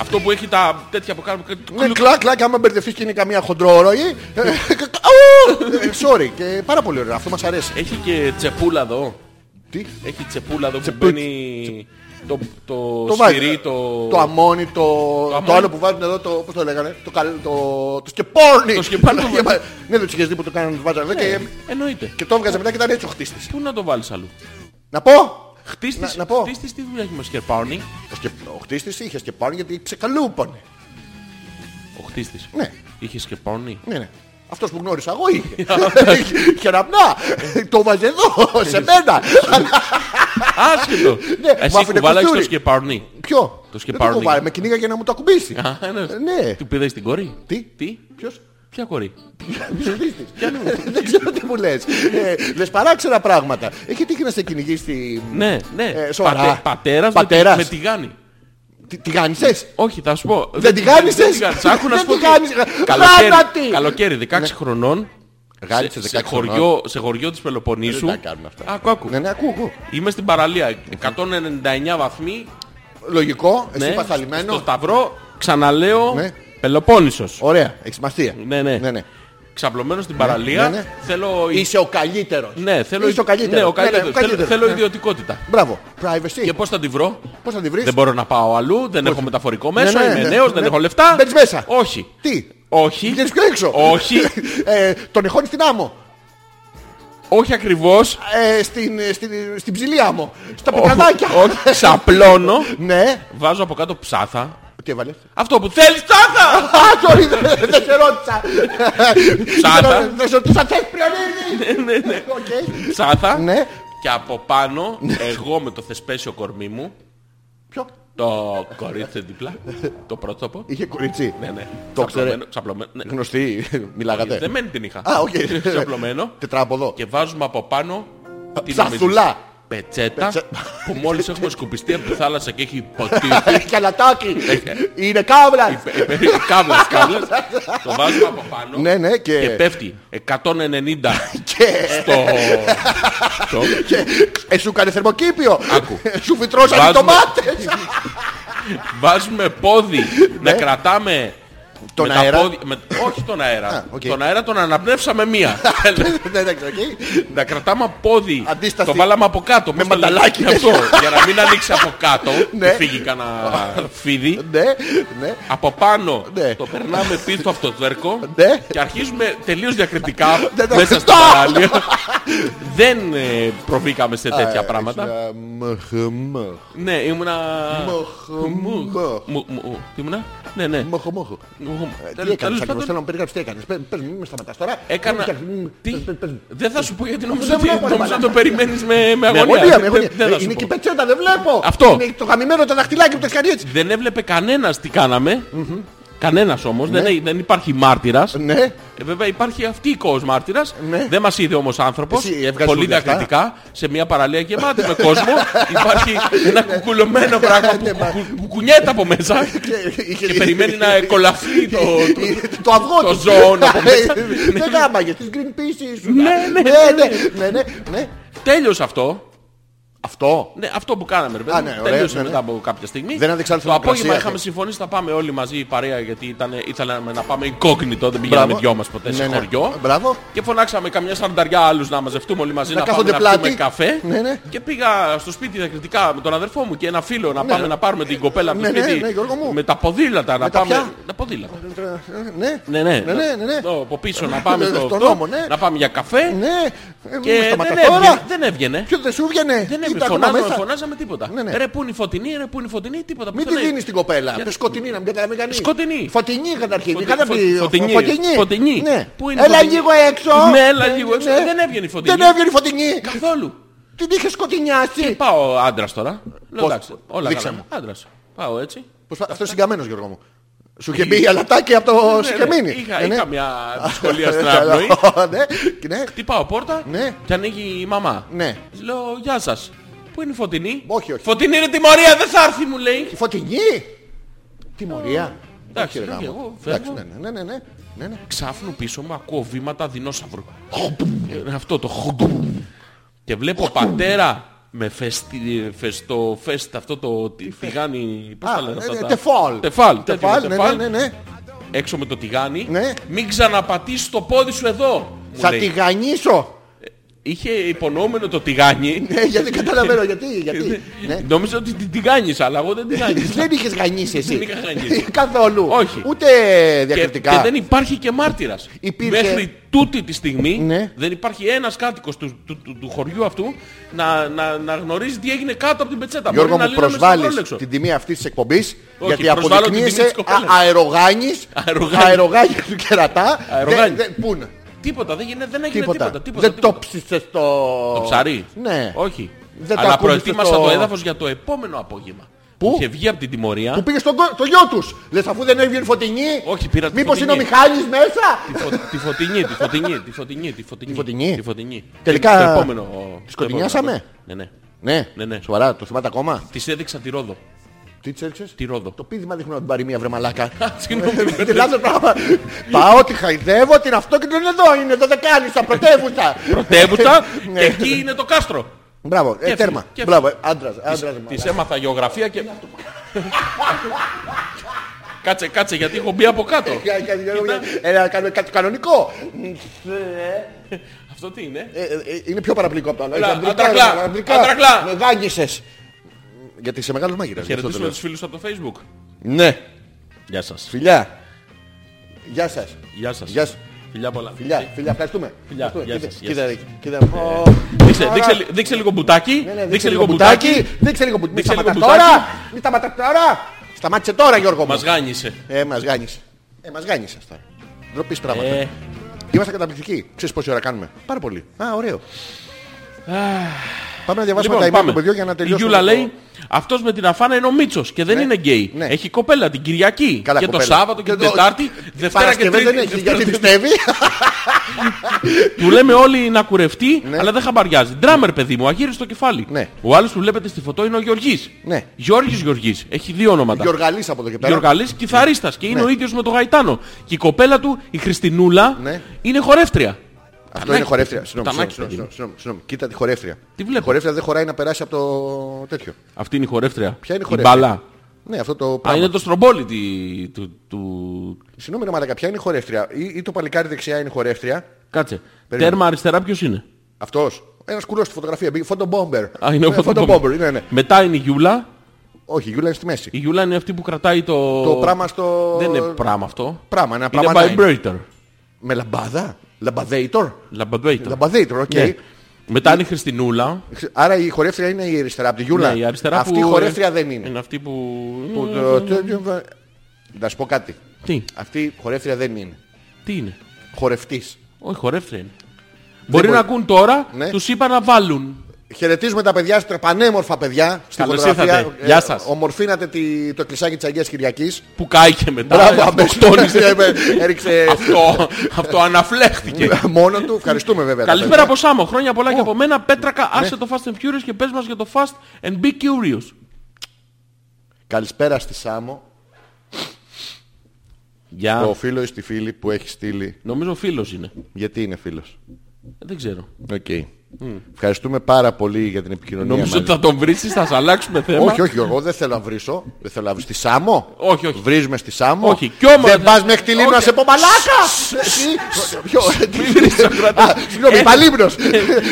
[SPEAKER 3] Αυτό που έχει τα τέτοια που κάνουν.
[SPEAKER 2] Ναι, κλακ, κλακ, άμα μπερδευτείς και είναι καμία χοντρόρογη. ε, αου, ε, Sorry, και πάρα πολύ ωραίο. Αυτό μας αρέσει.
[SPEAKER 3] Έχει και τσεπούλα εδώ.
[SPEAKER 2] Τι?
[SPEAKER 3] Έχει τσεπούλα εδώ που
[SPEAKER 2] Τσεπού-
[SPEAKER 3] μπαίνει το, το,
[SPEAKER 2] Το
[SPEAKER 3] σφυρί,
[SPEAKER 2] βάζει.
[SPEAKER 3] το...
[SPEAKER 2] Το αμόνι, το, το,
[SPEAKER 3] αμόνι.
[SPEAKER 2] άλλο που βάζουν εδώ, το, πώς το λέγανε, το, καλ, το, το σκεπόρνι.
[SPEAKER 3] Το σκεπόρνι
[SPEAKER 2] *laughs*
[SPEAKER 3] που βάζουν. Ναι.
[SPEAKER 2] ναι, δεν τους είχες δει που το κάνανε, το βάζανε εδώ και,
[SPEAKER 3] Εννοείται.
[SPEAKER 2] και το έβγαζε μετά και ήταν έτσι ο χτίστης.
[SPEAKER 3] Πού να το βάλεις αλλού.
[SPEAKER 2] Να πω!
[SPEAKER 3] Χτίστης,
[SPEAKER 2] Να- να πω.
[SPEAKER 3] χτίστης τι δουλειά έχει με σκερπάρνι.
[SPEAKER 2] Ο, σκε, ο χτίστης είχε σκεπόρνι γιατί ξεκαλούπωνε.
[SPEAKER 3] Ο χτίστης.
[SPEAKER 2] Ναι.
[SPEAKER 3] Είχε σκερπάρνι.
[SPEAKER 2] Ναι, ναι. Αυτός που γνώρισα εγώ
[SPEAKER 3] *laughs*
[SPEAKER 2] είχε. Χεραπνά. το βάζε εδώ, σε μένα.
[SPEAKER 3] Άσχετο.
[SPEAKER 2] *laughs* Ναι, μου
[SPEAKER 3] Εσύ
[SPEAKER 2] άφηνε
[SPEAKER 3] κουβάλα έχεις το
[SPEAKER 2] κουστούρι.
[SPEAKER 3] σκεπάρνι.
[SPEAKER 2] Ποιο?
[SPEAKER 3] σκεπάρνι.
[SPEAKER 2] Δεν το κουβάλε, με κυνήγα για να μου το ακουμπήσει.
[SPEAKER 3] Α, ένας.
[SPEAKER 2] Ναι.
[SPEAKER 3] Του πήδες την κόρη.
[SPEAKER 2] Τι?
[SPEAKER 3] Τι.
[SPEAKER 2] Ποιος?
[SPEAKER 3] Ποια κόρη.
[SPEAKER 2] Ψηφίστης. *laughs* Δεν ξέρω τι μου λες. Ε, Λες παράξενα πράγματα. Ε, Έχει τύχει να σε κυνηγήσει.
[SPEAKER 3] Ναι, ναι.
[SPEAKER 2] Ε, σοβαρά.
[SPEAKER 3] Πατε- πατέρας,
[SPEAKER 2] Πατέρας.
[SPEAKER 3] Με, τη, με τηγάνι.
[SPEAKER 2] Τι, τι κάνεις,
[SPEAKER 3] Όχι, θα σου πω.
[SPEAKER 2] Δεν τη κάνεις,
[SPEAKER 3] Δεν
[SPEAKER 2] θες?
[SPEAKER 3] τη κάνεις. Άκου να
[SPEAKER 2] Δεν
[SPEAKER 3] σου πω.
[SPEAKER 2] τη
[SPEAKER 3] τι.
[SPEAKER 2] κάνεις.
[SPEAKER 3] Καλοκαίρι,
[SPEAKER 2] Γράνατη. Ναι.
[SPEAKER 3] καλοκαίρι 16 χρονών.
[SPEAKER 2] Γάλισε
[SPEAKER 3] σε,
[SPEAKER 2] 16
[SPEAKER 3] σε, χωριό, σε χωριό της Πελοποννήσου.
[SPEAKER 2] ναι. Δεν τα κάνουν αυτά.
[SPEAKER 3] Άκου, άκου.
[SPEAKER 2] Ναι, ναι, ακούω, ακούω.
[SPEAKER 3] Είμαι στην παραλία. 199 βαθμοί.
[SPEAKER 2] Λογικό, εσύ
[SPEAKER 3] ναι,
[SPEAKER 2] παθαλημένος.
[SPEAKER 3] Στο Σταυρό, ξαναλέω.
[SPEAKER 2] Ναι.
[SPEAKER 3] Πελοπόννησος.
[SPEAKER 2] Ωραία, έχει μαθία.
[SPEAKER 3] Ναι, ναι. Ξαπλωμένος στην παραλία.
[SPEAKER 2] ναι, ναι.
[SPEAKER 3] Θέλω...
[SPEAKER 2] Είσαι ο καλύτερος.
[SPEAKER 3] Ναι, θέλω...
[SPEAKER 2] Είσαι ο καλύτερος.
[SPEAKER 3] Ναι, ο
[SPEAKER 2] Ναι, ναι, ο
[SPEAKER 3] καλύτερος. Θέλω,
[SPEAKER 2] καλύτερος.
[SPEAKER 3] θέλω
[SPEAKER 2] Ναι.
[SPEAKER 3] ιδιωτικότητα.
[SPEAKER 2] Μπράβο. Privacy.
[SPEAKER 3] Και πώς θα τη βρω.
[SPEAKER 2] Πώς θα τη βρεις.
[SPEAKER 3] Δεν μπορώ να πάω αλλού, δεν έχω μεταφορικό μέσο,
[SPEAKER 2] ναι,
[SPEAKER 3] είμαι
[SPEAKER 2] ναι.
[SPEAKER 3] νέος, δεν
[SPEAKER 2] Ναι.
[SPEAKER 3] έχω λεφτά.
[SPEAKER 2] Μπαίνεις μέσα.
[SPEAKER 3] Όχι.
[SPEAKER 2] Τι.
[SPEAKER 3] Όχι.
[SPEAKER 2] Βγαίνεις πιο έξω.
[SPEAKER 3] Όχι.
[SPEAKER 2] *laughs* Ε, τον εχώνει στην άμμο.
[SPEAKER 3] Όχι ακριβώς.
[SPEAKER 2] Ε, στην, ε, στην, στην ψηλή άμμο. Στα
[SPEAKER 3] Όχι,
[SPEAKER 2] πετραδάκια.
[SPEAKER 3] όχι. Ξαπλώνω.
[SPEAKER 2] Ναι.
[SPEAKER 3] Βάζω από κάτω ψάθα.
[SPEAKER 2] Τι έβαλες.
[SPEAKER 3] Αυτό που θέλεις
[SPEAKER 2] *laughs*
[SPEAKER 3] ψάθα!
[SPEAKER 2] Α, sorry, δεν δεν σε ρώτησα.
[SPEAKER 3] Ψάτα.
[SPEAKER 2] Δεν σε ρωτήσα, θες πριονίδι.
[SPEAKER 3] Ναι, ναι.
[SPEAKER 2] Οκ.
[SPEAKER 3] Ψάθα.
[SPEAKER 2] Ναι.
[SPEAKER 3] Και από πάνω, εγώ με το θεσπέσιο κορμί μου,
[SPEAKER 2] Ποιο.
[SPEAKER 3] το κορίτσι διπλά, το πρόσωπο.
[SPEAKER 2] Είχε κορίτσι.
[SPEAKER 3] Ναι, ναι.
[SPEAKER 2] Το
[SPEAKER 3] Ξαπλωμένο-
[SPEAKER 2] ξέρε.
[SPEAKER 3] ξαπλωμένο, ναι.
[SPEAKER 2] Γνωστή. Μιλάγατε.
[SPEAKER 3] Δεν μένει την είχα.
[SPEAKER 2] Α, οκ.
[SPEAKER 3] Ξαπλωμένο.
[SPEAKER 2] Τετράποδο.
[SPEAKER 3] Και βάζουμε από πάνω την
[SPEAKER 2] Ψαθουλά.
[SPEAKER 3] νομίζεις, Πετσέτα
[SPEAKER 2] Πετσε-
[SPEAKER 3] που μόλις έχουμε σκουπιστεί από τη θάλασσα και έχει υποτύχει.
[SPEAKER 2] Έχει καλατάκι.
[SPEAKER 3] Ναι.
[SPEAKER 2] Είναι κάβλα.
[SPEAKER 3] Κάβλας, κάβλας. Το βάζουμε από πάνω.
[SPEAKER 2] Ναι, ναι, και-
[SPEAKER 3] Και πέφτει 190
[SPEAKER 2] Και
[SPEAKER 3] στο... στο-
[SPEAKER 2] ε, σου κάνει θερμοκήπιο.
[SPEAKER 3] Άκου.
[SPEAKER 2] Σου φυτρώσαν οι
[SPEAKER 3] Βάζουμε-
[SPEAKER 2] ντομάτες. *laughs*
[SPEAKER 3] Βάζουμε πόδι να κρατάμε...
[SPEAKER 2] Ναι. Τον
[SPEAKER 3] με τα
[SPEAKER 2] αέρα.
[SPEAKER 3] πόδια- με- όχι τον αέρα.
[SPEAKER 2] οκ.
[SPEAKER 3] Τον αέρα τον αναπνεύσαμε
[SPEAKER 2] *laughs*
[SPEAKER 3] μία.
[SPEAKER 2] Δεν έξω εκεί.
[SPEAKER 3] να κρατάμε από πόδι.
[SPEAKER 2] Αντίσταση.
[SPEAKER 3] Το βάλαμε από κάτω.
[SPEAKER 2] Με
[SPEAKER 3] Πώς το λένε?
[SPEAKER 2] μανταλάκι.
[SPEAKER 3] Αυτό. Για να μην ανοίξει από κάτω.
[SPEAKER 2] *laughs* Ναι.
[SPEAKER 3] και Φύγει κανένα φίδι.
[SPEAKER 2] Ναι, ναι.
[SPEAKER 3] Από πάνω
[SPEAKER 2] Ναι.
[SPEAKER 3] το περνάμε πίσω από το τουέρκο
[SPEAKER 2] Ναι.
[SPEAKER 3] και αρχίζουμε τελείως διακριτικά
[SPEAKER 2] *laughs* Δεν το
[SPEAKER 3] μέσα στην
[SPEAKER 2] χρωστάω. *laughs*
[SPEAKER 3] παράλια. Δεν ε, προβήκαμε σε τέτοια πράγματα.
[SPEAKER 2] Έχεις, α, μχ, μχ.
[SPEAKER 3] Ναι, ήμουνα...
[SPEAKER 2] Μοχ,
[SPEAKER 3] Μου-
[SPEAKER 2] μοχ.
[SPEAKER 3] μου- μου- Τι ήμουνα? Ναι, ναι.
[SPEAKER 2] Μόχο, μόχο.
[SPEAKER 3] Μοχ.
[SPEAKER 2] Ε,
[SPEAKER 3] Τέλος
[SPEAKER 2] Τι έκανες ακριβώς,
[SPEAKER 3] πάντων,
[SPEAKER 2] θέλω να μου περιγράψεις τι έκανες. Πες πες μου, μην με σταματάς τώρα.
[SPEAKER 3] Έκανα...
[SPEAKER 2] Πες μου,
[SPEAKER 3] Τι?
[SPEAKER 2] πες, πες μου.
[SPEAKER 3] Δεν θα σου πω γιατί νομίζω
[SPEAKER 2] Δεν
[SPEAKER 3] ότι
[SPEAKER 2] βλέπω, ρε
[SPEAKER 3] νομίζω
[SPEAKER 2] μαλάκα.
[SPEAKER 3] το περιμένεις με με
[SPEAKER 2] Με
[SPEAKER 3] αγωνία.
[SPEAKER 2] αγωνία, με
[SPEAKER 3] Δεν-
[SPEAKER 2] αγωνία.
[SPEAKER 3] Δεν θα
[SPEAKER 2] Ε,
[SPEAKER 3] σου
[SPEAKER 2] Είναι και η
[SPEAKER 3] πω.
[SPEAKER 2] πετσέτα, δεν βλέπω.
[SPEAKER 3] Αυτό.
[SPEAKER 2] Είναι το γαμημένο το δαχτυλάκι που το έχεις κάνει έτσι.
[SPEAKER 3] Δεν έβλεπε κανένας τι κάναμε. Κανένας όμως, δεν, δεν υπάρχει μάρτυρας.
[SPEAKER 2] Ναι.
[SPEAKER 3] Ε, βέβαια υπάρχει αυτή η κόσμο μάρτυρας.
[SPEAKER 2] Ναι.
[SPEAKER 3] Δεν μας είδε όμως άνθρωπος.
[SPEAKER 2] Εσύ έβγαζες
[SPEAKER 3] Πολύ
[SPEAKER 2] δουλειά αυτά.
[SPEAKER 3] διακριτικά σε μια παραλία γεμάτη με
[SPEAKER 2] *laughs*
[SPEAKER 3] κόσμο. υπάρχει ένα κουκουλωμένο πράγμα που,
[SPEAKER 2] Ναι,
[SPEAKER 3] που- που κουνιέται από
[SPEAKER 2] *laughs*
[SPEAKER 3] μέσα και περιμένει να κολαφεί το. το-
[SPEAKER 2] το αυγό
[SPEAKER 3] το
[SPEAKER 2] της.
[SPEAKER 3] ζώο να πούμε.
[SPEAKER 2] Δεν γάμαγες, τις Greenpeace ήσουν.
[SPEAKER 3] Ναι, ναι,
[SPEAKER 2] ναι, ναι, ναι.
[SPEAKER 3] Τέλειωσε αυτό.
[SPEAKER 2] Αυτό.
[SPEAKER 3] Ναι, αυτό που κάναμε, ρε παιδί.
[SPEAKER 2] Α,
[SPEAKER 3] μου,
[SPEAKER 2] ναι, ωραία,
[SPEAKER 3] Τελείωσε
[SPEAKER 2] ναι,
[SPEAKER 3] μετά
[SPEAKER 2] ναι.
[SPEAKER 3] από κάποια στιγμή.
[SPEAKER 2] Δεν αντεξάλθω
[SPEAKER 3] Το
[SPEAKER 2] την
[SPEAKER 3] απόγευμα
[SPEAKER 2] κρασία,
[SPEAKER 3] είχαμε
[SPEAKER 2] ναι.
[SPEAKER 3] συμφωνήσει να πάμε όλοι μαζί η παρέα γιατί ήταν, ήθελαμε να πάμε incognito, δεν
[SPEAKER 2] Μπράβο.
[SPEAKER 3] πηγαίναμε δυο μας ποτέ σε
[SPEAKER 2] Ναι, ναι.
[SPEAKER 3] χωριό.
[SPEAKER 2] Μπράβο.
[SPEAKER 3] Και φωνάξαμε καμιά σαρανταριά άλλους να μαζευτούμε όλοι μαζί
[SPEAKER 2] Να
[SPEAKER 3] να,
[SPEAKER 2] κάθονται
[SPEAKER 3] πάμε να
[SPEAKER 2] πλάτη.
[SPEAKER 3] πιούμε καφέ.
[SPEAKER 2] Ναι, ναι.
[SPEAKER 3] Και πήγα στο σπίτι διακριτικά με τον αδερφό μου και ένα φίλο να πάμε να πάρουμε την κοπέλα από το
[SPEAKER 2] Ναι, ναι,
[SPEAKER 3] σπίτι
[SPEAKER 2] ναι, Γιώργο μου.
[SPEAKER 3] με τα ποδήλατα. να
[SPEAKER 2] τα
[SPEAKER 3] πάμε.
[SPEAKER 2] ποια?
[SPEAKER 3] Τα ποδήλατα.
[SPEAKER 2] Ναι,
[SPEAKER 3] Ναι, ναι.
[SPEAKER 2] ναι, ναι, ναι.
[SPEAKER 3] Το- από πίσω να πάμε
[SPEAKER 2] Ναι,
[SPEAKER 3] στο
[SPEAKER 2] στον
[SPEAKER 3] αυτό,
[SPEAKER 2] νόμο, ναι.
[SPEAKER 3] να πάμε για καφέ.
[SPEAKER 2] ναι. Ε,
[SPEAKER 3] Και
[SPEAKER 2] μου
[SPEAKER 3] δεν
[SPEAKER 2] σταματά
[SPEAKER 3] έβγαινε-
[SPEAKER 2] τώρα.
[SPEAKER 3] δεν έβγαινε.
[SPEAKER 2] Ποιο δεν σου βγαινε.
[SPEAKER 3] Δεν έβγαινε. Φωνάζαμε, φωνάζαμε τίποτα.
[SPEAKER 2] Ναι, ναι.
[SPEAKER 3] Ρε πού είναι η φωτεινή, ρε πού είναι η φωτεινή, τίποτα.
[SPEAKER 2] Μην τη
[SPEAKER 3] πουθενά.
[SPEAKER 2] δίνεις την κοπέλα.
[SPEAKER 3] Για-
[SPEAKER 2] Πες σκοτεινή να μην καταλαβαίνει κανείς.
[SPEAKER 3] Σκοτεινή.
[SPEAKER 2] Φωτεινή καταρχήν.
[SPEAKER 3] Φωτι-
[SPEAKER 2] Κατά
[SPEAKER 3] φω-
[SPEAKER 2] πει- ε,
[SPEAKER 3] φωτεινή.
[SPEAKER 2] Φωτεινή.
[SPEAKER 3] Φωτεινή.
[SPEAKER 2] Ναι.
[SPEAKER 3] Πού είναι η
[SPEAKER 2] Έλα
[SPEAKER 3] φωτεινή?
[SPEAKER 2] λίγο έξω.
[SPEAKER 3] Ναι, έλα λίγο έξω.
[SPEAKER 2] ναι.
[SPEAKER 3] Δεν έβγαινε η φωτεινή.
[SPEAKER 2] Δεν έβγαινε η φωτεινή.
[SPEAKER 3] Καθόλου.
[SPEAKER 2] Την είχε σκοτεινιάσει.
[SPEAKER 3] Πάω άντρας τώρα. Λέω
[SPEAKER 2] Πώς-
[SPEAKER 3] εντάξει. Όλα
[SPEAKER 2] δείξε
[SPEAKER 3] καλά.
[SPEAKER 2] μου.
[SPEAKER 3] Άντρας. Πάω έτσι.
[SPEAKER 2] Προσπα- Αυτός είναι συγκαμμένος Γιώργο μου. Σου είχε μπει η αλατάκι από το
[SPEAKER 3] Ναι, ναι,
[SPEAKER 2] συγκαμίνι.
[SPEAKER 3] Είχα,
[SPEAKER 2] Ε, Ναι, ναι.
[SPEAKER 3] είχα μια δυσκολία στην
[SPEAKER 2] Καλά,
[SPEAKER 3] αναπνοή.
[SPEAKER 2] *laughs* ναι. Και ναι.
[SPEAKER 3] Χτυπάω πόρτα
[SPEAKER 2] Ναι.
[SPEAKER 3] και ανοίγει η μαμά.
[SPEAKER 2] Ναι.
[SPEAKER 3] Της Λέω γεια σας. Πού είναι η φωτεινή.
[SPEAKER 2] Όχι, όχι.
[SPEAKER 3] Φωτεινή είναι τιμωρία, δεν θα έρθει μου λέει.
[SPEAKER 2] Η φωτεινή. Τιμωρία.
[SPEAKER 3] Εντάξει,
[SPEAKER 2] Όχι, ρε
[SPEAKER 3] όχι,
[SPEAKER 2] γάμο.
[SPEAKER 3] εγώ
[SPEAKER 2] Εντάξει,
[SPEAKER 3] φεύγω.
[SPEAKER 2] ναι, ναι, ναι, ναι, ναι, ναι.
[SPEAKER 3] Ξάφνου πίσω μου ακούω βήματα δεινόσαυρου. Ε, Αυτό το Και βλέπω πατέρα με φεστι, φεστο, φεστ, αυτό το τι- τηγάνι, πώς
[SPEAKER 2] Α,
[SPEAKER 3] τα λένε αυτά
[SPEAKER 2] ε,
[SPEAKER 3] τα...
[SPEAKER 2] τεφάλ.
[SPEAKER 3] Τεφάλ, τέτοιο,
[SPEAKER 2] Τεφάλ, ναι,
[SPEAKER 3] τεφάλ.
[SPEAKER 2] ναι, ναι, ναι.
[SPEAKER 3] Έξω με το τηγάνι.
[SPEAKER 2] Ναι.
[SPEAKER 3] Μην ξαναπατήσεις το πόδι σου εδώ. μου
[SPEAKER 2] Θα
[SPEAKER 3] λέει.
[SPEAKER 2] τη γανίσω.
[SPEAKER 3] Είχε υπονοούμενο το τηγάνι.
[SPEAKER 2] Ναι,
[SPEAKER 3] *laughs*
[SPEAKER 2] γιατί δεν καταλαβαίνω γιατί. γιατί. ναι.
[SPEAKER 3] Νόμιζα ότι την τηγάνεις, αλλά εγώ
[SPEAKER 2] *laughs*
[SPEAKER 3] δεν τηγάνισα.
[SPEAKER 2] Δεν είχες γανίσει εσύ.
[SPEAKER 3] Δεν είχα γανίσει.
[SPEAKER 2] *laughs* Καθόλου.
[SPEAKER 3] Όχι.
[SPEAKER 2] Ούτε
[SPEAKER 3] Και,
[SPEAKER 2] διακριτικά.
[SPEAKER 3] και δεν υπάρχει και μάρτυρας.
[SPEAKER 2] Υπήρχε-
[SPEAKER 3] Μέχρι τούτη τη στιγμή
[SPEAKER 2] Ναι.
[SPEAKER 3] δεν υπάρχει ένας κάτοικος του, του, του, του χωριού αυτού να, να, να γνωρίζει τι έγινε κάτω από την πετσέτα.
[SPEAKER 2] Γιώργο
[SPEAKER 3] να
[SPEAKER 2] μου,
[SPEAKER 3] λύναμε στο
[SPEAKER 2] προσβάλλεις
[SPEAKER 3] Ρόλεξο.
[SPEAKER 2] την τιμή αυτής της εκπομπής. Γιατί
[SPEAKER 3] προσβάλλω την τιμή
[SPEAKER 2] αποδεικνύεσαι
[SPEAKER 3] της κοπέλας.
[SPEAKER 2] αερογάνης.
[SPEAKER 3] Αερογάνης.
[SPEAKER 2] *laughs* του κερατά.
[SPEAKER 3] Αερογάνης.
[SPEAKER 2] Δεν- δεν- Πού είναι.
[SPEAKER 3] Τίποτα, δεν, γίνεται, δεν έγινε Ναι, τίποτα.
[SPEAKER 2] Τίποτα.
[SPEAKER 3] τίποτα,
[SPEAKER 2] Δεν
[SPEAKER 3] τίποτα.
[SPEAKER 2] το ψήσε το.
[SPEAKER 3] Το ψαρί.
[SPEAKER 2] Ναι.
[SPEAKER 3] Όχι.
[SPEAKER 2] Δεν το
[SPEAKER 3] Αλλά
[SPEAKER 2] ακούμπησε
[SPEAKER 3] προετοίμασα
[SPEAKER 2] το-
[SPEAKER 3] το... έδαφος για το επόμενο απόγευμα.
[SPEAKER 2] Πού?
[SPEAKER 3] Είχε βγει από την τιμωρία.
[SPEAKER 2] Που πήγε στον κο- το γιο τους. Λες αφού δεν έβγαινε φωτεινή.
[SPEAKER 3] Όχι, πήρα τη
[SPEAKER 2] Μήπως είναι ο
[SPEAKER 3] φωτεινή.
[SPEAKER 2] Μιχάλης μέσα.
[SPEAKER 3] Τη, φω... τη φωτεινή, τη φωτεινή, τη φωτεινή, τη φωτεινή.
[SPEAKER 2] φωτεινή?
[SPEAKER 3] Τη φωτεινή.
[SPEAKER 2] Τελικά
[SPEAKER 3] Το επόμενο.
[SPEAKER 2] τη
[SPEAKER 3] το επόμενο.
[SPEAKER 2] σκοτεινιάσαμε?
[SPEAKER 3] Ναι, ναι.
[SPEAKER 2] Ναι.
[SPEAKER 3] Ναι, ναι.
[SPEAKER 2] Σοβαρά, το θυμάται ακόμα.
[SPEAKER 3] Της έδειξα τη
[SPEAKER 2] *laughs*
[SPEAKER 3] Ρόδο.
[SPEAKER 2] Τι τη έριξες?
[SPEAKER 3] Τη Ρόδο.
[SPEAKER 2] Το πίδημα δείχνω να την πάρει μία βρε μαλάκα.
[SPEAKER 3] *laughs* Συγγνώμη.
[SPEAKER 2] Τι λάθος πράγμα. Πάω, τη χαϊδεύω, την αυτό και την εδώ είναι, εδώ δεν κάνει, στα πρωτεύουσα.
[SPEAKER 3] *laughs* Πρωτεύουσα Ε,
[SPEAKER 2] Ναι.
[SPEAKER 3] και εκεί είναι το κάστρο.
[SPEAKER 2] Μπράβο, ε,
[SPEAKER 3] Και
[SPEAKER 2] τέρμα.
[SPEAKER 3] έφυγε, και
[SPEAKER 2] Μπράβο, ε, άντρας, άντρας.
[SPEAKER 3] Της έμαθα γεωγραφία και... Κάτσε, κάτσε, γιατί έχω μπει από κάτω.
[SPEAKER 2] Ε, Ένα κάνουμε κάτι ε, κανονικό.
[SPEAKER 3] Αυτό τι είναι.
[SPEAKER 2] Ε, ε, ε, Είναι πιο παραπλικό από το άλλο.
[SPEAKER 3] Έλα,
[SPEAKER 2] Έχει αντρικά,
[SPEAKER 3] αντρακλά,
[SPEAKER 2] είναι αντρικά.
[SPEAKER 3] αντρακλά.
[SPEAKER 2] Με Ε, δάγκησες. Γιατί είσαι μεγάλος μάγειρας. γι' αυτό το
[SPEAKER 3] Χαιρετήσουμε
[SPEAKER 2] λέω.
[SPEAKER 3] τους φίλους από το facebook.
[SPEAKER 2] Ναι,
[SPEAKER 3] Γεια σας.
[SPEAKER 2] φιλιά. Γεια σας.
[SPEAKER 3] Γεια σας.
[SPEAKER 2] Γεια σας.
[SPEAKER 3] Φιλιά πολλά.
[SPEAKER 2] Φιλιά, φιλιά, ευχαριστούμε.
[SPEAKER 3] Φιλιά,
[SPEAKER 2] Ευχαριστούμε.
[SPEAKER 3] γεια
[SPEAKER 2] Κοίτα,
[SPEAKER 3] σας,
[SPEAKER 2] Κοίτα,
[SPEAKER 3] γεια
[SPEAKER 2] κοίτα.
[SPEAKER 3] Δείξε, δείξε, λι- δείξε λίγο μπουτάκι.
[SPEAKER 2] Ναι, ναι,
[SPEAKER 3] Δείξε λίγο μπουτάκι.
[SPEAKER 2] Δείξε λίγο μπουτάκι. Μην
[SPEAKER 3] Δείξε λίγο
[SPEAKER 2] σταματάς
[SPEAKER 3] μπουτάκι.
[SPEAKER 2] τώρα. Μην σταματάς τώρα. Σταμάτησε τώρα Γιώργο μου.
[SPEAKER 3] Μας γάνισε.
[SPEAKER 2] Ε, μας γάνεις. Ε, μας γάνεις αυτά. Ντροπή πράγματα.
[SPEAKER 3] Ε.
[SPEAKER 2] Είμαστε καταπληκτικοί. Ξέρεις πόση ώρα κάνουμε. Πάρα πολύ. Α, ωραίο. Πάμε να διαβάσουμε τα email
[SPEAKER 3] Λοιπόν,
[SPEAKER 2] του
[SPEAKER 3] πάμε.
[SPEAKER 2] παιδιού για να
[SPEAKER 3] Η
[SPEAKER 2] τελειώσουμε.
[SPEAKER 3] Γιούλα
[SPEAKER 2] το-
[SPEAKER 3] λέει, αυτός με την αφάνα είναι ο Μίτσος και δεν είναι γκέι.
[SPEAKER 2] Ναι.
[SPEAKER 3] Έχει κοπέλα την Κυριακή
[SPEAKER 2] Καλά,
[SPEAKER 3] και το
[SPEAKER 2] κοπέλα.
[SPEAKER 3] Σάββατο και την
[SPEAKER 2] το-
[SPEAKER 3] Τετάρτη, Δευτέρα και
[SPEAKER 2] Παρασκευές
[SPEAKER 3] Τρίτη.
[SPEAKER 2] δεν έχει,
[SPEAKER 3] Δευτέρα
[SPEAKER 2] γιατί
[SPEAKER 3] και Τρίτη.
[SPEAKER 2] πιστεύει.
[SPEAKER 3] Του λέμε όλοι να κουρευτεί, αλλά δεν χαμπαριάζει. Ντράμερ, παιδί μου, αγύρι στο κεφάλι.
[SPEAKER 2] Ναι.
[SPEAKER 3] Ο άλλος που βλέπετε στη φωτό είναι ο Γεωργής.
[SPEAKER 2] Ναι.
[SPEAKER 3] Γιώργης Γεωργής. Έχει δύο ονόματα.
[SPEAKER 2] Γιωργαλής από εδώ και πέρα.
[SPEAKER 3] Γιωργαλής κιθαρίστας και είναι ο ίδιος με τον Γαϊτάνο. Και η κοπέλα του, η Χριστινούλα,
[SPEAKER 2] Ναι.
[SPEAKER 3] είναι χορεύτρια.
[SPEAKER 2] Αυτό
[SPEAKER 3] Τανάκη.
[SPEAKER 2] είναι χορεύτρια. Συγγνώμη,
[SPEAKER 3] Τανάκη
[SPEAKER 2] συγγνώμη,
[SPEAKER 3] το
[SPEAKER 2] συγγνώμη, συγγνώμη, συγγνώμη. Κοίτα τη χορεύτρια.
[SPEAKER 3] Τη βλέπω.
[SPEAKER 2] Η χορεύτρια δεν χωράει να περάσει από το τέτοιο.
[SPEAKER 3] Αυτή είναι η χορεύτρια.
[SPEAKER 2] Ποια είναι η
[SPEAKER 3] η
[SPEAKER 2] χορεύτρια.
[SPEAKER 3] μπαλά.
[SPEAKER 2] Ναι, αυτό το
[SPEAKER 3] Α,
[SPEAKER 2] πράγμα.
[SPEAKER 3] είναι το στρομπόλι τη- του, του...
[SPEAKER 2] Συγγνώμη, ρε Μαλακά, ποια είναι η χορεύτρια. Ή, ή το παλικάρι δεξιά είναι η χορεύτρια.
[SPEAKER 3] Κάτσε.
[SPEAKER 2] Περίμενε.
[SPEAKER 3] Τέρμα αριστερά ποιος είναι.
[SPEAKER 2] Αυτός. Ένας κουλός στη φωτογραφία. Μπήκε φωτομπόμπερ.
[SPEAKER 3] Α, είναι ο Φωτομπόμπερ.
[SPEAKER 2] Ναι, ναι.
[SPEAKER 3] Μετά είναι η Γιούλα.
[SPEAKER 2] Όχι, η Γιούλα είναι στη μέση.
[SPEAKER 3] Η Γιούλα είναι αυτή που κρατάει το.
[SPEAKER 2] Το πράγμα στο.
[SPEAKER 3] Δεν είναι πράγμα αυτό.
[SPEAKER 2] Πράγμα, ένα
[SPEAKER 3] Είναι
[SPEAKER 2] πράγμα. είναι.
[SPEAKER 3] vibrator.
[SPEAKER 2] Με λαμπάδα. Λαμπαδέιτορ.
[SPEAKER 3] Λαμπαδέιτορ.
[SPEAKER 2] Λαμπαδέιτορ, οκ.
[SPEAKER 3] Ναι. Μετά είναι η Χριστινούλα.
[SPEAKER 2] Άρα η χορεύτρια είναι η αριστερά από τη Γιούλα.
[SPEAKER 3] Ναι, η αριστερά
[SPEAKER 2] Αυτή
[SPEAKER 3] που-
[SPEAKER 2] η χορεύτρια δεν είναι.
[SPEAKER 3] Είναι αυτή που. Ναι.
[SPEAKER 2] Που το- το- Να σου πω κάτι.
[SPEAKER 3] Τι,
[SPEAKER 2] Αυτή η χορεύτρια δεν είναι.
[SPEAKER 3] τι είναι.
[SPEAKER 2] Χορευτής.
[SPEAKER 3] Όχι, χορεύτρια είναι. Μπορεί να
[SPEAKER 2] μπορεί.
[SPEAKER 3] ακούν τώρα,
[SPEAKER 2] Ναι.
[SPEAKER 3] τους είπα να βάλουν.
[SPEAKER 2] Χαιρετίζουμε τα παιδιά, τα πανέμορφα παιδιά. Στην
[SPEAKER 3] Καλώς
[SPEAKER 2] φωτογραφία. Ε,
[SPEAKER 3] ήρθατε. Γεια σας.
[SPEAKER 2] Ομορφύνατε τη, το εκκλησάκι της Αγίας Κυριακής.
[SPEAKER 3] Που κάηκε μετά. *laughs*
[SPEAKER 2] Μπράβο,
[SPEAKER 3] αυτοκτόνησε.
[SPEAKER 2] αμέσως, ε, *laughs* Έριξε.
[SPEAKER 3] αυτό, αυτό αναφλέχτηκε.
[SPEAKER 2] Ναι. Μόνο του. Ευχαριστούμε βέβαια. τα παιδιά.
[SPEAKER 3] Καλησπέρα
[SPEAKER 2] Ναι.
[SPEAKER 3] από Σάμο. Χρόνια πολλά και από μένα. Πέτρακα, άσε το Fast and Furious και πες μας για το Fast and Be Curious.
[SPEAKER 2] Καλησπέρα στη Σάμο.
[SPEAKER 3] Γεια.
[SPEAKER 2] Το φίλος ή στη φίλη που έχει στείλει.
[SPEAKER 3] Νομίζω φίλος είναι.
[SPEAKER 2] Γιατί είναι φίλος.
[SPEAKER 3] Ε, Δεν ξέρω.
[SPEAKER 2] Οκ. Ευχαριστούμε πάρα πολύ για την επικοινωνία.
[SPEAKER 3] Νομίζω
[SPEAKER 2] μαζί.
[SPEAKER 3] ότι θα τον βρίσεις, θα σε αλλάξουμε θέμα.
[SPEAKER 2] Όχι, όχι, εγώ δεν θέλω να βρίσω. Δεν θέλω να βρίσω. Στη Σάμο.
[SPEAKER 3] Όχι, όχι.
[SPEAKER 2] Βρίζουμε στη Σάμο.
[SPEAKER 3] Όχι, κι όμως-
[SPEAKER 2] Δεν πας μέχρι τη Λίμνος να
[SPEAKER 3] Όχι.
[SPEAKER 2] σε πω μαλάκα. Εσύ. Ποιο. ε, Α, Συγγνώμη, παλίμνο.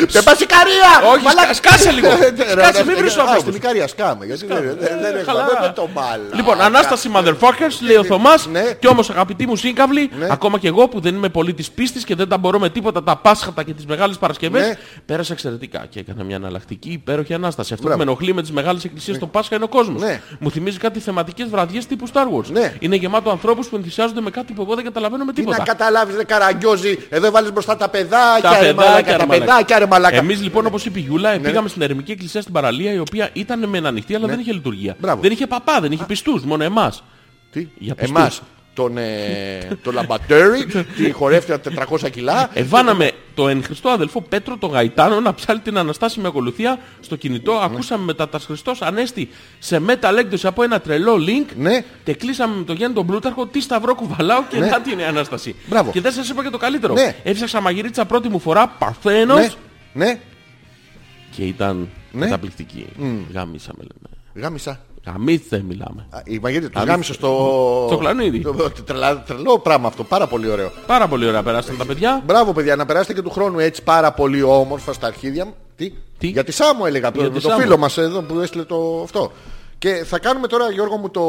[SPEAKER 2] Δεν πα Ικαρία.
[SPEAKER 3] Ε, Όχι,
[SPEAKER 2] Μαλάκα.
[SPEAKER 3] σκα- σκάσε λίγο.
[SPEAKER 2] Ε, ρε,
[SPEAKER 3] Σκάσε,
[SPEAKER 2] ρε,
[SPEAKER 3] μην
[SPEAKER 2] ρε,
[SPEAKER 3] βρεις
[SPEAKER 2] α,
[SPEAKER 3] ο
[SPEAKER 2] Στην
[SPEAKER 3] άνθρωπος.
[SPEAKER 2] Ικαρία σκάμε. Γιατί δεν δεν- δεν- δεν
[SPEAKER 3] Ε, Καλά.
[SPEAKER 2] έχουμε το μαλάκα.
[SPEAKER 3] Λοιπόν, Ανάσταση Motherfuckers, λέει ο Θωμάς.
[SPEAKER 2] Ναι.
[SPEAKER 3] Και όμως, αγαπητοί μου σύγκαυλοι, ακόμα και εγώ που δεν είμαι πολύ της πίστης και δεν τα μπορώ με τίποτα τα Πάσχατα και τις Μεγάλες Παρασκευές,
[SPEAKER 2] Ναι.
[SPEAKER 3] πέρασα εξαιρετικά και έκανα μια αναλλακτική υπέροχη ανάσταση. Αυτό
[SPEAKER 2] Μπράβο.
[SPEAKER 3] που με ενοχλεί με τις μεγάλες εκκλησίες των Πάσχα είναι ο κόσμος.
[SPEAKER 2] Ναι.
[SPEAKER 3] Μου θυμίζει κάτι θεματικές βραδιές τύπου Star Wars.
[SPEAKER 2] Ναι.
[SPEAKER 3] Είναι γεμάτο ανθρώπους που ενθουσιάζονται με κάτι που εγώ δεν καταλαβαίνω με
[SPEAKER 2] Τι να
[SPEAKER 3] τίποτα.
[SPEAKER 2] καταλάβεις, ρε καραγκιόζη. Εδώ βάλεις μπροστά τα παιδάκια.
[SPEAKER 3] Τα
[SPEAKER 2] ρε μαλάκα,
[SPEAKER 3] παιδάκια,
[SPEAKER 2] Τα παιδάκια, ρε Ναι. μαλάκα.
[SPEAKER 3] Εμείς λοιπόν, όπως είπε η Γιούλα, πήγαμε στην ερημική εκκλησία στην παραλία, η οποία ήταν μεν ανοιχτή, αλλά δεν είχε λειτουργία.
[SPEAKER 2] Ναι. Μπράβο.
[SPEAKER 3] Δεν είχε παπά, δεν είχε πιστούς, μόνο εμάς.
[SPEAKER 2] Τι,
[SPEAKER 3] Για πιστούς.
[SPEAKER 2] εμάς τον, ε, τον
[SPEAKER 3] *laughs*
[SPEAKER 2] Λαμπατέρι, τη χορεύτρια 400 κιλά.
[SPEAKER 3] Ε, Εβάναμε το εν Χριστώ αδελφό Πέτρο τον Γαϊτάνο να ψάλει την Αναστάση με ακολουθία στο κινητό.
[SPEAKER 2] Ναι.
[SPEAKER 3] Ακούσαμε μετά τα Χριστός Ανέστη σε metal έκδοση από ένα τρελό link.
[SPEAKER 2] Ναι.
[SPEAKER 3] Και κλείσαμε με το Γιάννη τον Πλούταρχο τι σταυρό κουβαλάω και
[SPEAKER 2] Ναι.
[SPEAKER 3] να την Ανάσταση.
[SPEAKER 2] Μπράβο.
[SPEAKER 3] Και δεν σας είπα και το καλύτερο.
[SPEAKER 2] Ναι.
[SPEAKER 3] Έψαξα μαγειρίτσα πρώτη μου φορά, Παρθένος.
[SPEAKER 2] ναι, ναι,
[SPEAKER 3] Και ήταν
[SPEAKER 2] Ναι.
[SPEAKER 3] καταπληκτική. Γαμίσαμε λέμε.
[SPEAKER 2] γάμισα.
[SPEAKER 3] Γαμίστε μιλάμε.
[SPEAKER 2] Α, Η Μαγέτη του γάμισε στο...
[SPEAKER 3] Στο κλανίδι.
[SPEAKER 2] το- το- τρελα- Τρελό πράγμα αυτό, πάρα πολύ ωραίο.
[SPEAKER 3] Πάρα πολύ ωραία περάσαν τα παιδιά.
[SPEAKER 2] Μπράβο παιδιά, να περάσετε και του χρόνου έτσι πάρα πολύ όμορφα στα αρχίδια. μου. Τι,
[SPEAKER 3] Τι?
[SPEAKER 2] Για τη Σάμο έλεγα,
[SPEAKER 3] Για
[SPEAKER 2] το,
[SPEAKER 3] τη
[SPEAKER 2] το
[SPEAKER 3] Σάμο.
[SPEAKER 2] φίλο μας εδώ που έστειλε το αυτό. Και θα κάνουμε τώρα Γιώργο μου το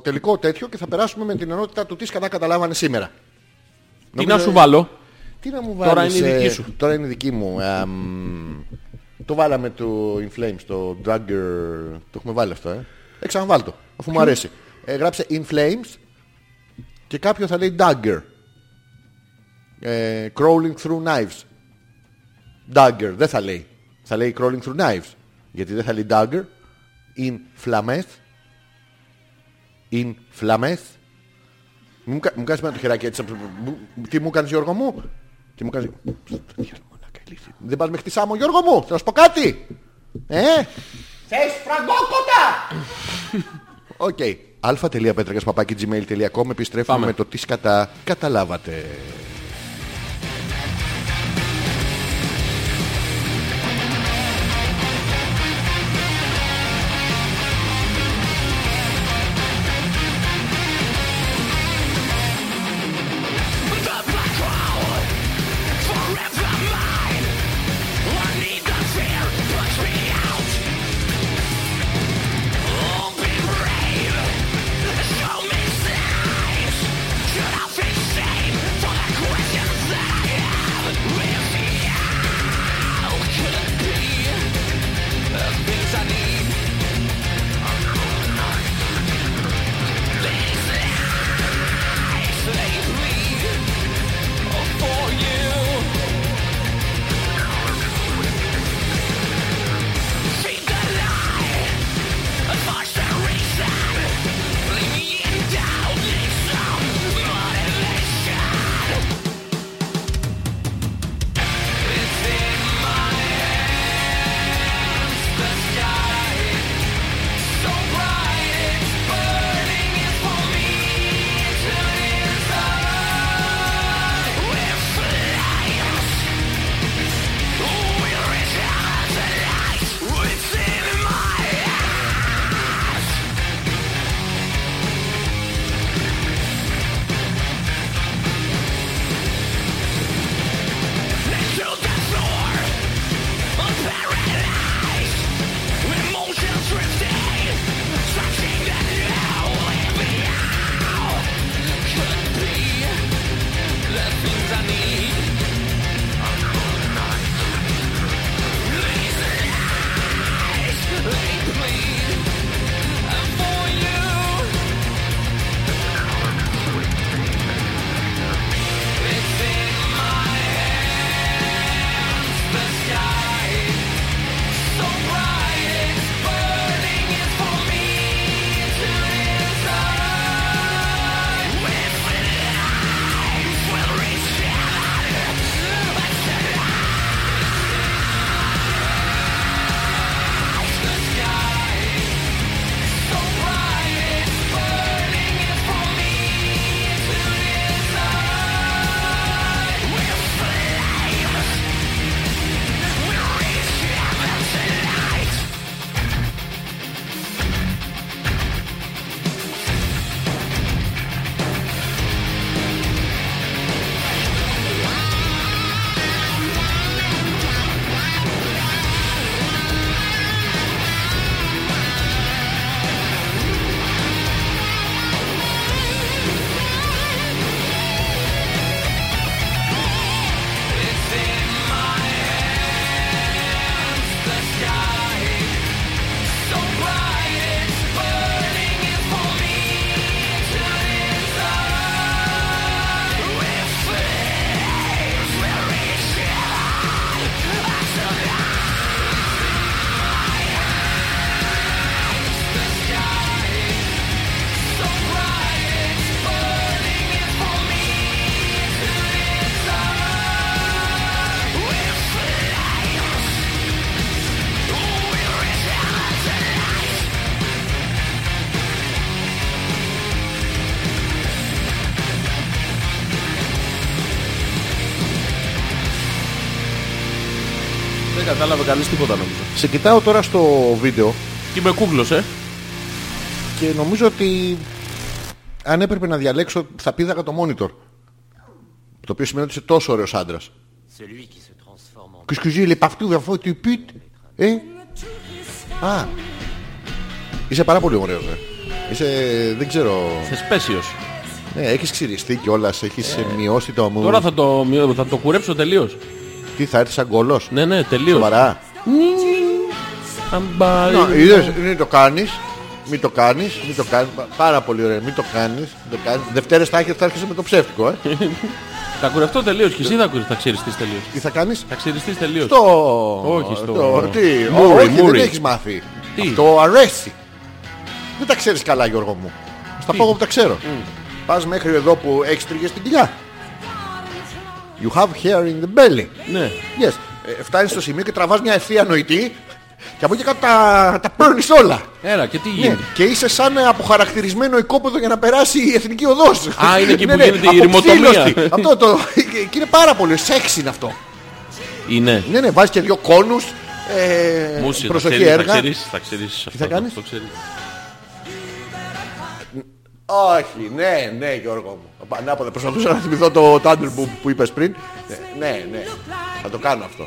[SPEAKER 2] τελικό τέτοιο και θα περάσουμε με την ενότητα του τι σκατά καταλάβανε σήμερα.
[SPEAKER 3] Τι
[SPEAKER 2] Νομίζω-
[SPEAKER 3] να σου βάλω.
[SPEAKER 2] Τι να μου βάλεις,
[SPEAKER 3] Τώρα είναι η
[SPEAKER 2] ε,
[SPEAKER 3] δική σου.
[SPEAKER 2] Τώρα είναι η δική μου. Αμ, το βάλαμε του In Flames, το Drugger. Το έχουμε βάλει αυτό, ε. Ε, ξαναβάλ' το, αφού μου αρέσει. Ε, γράψε In Flames και κάποιο θα λέει Dagger. Ε, crawling through knives. Dagger, δεν θα λέει. Θα λέει crawling through knives. Γιατί δεν θα λέει Dagger. In Flames. In Flames. Μου, κα- μου κάνεις με το χεράκι έτσι. μου- Τι μου κάνεις Γιώργο μου. Τι μου κάνεις. Δεν πας μέχρι τη Σάμο Γιώργο μου. Θέλω να σου πω κάτι. Ε. Θες φραγκόκοτα. Οκ. αλφα.πέτρακας παπάκι gmail.com Επιστρέφουμε
[SPEAKER 3] Πάμε.
[SPEAKER 2] με το τι σκατά καταλάβατε.
[SPEAKER 7] Show me signs, should I feel shame for the
[SPEAKER 3] κατάλαβε κανείς τίποτα νομίζω.
[SPEAKER 2] Σε κοιτάω τώρα στο βίντεο
[SPEAKER 3] Και με κούκλωσε.
[SPEAKER 2] και νομίζω ότι αν έπρεπε να διαλέξω θα πήδαγα το monitor. Το οποίο σημαίνει ότι είσαι τόσο ωραίος άντρας. Qu'est-ce que j'ai, il est partout, vers tu Ah. pute. Ε, α. Είσαι πάρα πολύ ωραίος, ε. Είσαι, δεν ξέρω,
[SPEAKER 3] Θεσπέσιο.
[SPEAKER 2] ναι, έχεις ξυριστεί κιόλας, έχεις ε, μειώσει το μου.
[SPEAKER 3] Τώρα θα το, μειώ- θα το κουρέψω τελείως.
[SPEAKER 2] Τι, θα έρθεις σαν κολός.
[SPEAKER 3] Ναι, ναι, τελείως.
[SPEAKER 2] Σοβαρά.
[SPEAKER 3] Ναι.
[SPEAKER 2] Να, είδες, μην το κάνεις. Μην το κάνεις, μην το κάνεις. Πα- Πάρα πολύ ωραία, μην το κάνεις. Μην το κάνεις. Δευτέρες θα έχεις- θα έρχεσαι με το ψεύτικο, ε.
[SPEAKER 3] Θα κουρευτώ τελείως και εσύ θα, κουρε- θα ξυριστείς τελείως.
[SPEAKER 2] Τι θα κάνεις.
[SPEAKER 3] Θα ξυριστείς τελείως.
[SPEAKER 2] Το...
[SPEAKER 3] Όχι, στο-
[SPEAKER 2] το- Τι,
[SPEAKER 3] Μούρι,
[SPEAKER 2] όχι,
[SPEAKER 3] μούρι.
[SPEAKER 2] δεν έχεις μάθει.
[SPEAKER 3] Τι?
[SPEAKER 2] Το αρέσει. Δεν τα ξέρεις καλά, Γιώργο μου. Στα πω εγώ που τα ξέρω. Πας μέχρι εδώ που έχεις τριγές στην κοιλιά. You have hair in the belly.
[SPEAKER 3] Ναι.
[SPEAKER 2] Yes. Ε, φτάνεις στο σημείο και τραβάς μια ευθεία νοητή και από εκεί και κάτω τα, τα παίρνεις όλα.
[SPEAKER 3] Έλα, και τι
[SPEAKER 2] Ναι.
[SPEAKER 3] γίνεται.
[SPEAKER 2] Και είσαι σαν αποχαρακτηρισμένο οικόπεδο για να περάσει η εθνική οδός.
[SPEAKER 3] Α, είναι εκεί που γίνεται η
[SPEAKER 2] από
[SPEAKER 3] ρημοτομία.
[SPEAKER 2] ξύλωστη. Αυτό το... Και είναι πάρα πολύ σεξ είναι αυτό.
[SPEAKER 3] Είναι.
[SPEAKER 2] Ναι, ναι, βάζεις και δύο κόνους. Ε,
[SPEAKER 3] Μούση, θα
[SPEAKER 2] προσοχή
[SPEAKER 3] ξέρεις, θα
[SPEAKER 2] έργα.
[SPEAKER 3] ξέρεις, θα ξέρεις αυτό.
[SPEAKER 2] θα
[SPEAKER 3] το-
[SPEAKER 2] κάνεις?
[SPEAKER 3] το ξέρεις.
[SPEAKER 2] Όχι, ναι, ναι, Γιώργο μου. Ανάποδα, προσπαθούσα να θυμηθώ το τάντρ που, που είπες πριν. Ναι, Ναι, ναι, θα το κάνω αυτό.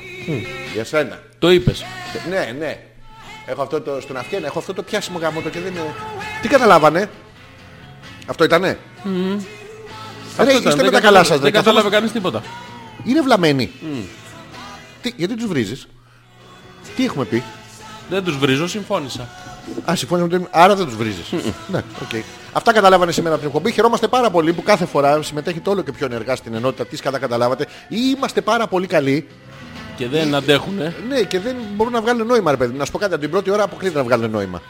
[SPEAKER 2] Για σένα.
[SPEAKER 3] Το είπες.
[SPEAKER 2] Ναι, ναι. Έχω αυτό το, στον αυχένα, έχω αυτό το πιάσιμο γαμότο και δεν είναι... Τι καταλάβανε. Αυτό ήτανε. Ρε,
[SPEAKER 3] Αυτό ήταν,
[SPEAKER 2] είστε με
[SPEAKER 3] δεν
[SPEAKER 2] τα
[SPEAKER 3] καταλα-
[SPEAKER 2] καλά σας. ρε,
[SPEAKER 3] Δεν
[SPEAKER 2] καθόλου-
[SPEAKER 3] κατάλαβε κανείς τίποτα.
[SPEAKER 2] Είναι βλαμμένοι. Τι, γιατί τους βρίζεις. Τι έχουμε πει.
[SPEAKER 3] Δεν τους βρίζω, συμφώνησα.
[SPEAKER 2] Α, συμφωνώ. δεν- Άρα δεν τους βρίζεις. Ναι, οκ. Αυτά καταλάβανε σήμερα από την εκπομπή. Χαιρόμαστε πάρα πολύ που κάθε φορά συμμετέχετε όλο και πιο ενεργά στην ενότητα της, κατά καταλάβατε. Ή είμαστε πάρα πολύ καλοί.
[SPEAKER 3] Και δεν αντέχουνε.
[SPEAKER 2] Ναι, και δεν μπορούν να βγάλουν νόημα, ρε παιδί. μου. Να σου πω κάτι, από την πρώτη ώρα αποκλείται να βγάλουν νόημα.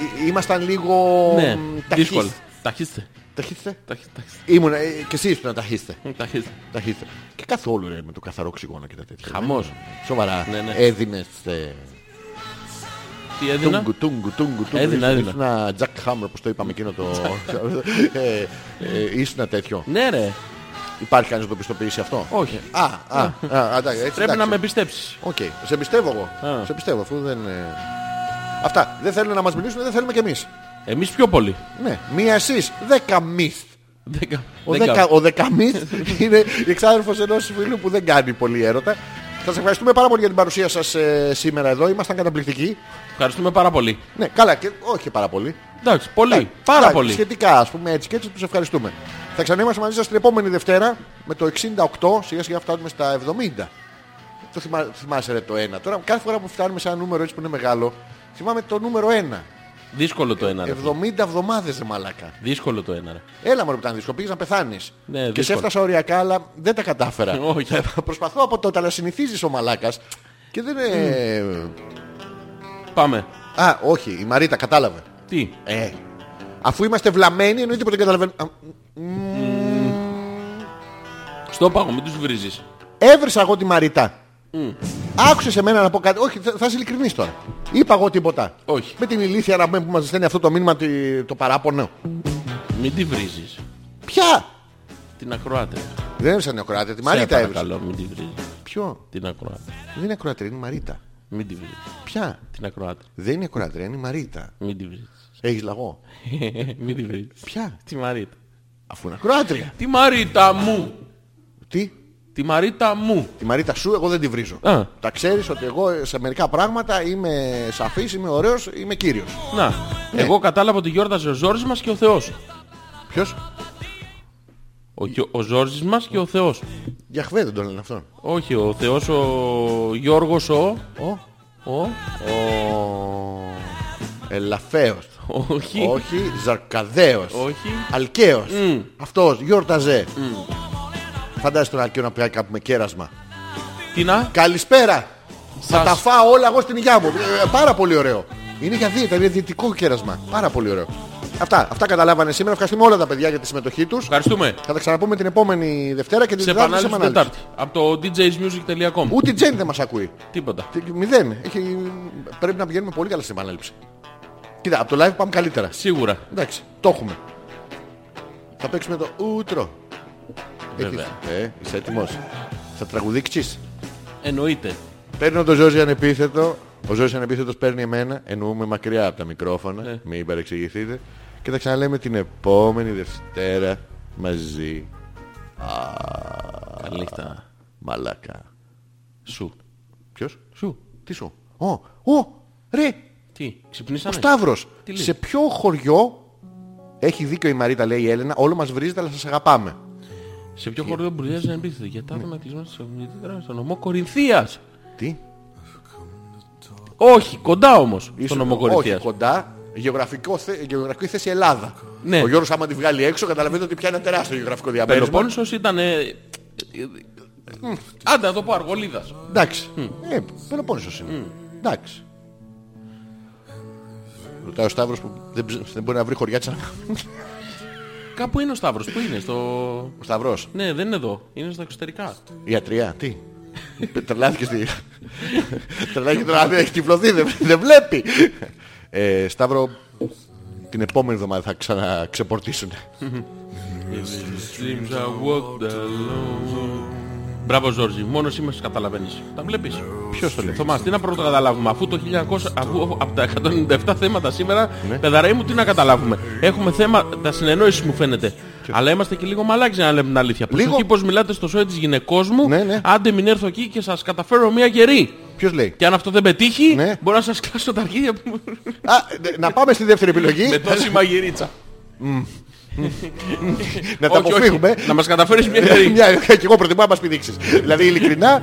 [SPEAKER 2] Ή- Ήμασταν λίγο.
[SPEAKER 3] Ναι,
[SPEAKER 2] Ε, μ,
[SPEAKER 3] δύσκολο.
[SPEAKER 2] ταχύς-
[SPEAKER 3] Ταχύστε.
[SPEAKER 2] Ταχύστε.
[SPEAKER 3] Ταχύ- ταχύστε.
[SPEAKER 2] Ήμουν, ε, και εσύ ήσουν ταχύστε.
[SPEAKER 3] Μ, Ταχύστε.
[SPEAKER 2] ταχύστε. Και καθόλου ρε, με το καθαρό οξυγόνο και τα τέτοια.
[SPEAKER 3] Χαμός.
[SPEAKER 2] Σοβαρά.
[SPEAKER 3] Ναι, ναι.
[SPEAKER 2] Έδινες, ε,
[SPEAKER 3] Τι έδινα.
[SPEAKER 2] Τούγκου, τούγκου, τούγκου, τούγκου.
[SPEAKER 3] Έδινα, έδινα.
[SPEAKER 2] Ήσουν Jack Hammer, πως το είπαμε εκείνο το... *laughs* ε, ε, Ήσουν τέτοιο.
[SPEAKER 3] Ναι ρε,
[SPEAKER 2] Υπάρχει κανείς να το πιστοποιήσει αυτό.
[SPEAKER 3] όχι. Ναι.
[SPEAKER 2] Α, α, α, εντάξει, έτσι,
[SPEAKER 3] Πρέπει να
[SPEAKER 2] εντάξει.
[SPEAKER 3] με εμπιστέψεις.
[SPEAKER 2] Οκ, σε πιστεύω εγώ.
[SPEAKER 3] Α.
[SPEAKER 2] Σε πιστεύω, αφού δεν... ε, Αυτά. Δεν θέλουν να μας μιλήσουν, δεν θέλουμε κι εμείς.
[SPEAKER 3] Εμείς πιο πολύ.
[SPEAKER 2] Ναι. Μία εσείς, δέκα μυθ.
[SPEAKER 3] Δέκα.
[SPEAKER 2] Ο,
[SPEAKER 3] δέκα.
[SPEAKER 2] δεκα, ο Δεκαμής *laughs* είναι η εξάδελφος ενός φίλου που δεν κάνει πολύ έρωτα. Σας ευχαριστούμε πάρα πολύ για την παρουσία σας ε, σήμερα εδώ. Ήμασταν καταπληκτικοί.
[SPEAKER 3] Ευχαριστούμε πάρα πολύ.
[SPEAKER 2] Ναι, καλά και όχι πάρα πολύ.
[SPEAKER 3] Εντάξει, πολύ.
[SPEAKER 2] Εντάξει,
[SPEAKER 3] Πάρα
[SPEAKER 2] εντάξει,
[SPEAKER 3] πολύ.
[SPEAKER 2] Σχετικά, ας πούμε έτσι και έτσι, τους ευχαριστούμε. Θα ξαναίμαστε μαζί σας την επόμενη Δευτέρα με το 68, σιγά σιγά φτάνουμε στα 70. Το θυμά, θυμάσαι ρε το 1. Τώρα κάθε φορά που φτάνουμε σε ένα νούμερο έτσι που είναι μεγάλο, θυμάμαι το νούμερο 1.
[SPEAKER 3] Δύσκολο το ένα ρε.
[SPEAKER 2] 70 εβδομάδες ρε μαλάκα.
[SPEAKER 3] Δύσκολο το ένα ρε.
[SPEAKER 2] Έλα μωρέ που ήταν δύσκολο, πήγες να πεθάνεις.
[SPEAKER 3] Ναι,
[SPEAKER 2] και σε
[SPEAKER 3] δύσκολο.
[SPEAKER 2] έφτασα οριακά, αλλά δεν τα
[SPEAKER 3] *laughs*
[SPEAKER 2] κατάφερα.
[SPEAKER 3] Όχι. ε,
[SPEAKER 2] Προσπαθώ από τότε, αλλά συνηθίζεις ο μαλάκας. Και δεν. Ε...
[SPEAKER 3] Mm. Πάμε.
[SPEAKER 2] Α, όχι, η Μαρίτα κατάλαβε.
[SPEAKER 3] Τι.
[SPEAKER 2] Ε. Αφού είμαστε βλαμμένοι, εννοείται πως δεν καταλαβαίνουμε. Α,
[SPEAKER 3] Στο πάγο, μην τους βρίζεις.
[SPEAKER 2] Έβρισα εγώ τη Μαριτά. Άκουσες σε μένα να πω κάτι. Όχι, θα, θα είσαι ειλικρινής τώρα. Είπα εγώ τίποτα.
[SPEAKER 3] Όχι.
[SPEAKER 2] Με την ηλίθια να πούμε που μας στέλνει αυτό το μήνυμα τη- το παράπονο.
[SPEAKER 3] Μην τη βρίζεις.
[SPEAKER 2] Ποια!
[SPEAKER 3] Την ακροάτρια.
[SPEAKER 2] Δεν έβρισα την ακροάτρια, τη
[SPEAKER 3] Σε
[SPEAKER 2] Μαρίτα έβρισα.
[SPEAKER 3] παρακαλώ, μην τη βρίζεις.
[SPEAKER 2] Ποιο?
[SPEAKER 3] Την ακροάτρια.
[SPEAKER 2] Δεν είναι ακροάτρια, είναι η Μαρίτα.
[SPEAKER 3] Μην τη βρίζεις.
[SPEAKER 2] Ποια?
[SPEAKER 3] Την ακροάτρια.
[SPEAKER 2] Δεν είναι ακροάτρια, είναι η Μαρίτα.
[SPEAKER 3] Μην τη βρίζεις. *laughs*
[SPEAKER 2] Έχεις λαγό.
[SPEAKER 3] Μην τη βρίζεις.
[SPEAKER 2] Ποια?
[SPEAKER 3] Τη Μαρίτα.
[SPEAKER 2] Αφού είναι ακροάτρια.
[SPEAKER 3] Τη Μαρίτα μου.
[SPEAKER 2] Τι?
[SPEAKER 3] Τη Μαρίτα μου.
[SPEAKER 2] Τη Μαρίτα σου, εγώ δεν τη βρίζω.
[SPEAKER 3] Α.
[SPEAKER 2] Τα ξέρεις ότι εγώ σε μερικά πράγματα είμαι σαφής, είμαι ωραίος, είμαι κύριος.
[SPEAKER 3] Να. Εγώ κατάλαβα ότι γιόρταζε ο Ζόρζης μας και ο Θεός.
[SPEAKER 2] Ποιος?
[SPEAKER 3] Ο, Γιώ- ο Ζόρζης μας και ο Θεός.
[SPEAKER 2] Για χβέ δεν τον λένε αυτόν.
[SPEAKER 3] Όχι, ο Θεός ο Γιώργος ο...
[SPEAKER 2] Ο.
[SPEAKER 3] Ο...
[SPEAKER 2] Ο... Ελαφέος.
[SPEAKER 3] Όχι.
[SPEAKER 2] Όχι, Ζαρκαδέος.
[SPEAKER 3] Όχι.
[SPEAKER 2] Αλκαίος. Αυτός, γιόρταζε. Φαντάζεσαι τον Αλκαίο να πιάει κάπου με κέρασμα.
[SPEAKER 3] Τι να.
[SPEAKER 2] Καλησπέρα. Θα
[SPEAKER 3] Σας.
[SPEAKER 2] τα φάω όλα εγώ στην υγειά μου. Ε, πάρα πολύ ωραίο. Είναι για δίαιτα, είναι διαιτητικό κέρασμα. Πάρα πολύ ωραίο. Αυτά, αυτά καταλάβανε σήμερα. Ευχαριστούμε όλα τα παιδιά για τη συμμετοχή τους.
[SPEAKER 3] Ευχαριστούμε.
[SPEAKER 2] Θα τα ξαναπούμε την επόμενη Δευτέρα και την
[SPEAKER 3] Σε
[SPEAKER 2] Τετάρτη σε
[SPEAKER 3] επανάληψη την
[SPEAKER 2] επανάληψη.
[SPEAKER 3] Τετάρτη. Από το djsmusic.com.
[SPEAKER 2] Ούτε η Τζέν δεν μας ακούει.
[SPEAKER 3] Τίποτα.
[SPEAKER 2] Τι- Μηδέν. Έχει... Πρέπει να πηγαίνουμε πολύ καλά στην επανάληψη. Κοίτα, από το live πάμε καλύτερα.
[SPEAKER 3] Σίγουρα.
[SPEAKER 2] Εντάξει, το έχουμε. Θα παίξουμε το ούτρο.
[SPEAKER 3] Βέβαια.
[SPEAKER 2] Έχεις- Ε, είσαι έτοιμος. Θα τραγουδίξεις.
[SPEAKER 3] εννοείται.
[SPEAKER 2] Παίρνω τον Ζώζη ανεπίθετο. Ο Ζώζης ανεπίθετος παίρνει εμένα. Εννοούμε μακριά από τα μικρόφωνα.
[SPEAKER 3] Ναι.
[SPEAKER 2] Μην παρεξηγηθείτε. Και θα ξαναλέμε την επόμενη Δευτέρα μαζί.
[SPEAKER 3] Καλή νύχτα.
[SPEAKER 2] Μαλάκα.
[SPEAKER 3] Σου.
[SPEAKER 2] Ποιος?
[SPEAKER 3] Σου.
[SPEAKER 2] Τι σου. Ω, ω, ρε,
[SPEAKER 3] Τι,
[SPEAKER 2] ο
[SPEAKER 3] ξυπνήσαμε.
[SPEAKER 2] Σταύρος.
[SPEAKER 3] Τι λέει?
[SPEAKER 2] Σε ποιο χωριό έχει δίκιο η Μαρίτα, λέει η Έλενα, όλο μας βρίζετε αλλά σας αγαπάμε.
[SPEAKER 3] Σε ποιο χώρο μπουρδιάζει να μπείτε για τα άτομα κλεισμένα στις ομιλητές στον νομό Κορινθίας.
[SPEAKER 2] Τι,
[SPEAKER 3] Όχι, κοντά όμως στον νομό
[SPEAKER 2] όχι
[SPEAKER 3] Κορινθίας.
[SPEAKER 2] κοντά, γεωγραφικό, θε- γεωγραφική θέση Ελλάδα.
[SPEAKER 3] Ναι.
[SPEAKER 2] Ο Γιώργος άμα τη βγάλει έξω καταλαβαίνετε ότι πια είναι ένα τεράστιο γεωγραφικό διαπέρισμα.
[SPEAKER 3] Πελοπόννησος ήταν... ε, ε, Άντε να το πω Αργολίδας.
[SPEAKER 2] Εντάξει. Ε, Πελοπόννησος είναι. Εντάξει. Ρωτάει ο Σταύρος που δεν, ψ- δεν μπορεί να βρει χωριά της να-
[SPEAKER 3] Κάπου είναι ο Σταύρος. Πού είναι, στο...
[SPEAKER 2] Ο Σταυρός.
[SPEAKER 3] Ναι, δεν είναι εδώ. Είναι στα εξωτερικά.
[SPEAKER 2] Ιατρία, τι. Τρελάθηκε στη. Τρελάθηκε τώρα, έχει τυφλωθεί, δεν, δεν βλέπει. Ε, Σταύρο, την επόμενη εβδομάδα θα ξαναξεπορτήσουν.
[SPEAKER 3] Dreams I walked alone. Μπράβο Ζόρζι, μόνο εσύ μας καταλαβαίνεις. Τα βλέπεις.
[SPEAKER 2] Ποιος το λέει.
[SPEAKER 3] Θωμάς, τι να πρώτο καταλάβουμε, αφού το 1900, αφού από τα 197 θέματα σήμερα,
[SPEAKER 2] Ναι.
[SPEAKER 3] παιδαρέι μου, τι να καταλάβουμε. Έχουμε θέμα, τα συνεννόησης μου φαίνεται. Αλλά είμαστε και λίγο μαλάκι να λέμε την αλήθεια.
[SPEAKER 2] Λίγο.
[SPEAKER 3] Προσοχή πως μιλάτε στο σόι της γυναικός μου,
[SPEAKER 2] Ναι, ναι.
[SPEAKER 3] άντε μην έρθω εκεί και σας καταφέρω μια γερή.
[SPEAKER 2] Ποιος λέει.
[SPEAKER 3] Και αν αυτό δεν πετύχει,
[SPEAKER 2] Ναι.
[SPEAKER 3] μπορώ να σας κλάσω τα αρχίδια μου
[SPEAKER 2] Α, ναι, να πάμε στη δεύτερη επιλογή.
[SPEAKER 3] με τόση μαγειρίτσα.
[SPEAKER 2] να τα
[SPEAKER 3] Όχι, όχι.
[SPEAKER 2] αποφύγουμε. Ε,
[SPEAKER 3] Να μας καταφέρεις μια γερή.
[SPEAKER 2] Μια, και εγώ προτιμώ να μας πηδήξεις. δηλαδή ειλικρινά.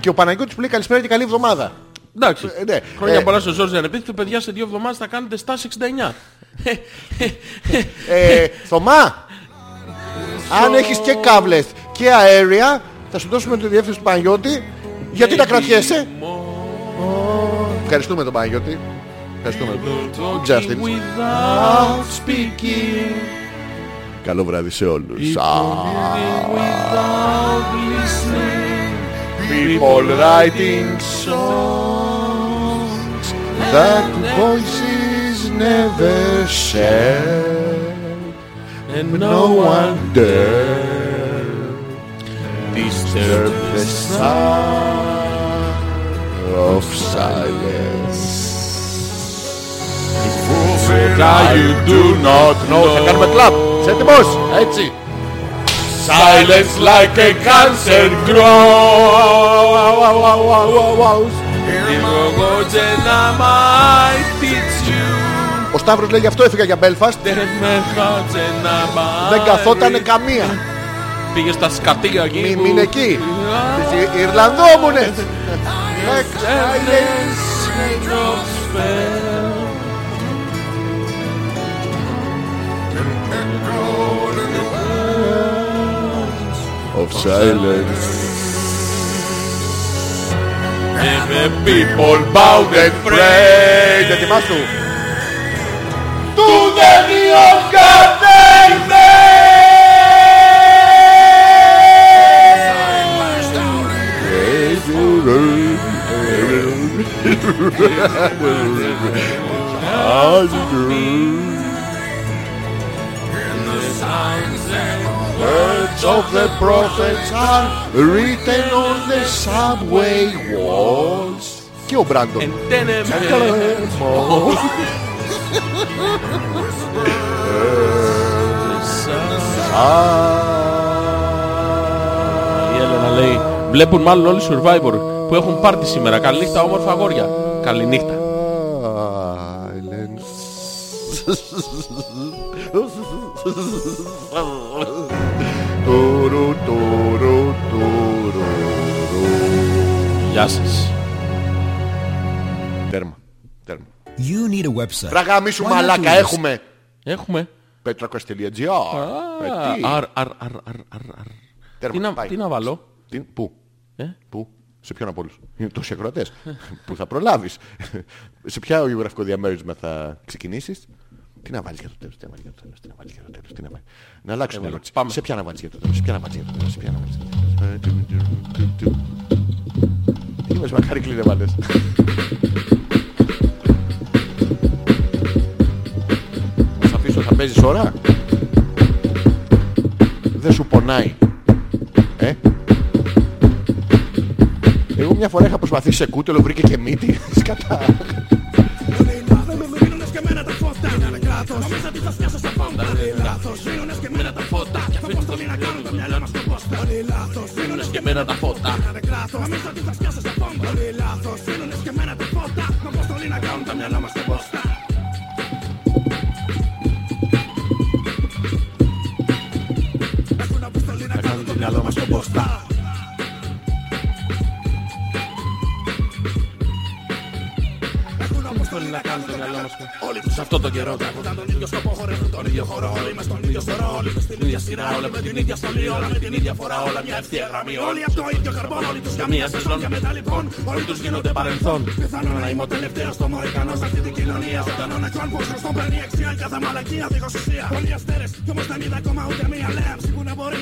[SPEAKER 2] Και ο Παναγιώτης που λέει καλησπέρα και καλή εβδομάδα.
[SPEAKER 3] Εντάξει.
[SPEAKER 2] Ε, ναι.
[SPEAKER 3] Χρόνια
[SPEAKER 2] Ε.
[SPEAKER 3] πολλά στο Ζόρζι Ανεπίθετο. Παιδιά, σε δύο εβδομάδες θα κάνετε στάση 69.
[SPEAKER 2] Ε, Θωμά, αν έχεις και κάβλες και αέρια, θα σου δώσουμε τη διεύθυνση του Παναγιώτη. Γιατί τα κρατιέσαι. Ευχαριστούμε τον Παναγιώτη. Ευχαριστούμε. Justin.
[SPEAKER 3] Without speaking,
[SPEAKER 2] Καλό βράδυ σε όλους.
[SPEAKER 3] without listening,
[SPEAKER 2] People writing songs that voices never share.
[SPEAKER 3] and
[SPEAKER 2] No one dare disturb the sound of silence. Now you do not know. Θα κάνουμε κλαπ. Σε έτοιμος. Έτσι. Silence like a cancer grows. Ο Σταύρος λέει γι' αυτό έφυγα για Belfast. Δεν καθότανε καμία.
[SPEAKER 3] Πήγε στα σκατία εκεί.
[SPEAKER 2] Μην
[SPEAKER 3] που-
[SPEAKER 2] είναι εκεί. Της Ιρ- Ιρλανδόμουνες. Of silence. And the people bowed and prayed. Δεν θυμάσαι του. To the Lord God they words of the prophets are written on the subway walls. Και ο Μπράντον.
[SPEAKER 3] And then a Ε, Η Έλενα λέει: Βλέπουν μάλλον όλοι Survivor που έχουν πάρτι σήμερα. Καληνύχτα, όμορφα αγόρια. Καληνύχτα.
[SPEAKER 2] Silence. Τουρου, τουρου, τουρου, ρου.
[SPEAKER 3] Γεια σας. ναι.
[SPEAKER 2] Τέρμα. Τέρμα.
[SPEAKER 9] You need a website.
[SPEAKER 2] Τραγάμι σου
[SPEAKER 9] Why not
[SPEAKER 2] μαλάκα
[SPEAKER 9] do this?
[SPEAKER 2] έχουμε.
[SPEAKER 3] Έχουμε.
[SPEAKER 2] Petraquest.gr. Ε, τι.
[SPEAKER 3] Αρ, αρ, αρ, αρ, αρ, αρ.
[SPEAKER 2] Τέρμα,
[SPEAKER 3] Τι να-
[SPEAKER 2] πάει.
[SPEAKER 3] Τι να βάλω.
[SPEAKER 2] Τι- Πού.
[SPEAKER 3] Ε?
[SPEAKER 2] Πού. Σε ποιον από όλους. Είναι τόσοι
[SPEAKER 3] *laughs*
[SPEAKER 2] ακροατές. Πού θα προλάβεις. σε ποια γεωγραφικό διαμέρισμα θα ξεκινήσεις. Τι να βάλεις για το τέλος. Τι να βάλεις για το τέλος. Τι να βάλεις για το τέλος. Τι να, βάλεις. να αλλάξουμε την ερώτηση.
[SPEAKER 3] Ε, Πάμε.
[SPEAKER 2] Σε ποια να βάλεις για το τέλος. Σε ποια να βάλεις για το τέλος. Σε ποια να βάλεις για το τέλος. Τι μας μακάρι κλείνε βάλες. Θα σ' αφήσω, θα παίζεις ώρα. Δεν σου πονάει. Ε. Εγώ μια φορά είχα προσπαθήσει σε κούτελο, βρήκε και *laughs* μύτη. Σκατά.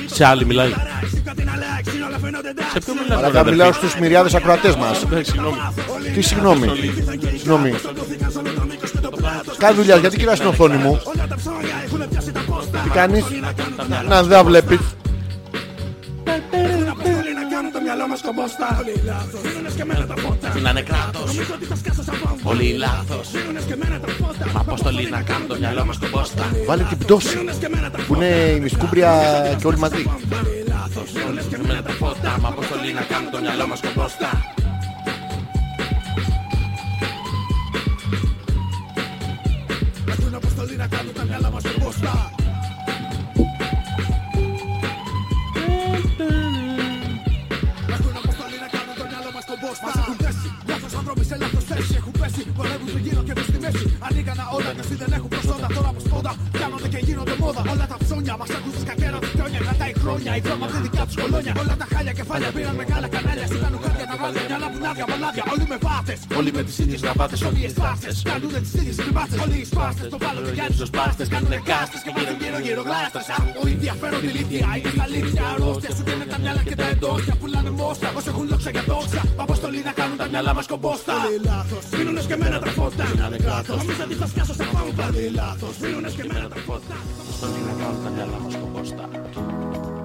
[SPEAKER 5] Σε άλλη μιλάει. Σε ποιο μιλάει
[SPEAKER 2] Αλλά θα
[SPEAKER 5] τώρα,
[SPEAKER 2] μιλάω
[SPEAKER 5] αδερφή.
[SPEAKER 2] στους μυριάδες ακροατές μας.
[SPEAKER 5] Ναι, Συγγνώμη.
[SPEAKER 2] Τι συγγνώμη. Συγγνώμη. Κάνει δουλειά, γιατί κοιτάς την οθόνη μου. Τι κάνεις. Να δεν βλέπεις.
[SPEAKER 5] Φυλάνε κράτος. Πολύ λάθος. Μα πώς το λέει να κάνω το μυαλό μας κομπόστα.
[SPEAKER 2] Βάλε την πτώση. Που είναι η σκούμπρια και όλοι μαζί.
[SPEAKER 5] Με τα φώτα. Μα πώς το λέει να κάνω το μυαλό μας κομπόστα. Όλοι με τις ίδιες γραβάτες, όλοι οι σπάστες Κάνουν τις ίδιες κρυμπάστες, όλοι οι σπάστες Το βάλω και τους σπάστες, κάνουνε κάστες Και γύρω γύρω γύρω γλάστες Α, Ο ενδιαφέρον η λήθεια, είναι στα αλήθεια Αρρώστια σου δίνουν τα μυαλά και τα εντόστια Πουλάνε μόστα, όσοι έχουν λόξα για δόξα Παποστολή να κάνουν τα μυαλά μας κομπόστα Σφύνουνες και μένα τα φώτα Είναι κράτος, νομίζω ότι θα σκιάσω στα πάμpa Σφύνουνες και μένα τα φώτα Παποστολή να κάνουν τα μυαλά μας κομπόστα